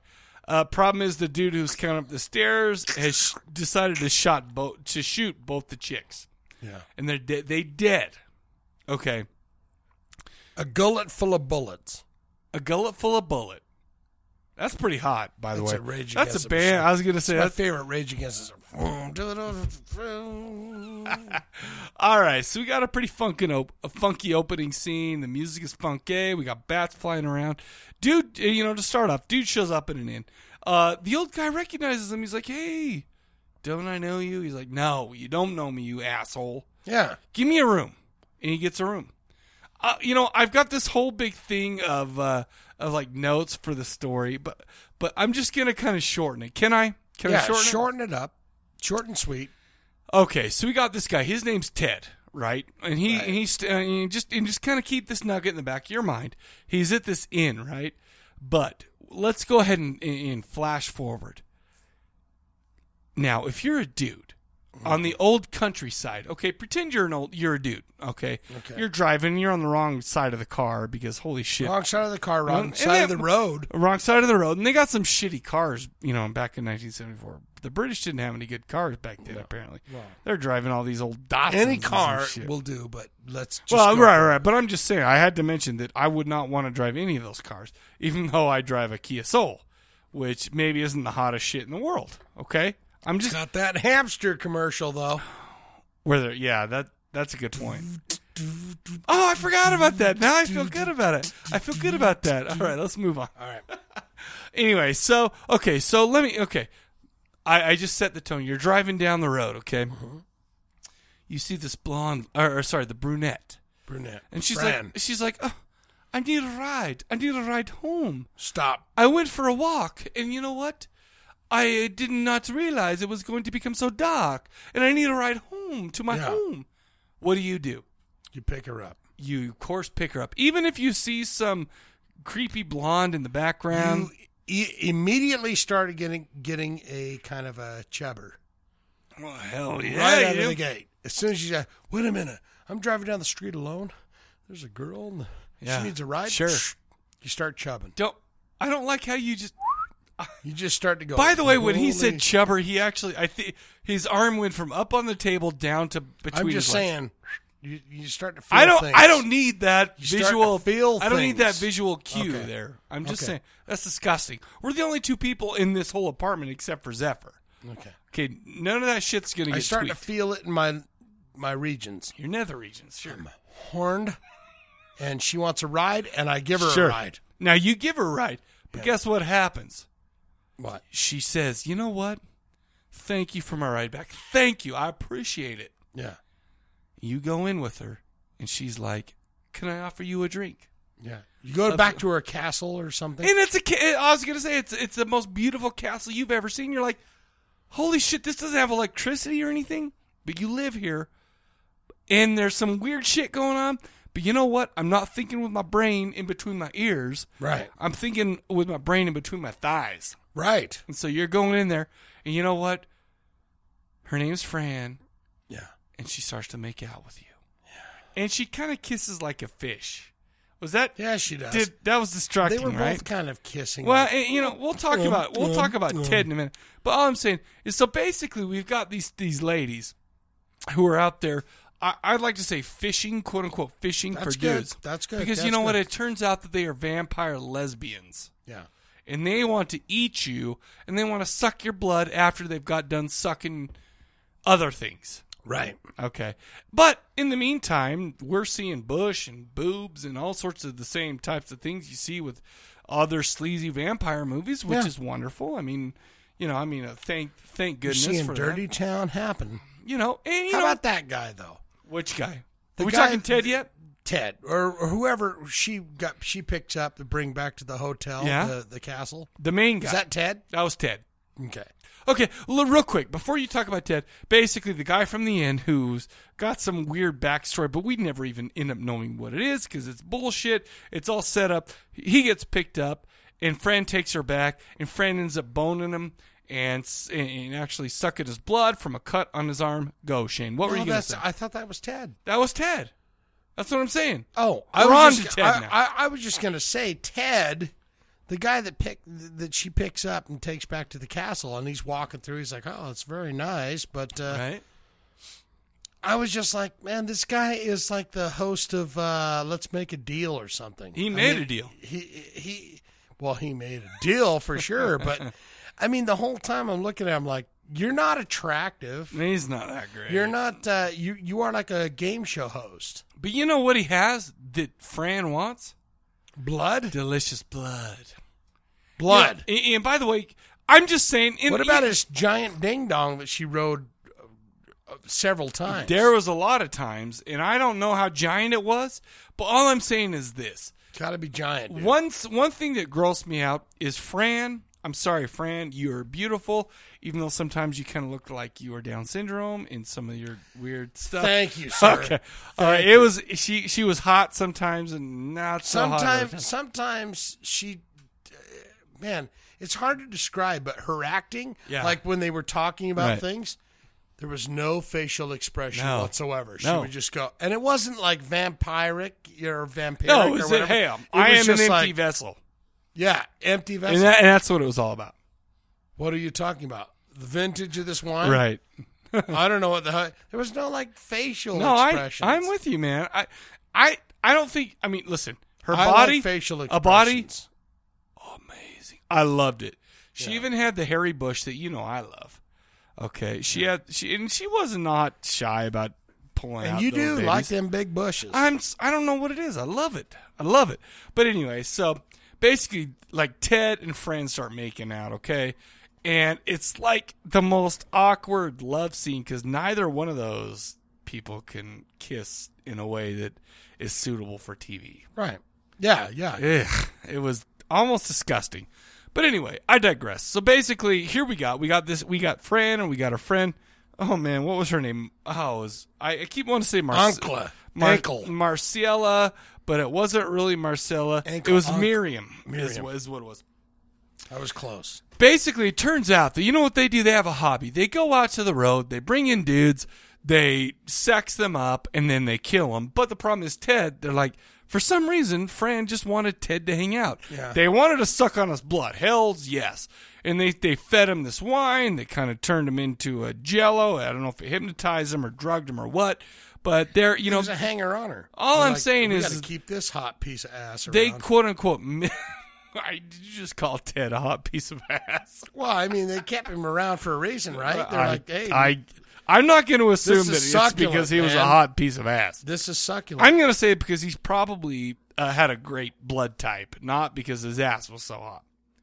S1: Uh, problem is the dude who's coming up the stairs has sh- decided to shot both to shoot both the chicks,
S2: Yeah.
S1: and they're de- they dead. Okay.
S2: A gullet full of bullets.
S1: A gullet full of bullet. That's pretty hot, by the
S2: That's
S1: way.
S2: a Rage
S1: that's
S2: Against the
S1: a band.
S2: Machine.
S1: I was gonna
S2: It's
S1: say
S2: my
S1: that's
S2: favorite Rage Against
S1: All right, so we got a pretty funkin' op- a funky opening scene. The music is funky. We got bats flying around. Dude, uh, you know, to start off, dude shows up in an inn. Uh, the old guy recognizes him. He's like, "Hey, don't I know you?" He's like, "No, you don't know me, you asshole."
S2: Yeah.
S1: Give me a room, and he gets a room. Uh, you know, I've got this whole big thing of uh, of like notes for the story, but but I'm just gonna kind of shorten it. Can I? Can I
S2: Yeah,
S1: shorten,
S2: shorten it up? Short and sweet.
S1: Okay, so we got this guy. His name's Ted, right? And he and he's uh, and just and just kind of keep this nugget in the back of your mind. He's at this inn, right? But let's go ahead and, and and flash forward. Now, if you're a dude on the old countryside, okay, pretend you're an old you're a dude, okay?
S2: Okay.
S1: You're driving, you're on the wrong side of the car because holy shit.
S2: Wrong side of the car,
S1: You know,
S2: wrong
S1: and
S2: side of
S1: they-
S2: the road.
S1: Wrong side of the road. And they got some shitty cars, you know, back in 1974. The British didn't have any good cars back then, apparently.
S2: No.
S1: They're driving all these old Datsuns.
S2: Any
S1: and
S2: car
S1: shit.
S2: will do, but let's just
S1: Well,
S2: go
S1: right,
S2: for it.
S1: right. But I'm just saying, I had to mention that I would not want to drive any of those cars, even though I drive a Kia Soul, which maybe isn't the hottest shit in the world. Okay, I'm just
S2: got that hamster commercial though.
S1: Where they yeah, that that's a good point. Oh, I forgot about that. Now I feel good about it. I feel good about that. All right, let's move on. All
S2: right.
S1: anyway, so okay, so let me okay. I, I just set the tone. You're driving down the road, okay?
S2: Mm-hmm.
S1: You see this blonde, or, or sorry, the brunette.
S2: Brunette.
S1: And she's
S2: Fran.
S1: like, she's like, oh, I need a ride. I need a ride home.
S2: Stop.
S1: I went for a walk, and you know what? I uh, did not realize it was going to become so dark, and I need a ride home to my home. What do you do?
S2: You pick her up.
S1: you of course pick her up, even if you see some creepy blonde in the background.
S2: You immediately started getting getting a kind of a chubber.
S1: Well, hell yeah,
S2: Right out
S1: you.
S2: of the gate. As soon as you say, wait a minute, I'm driving down the street alone. There's a girl and
S1: Yeah,
S2: she needs a ride.
S1: sure.
S2: You start chubbing.
S1: Don't I don't like how you just
S2: You just start to go.
S1: By the way, when he said
S2: "Holy
S1: chubber, he actually I think his arm went from up on the table down to between.
S2: I'm just
S1: his legs.
S2: saying, you, you start to feel
S1: I don't.
S2: things.
S1: I don't need that
S2: You start to
S1: visual.
S2: feel
S1: I don't need that
S2: things.
S1: visual cue
S2: Okay.
S1: there. I'm just
S2: Okay.
S1: saying that's disgusting. We're the only two people in this whole apartment except for Zephyr.
S2: Okay.
S1: Okay. None of that shit's gonna
S2: I
S1: get
S2: start to
S1: tweaked.
S2: feel it in my my regions.
S1: Your nether regions, sure.
S2: I'm horned, and she wants a ride, and I give her
S1: Sure.
S2: a ride.
S1: Now you give her a ride, but guess what happens?
S2: What?
S1: She says, "You know what? Thank you for my ride back. Thank you. I appreciate it."
S2: Yeah.
S1: You go in with her, and she's like, "Can I offer you a drink?"
S2: Yeah. You go
S1: Of-
S2: back to her castle or something.
S1: And it's a. ca- I was gonna say it's it's the most beautiful castle you've ever seen. You're like, holy shit, this doesn't have electricity or anything, but you live here, and there's some weird shit going on. But you know what? I'm not thinking with my brain in between my ears.
S2: Right.
S1: I'm thinking with my brain in between my thighs.
S2: Right.
S1: And so you're going in there, and you know what? Her name's Fran.
S2: Yeah.
S1: And she starts to make out with you. Yeah. And she kind of kisses like a fish. Was that?
S2: Yeah, she does.
S1: Did, that was distracting,
S2: They were both
S1: right?
S2: kind of kissing.
S1: Well,
S2: like-
S1: and, you know, we'll talk
S2: Um,
S1: about we'll
S2: um,
S1: talk about
S2: um.
S1: Ted in a minute. But all I'm saying is, so basically, we've got these these ladies who are out there. I, I'd like to say fishing, quote unquote, fishing
S2: That's
S1: for
S2: good.
S1: dudes.
S2: That's good.
S1: Because you
S2: That's
S1: know what?
S2: good.
S1: It turns out that they are vampire lesbians,
S2: Yeah.
S1: and they want to eat you, and they want to suck your blood after they've got done sucking other things.
S2: Right.
S1: Okay. But in the meantime, we're seeing bush and boobs and all sorts of the same types of things you see with other sleazy vampire movies, which
S2: Yeah.
S1: is wonderful. I mean, you know, I mean, uh, thank thank goodness
S2: You're seeing
S1: for
S2: Dirty
S1: that.
S2: Town happen.
S1: You know, and you
S2: How
S1: know,
S2: about that guy though?
S1: Which guy?
S2: The
S1: Are we
S2: guy-
S1: talking Ted yet?
S2: Ted or, or whoever she got she picks up to bring back to the hotel,
S1: Yeah.
S2: the, the castle.
S1: The main guy.
S2: Is that Ted?
S1: That was Ted.
S2: Okay.
S1: Okay, l- real quick, before you talk about Ted, basically the guy from the end who's got some weird backstory, but we never even end up knowing what it is because it's bullshit. It's all set up. He gets picked up, and Fran takes her back, and Fran ends up boning him and, s- and actually sucking his blood from a cut on his arm. Go, Shane. What were
S2: No,
S1: you going to
S2: Oh, that's-
S1: say?
S2: I thought that was Ted.
S1: that was Ted. That's what I'm saying.
S2: Oh, I
S1: we're on
S2: was
S1: to
S2: just,
S1: Ted
S2: I,
S1: now.
S2: I, I was just gonna say Ted, the guy that pick that she picks up and takes back to the castle, and he's walking through. He's like, "Oh, it's very nice," but uh, I was just like, "Man, this guy is like the host of uh, Let's Make a Deal or something."
S1: He
S2: I
S1: made
S2: mean,
S1: a deal.
S2: He he, well, he made a deal for sure, but I mean, the whole time I'm looking at him like, "You're not attractive.
S1: He's not that great.
S2: You're not. Uh, you you are like a game show host."
S1: But you know what he has that Fran wants?
S2: Blood?
S1: Delicious blood.
S2: Blood.
S1: You know, and, and by the way, I'm just saying. e- and-
S2: what about
S1: you-
S2: his giant ding dong that she rode uh, uh, several times?
S1: There was a lot of times, and I don't know how giant it was, but all I'm saying is this.
S2: Gotta be giant.
S1: One, s- one thing that grossed me out is Fran. I'm sorry, Fran, you're beautiful, even though sometimes you kind of looked like you were Down syndrome in some of your weird stuff.
S2: Thank you, sir.
S1: Okay. All right.
S2: Thank
S1: It was she she was hot sometimes and not so hot. other
S2: sometimes, sometimes she, uh, man, it's hard to describe, but her acting,
S1: Yeah.
S2: like when they were talking about
S1: Right.
S2: things, there was no facial expression
S1: No.
S2: whatsoever. She
S1: No.
S2: would just go, and it wasn't like vampiric or vampiric.
S1: No, it
S2: or
S1: was that,
S2: whatever.
S1: hey, I'm- I
S2: was
S1: am an
S2: just
S1: empty
S2: like-
S1: vessel.
S2: Yeah, empty vessel.
S1: And, that, and that's what it was all about.
S2: What are you talking about? The vintage of this wine,
S1: Right.
S2: I don't know what the hell. There was no like facial
S1: No, I,
S2: expression.
S1: I'm with you, man. I, I, I don't think. I mean, listen, her
S2: I
S1: body,
S2: like facial
S1: a body.
S2: expressions.
S1: Amazing. I loved it. She even had the hairy bush that you know I love. Okay, she had she and she was not shy about pulling out.
S2: and you
S1: those
S2: do
S1: babies.
S2: like them big bushes.
S1: I'm s- I don't know what it is. I love it. I love it. But anyway, so basically, like Ted and Fran start making out, okay, and it's like the most awkward love scene because neither one of those people can kiss in a way that is suitable for TV.
S2: right. Yeah, yeah.
S1: Ugh, it was almost disgusting. But anyway, I digress. So basically, here we got we got this we got Fran and we got a friend. Oh man, what was her name? Oh, it was I, I keep wanting to say Marcella.
S2: Ankla. Ankle.
S1: Marcella, but it wasn't really Marcella.
S2: Ankle,
S1: it was
S2: uncle.
S1: Miriam. Is,
S2: Uh, Miriam.
S1: what- is what it was.
S2: I was close.
S1: basically it turns out that you know what they do they have a hobby they go out to the road they bring in dudes they sex them up and then they kill them but the problem is ted they're like for some reason fran just wanted ted to hang out
S9: Yeah.
S1: they wanted to suck on his blood hells yes and they, they fed him this wine they kind of turned him into a jello i don't know if it hypnotized him or drugged him or what but they're you know
S2: There's a hanger on her.
S1: all
S2: They're
S1: i'm
S2: like,
S1: saying
S2: we
S1: is
S2: gotta keep this hot piece of ass.
S1: they
S2: around.
S1: quote unquote mi- I, did you just call ted a hot piece of ass
S2: Well, I mean, they kept him around for a reason, right? They're
S1: I,
S2: like, hey,
S1: am not going to
S2: this
S1: assume
S2: is
S1: that it's
S2: succulent,
S1: because he was a
S2: man.
S1: hot piece of ass.
S2: This is succulent.
S1: I'm going to say it because he's probably uh, had a great blood type, not because his ass was so hot.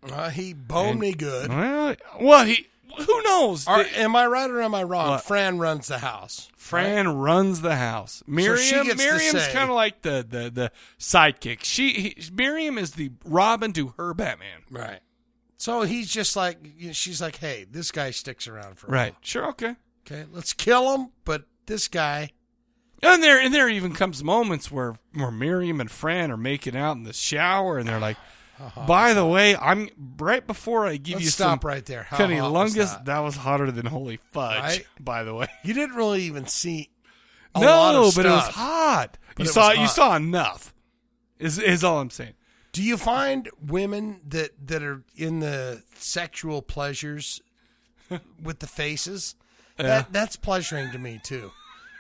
S2: Uh, he boned
S1: And-
S2: me good.
S1: Well, well, he. Who knows?
S2: Are- am I right or am I wrong?
S1: What?
S2: Fran runs the house.
S1: Fran runs the house. Miriam,
S2: she gets to
S1: Miriam's
S2: say-
S1: kind of like the, the, the sidekick. She he, Miriam is the Robin to her Batman.
S2: Right. So he's just like, you know, she's like, hey, this guy sticks around for a
S1: Right.
S2: while.
S1: Sure. Okay.
S2: Okay. Let's kill him, but this guy.
S1: And there and there even comes moments where where Miriam and Fran are making out in the shower and they're like by the way, I'm right before I
S2: Uh-huh.
S1: give
S2: Let's
S1: you
S2: stop
S1: some
S2: right there. How
S1: Cunny
S2: hot was
S1: Lungus, that? was hotter than holy fudge,
S2: Right?
S1: by the way.
S2: You didn't really even see. A
S1: no,
S2: lot of
S1: but it was
S2: stuff.
S1: hot.
S2: But
S1: you
S2: it
S1: saw
S2: was
S1: you
S2: hot.
S1: saw enough. Is is all I'm saying.
S2: Do you find women that that are in the sexual pleasures with the faces?
S1: Yeah.
S2: That that's pleasuring to me too.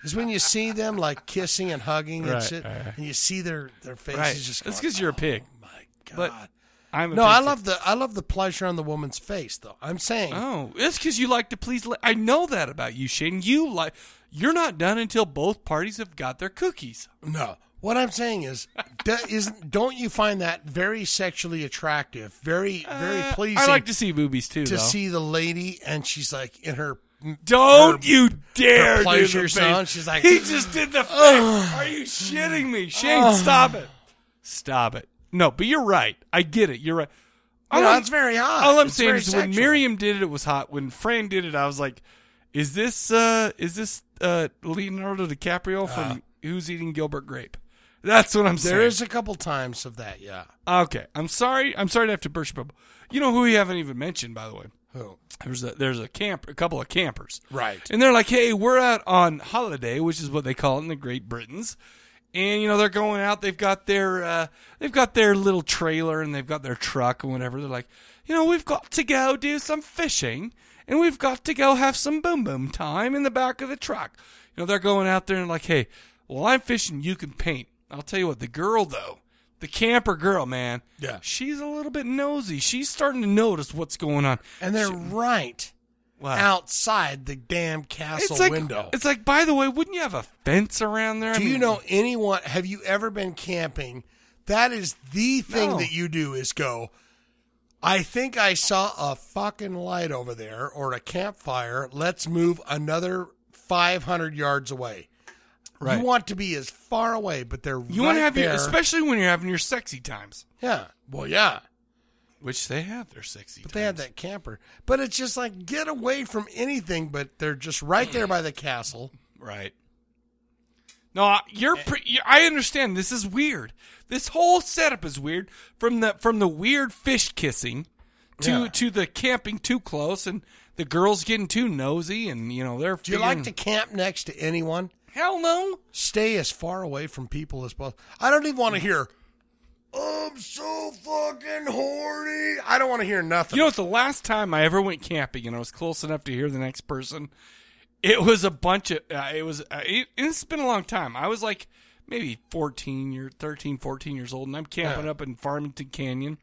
S2: Is when you see them like kissing and hugging and
S1: Right,
S2: shit,
S1: right.
S2: and you see their their faces
S1: right.
S2: just. going, "Oh
S1: That's because you're a pig. But I'm a
S2: no, I
S1: pig.
S2: love the I love the pleasure on the woman's face though. I'm saying
S1: Oh, it's because you like to please. La- I know that about you, Shane. You like you're not done until both parties have got their cookies.
S2: no. What I'm saying is, that isn't don't you find that very sexually attractive, very very
S1: Uh,
S2: pleasing?
S1: I like to see boobies too.
S2: to
S1: though.
S2: see the lady, and she's like in her.
S1: Don't you
S2: her
S1: dare do
S2: pleasure
S1: the face.
S2: zone. She's like,
S1: he just did the. Face. Are you shitting me, Shane?
S2: Ugh.
S1: stop it, stop it. No, but you're right. I get it. You're right.
S2: You
S1: All
S2: know,
S1: I'm-
S2: it's very hot.
S1: All I'm
S2: It's
S1: saying
S2: very
S1: is when Miriam did it, it was hot. When Fran did it, I was like, "Is this uh is this uh Leonardo DiCaprio from Who's Eating Gilbert Grape?" That's what I'm saying.
S2: Uh. There is a couple times of that, yeah.
S1: Okay, I'm sorry. I'm sorry to have to burst your bubble. You know who we haven't even mentioned, by the way.
S2: Who?
S1: There's a there's a camp, a couple of campers,
S2: Right.
S1: And they're like, "Hey, we're out on holiday, which is what they call it in the Great Britons." And you know they're going out. They've got their uh, they've got their little trailer and they've got their truck and whatever. They're like, you know, we've got to go do some fishing and we've got to go have some boom boom time in the back of the truck. You know they're going out there and like, hey, while I'm fishing, you can paint. I'll tell you what, the girl though, the camper girl, man,
S2: Yeah.
S1: she's a little bit nosy. She's starting to notice what's going on.
S2: And they're right
S1: Wow.
S2: outside the damn castle
S1: It's like-
S2: window.
S1: It's like, by the way, wouldn't you have a fence around there? I
S2: do you
S1: mean-
S2: know anyone? Have you ever been camping? That is the thing
S1: No.
S2: that you do is go. I think I saw a fucking light over there or a campfire. Let's move another 500 yards away.
S1: Right.
S2: You want to be as far away, but they're
S1: You
S2: right
S1: want to have
S2: there.
S1: your, especially when you're having your sexy times.
S2: Yeah. Well, yeah.
S1: Which they have their sexy.
S2: But they had that camper. But it's just like get away from anything. But they're just right there by the castle.
S1: Right. No, I- you're.
S2: Eh.
S1: Pre- you- I understand. This is weird. This whole setup is weird. From the from the weird fish kissing, to
S2: Yeah.
S1: to the camping too close, and the girls getting too nosy, and you know they're.
S2: Do you like to camp next to anyone?
S1: Hell no.
S2: Stay as far away from people as possible. I don't even want to hear. I'm so fucking horny. I don't want to hear nothing.
S1: You know, what? the last time I ever went camping and I was close enough to hear the next person, it was a bunch of. Uh, it was. Uh, it, it's been a long time. I was like maybe 14 year 13 14 years old and i'm camping
S22: Yeah.
S1: up in farmington canyon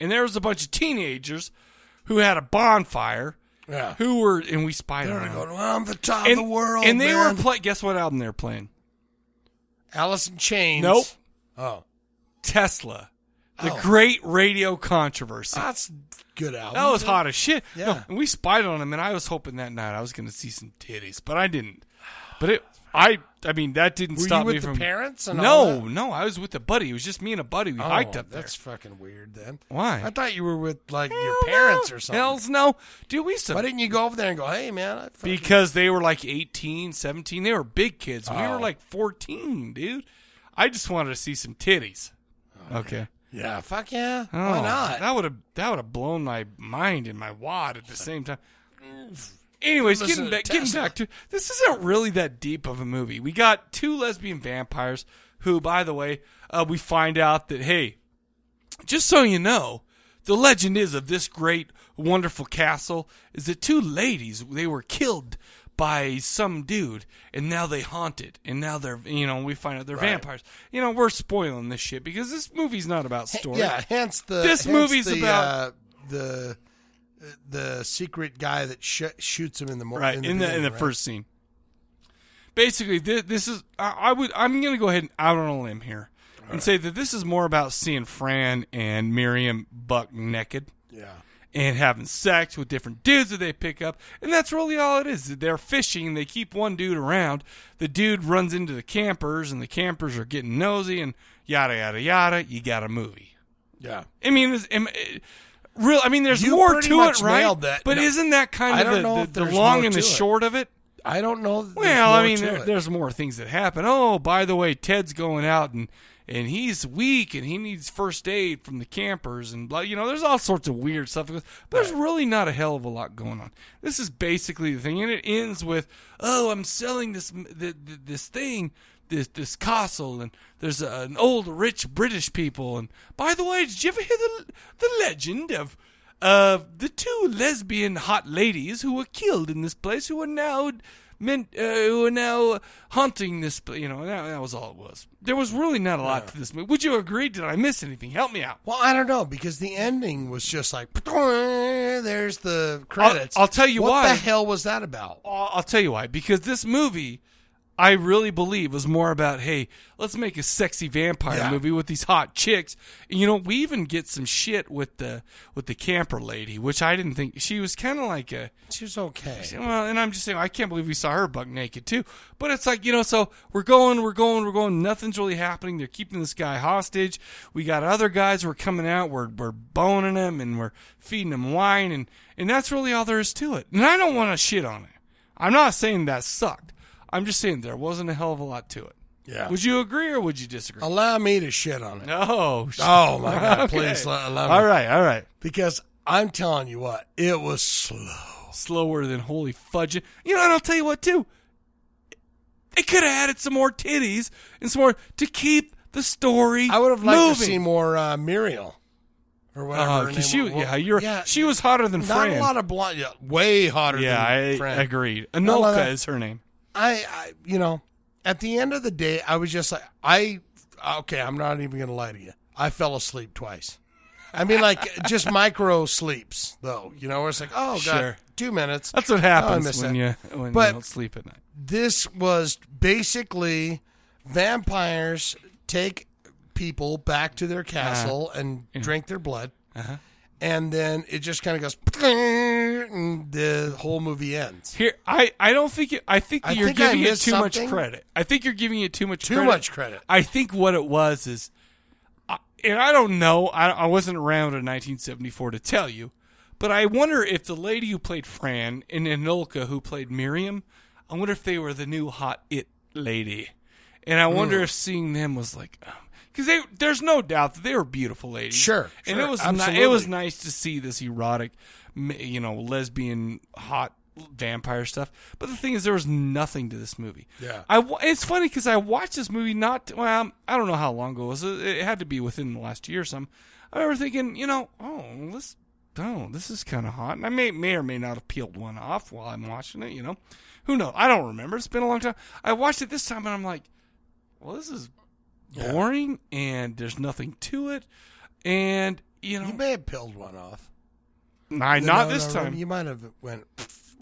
S1: and there was a bunch of teenagers who had a bonfire
S2: Yeah.
S1: who were and we spied
S2: They're
S1: on
S2: going,
S1: them.
S2: "Well, I'm the top of the world,
S1: and they
S2: man."
S1: were playing guess what album they were playing
S2: Alice in Chains.
S1: nope
S2: Oh.
S1: tesla The Great Radio Controversy.
S2: That's good album.
S1: That was hot as shit.
S2: Yeah.
S1: No, and we spied on him, and I was hoping that night I was going to see some titties, but I didn't. But it, I, I mean, that didn't
S2: Were you
S1: stop
S2: with
S1: me
S2: the
S1: from
S2: parents and
S1: no,
S2: all that?
S1: no, I was with a buddy. It was just me and a buddy. We
S2: Oh,
S1: hiked up there.
S2: That's fucking weird. Then
S1: Why?
S2: I thought you were with like your parents or something.
S1: Hells no, dude. We used to.
S2: Why didn't you go over there and go, "Hey, man"? I fucking-
S1: because they were like 18, 17. They were big kids. We
S2: Oh.
S1: were like 14, dude. I just wanted to see some titties. Okay.
S2: yeah, fuck yeah.
S1: Oh,
S2: Why not?
S1: That would have that would have blown my mind and my wad at the same time. Anyways,
S2: Listen to
S1: getting back, getting
S2: Tesla.
S1: back to this isn't really that deep of a movie. We got two lesbian vampires who, by the way, uh, we find out that hey, just so you know, the legend is of this great, wonderful castle is that two ladies they were killed by some dude, and now they haunt it, and now they're you know we find out they're
S2: Right.
S1: vampires. You know we're spoiling this shit because this movie's not about story.
S2: Yeah, hence the
S1: this
S2: hence
S1: movie's
S2: the,
S1: about
S2: uh, the the secret guy that sh- shoots him in the morning.
S1: right in the in the first scene. Basically, this, this is I, I would I'm going to go ahead and out on a limb here and say that this is more about seeing Fran and Miriam buck naked.
S2: Yeah.
S1: and having sex with different dudes that they pick up. And that's really all it is. They're fishing. They keep one dude around. The dude runs into the campers, and the campers are getting nosy, and yada, yada, yada. You got a movie.
S2: Yeah.
S1: I mean, it's, am- it- real. I mean, there's
S2: You
S1: more
S2: pretty
S1: to
S2: much
S1: it, right?
S2: nailed that.
S1: But
S2: No.
S1: isn't that kind
S2: I
S1: of
S2: don't
S1: the,
S2: know
S1: the-
S2: if
S1: the
S2: there's
S1: long
S2: more
S1: and the
S2: to it.
S1: short of it?
S2: I don't know. that there's
S1: Well, I
S2: more
S1: mean,
S2: to
S1: there,
S2: it.
S1: there's more things that happen. Oh, by the way, Ted's going out and and he's weak and he needs first aid from the campers and blah. You know, there's all sorts of weird stuff. that goes- But there's really not a hell of a lot going on. This is basically the thing, and it ends with, "Oh, I'm selling this m- th- th- this thing." This, this castle and there's a, an old rich British people and by the way did you ever hear the the legend of uh, the two lesbian hot ladies who were killed in this place, who are now meant, uh, who are now haunting this. pla- You know, that, that was all it was. There was really not a lot to this movie. Would you agree? Did I miss anything? Help me out.
S2: Well, I don't know because the ending was just like there's the credits.
S1: I'll, I'll tell you
S2: what
S1: why.
S2: the hell was that about?
S1: I'll, I'll tell you why. Because this movie, I really believe, was more about hey, let's make a sexy vampire
S2: Yeah.
S1: movie with these hot chicks. And, you know, we even get some shit with the with the camper lady, which I didn't think she was kind of like a.
S2: She was okay.
S1: Well, and I'm just saying, I can't believe we saw her buck naked too. But it's like you know, so we're going, we're going, we're going. Nothing's really happening. They're keeping this guy hostage. We got other guys. who are coming out. We're we're boning them and we're feeding them wine, and and that's really all there is to it. And I don't want to shit on it. I'm not saying that sucked. I'm just saying there wasn't a hell of a lot to it.
S2: Yeah.
S1: Would you agree or would you disagree?
S2: Allow me to shit on it.
S1: No.
S2: Oh my god!
S1: Okay.
S2: Please let, allow me.
S1: All right, all right.
S2: Because I'm telling you what, it was slow.
S1: Slower than holy fudge. You know, and I'll tell you what too. It could have added some more titties and some more to keep the story. I would have
S2: I'd
S1: moving.
S2: like to see more uh, Muriel or whatever.
S1: Uh,
S2: her
S1: 'cause she,
S2: name was.
S1: yeah, you're. she was hotter than
S2: Not
S1: Fran.
S2: a lot of blonde. Yeah, way hotter.
S1: Yeah,
S2: than
S1: I
S2: Fran.
S1: agreed.
S2: Not a lot of
S1: Anolka
S2: that-
S1: is her name.
S2: I, I, you know, at the end of the day, I was just like, I, okay, I'm not even gonna lie to you. I fell asleep twice. I mean, like just micro sleeps, though. You know, where it's like, oh god,
S1: Sure.
S2: two minutes.
S1: That's what
S2: Oh, I
S1: happens
S2: missed
S1: when
S2: that.
S1: you when
S2: But
S1: you don't sleep at night.
S2: this was basically vampires take people back to their
S1: Ah,
S2: castle and drink their blood.
S1: Uh-huh.
S2: And then it just kind of goes, and the whole movie ends.
S1: Here, I, I don't think it, I think
S2: I
S1: you're
S2: think I
S1: giving it
S2: missed
S1: too
S2: something.
S1: much credit. I think you're giving it too much
S2: Too
S1: credit.
S2: much credit.
S1: I think what it was is, I, and I don't know. I, I wasn't around in 1974 to tell you, but I wonder if the lady who played Fran and Anolka who played Miriam, I wonder if they were the new hot it lady, and I wonder
S2: Mm.
S1: if seeing them was like. because they, there's no doubt that they were beautiful ladies.
S2: Sure,
S1: and
S2: sure,
S1: it was ni- it was
S2: absolutely.
S1: nice to see this erotic, m- you know, lesbian hot vampire stuff. But the thing is, there was nothing to this movie.
S2: Yeah.
S1: I wa- it's funny because I watched this movie not well. um, I don't know how long ago it was. It it had to be within the last year or something. I remember thinking, you know, oh, this, oh, this is kind of hot, and I may may or may not have peeled one off while I'm watching it. You know, who knows? I don't remember. It's been a long time. I watched it this time, and I'm like, well, this is boring, and there's nothing to it, and you know, you
S2: may have peeled one off.
S1: Nah,
S2: No,
S1: not
S2: no,
S1: this
S2: no,
S1: time.
S2: You might have went.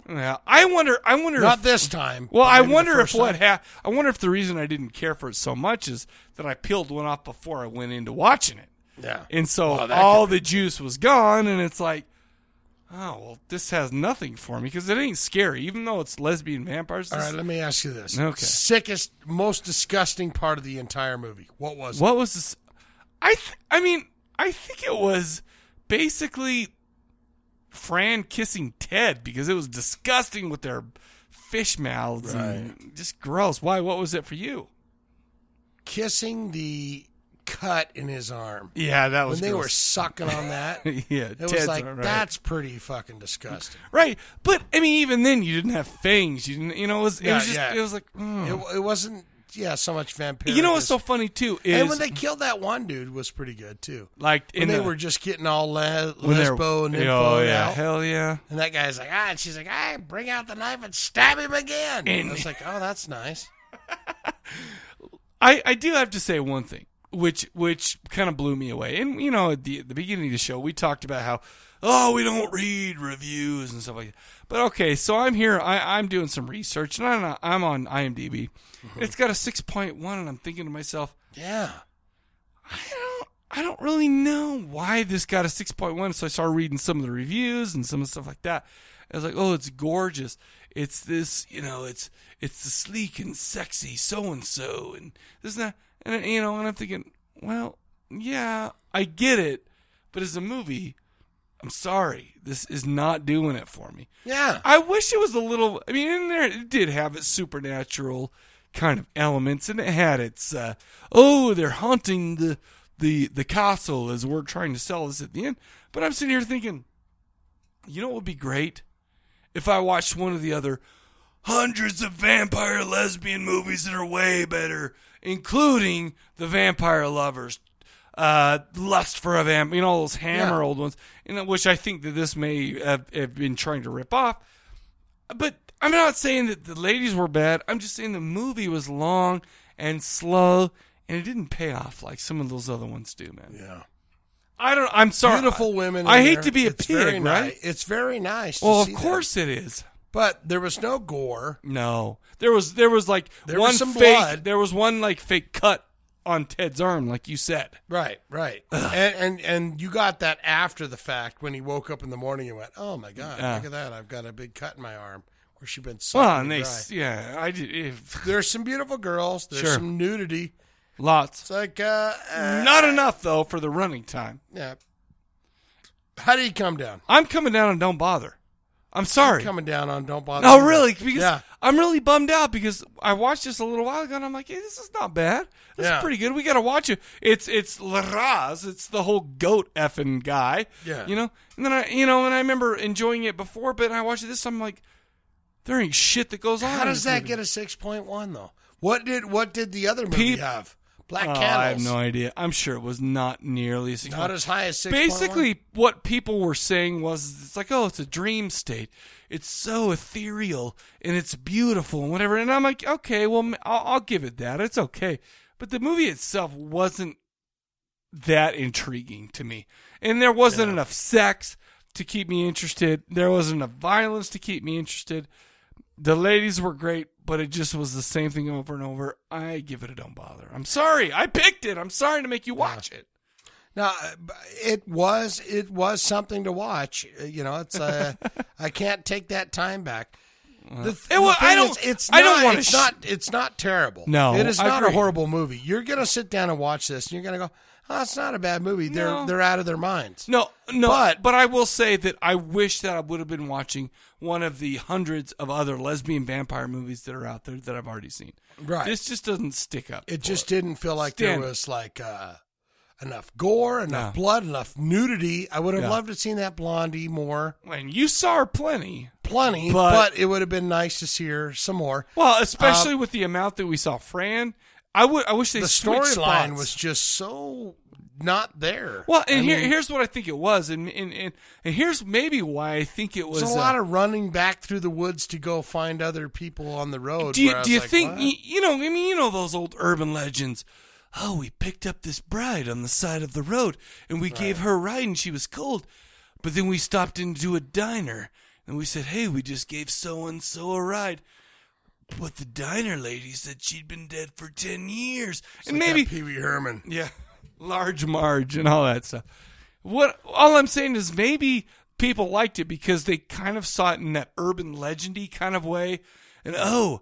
S1: Yeah, I wonder. I wonder.
S2: Not
S1: if,
S2: this time.
S1: Well, I
S2: Maybe the
S1: wonder if
S2: first
S1: what
S2: time.
S1: ha- I wonder if the reason I didn't care for it so much is that I peeled one off before I went into watching it.
S2: Yeah.
S1: And so
S2: Wow, that
S1: all the juice was gone, and it's like, oh, well, this has nothing for me because it ain't scary, even though it's lesbian vampires.
S2: All
S1: this-
S2: right, let me ask you this.
S1: Okay.
S2: Sickest, most disgusting part of the entire movie. What was it?
S1: What was this? I th- I mean, I think it was basically Fran kissing Ted because it was disgusting with their fish mouths and just gross. Why? What was it for you?
S2: Kissing the cut in his arm.
S1: Yeah, that was
S2: When they
S1: gross.
S2: were sucking on that.
S1: Yeah,
S2: It was
S1: Ted's
S2: like,
S1: all right.
S2: that's pretty fucking disgusting.
S1: Right, but I mean, even then, you didn't have fangs. You didn't, you know, it was, it
S2: Yeah,
S1: was just,
S2: yeah.
S1: it was like, mm.
S2: It, it wasn't, yeah, so much vampire.
S1: you know, what's so funny too is
S2: and when they killed that one dude was pretty good too.
S1: like
S2: When
S1: in
S2: they
S1: the-
S2: were just getting all le-
S1: when they were-
S2: lesbo and then
S1: oh
S2: flowing
S1: yeah,
S2: out.
S1: hell yeah.
S2: And that guy's like, ah, and she's like, I bring out the knife and stab him again.
S1: And-
S2: And it's like, oh, that's nice.
S1: I, I do have to say one thing, which which kind of blew me away. And you know, at the at the beginning of the show, we talked about how oh we don't read reviews and stuff like that. But okay, so I'm here. I, I'm doing some research, and I'm, I'm on IMDb. It's got a six point one, and I'm thinking to myself,
S2: yeah,
S1: I don't really know why this got a 6.1. So I started reading some of the reviews and some of the stuff like that. I was like, oh, it's gorgeous. It's this, you know, it's it's the sleek and sexy so and so, and this and that, and you know, and I'm thinking, well, yeah, I get it, but as a movie, I'm sorry, this is not doing it for me.
S2: Yeah,
S1: I wish it was a little. I mean, in there it did have its supernatural kind of elements, and it had its uh, oh, they're haunting the the the castle as we're trying to sell this at the end. But I'm sitting here thinking, you know what would be great if I watched one of the other hundreds of vampire lesbian movies that are way better, including the Vampire Lovers, uh, Lust for a Vamp, you know, all those hammer
S22: Yeah.
S1: old ones, you know, which I think that this may have, have been trying to rip off. But I'm not saying that the ladies were bad. I'm just saying the movie was long and slow, and it didn't pay off like some of those other ones do, man.
S2: Yeah.
S1: I don't. I'm sorry.
S2: Beautiful women.
S1: I
S2: in
S1: hate
S2: there.
S1: to be a
S2: It's
S1: pig,
S2: very
S1: right?
S2: ni- It's very nice. to
S1: Well, of
S2: see that.
S1: course it is.
S2: But there was no gore.
S1: No, there was there was like
S2: There
S1: one
S2: was some
S1: fake.
S2: blood.
S1: There was one like fake cut on Ted's arm, like you said.
S2: Right, right. and, and and you got that after the fact when he woke up in the morning and went, oh my god,
S1: Yeah.
S2: look at that! I've got a big cut in my arm where she's been. sucking
S1: Well, and
S2: me
S1: they
S2: dry.
S1: s yeah, I did. If,
S2: There's some beautiful girls. There's
S1: Sure.
S2: some nudity.
S1: Lots.
S2: It's like uh, uh,
S1: Not enough though for the running time.
S2: Yeah. How do you come down?
S1: I'm coming down and don't bother. I'm sorry.
S2: coming down on don't bother.
S1: No,
S2: Me.
S1: really, because
S2: yeah,
S1: I'm really bummed out because I watched this a little while ago and I'm like, hey, this is not bad. This
S2: Yeah.
S1: is pretty good. We got to watch it. It's it's Laraz. It's the whole goat effing guy.
S2: Yeah.
S1: you know. And then I, you know, and I remember enjoying it before, but I watched it this time. I'm like, there ain't shit that goes on.
S2: how
S1: in
S2: does
S1: this
S2: that
S1: movie.
S2: get a six point one though? What did what did the other movie
S1: Peep-
S2: have? Black
S1: Oh,
S2: Candles.
S1: I have no idea. I'm sure it was not nearly as
S2: Not as high as 6.1?
S1: Basically, what people were saying was it's like, oh, it's a dream state. It's so ethereal and it's beautiful and whatever. And I'm like, okay, well, m- I'll, I'll give it that. It's okay. But the movie itself wasn't that intriguing to me. And there wasn't enough sex to keep me interested. There wasn't enough violence to keep me interested. The ladies were great, but it just was the same thing over and over. I give it a don't bother. I'm sorry. I picked it. I'm sorry to make you watch it.
S2: Now it was it was something to watch. Uh, You know, it's uh, I can't take that time back. The th-
S1: Uh, It wa-
S2: the thing
S1: I don't-
S2: is, It's
S1: I
S2: not,
S1: don't wanna
S2: It's
S1: sh-
S2: not. It's not terrible.
S1: No,
S2: it is
S1: I
S2: not a
S1: agree.
S2: horrible movie. You're gonna sit down and watch this, and you're gonna go, "Oh, it's not a bad movie."
S1: No.
S2: They're they're out of their minds.
S1: No, no, but, I will say that I wish that I would have been watching one of the hundreds of other lesbian vampire movies that are out there that I've already seen.
S2: Right.
S1: This just doesn't stick up.
S2: It just didn't feel like
S1: Stand-
S2: there was like uh, enough gore, enough
S1: No.
S2: blood, enough nudity. I would have
S1: Yeah.
S2: loved to have seen that blondie more.
S1: And you saw her plenty,
S2: plenty,
S1: but-
S2: but, it would have been nice to see her some more.
S1: Well, especially
S2: Um,
S1: with the amount that we saw Fran, I would I wish they
S2: the
S1: switched
S2: storyline
S1: spots.
S2: was just so not there.
S1: Well, and
S2: I
S1: here,
S2: mean,
S1: here's what I think it was, and and, and and here's maybe why I think it was
S2: there's a
S1: uh,
S2: lot of running back through the woods to go find other people on the road.
S1: Do you,
S2: where I
S1: do
S2: was
S1: you
S2: like,
S1: think
S2: "What?"
S1: you, you know? I mean, you know those old urban legends. Oh, we picked up this bride on the side of the road, and we gave her a ride, and she was cold. But then we stopped into a diner, and we said, "Hey, we just gave so and so a ride." But the diner lady said she'd been dead for ten years,
S2: It's
S1: and
S2: like that
S1: maybe
S2: Pee Wee Herman.
S1: Yeah, large marge and all that stuff. What all I'm saying is maybe people liked it because they kind of saw it in that urban legendy kind of way. And oh,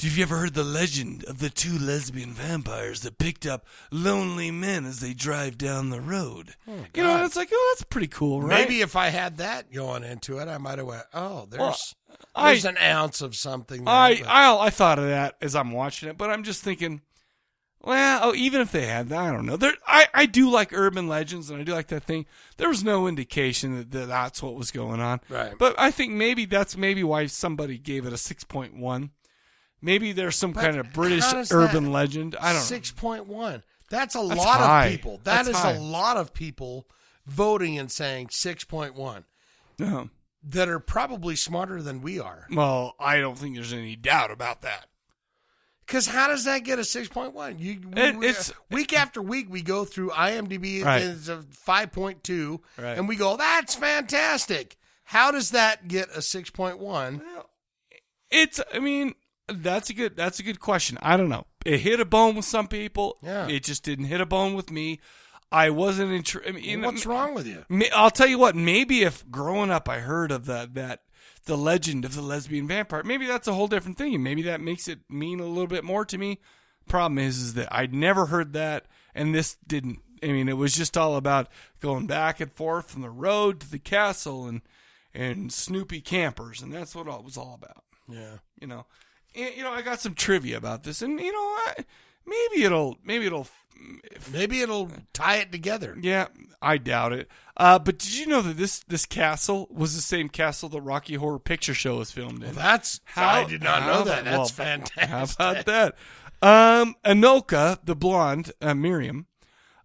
S1: have you ever heard the legend of the two lesbian vampires that picked up lonely men as they drive down the road? you know,
S2: God.
S1: and it's like, oh, that's pretty cool, right?
S2: Maybe if I had that going into it, I might have went, oh, there's
S1: Well,
S2: there's
S1: I-
S2: an ounce of something. There,
S1: I,
S2: but-
S1: I I thought of that as I'm watching it, but I'm just thinking, well, oh, even if they had that, I don't know. There, I, I do like urban legends and I do like that thing. There was no indication that, that that's what was going on.
S2: Right.
S1: But I think maybe that's maybe why somebody gave it a 6.1. Maybe there's some
S2: But
S1: kind of British
S2: how does
S1: urban
S2: that-
S1: legend. I don't know.
S2: Six point one. That's a
S1: That's
S2: lot
S1: high.
S2: of people. That
S1: That's
S2: is
S1: high.
S2: a lot of people voting and saying six point one.
S1: Yeah.
S2: That are probably smarter than we are.
S1: Well, I don't think there's any doubt about that.
S2: Because how does that get a six point one? You we,
S1: It-
S2: we-
S1: it's-
S2: week after week we go through IMDb
S1: Right.
S2: and it's a five point two,
S1: Right.
S2: and we go that's fantastic. How does that get a six point one?
S1: It's I mean, that's a good that's a good question. I don't know. It hit a bone with some people.
S2: Yeah.
S1: It just didn't hit a bone with me. I wasn't intr- I mean,
S2: What's wrong with you?
S1: Ma- I'll tell you what. Maybe if growing up I heard of that that the legend of the lesbian vampire, maybe that's a whole different thing. and Maybe that makes it mean a little bit more to me. Problem is, is that I'd never heard that, and this didn't. I mean, it was just all about going back and forth from the road to the castle and and Snoopy campers, and that's what it was all about.
S2: Yeah.
S1: You know, and, you know, I got some trivia about this, and you know, I, maybe it'll maybe it'll
S2: maybe it'll tie it together.
S1: Yeah, I doubt it. Uh, but did you know that this this castle was the same castle the Rocky Horror Picture Show was filmed
S2: Well,
S1: in?
S2: that's- I did not know that. That's fantastic.
S1: How about that? Um, Anoka, the blonde uh, Miriam,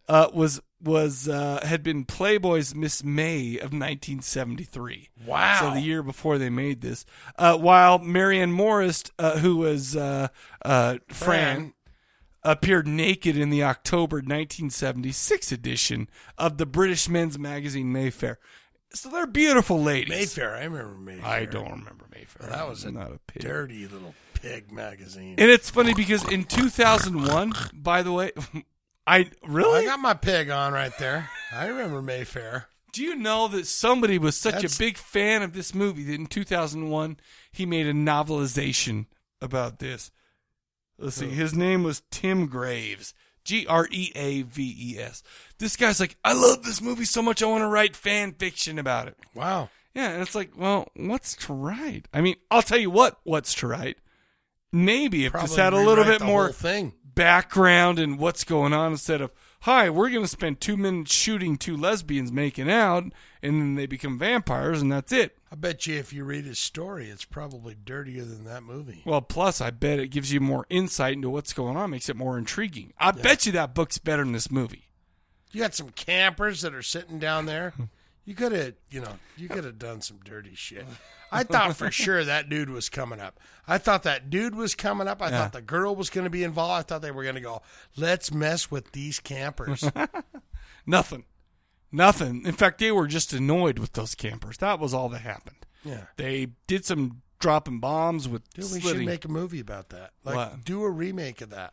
S1: uh, was was uh, had been Playboy's Miss May of 1973.
S2: Wow.
S1: So the year before they made this, uh, while Marianne Morris, uh, who was uh, uh, Fran,
S2: Fran.
S1: appeared naked in the October 1976 edition of the British men's magazine Mayfair. So they're beautiful ladies.
S2: Mayfair, I remember Mayfair.
S1: I don't remember Mayfair.
S2: that was a,
S1: Not a pig.
S2: dirty little pig magazine.
S1: And it's funny because in 2001, by the way, I really
S2: I got my pig on right there. I remember Mayfair.
S1: Do you know that somebody was such
S2: That's-
S1: a big fan of this movie that in 2001 he made a novelization about this? Let's see.
S2: Who?
S1: His name was Tim Graves. G R E A V E S. This guy's like, I love this movie so much, I want to write fan fiction about it.
S2: Wow.
S1: Yeah, and it's like, well, what's to write? I mean, I'll tell you what, what's to write. Maybe if this
S2: Probably
S1: had a little
S2: rewrite
S1: bit
S2: the
S1: more
S2: whole thing.
S1: background and what's going on instead of, hi, we're going to spend two minutes shooting two lesbians making out, and then they become vampires, and that's it.
S2: I bet you if you read his story, it's probably dirtier than that movie.
S1: Well, plus, I bet it gives you more insight into what's going on, makes it more intriguing. I bet you that book's better than this movie.
S2: You got some campers that are sitting down there. You could have, you know, you could have done some dirty shit. I thought for sure that dude was coming up. I thought that dude was coming up. I
S1: Yeah.
S2: thought the girl was going to be involved. I thought they were going to go, let's mess with these campers.
S1: Nothing. Nothing. In fact, they were just annoyed with those campers. That was all that happened.
S2: Yeah.
S1: They did some dropping bombs with
S2: Dude, we should
S1: slitting.
S2: make a movie about that. Like,
S1: What?
S2: do a remake of that.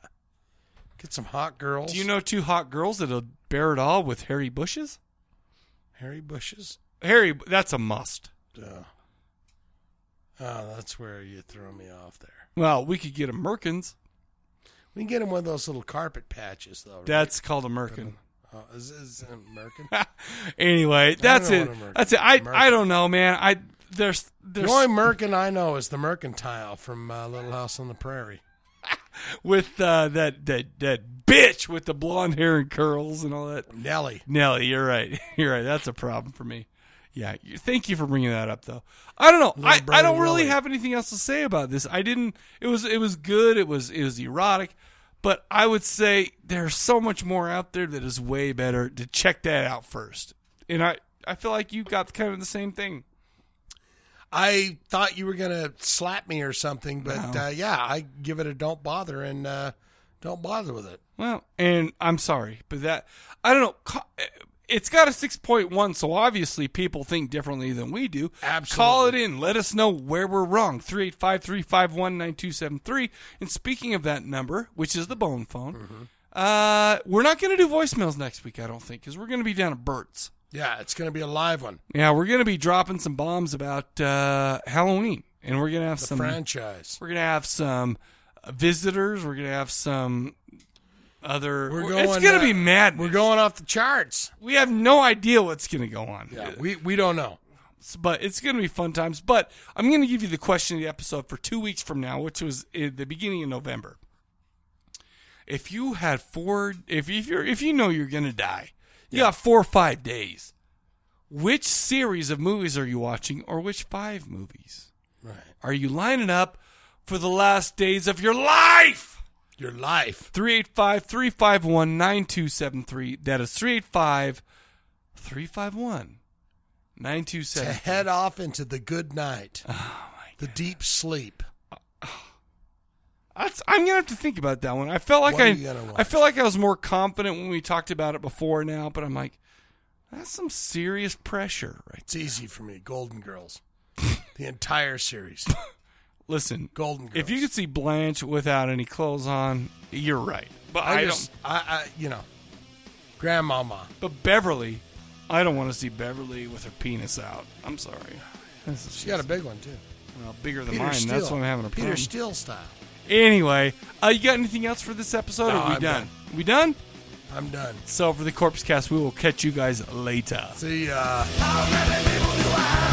S2: Get some hot girls.
S1: Do you know two hot girls that'll bear it all with hairy bushes?
S2: Harry Bushes?
S1: Harry, that's a must.
S2: Uh, oh, that's where you throw me off there.
S1: Well, we could get a Merkins.
S2: We can get him one of those little carpet patches, though. Right?
S1: That's called a Merkin.
S2: Oh, is, is it American?
S1: Anyway, that's
S2: know
S1: it.
S2: what a merkin-
S1: That's it. I I
S2: merkin.
S1: don't know, man. I there's
S2: the
S1: there's
S2: only Merkin I know is the mercantile from uh, Little House on the Prairie.
S1: with uh, that that that bitch with the blonde hair and curls and all that.
S2: Nelly.
S1: Nelly, you're right. You're right. That's a problem for me. Yeah. you- Thank you for bringing that up, though. I don't know. I, I
S2: brother
S1: don't really
S2: Willie.
S1: have anything else to say about this. I didn't. It was it was good. It was it was erotic, but I would say there's so much more out there that is way better to check that out first. And I I feel like you got kind of the same thing.
S2: I thought you were gonna slap me or something, but
S1: No.
S2: uh, yeah, I give it a don't bother and uh, don't bother with it.
S1: Well, and I'm sorry, but that I don't know. co- It's got a 6.1, so obviously people think differently than we do. Absolutely. Call it in. Let us know where we're wrong.
S2: Mm-hmm.
S1: 385 351 9273. And speaking of that number, which is the bone phone, Uh, we're not going to do voicemails next week, I don't think, because we're going to be down at Burt's.
S2: Yeah, it's going to be a live one.
S1: Yeah, we're going to be dropping some bombs about uh, Halloween, and we're going to have
S2: The
S1: some
S2: franchise.
S1: We're going to have some uh, visitors. We're going to have some other.
S2: We're
S1: it's
S2: going,
S1: going
S2: uh,
S1: to be mad. We're
S2: going off the charts.
S1: We have no idea what's going to go on.
S2: Yeah, we we don't know.
S1: But it's going to be fun times. But I'm going to give you the question of the episode for two weeks from now, which was in the beginning of November. If you had four, if if you are if you know you're going to die, you got four or five days. Which series of movies are you watching, or which five movies?
S2: Right.
S1: Are you lining up for the last days of your life?
S2: Your life.
S1: 385 351 9273. That is 385 351
S2: To
S1: 9273.
S2: head off into the good night,
S1: Oh,
S2: the deep sleep.
S1: That's, I'm gonna have to think about that one. I felt like
S2: What are
S1: I,
S2: you gonna
S1: I feel like I was more confident when we talked about it before now, but I'm like, that's some serious pressure, right?
S2: It's easy for me. Golden Girls, the entire series.
S1: Listen,
S2: Golden. Girls.
S1: If you could see Blanche without any clothes on, you're right. But I,
S2: just, I, I, you know, grandmama.
S1: don't. But Beverly, I don't want to see Beverly with her penis out. I'm sorry. This is
S2: She got a big one too.
S1: Well, bigger than
S2: Peter
S1: mine. That's
S2: Steele.
S1: why I'm having a
S2: Peter
S1: problem.
S2: Steele style.
S1: Anyway, uh, you got anything else for this episode? or
S2: No,
S1: are we
S2: I'm
S1: done? We done?
S2: I'm done.
S1: So for the Corpse Cast, we will catch you guys later.
S2: See uh, ya.
S9: How many people do I have?